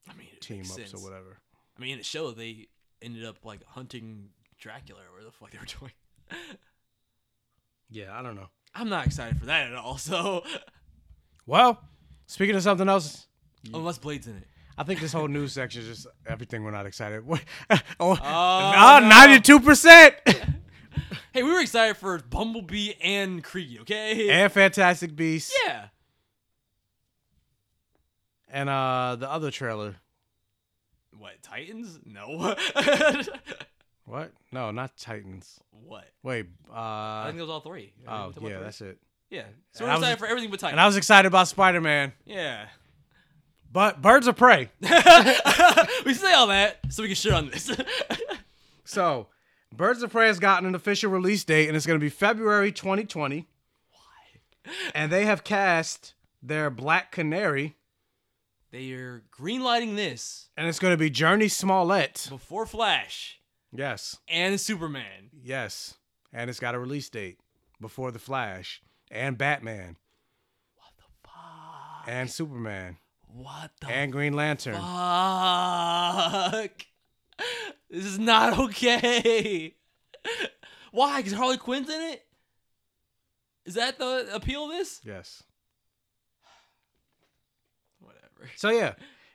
S2: I mean, it
S3: team
S2: makes
S3: ups or
S2: sense.
S3: whatever.
S2: I mean, in the show, they ended up like hunting Dracula or whatever the fuck they were doing.
S3: Yeah, I don't know.
S2: I'm not excited for that at all. So,
S3: Well, speaking of something else,
S2: unless Blade's in it,
S3: I think this whole news section is just everything we're not excited. oh,
S2: no.
S3: ninety-two percent.
S2: hey, we were excited for Bumblebee and Creed. Okay,
S3: and Fantastic Beasts
S2: yeah,
S3: and uh the other trailer.
S2: what Titans? No,
S3: What? No, not Titans.
S2: what?
S3: Wait, uh
S2: I think it was all three.
S3: Oh
S2: Talking about
S3: yeah,
S2: three?
S3: that's it.
S2: Yeah, so
S3: And
S2: we're
S3: I was-
S2: excited for everything but Titans.
S3: And I was excited about Spider Man,
S2: yeah.
S3: but Birds of Prey.
S2: we say all that so we can shit on this.
S3: so, Birds of Prey has gotten an official release date, and it's going to be February 2020. Why? And they have cast their Black Canary,
S2: they are greenlighting this
S3: and it's going to be Journey Smollett.
S2: before Flash
S3: Yes,
S2: and Superman.
S3: yes, and it's got a release date before The Flash and Batman. What the fuck? And Superman
S2: What the
S3: and Green Lantern.
S2: Fuck. This is not okay. Why? Because Harley Quinn's in it? Is that the appeal of this?
S3: Yes.
S2: Whatever.
S3: So yeah,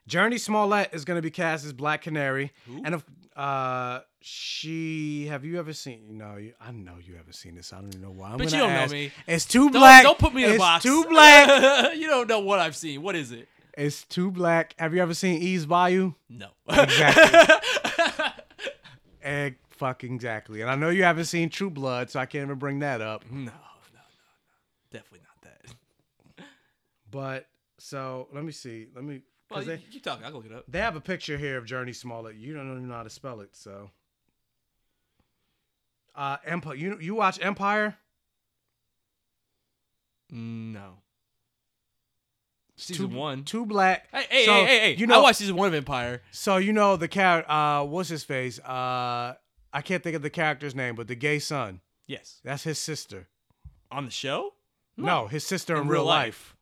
S3: Journey Smollett is going to be cast as Black Canary, and if uh, she have you ever seen? No, you, I know you haven't seen this. I don't even know why. I'm
S2: But you
S3: gonna
S2: don't know
S3: ask.
S2: me.
S3: It's too
S2: Don't-
S3: black.
S2: Don't put me in
S3: it's
S2: a box.
S3: Too black.
S2: you don't know what I've seen. What is it?
S3: it's too black. Have you ever seen Ease Bayou?
S2: No.
S3: Exactly. Egg fucking exactly. And I know you haven't seen True Blood, so I can't even bring that up.
S2: No. Definitely not that.
S3: But so let me see. Let me. 'cause
S2: Well, you,
S3: they,
S2: keep talking. I'll go look it up.
S3: they have a picture here of Journey Smollett. You don't even know how to spell it, so. Uh, Empire. You you watch Empire?
S2: No.
S3: Two-
S2: Season one.
S3: Two black.
S2: Hey, hey,
S3: So,
S2: hey, hey, hey.
S3: You know,
S2: I watched season one of Empire.
S3: so you know the character. Uh, what's his face? Uh, I can't think of the character's name, but the gay son.
S2: Yes.
S3: That's his sister.
S2: On the show?
S3: No, his sister in, real life.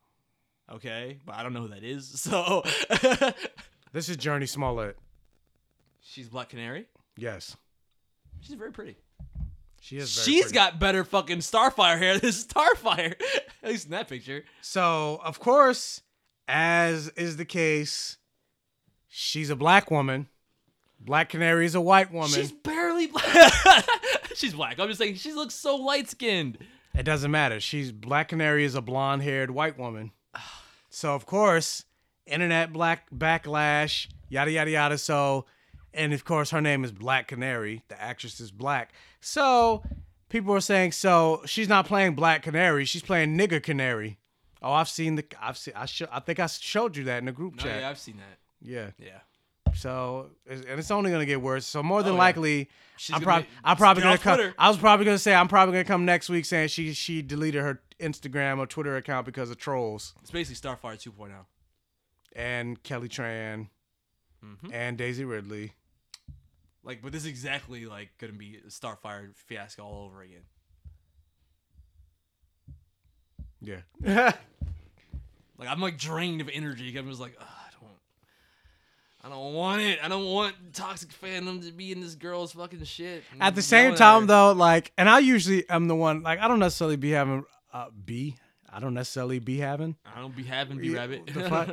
S2: Okay, but I don't know who that is. So
S3: This is Journey Smollett.
S2: she's Black Canary.
S3: Yes,
S2: She's very pretty.
S3: she is.
S2: She's
S3: Very pretty.
S2: got better fucking Starfire hair than Starfire. At least in that picture.
S3: So, of course, as is the case, she's a black woman. Black Canary is a white woman.
S2: She's barely black. she's black. I'm just saying she looks so light skinned.
S3: It doesn't matter. She's Black Canary is a blonde haired white woman. So of course, internet black backlash, yada yada yada. So and of course her name is Black Canary. The actress is black. So people are saying so she's not playing Black Canary, she's playing nigger canary. Oh, I've seen the I've seen I sho- I think I showed you that in the group
S2: No,
S3: chat.
S2: yeah, I've seen that.
S3: yeah.
S2: Yeah.
S3: So it's- and it's only gonna get worse. So more than
S2: Oh, yeah.
S3: likely,
S2: She's
S3: I'm
S2: gonna
S3: probably
S2: be-
S3: I'm probably
S2: get
S3: gonna
S2: off
S3: come.
S2: Twitter.
S3: I was probably gonna say I'm probably gonna come next week saying she she deleted her Instagram or Twitter account because of trolls
S2: It's basically Starfire oh. 2.0.
S3: and Kelly Tran
S2: Mm-hmm.
S3: and Daisy Ridley.
S2: Like, but this is exactly like gonna be a Starfire fiasco all over again.
S3: Yeah.
S2: Like I'm like drained of energy. 'cause I'm just like "Ugh, I don't, I don't want it. I don't want toxic fandom to be in this girl's fucking shit. Mm,
S3: At the same time, though, like, and I usually am the one like I don't necessarily be having uh be I don't necessarily be having
S2: I don't be having B Rabbit.
S3: the fuck?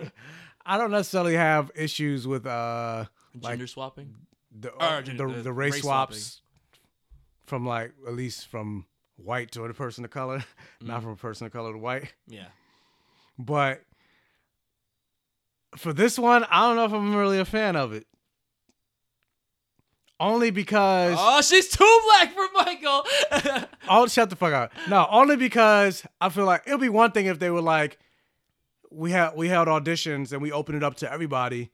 S3: I don't necessarily have issues with uh like
S2: Gender swapping.
S3: the
S2: Or
S3: the,
S2: gen-
S3: the,
S2: uh,
S3: race,
S2: race
S3: swaps
S2: swapping.
S3: from like at least from white to a person of color,
S2: Mm.
S3: not from a person of color to white.
S2: Yeah.
S3: But for this one, I don't know if I'm really a fan of it. Only because
S2: Oh, she's too black for Michael.
S3: I'll shut the fuck up. No, only because I feel like it'll be one thing if they were like, we had we held auditions and we opened it up to everybody,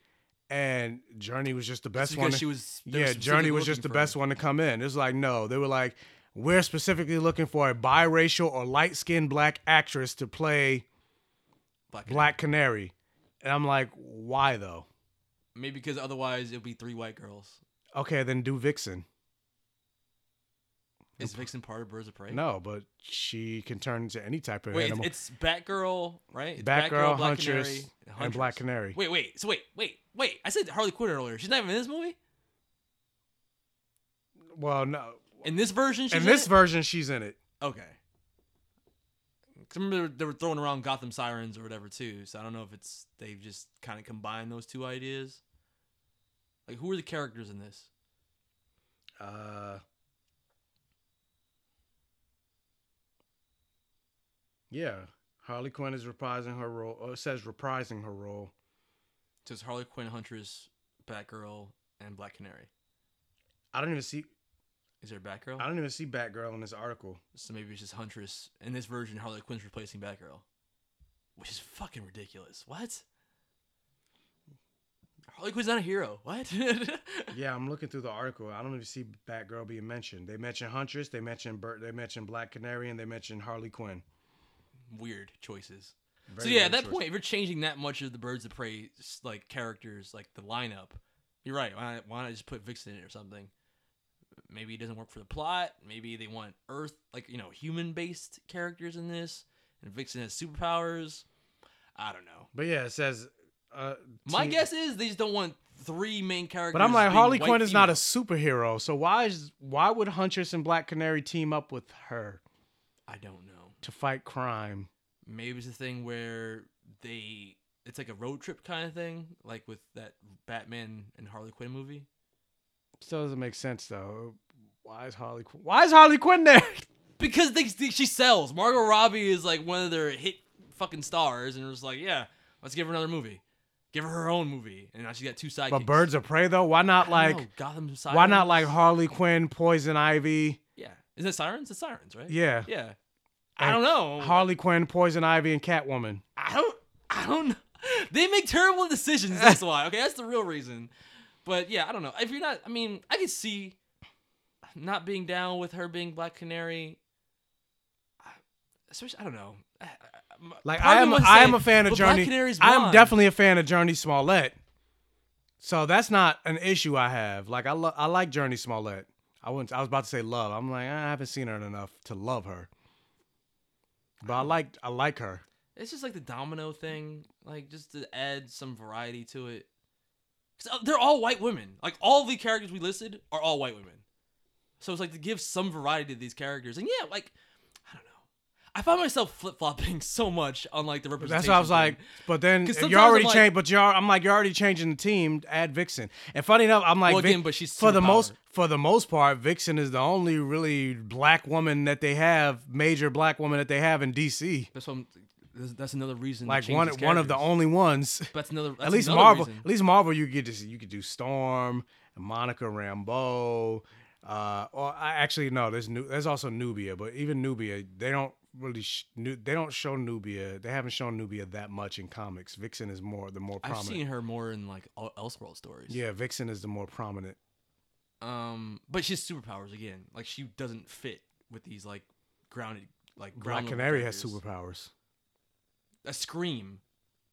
S3: and Journey was just the best
S2: because
S3: one.
S2: she was- they were
S3: yeah, Journey
S2: specifically
S3: was just the
S2: looking for
S3: best one to come in. It's like no, they were like, we're specifically looking for a biracial or light skinned black actress to play
S2: Black
S3: Black Canary, and I'm like, why though?
S2: Maybe because otherwise it'll be three white girls.
S3: Okay, then do Vixen.
S2: Is Vixen part of Birds of Prey?
S3: No, but she can turn into any type of
S2: Wait, it's,
S3: animal.
S2: it's Batgirl, right? It's
S3: Batgirl,
S2: Black
S3: Huntress,
S2: Canary,
S3: and Black Canary.
S2: Wait, wait. So wait, wait, wait. I said Harley Quinn earlier. She's not even in this movie.
S3: well, no.
S2: In this version, she's
S3: in this
S2: it?
S3: version, she's in it.
S2: Okay. 'Cause remember they were throwing around Gotham Sirens or whatever too, so I don't know if it's they've just kind of combined those two ideas. Like, who are the characters in this?
S3: Uh, yeah, Harley Quinn is reprising her role. Or says reprising her role.
S2: So it's Harley Quinn, Huntress, Batgirl, and Black Canary.
S3: I don't even see.
S2: Is there a Batgirl?
S3: I don't even see Batgirl in this article.
S2: So maybe it's just Huntress. In this version, Harley Quinn's replacing Batgirl, which is fucking ridiculous. What? Harley Quinn's not a hero. What?
S3: Yeah, I'm looking through the article. I don't even see Batgirl being mentioned. They mention Huntress. They mention Bert. They mention Black Canary, and they mention Harley Quinn.
S2: weird choices. so
S3: Very
S2: yeah,
S3: weird
S2: at that
S3: choice.
S2: point, if you're changing that much of the Birds of Prey s- like characters, like the lineup, you're right. Why not, why not just put Vixen in it or something? Maybe it doesn't work for the plot. Maybe they want Earth, like you know, human-based characters in this, and Vixen has superpowers. I don't know.
S3: But yeah, it says. Uh,
S2: My
S3: teen-
S2: guess is they just don't want three main characters.
S3: But I'm like
S2: being
S3: Harley
S2: white
S3: Quinn is not a
S2: females.
S3: superhero, so why is why would Huntress and Black Canary team up with her
S2: I don't know.
S3: to fight crime?
S2: Maybe it's a thing where they it's like a road trip kind of thing, like with that Batman and Harley Quinn movie.
S3: Still doesn't make sense though. Why is Harley? Qu- Why is Harley Quinn there?
S2: Because they, they- she sells. Margot Robbie is like one of their hit fucking stars, and it was like, yeah, let's give her another movie, give her her own movie, and now she's got two sidekicks.
S3: But Birds of Prey though, why not
S2: I don't
S3: like
S2: know, Gotham
S3: Why not
S2: Sirens?
S3: like Harley Quinn, Poison Ivy?
S2: yeah, is it Sirens? It's Sirens, right?
S3: Yeah.
S2: yeah. I don't know.
S3: Harley Quinn, Poison Ivy, and Catwoman.
S2: I don't. I don't. know. They make terrible decisions. That's why. Okay, that's the real reason. But yeah, I don't know. If you're not, I mean, I can see not being down with her being Black Canary. I- Especially, I don't know. I- I- I-
S3: Like
S2: part of
S3: I
S2: me
S3: am,
S2: wants to
S3: I
S2: say,
S3: am a fan of
S2: "But Black
S3: Journey.
S2: Canary's
S3: I am
S2: blonde."
S3: definitely a fan of Journey Smollett. So that's not an issue I have. Like I, lo- I like Journey Smollett. I wouldn't. I was about to say love. I'm like I haven't seen her enough to love her. But I like, I like her.
S2: It's just like the domino thing, like just to add some variety to it. 'Cause, uh, they're all white women. Like all the characters we listed are all white women. So it's like to give some variety to these characters. And yeah, like I don't know. I find myself flip flopping so much on like the representation.
S3: That's what I was
S2: thing.
S3: like. But then
S2: 'Cause
S3: you're
S2: sometimes I'm
S3: already
S2: like-
S3: changed. But you're, I'm like you're already changing the team. Add Vixen. And funny enough, I'm like
S2: Well, again,
S3: Vic-
S2: but she's
S3: for the
S2: superpower.
S3: most for the most part, Vixen is the only really black woman that they have, major black woman that they have in DC.
S2: That's what I'm, that's, that's another reason. to
S3: Like
S2: change
S3: one
S2: these
S3: one of the
S2: characters.
S3: only ones.
S2: That's another. That's
S3: at least
S2: another
S3: Marvel.
S2: reason.
S3: At least Marvel, you get to see, you could do Storm, Monica Rambeau. Uh, or I actually no, there's new. There's also Nubia, but even Nubia, they don't really sh- nu- they don't show Nubia. They haven't shown Nubia that much in comics. Vixen is more the more
S2: I've
S3: prominent.
S2: seen her more in like El- Elseworld stories.
S3: Yeah, Vixen is the more prominent.
S2: Um, but she's superpowers again. Like she doesn't fit with these like grounded like
S3: Black
S2: ground level
S3: Canary has
S2: characters.
S3: superpowers.
S2: a scream.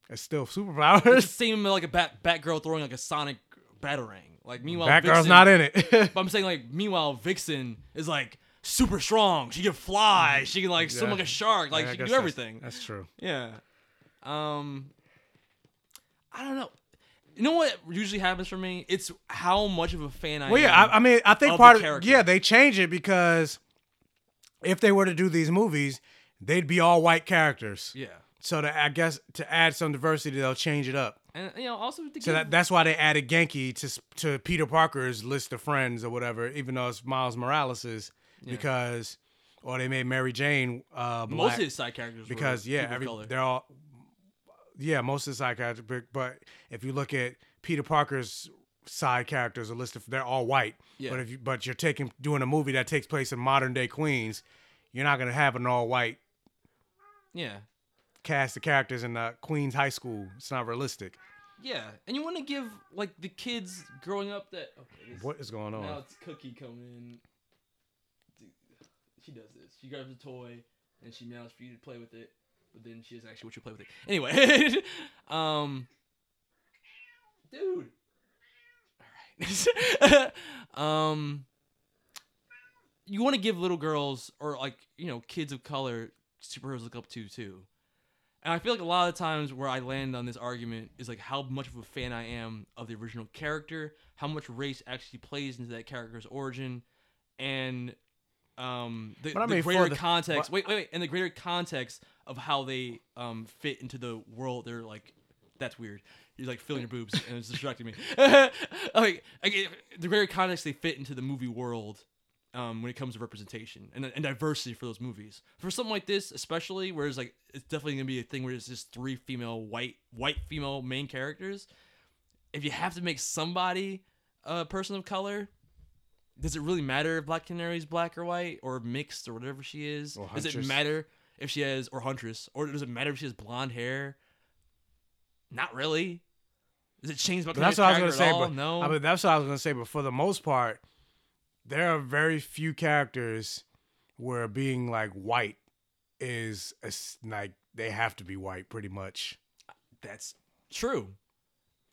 S3: It's still
S2: It's
S3: superpowers.
S2: the same like a bat Batgirl throwing like a sonic batarang. Like meanwhile, Vixen-
S3: Batgirl's not in it.
S2: but I'm saying like meanwhile, Vixen is like super strong. She can fly. She can like swim
S3: Mm-hmm. Yeah.
S2: like a shark. Like
S3: Yeah, I
S2: she can
S3: guess
S2: do
S3: that's-
S2: everything.
S3: that's true.
S2: Yeah. Um, I don't know. You know what usually happens for me? It's how much of a fan I
S3: Well,
S2: am.
S3: yeah, I, I mean, I think
S2: of the
S3: part of
S2: character.
S3: yeah they change it because if they were to do these movies, they'd be all white characters.
S2: Yeah.
S3: So to, I guess to add some diversity, they'll change it up.
S2: and you know also to
S3: So
S2: give-
S3: that, that's why they added Genki to s- to Peter Parker's list of friends or whatever, even though it's Miles Morales's
S2: Yeah.
S3: because, or they made Mary Jane. Uh,
S2: Most of
S3: black
S2: his side characters were
S3: because yeah,
S2: people of
S3: every,
S2: color.
S3: they're all yeah, most of the side characters. But, but if you look at Peter Parker's side characters are listed, they're all white.
S2: Yeah.
S3: But if you but you're taking doing a movie that takes place in modern day Queens, you're not gonna have an all white
S2: yeah.
S3: cast of characters in uh, Queens High School. It's not realistic.
S2: Yeah, and you want to give like the kids growing up that. Okay, this-
S3: What is going on?
S2: Now it's Cookie coming in. Dude, She does this. She grabs a toy and she meows for you to play with it, but then she doesn't actually want you to play with it. Anyway, um, dude. All right. um, you want to give little girls or like you know kids of color superheroes to look up to too. And I feel like a lot of the times where I land on this argument is like how much of a fan I am of the original character, how much race actually plays into that character's origin, and um, the,
S3: But I
S2: the
S3: mean, for
S2: greater
S3: the-
S2: context. Wait, wait, wait, and the greater context of how they um, fit into the world. They're like, that's weird. You're like filling your boobs, and it's distracting me. like, like, the greater context they fit into the movie world um, when it comes to representation and, and diversity for those movies. For something like this, especially, where it's like it's definitely gonna be a thing where it's just three female white white female main characters. If you have to make somebody a person of color, does it really matter if Black Canary is black or white or mixed or whatever she is?
S3: Or
S2: does it
S3: huntress.
S2: matter if she has or huntress or does it matter if she has blonde hair? Not really. Does it change Black
S3: But that's
S2: Canary's
S3: what I was
S2: character
S3: gonna
S2: at
S3: say.
S2: all?
S3: But
S2: no.
S3: I mean, that's what I was gonna say. But for the most part, there are very few characters where being like white is a s like they have to be white, pretty much.
S2: That's true.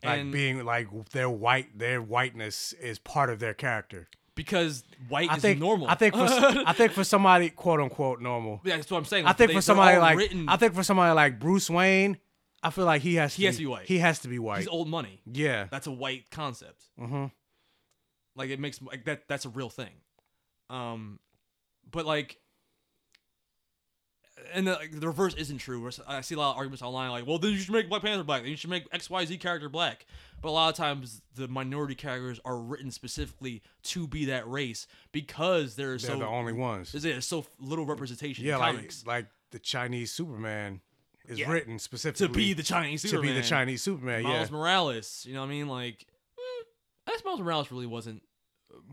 S3: Like
S2: And-
S3: being like their white, their whiteness is part of their character.
S2: because white
S3: I
S2: is
S3: think
S2: normal.
S3: I think for, s- I think for somebody quote unquote normal.
S2: Yeah, that's what I'm saying.
S3: I
S2: Like,
S3: think
S2: they-
S3: for
S2: they're
S3: somebody
S2: all
S3: like
S2: written-
S3: I think for somebody like Bruce Wayne, I feel like he has to
S2: He has to be white.
S3: He has to be white.
S2: He's old money.
S3: Yeah.
S2: That's a white concept.
S3: Mm-hmm.
S2: Like it makes like that that's a real thing. Um but like and the, like, the reverse isn't true. Where s- I see a lot of arguments online, like, well, then you should make Black Panther black. Then you should make X Y Z character black. But a lot of times, the minority characters are written specifically to be that race because there are
S3: They're
S2: so
S3: the only ones.
S2: Is there so little representation?
S3: Yeah,
S2: in
S3: like
S2: comics.
S3: like the Chinese Superman is
S2: Yeah.
S3: written specifically
S2: to be the Chinese Superman.
S3: To be the Chinese Superman. Yeah.
S2: Miles Morales. You know what I mean? Like, mm, I guess Miles Morales really wasn't,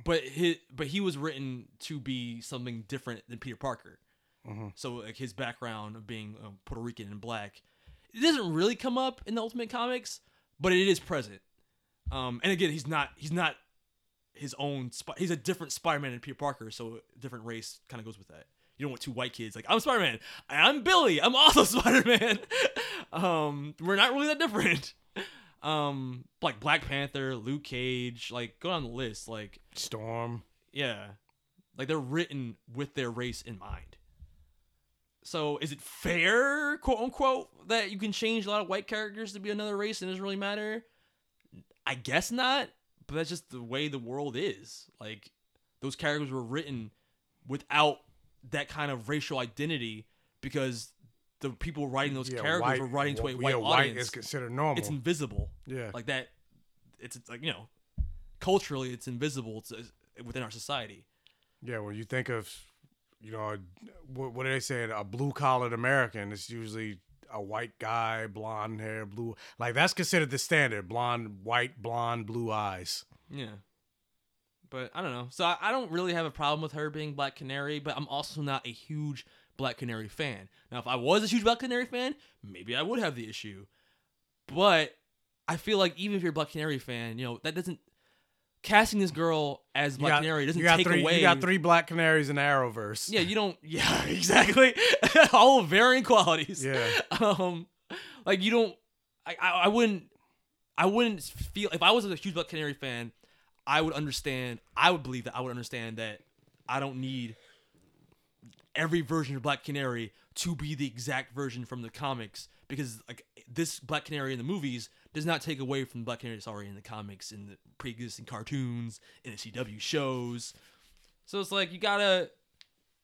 S2: but he but he was written to be something different than Peter Parker.
S3: Mhm.
S2: So like his background of being um, Puerto Rican and black, it doesn't really come up in the Ultimate Comics, but it is present. Um, and again, he's not he's not his own. Sp- he's a different Spider-Man than Peter Parker, so a different race kind of goes with that. You don't want two white kids like I'm Spider-Man, and I'm Billy, I'm also Spider-Man. um, we're not really that different. Um, like Black Panther, Luke Cage, like go down the list, like
S3: Storm.
S2: Yeah, like they're written with their race in mind. So is it fair, quote unquote, that you can change a lot of white characters to be another race and it doesn't really matter? I guess not, but that's just the way the world is. Like those characters were written without that kind of racial identity because the people writing those
S3: Yeah,
S2: characters
S3: white-
S2: were writing to a
S3: wh-
S2: white
S3: yeah,
S2: audience.
S3: white is considered normal.
S2: It's invisible.
S3: Yeah.
S2: Like that it's, it's like, you know, culturally it's invisible to, within our society.
S3: Yeah, when you think of, you know, what, what do they say? A blue collared American. It's usually a white guy, blonde hair, blue. Like that's considered the standard: blonde, white, blonde, blue eyes.
S2: Yeah. But I don't know. So I, I don't really have a problem with her being Black Canary, but I'm also not a huge Black Canary fan. Now, if I was a huge Black Canary fan, maybe I would have the issue. But I feel like even if you're a Black Canary fan, you know, that doesn't. Casting this girl as
S3: You
S2: Black
S3: got-
S2: Canary doesn't
S3: you got
S2: take
S3: three,
S2: away.
S3: You got three black canaries in the Arrowverse.
S2: Yeah, you don't. Yeah, exactly. All of varying qualities.
S3: Yeah.
S2: Um, like you don't. I, I I wouldn't. I wouldn't feel if I was a huge Black Canary fan. I would understand. I would believe that I would understand that I don't need every version of Black Canary to be the exact version from the comics because like this Black Canary in the movies does not take away from the Black Canary that's already in the comics in the pre-existing cartoons in the CW shows. So it's like you gotta,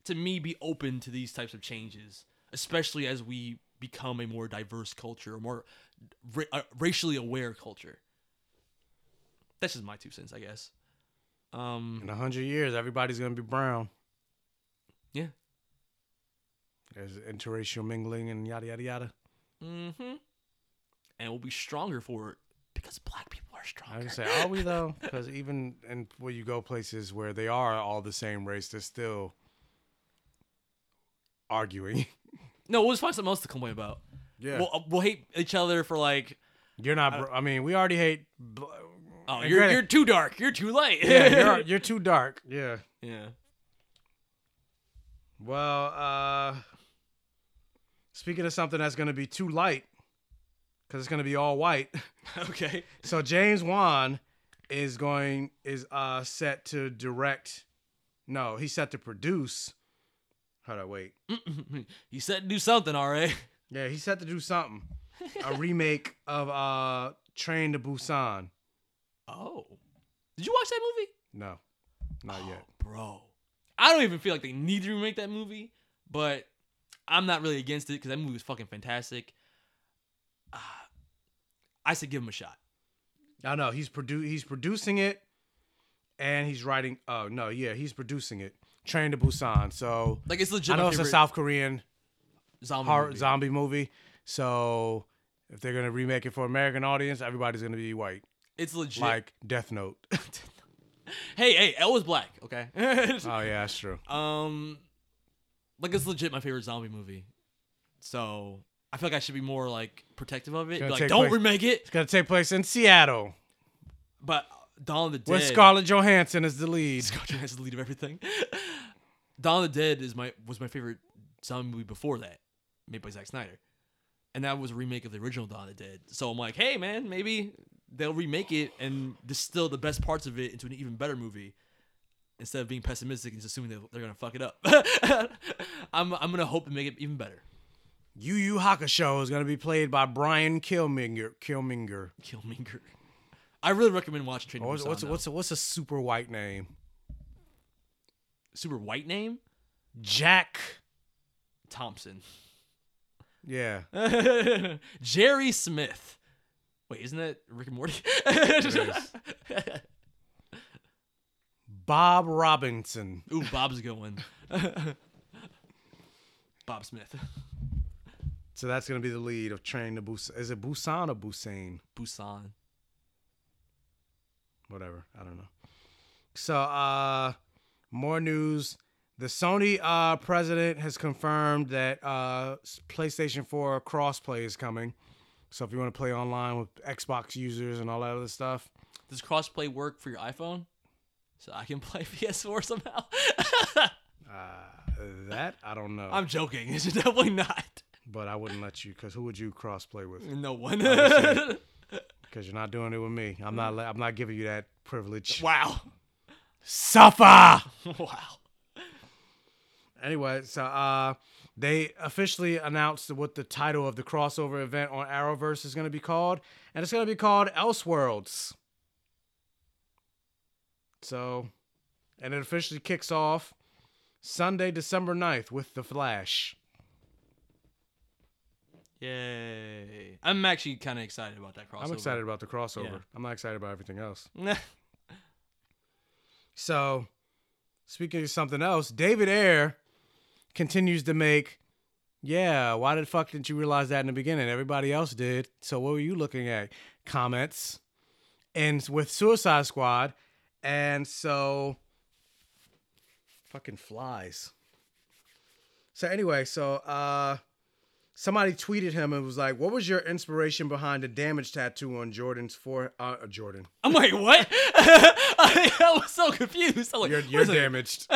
S2: to me, be open to these types of changes, especially as we become a more diverse culture, a more ra- uh, racially aware culture. That's just my two cents, I guess. Um,
S3: in a hundred years, everybody's gonna be brown.
S2: Yeah.
S3: There's interracial mingling and yada yada yada.
S2: Mm-hmm. And we'll be stronger for it because black people are stronger.
S3: I would say, are we though? Because even in where you go places where they are all the same race, they're still arguing.
S2: No, we'll just find something else to complain about.
S3: Yeah.
S2: We'll, uh, we'll hate each other for like.
S3: You're not. br- I, mean, we already hate. Bl-
S2: Oh,
S3: and
S2: you're,
S3: granted-
S2: you're too dark. You're too light.
S3: yeah, you're, you're too dark. Yeah.
S2: Yeah.
S3: Well, uh speaking of something that's going to be too light, because it's going to be all white.
S2: Okay.
S3: So James Wan is going is uh set to direct. No, he's set to produce. Hold on, wait.
S2: he set to do something, all right.
S3: Yeah, he's set to do something. A remake of uh Train to Busan.
S2: Oh. Did you watch that movie?
S3: No, not yet.
S2: Bro. I don't even feel like they need to remake that movie, but I'm not really against it because that movie was fucking fantastic. Uh, I said give him a shot.
S3: I know he's produ- he's producing it, and he's writing. Oh no, yeah, he's producing it. Train to Busan. So
S2: Like, it's legit
S3: I
S2: my
S3: know it's a
S2: favorite
S3: South Korean
S2: zombie
S3: horror
S2: movie.
S3: zombie movie. So if they're gonna remake it for American audience, everybody's gonna be white.
S2: It's legit.
S3: Like Death Note.
S2: Hey, hey, Elle was black, okay?
S3: oh yeah, that's true.
S2: Um, like it's legit my favorite zombie movie. So I feel like I should be more like protective of it.
S3: Gonna
S2: Be Like
S3: take
S2: don't
S3: place-
S2: remake it.
S3: It's gonna take place in Seattle.
S2: But Dawn of the Dead.
S3: With Scarlett Johansson as the lead.
S2: Scarlett Johansson is the lead of everything. Dawn of the Dead is my was my favorite zombie movie before that, made by Zack Snyder, and that was a remake of the original Dawn of the Dead. So I'm like, hey man, maybe they'll remake it and distill the best parts of it into an even better movie. Instead of being pessimistic and just assuming that they're gonna fuck it up, I'm I'm gonna hope and make it even better.
S3: Yu Yu Hakusho is gonna be played by Brian Kilminger. Kilminger.
S2: Kilminger. I really recommend watching Train to
S3: What's
S2: Busan.
S3: what's,
S2: though.
S3: what's, a, what's a super white name?
S2: super white name?
S3: Jack
S2: Thompson.
S3: Yeah.
S2: Jerry Smith. Wait, isn't that Rick and Morty?
S3: Bob Robinson.
S2: Ooh, Bob's a good one. Bob Smith.
S3: So that's gonna be the lead of Train to Busan. Is it Busan or Busan?
S2: Busan.
S3: Whatever. I don't know. So uh more news. The Sony uh president has confirmed that uh PlayStation 4 crossplay is coming. So if you want to play online with Xbox users and all that other stuff.
S2: Does crossplay work for your iPhone? So I can play PS4 somehow.
S3: Uh, that I don't know.
S2: I'm joking. It's definitely not.
S3: But I wouldn't let you because who would you cross play with?
S2: No one.
S3: Because you're not doing it with me. I'm not. le- I'm not giving you that privilege.
S2: Wow.
S3: Suffer.
S2: wow.
S3: Anyway, so uh, they officially announced what the title of the crossover event on Arrowverse is going to be called, and it's going to be called Elseworlds. So, and it officially kicks off Sunday, December 9th with The Flash.
S2: Yay. I'm actually kind of excited about that crossover.
S3: I'm excited about the crossover.
S2: Yeah.
S3: I'm not excited about everything else. so, speaking of something else, David Ayer continues to make. Yeah, why the fuck didn't you realize that in the beginning? Everybody else did. So what were you looking at? Comments, and with Suicide Squad, and so fucking flies. So anyway, so uh somebody tweeted him and was like, "What was your inspiration behind the damage tattoo on Jordan's for uh, Jordan?"
S2: I'm like, what? I was so confused. I'm like,
S3: You're,
S2: what
S3: you're
S2: is it?
S3: damaged.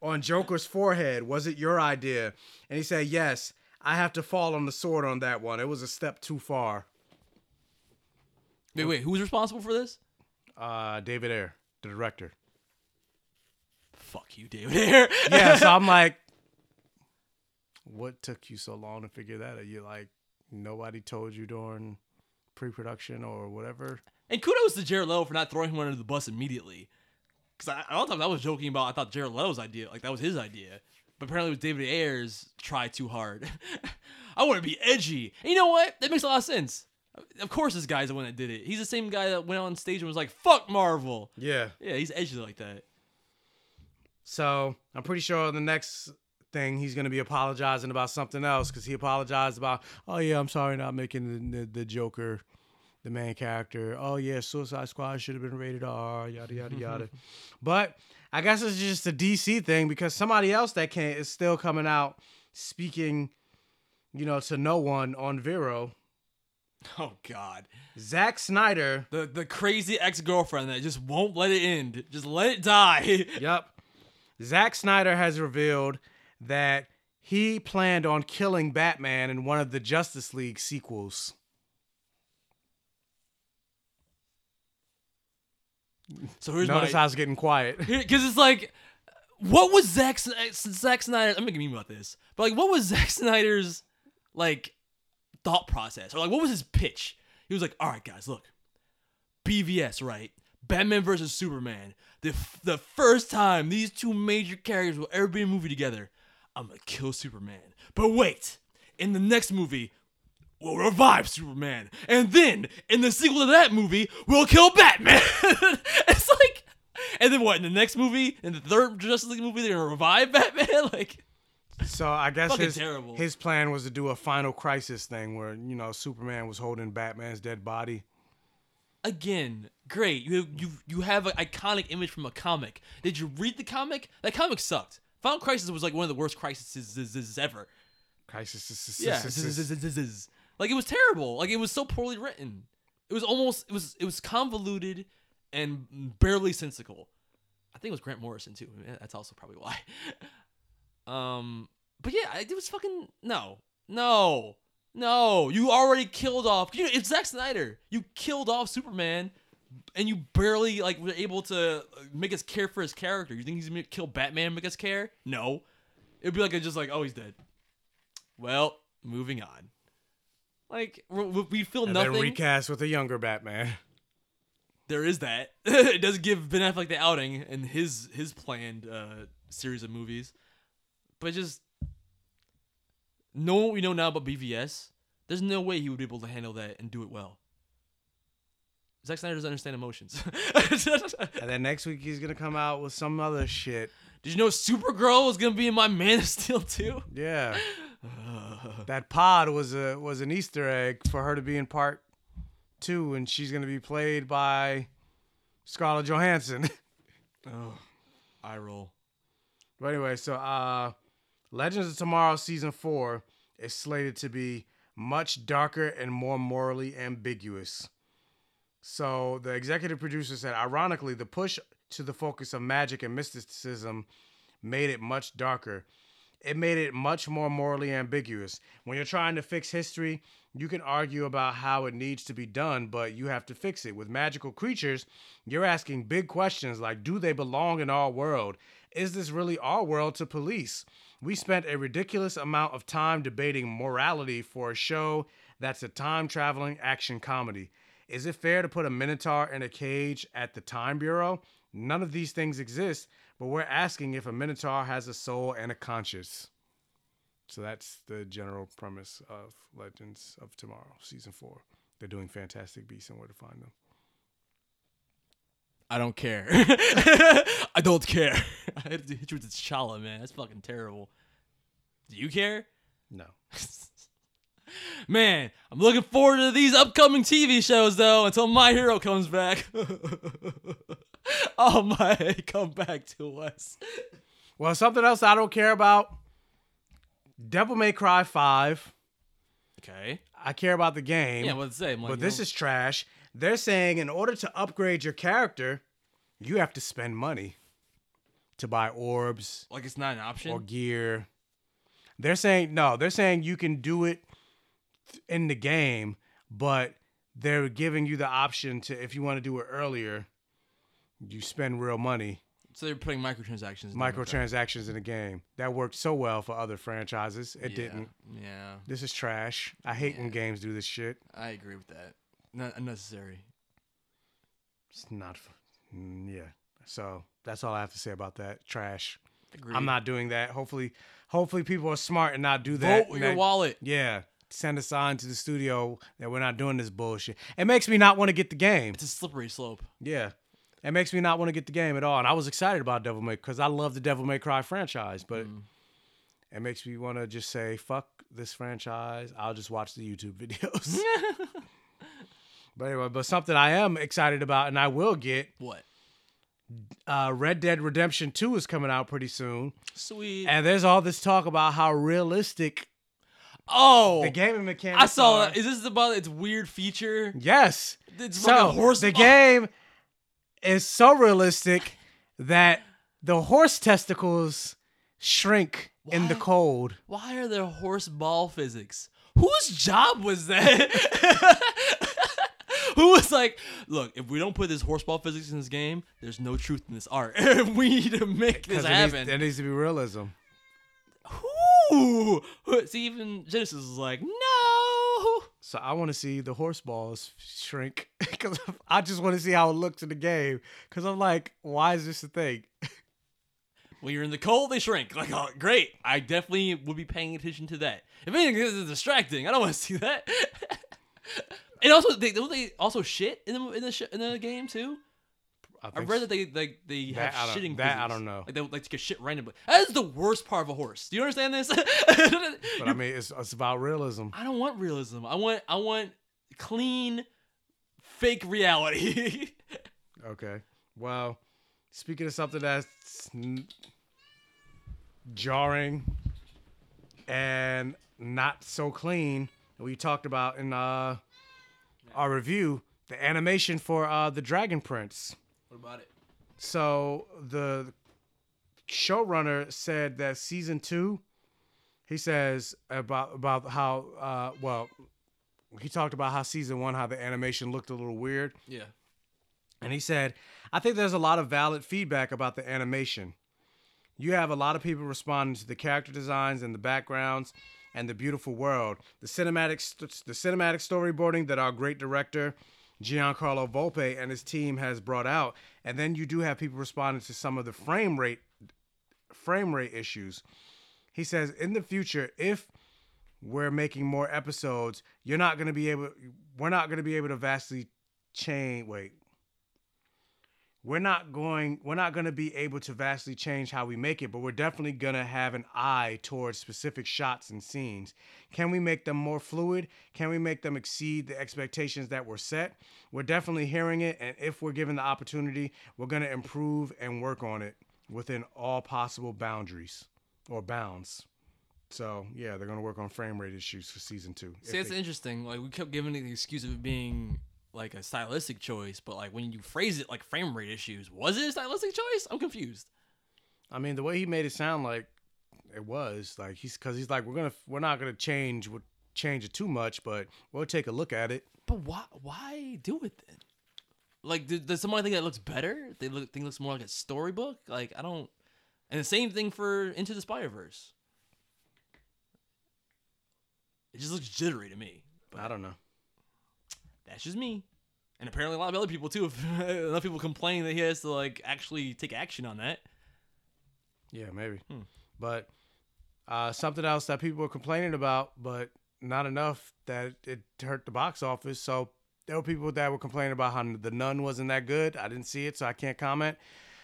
S3: on Joker's forehead, was it your idea? And he said, "Yes, I have to fall on the sword on that one. It was a step too far."
S2: Wait, wait. Who's responsible for this?
S3: Uh, David Ayer, the director.
S2: Fuck you, David Ayer.
S3: yeah, so I'm like, what took you so long to figure that out? You like nobody told you during pre-production or whatever.
S2: And kudos to Jared Leto for not throwing him under the bus immediately. Because I, I thought I was joking about, I thought Jared Leto's idea, like that was his idea. But apparently it was David Ayers try too hard. I want to be edgy. And you know what? That makes a lot of sense. Of course this guy's the one that did it. He's the same guy that went on stage and was like, fuck Marvel.
S3: Yeah.
S2: Yeah, he's edgy like that.
S3: So I'm pretty sure the next thing he's gonna be apologizing about something else because he apologized about, oh yeah, I'm sorry not making the, the the Joker, the main character. Oh yeah, Suicide Squad should have been rated R. Yada yada yada. but I guess it's just a DC thing because somebody else that can't is still coming out speaking, you know, to no one on Vero.
S2: Oh, God.
S3: Zack Snyder.
S2: The, the crazy ex girlfriend that just won't let it end, just let it die.
S3: yep. Zack Snyder has revealed that he planned on killing Batman in one of the Justice League sequels.
S2: So here's
S3: Notice
S2: my,
S3: I was getting quiet.
S2: Because it's like, what was Zack, Sn- Zack Snyder? I'm making meme about this, but like, what was Zack Snyder's like thought process, or like, what was his pitch? He was like, "All right, guys, look, BVS, right? Batman versus Superman. The f- the first time these two major characters will ever be in a movie together. I'm gonna kill Superman. But wait, in the next movie." We'll revive Superman, and then in the sequel to that movie, we'll kill Batman. it's like, and then what? In the next movie, in the third Justice League movie, they're gonna revive Batman. Like,
S3: So I guess
S2: Fucking
S3: his,
S2: terrible.
S3: his plan was to do a final crisis thing where, you know, Superman was holding Batman's dead body.
S2: again, great. You have you you have an iconic image from a comic. Did you read the comic? That comic sucked. Final Crisis was like one of the worst crises ever.
S3: Crisis. is- is-
S2: Yeah,
S3: is- is- is-
S2: like it was terrible. Like it was so poorly written. It was almost it was it was convoluted and barely sensical. I think it was Grant Morrison too. That's also probably why. Um, but yeah, I- it was fucking no, no, no. You already killed off. You it's Zack Snyder. You killed off Superman, and you barely like were able to uh, make us care for his character. You think he's gonna kill Batman? and Make us care? No. It'd be like a, just like oh he's dead. Well, moving on. Like we- we we feel
S3: And
S2: nothing.
S3: then recast with a younger Batman.
S2: there is that. it does give Ben Affleck the outing in his his planned uh, series of movies, but just knowing what we know now about BVS, there's no way he would be able to handle that and do it well. Zack Snyder doesn't understand emotions.
S3: and then next week he's gonna come out with some other shit.
S2: Did you know Supergirl was gonna be in my Man of Steel too?
S3: Yeah. that pod was a was an Easter egg for her to be in part two, and she's gonna be played by Scarlett Johansson.
S2: oh, I roll.
S3: But anyway, so uh, Legends of Tomorrow season four is slated to be much darker and more morally ambiguous. So the executive producer said, ironically, the push to the focus of magic and mysticism made it much darker. It made it much more morally ambiguous. When you're trying to fix history, you can argue about how it needs to be done, but you have to fix it. With magical creatures, you're asking big questions like do they belong in our world? Is this really our world to police? We spent a ridiculous amount of time debating morality for a show that's a time traveling action comedy. Is it fair to put a Minotaur in a cage at the Time Bureau? None of these things exist, but we're asking if a Minotaur has a soul and a conscience. So that's the general premise of Legends of Tomorrow, Season 4. They're doing Fantastic Beasts and Where to Find Them.
S2: I don't care. I don't care. I had to hit you with T'Challa, man. That's fucking terrible. Do you care?
S3: No.
S2: Man, I'm looking forward to these upcoming TV shows though until My Hero comes back. oh my, come back to us.
S3: Well, something else I don't care about Devil May Cry 5.
S2: Okay.
S3: I care about the game.
S2: Yeah, what's it say? I'm like,
S3: but this
S2: you know-
S3: is trash. They're saying in order to upgrade your character, you have to spend money to buy orbs
S2: Like it's not an option.
S3: or gear. They're saying no, they're saying you can do it th- in the game, but they're giving you the option to if you want to do it earlier, you spend real money.
S2: so they're putting microtransactions. in there, okay.
S3: Microtransactions in the game. That worked so well for other franchises. It
S2: Yeah,
S3: didn't.
S2: Yeah,
S3: This is trash. I hate when games do this shit.
S2: I agree with that. Not unnecessary.
S3: It's not f- mm, yeah. So that's all I have to say about that. Trash.
S2: Agreed.
S3: I'm not doing that. Hopefully, hopefully people are smart and not do that.
S2: with your
S3: That-
S2: wallet.
S3: Yeah. Send a sign to the studio that we're not doing this bullshit. It makes me not want to get the game.
S2: It's a slippery slope.
S3: Yeah. It makes me not want to get the game at all. And I was excited about Devil May because I love the Devil May Cry franchise, but
S2: Mm.
S3: it makes me want to just say, fuck this franchise. I'll just watch the YouTube videos. but anyway, but something I am excited about and I will get
S2: What?
S3: uh, Red Dead Redemption 2 is coming out pretty soon.
S2: Sweet.
S3: And there's all this talk about how realistic
S2: oh,
S3: the gaming mechanics
S2: I saw
S3: are.
S2: that. Is this about its weird feature?
S3: Yes.
S2: It's
S3: so
S2: fucking horse-
S3: the game is so realistic that the horse testicles shrink in the cold.
S2: Why are there horse ball physics? Whose job was that? Who was like, look, if we don't put this horse ball physics in this game, there's no truth in this art. we need to make this
S3: Because it needs-
S2: happen.
S3: There needs to be realism.
S2: Ooh. See, even Genesis is like, no.
S3: So I want to see the horse balls shrink because I just want to see how it looks in the game. Because I'm like, why is this a thing?
S2: When you're in the cold, they shrink. Like, oh, great. I definitely would be paying attention to that. If anything, this is distracting. I don't want to see that. and also, they, don't they also shit in the in the, sh- in the game too? I,
S3: think
S2: read
S3: so.
S2: that they like they
S3: That
S2: have
S3: I don't-
S2: shitting.
S3: that I
S2: physics.
S3: don't know.
S2: Like they would like to get shit randomly. That is the worst part of a horse. Do you understand this?
S3: But I mean, it's, it's about realism.
S2: I don't want realism. I want I want clean, fake reality.
S3: Okay. Well, speaking of something that's n- jarring and not so clean, we talked about in uh, our review the animation for uh, the Dragon Prince.
S2: what about it?
S3: So the showrunner said that season two, he says about about how uh, well he talked about how season one how the animation looked a little weird.
S2: Yeah.
S3: And he said, I think there's a lot of valid feedback about the animation. You have a lot of people responding to the character designs and the backgrounds and the beautiful world. The cinematic, st- the cinematic storyboarding that our great director Giancarlo Volpe and his team has brought out. And then you do have people responding to some of the frame rate, frame rate issues. He says, in the future, if we're making more episodes, you're not going to be able we're not going to be able to vastly change wait. We're not going we're not going to be able to vastly change how we make it, but we're definitely going to have an eye towards specific shots and scenes. Can we make them more fluid? Can we make them exceed the expectations that were set? We're definitely hearing it and if we're given the opportunity, we're going to improve and work on it within all possible boundaries or bounds. So yeah, they're gonna work on frame rate issues for season two.
S2: See,
S3: If
S2: it's
S3: they-
S2: interesting. Like we kept giving it the excuse of it being like a stylistic choice, but like when you phrase it like frame rate issues, was it a stylistic choice? I'm confused.
S3: I mean, the way he made it sound like it was like he's because he's like we're gonna we're not gonna change what change it too much, but we'll take a look at it.
S2: But why why do it then? Like, do, does somebody think that looks better? They look think it looks more like a storybook. Like I don't. And the same thing for Into the Spider Verse. It just looks jittery to me. But I
S3: don't know.
S2: That's just me. And apparently a lot of other people too. If enough people complain that he has to like actually take action on that.
S3: Yeah, maybe. But uh, something else that people were complaining about, but not enough that it hurt the box office. So there were people that were complaining about how the Nun wasn't that good. I didn't see it, so I can't comment.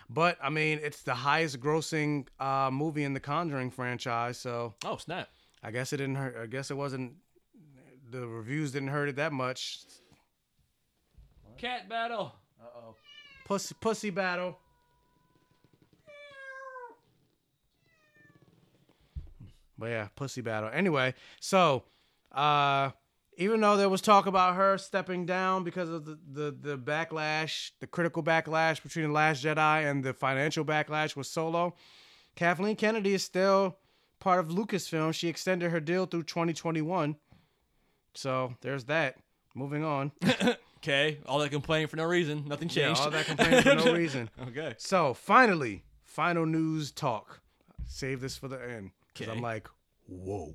S3: But I mean, it's the highest grossing uh, movie in the Conjuring franchise. So
S2: oh snap!
S3: I guess it didn't hurt. I guess it wasn't. The reviews didn't hurt it that much.
S2: Cat battle.
S3: Uh oh. Pussy pussy battle. But yeah, pussy battle. Anyway, so uh even though there was talk about her stepping down because of the, the, the backlash, the critical backlash between The Last Jedi and the financial backlash with Solo, Kathleen Kennedy is still part of Lucasfilm. She extended her deal through 2021. So there's that. Moving on.
S2: Okay, all that complaining for no reason. Nothing
S3: Yeah,
S2: changed.
S3: all that complaining for no reason.
S2: okay.
S3: So finally, final news talk. Save this for the end because
S2: Okay.
S3: I'm like, whoa,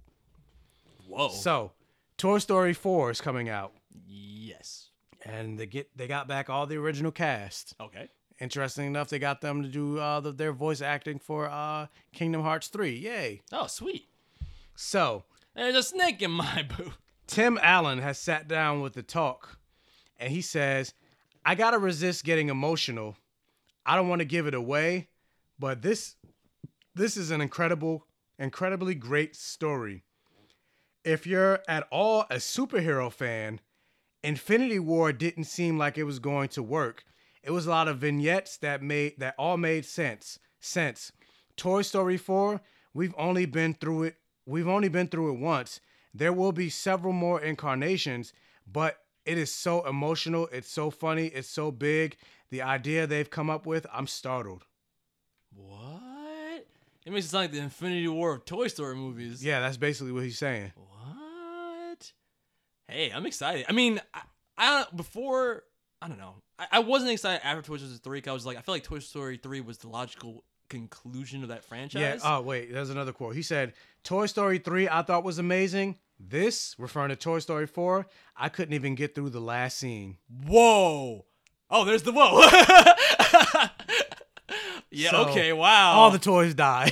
S2: whoa.
S3: So, Toy Story Four is coming out,
S2: Yes.
S3: and they get they got back all the original cast.
S2: Okay.
S3: Interesting enough, they got them to do uh, the, their voice acting for uh, Kingdom Hearts Three. Yay!
S2: Oh, sweet.
S3: So
S2: There's a snake in my boot.
S3: Tim Allen has sat down with the talk and he says, I gotta resist getting emotional. I don't wanna give it away, but this this is an incredible, incredibly great story. If you're at all a superhero fan, Infinity War didn't seem like it was going to work. It was a lot of vignettes that made that all made sense. Sense. Toy Story 4, we've only been through it. We've only been through it once. There will be several more incarnations, but it is so emotional, it's so funny, it's so big. The idea they've come up with, I'm startled.
S2: What? It makes it sound like the Infinity War of Toy Story movies.
S3: Yeah, that's basically what he's saying.
S2: What? Hey, I'm excited. I mean, I, I before I don't know. I, I wasn't excited after Toy Story three. 'cause I was like, I feel like Toy Story three was the logical conclusion of that franchise.
S3: Yeah. Oh, wait. There's another quote. He said, "Toy Story 3 I thought was amazing. This, referring to Toy Story 4, I couldn't even get through the last scene."
S2: Whoa. Oh, there's the whoa. yeah.
S3: So,
S2: okay. Wow.
S3: All the toys die.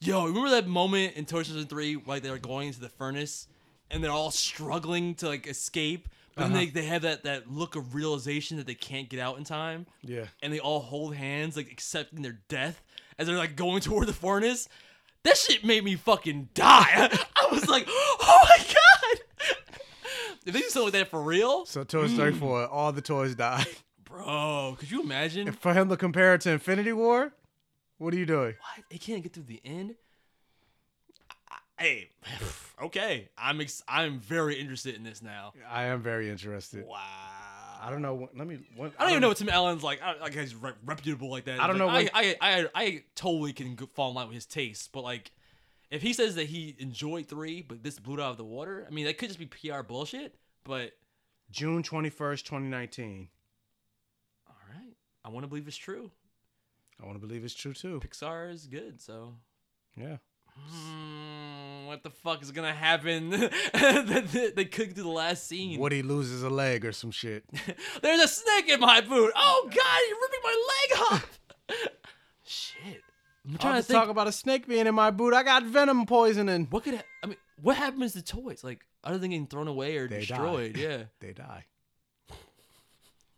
S2: Yo, remember that moment in Toy Story 3 like they're going into the furnace and they're all struggling to like escape, but then
S3: Uh-huh.
S2: they, they have that that look of realization that they can't get out in time.
S3: Yeah.
S2: And they all hold hands like accepting their death as they're like going toward the furnace. That shit made me fucking die. I was like, "Oh my god." If they do something like that for real?
S3: so Toy Story
S2: Mm.
S3: 4, all the toys die.
S2: Bro, could you imagine?
S3: And for him to compare it to Infinity War, what are you doing?
S2: What? It can't get through the end. I- I- Hey, okay. I'm ex- I'm very interested in this now.
S3: I am very interested.
S2: Wow.
S3: I don't know. what- Let me. What,
S2: I don't even know what Tim Allen's like. I, like he's re- reputable like that.
S3: I don't
S2: Like,
S3: know
S2: I,
S3: when-
S2: I I I totally can go- fall in line with his taste, but like, if he says that he enjoyed three, but this blew it out of the water, I mean that could just be PR bullshit. But
S3: June 21st, 2019.
S2: all right, I want to believe it's true.
S3: I want to believe it's true too.
S2: Pixar is good, so.
S3: Yeah.
S2: Hmm, what the fuck is gonna happen? That- that they could do the last scene.
S3: Woody loses a leg or some shit.
S2: There's a snake in my boot. Oh God, you're ripping my leg off. Shit. I'm
S3: I'll just talk about a snake being in my boot. I got venom poisoning.
S2: What could ha- I mean? what happens to toys? Like other than getting thrown away or
S3: They die.
S2: destroyed? Yeah.
S3: they die.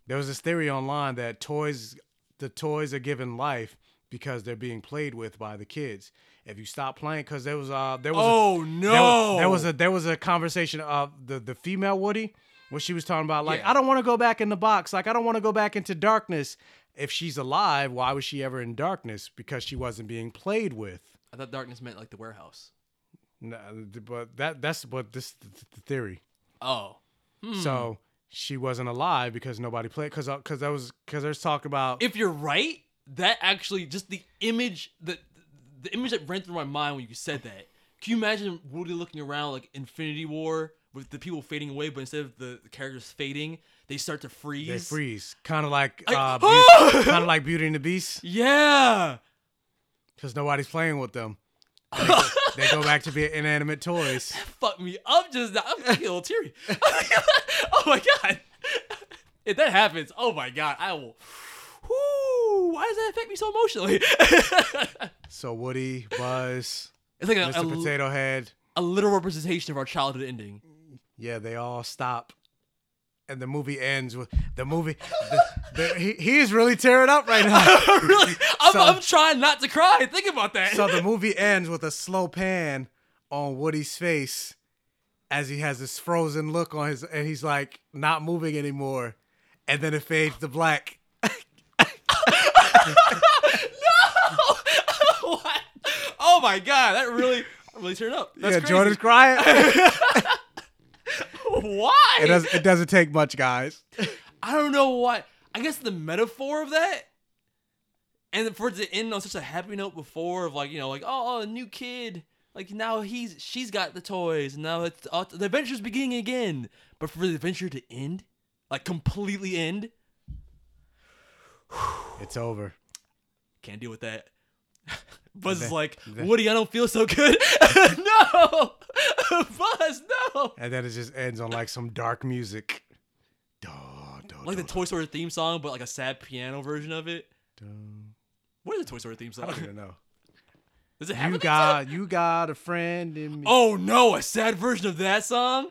S3: There was this theory online that toys, the toys are given life because they're being played with by the kids. If you stop playing, because there was uh there was a-
S2: Oh,
S3: there was- there
S2: no!
S3: was a there was a conversation of the the female Woody where she was talking about like
S2: Yeah.
S3: I don't want to go back in the box, like I don't want to go back into darkness. If she's alive, why was she ever in darkness? Because she wasn't being played with.
S2: I thought darkness meant like the warehouse.
S3: No, but that that's what this the theory.
S2: Oh. Hmm.
S3: So she wasn't alive because nobody played because because that was because there's talk about
S2: if you're right, that actually just the image that the image that ran through my mind when you said that. Can you imagine Woody looking around like Infinity War with the people fading away, but instead of the, the characters fading, they start to freeze.
S3: they freeze, kind of like
S2: I-
S3: uh, kind of like Beauty and the Beast.
S2: Yeah,
S3: because nobody's playing with them. They go, they go back to be inanimate toys.
S2: Fuck me up just now. I'm getting a little teary. oh my god. If that happens, oh my god, I will. Whoo, why does that affect me so emotionally?
S3: So Woody, Buzz,
S2: It's like a-
S3: Mr.
S2: a-
S3: Potato Head.
S2: a literal representation of our childhood ending.
S3: Yeah, they all stop, and the movie ends with the movie. The, the, he, he is really tearing up right now.
S2: really, I'm,
S3: So-
S2: I'm trying not to cry. Think about that.
S3: so the movie ends with a slow pan on Woody's face as he has this frozen look on his, and he's like not moving anymore, and then it fades to black.
S2: What? Oh my god, that really, I'm really tearing up. That's
S3: yeah,
S2: crazy.
S3: Jordan's crying.
S2: Why?
S3: it doesn't. It doesn't take much, guys.
S2: I don't know why. I guess the metaphor of that, and for it to end on such a happy note before of like you know like oh, oh, a new kid like now he's she's got the toys and now it's uh, the adventure's beginning again. But for the adventure to end, like completely end,
S3: It's over.
S2: can't deal with that. Buzz is
S3: Then-
S2: like
S3: then-
S2: Woody, I don't feel so good. no, Buzz, no.
S3: And then it just ends on like some dark music.
S2: Like the Toy Story theme song, but like a sad piano version of it. What is the Toy Story theme song?
S3: I don't even know.
S2: Does it have
S3: you
S2: a theme song?
S3: got you got a friend in me.
S2: Oh no, a sad version of that song.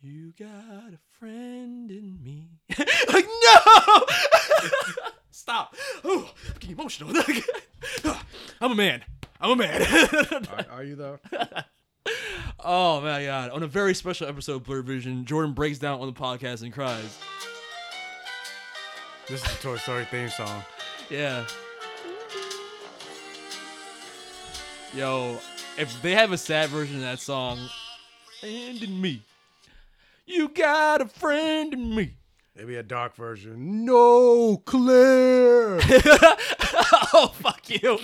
S2: You got a friend in me. like no, stop. Ooh, I'm getting emotional. I'm a man. I'm a man.
S3: are, are you though?
S2: oh my god! On a very special episode of Blur Vision, Jordan breaks down on the podcast and cries.
S3: This is the Toy Story theme song.
S2: Yeah. Yo, if they have a sad version of that song, and in me, you got a friend in me.
S3: Maybe a dark version. No, Claire.
S2: oh fuck you!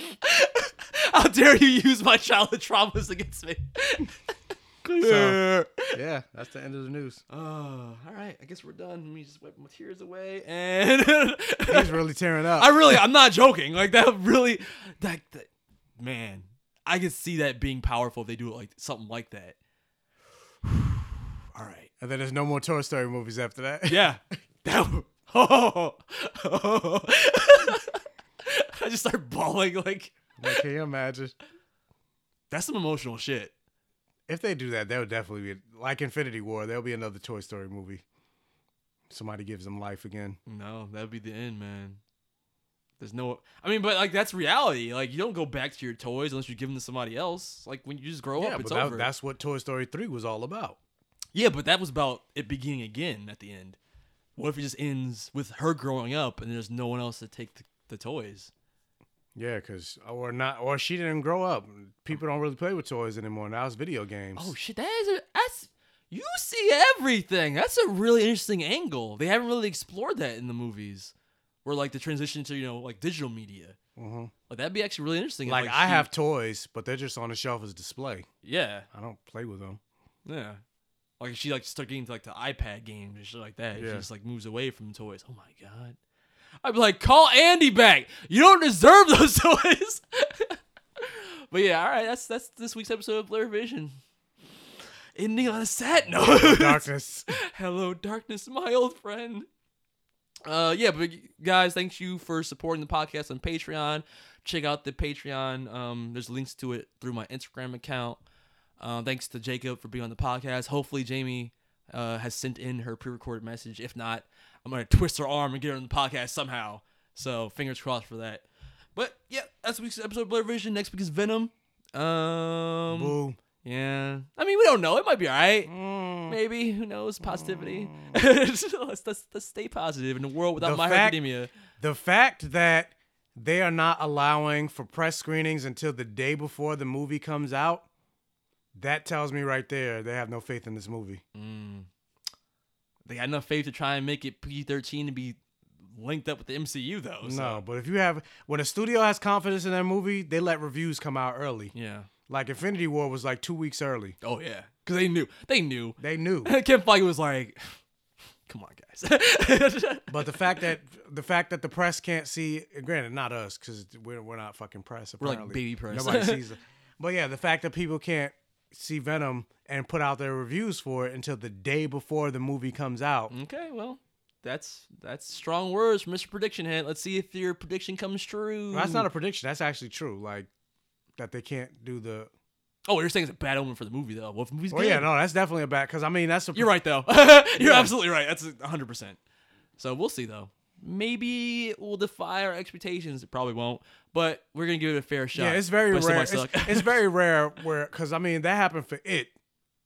S2: How dare you use my childhood traumas against me?
S3: So, yeah, that's the end of the news.
S2: Oh, all right. I guess we're done. Let me just wipe my tears away. And
S3: He's really tearing up.
S2: I really, I'm not joking. Like that really, that, that man, I can see that being powerful if they do it like something like that. All right.
S3: And then there's no more Toy Story movies after that.
S2: Yeah. That. w- Oh. I just start bawling. Like
S3: Like, can you imagine?
S2: that's some emotional shit.
S3: If they do that, that would definitely be like Infinity War. There'll be another Toy Story movie. Somebody gives them life again.
S2: No, that'd be the end, man. There's no, I mean, but like that's reality. Like you don't go back to your toys unless you give them to somebody else. Like when you just grow
S3: yeah,
S2: up,
S3: but
S2: it's
S3: that-
S2: over.
S3: that's what Toy Story Three was all about.
S2: Yeah, but that was about it beginning again at the end. What if it just ends with her growing up and there's no one else to take the, the toys?
S3: Yeah, because or not or she didn't grow up. People don't really play with toys anymore. Now it's video games.
S2: Oh shit, that is a, that's you see everything. That's a really interesting angle. They haven't really explored that in the movies, where like the transition to you know like digital media.
S3: Mhm.
S2: Like that'd be actually really interesting. if,
S3: like, I
S2: she-
S3: have toys, but they're just on the shelf as display.
S2: Yeah.
S3: I don't play with them.
S2: Yeah. Like she like start getting into like the iPad games and shit like that. She
S3: Yeah.
S2: just like moves away from toys. Oh my god. I'd be like, call Andy back. You don't deserve those toys. but yeah, all right. That's that's this week's episode of Blur Vision. Ending on a sad note.
S3: Darkness.
S2: Hello, darkness, my old friend. Uh, yeah, but guys, thanks you for supporting the podcast on Patreon. Check out the Patreon. Um, there's links to it through my Instagram account. Uh, thanks to Jacob for being on the podcast. Hopefully, Jamie uh, has sent in her pre-recorded message. If not, I'm gonna twist her arm and get her on the podcast somehow. So fingers crossed for that. But yeah, that's week's episode of Blur Vision. Next week is Venom. Um,
S3: Boo.
S2: Yeah. I mean, we don't know. It might be all right.
S3: Mm.
S2: Maybe. Who knows? Positivity. let's, let's, let's stay positive in a world without My Hero Academia.
S3: The fact that they are not allowing for press screenings until the day before the movie comes out, that tells me right there they have no faith in this movie.
S2: They got enough faith to try and make it PG-13 to be linked up with the MCU, though. So.
S3: No, but if you have when a studio has confidence in their movie, they let reviews come out early.
S2: Yeah.
S3: Like Infinity War was like two weeks early.
S2: Oh yeah, because they knew. They knew.
S3: They knew.
S2: Ken Feige was like, "Come on, guys."
S3: but the fact that the fact that the press can't see, granted, not us, because we're, we're not fucking press.
S2: We're like
S3: Apparently.
S2: baby press.
S3: Nobody sees it. But yeah, the fact that people can't see Venom and put out their reviews for it until the day before the movie comes out.
S2: Okay, well, that's that's strong words from Mr. Prediction Head. Let's see if your prediction comes true.
S3: Well, that's not a prediction. That's actually true. Like that they can't do the.
S2: Oh, you're saying it's a bad omen for the movie though. Well, if the movie's
S3: Oh
S2: good.
S3: yeah, no, that's definitely a bad. Because I mean, that's a,
S2: You're right though. you're absolutely right. That's 100. percent So we'll see though. Maybe it will defy our expectations. It probably won't, but we're gonna give it a fair shot.
S3: Yeah, it's very
S2: But it still
S3: rare.
S2: might
S3: It's,
S2: suck.
S3: it's very rare where because I mean that happened for it.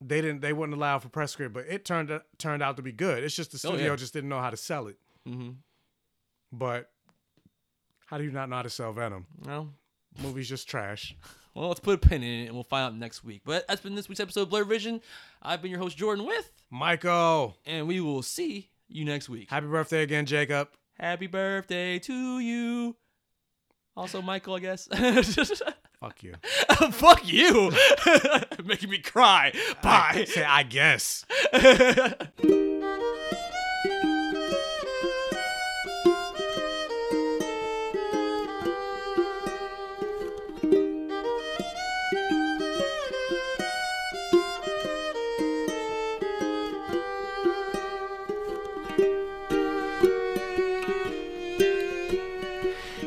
S3: They didn't. They wouldn't allow for press script, but it turned turned out to be good. It's just the
S2: Oh, yeah.
S3: studio just didn't know how to sell it.
S2: Mm-hmm.
S3: But how do you not know how to sell Venom?
S2: No.
S3: Movie's just trash.
S2: Well, let's put a pin in it and we'll find out next week. But that's been this week's episode of Blur Vision. I've been your host, Jordan, with,
S3: Michael,
S2: and we will see you next week.
S3: happy birthday again, Jacob.
S2: Happy birthday to you. Also, Michael, I guess.
S3: Fuck you.
S2: Fuck you. Making me cry. Bye.
S3: Say I guess.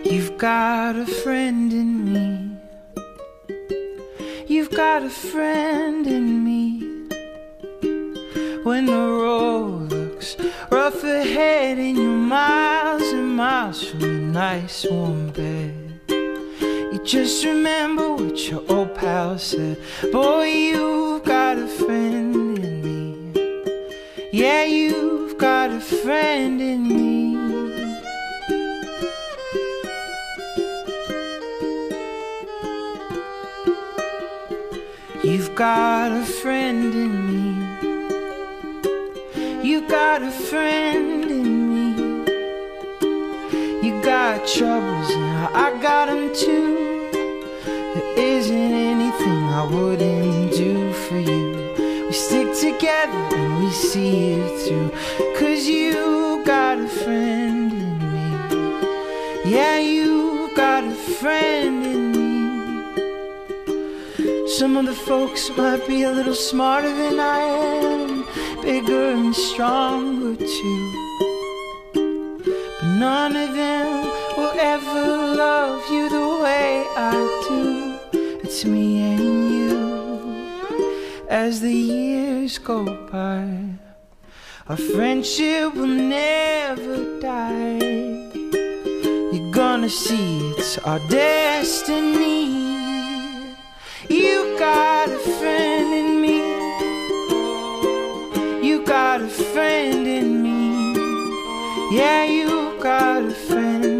S12: You've got a friend in me. You've got a friend in me. When the road looks rough ahead and you're miles and miles from a nice warm bed, you just remember what your old pal said. Boy, you've got a friend in me. Yeah, you've got a friend in me. You've got a friend in me. You've got a friend in me. You got troubles and I got 'em too. There isn't anything I wouldn't do for you. We stick together and we see it through. Cause you got a friend in me. Yeah, you got a friend in me. Some of the folks might be a little smarter than I am, bigger and stronger too. But none of them will ever love you the way I do. It's me and you. As the years go by, our friendship will never die. You're gonna see it's our destiny. You got a friend in me. You got a friend in me. Yeah, you got a friend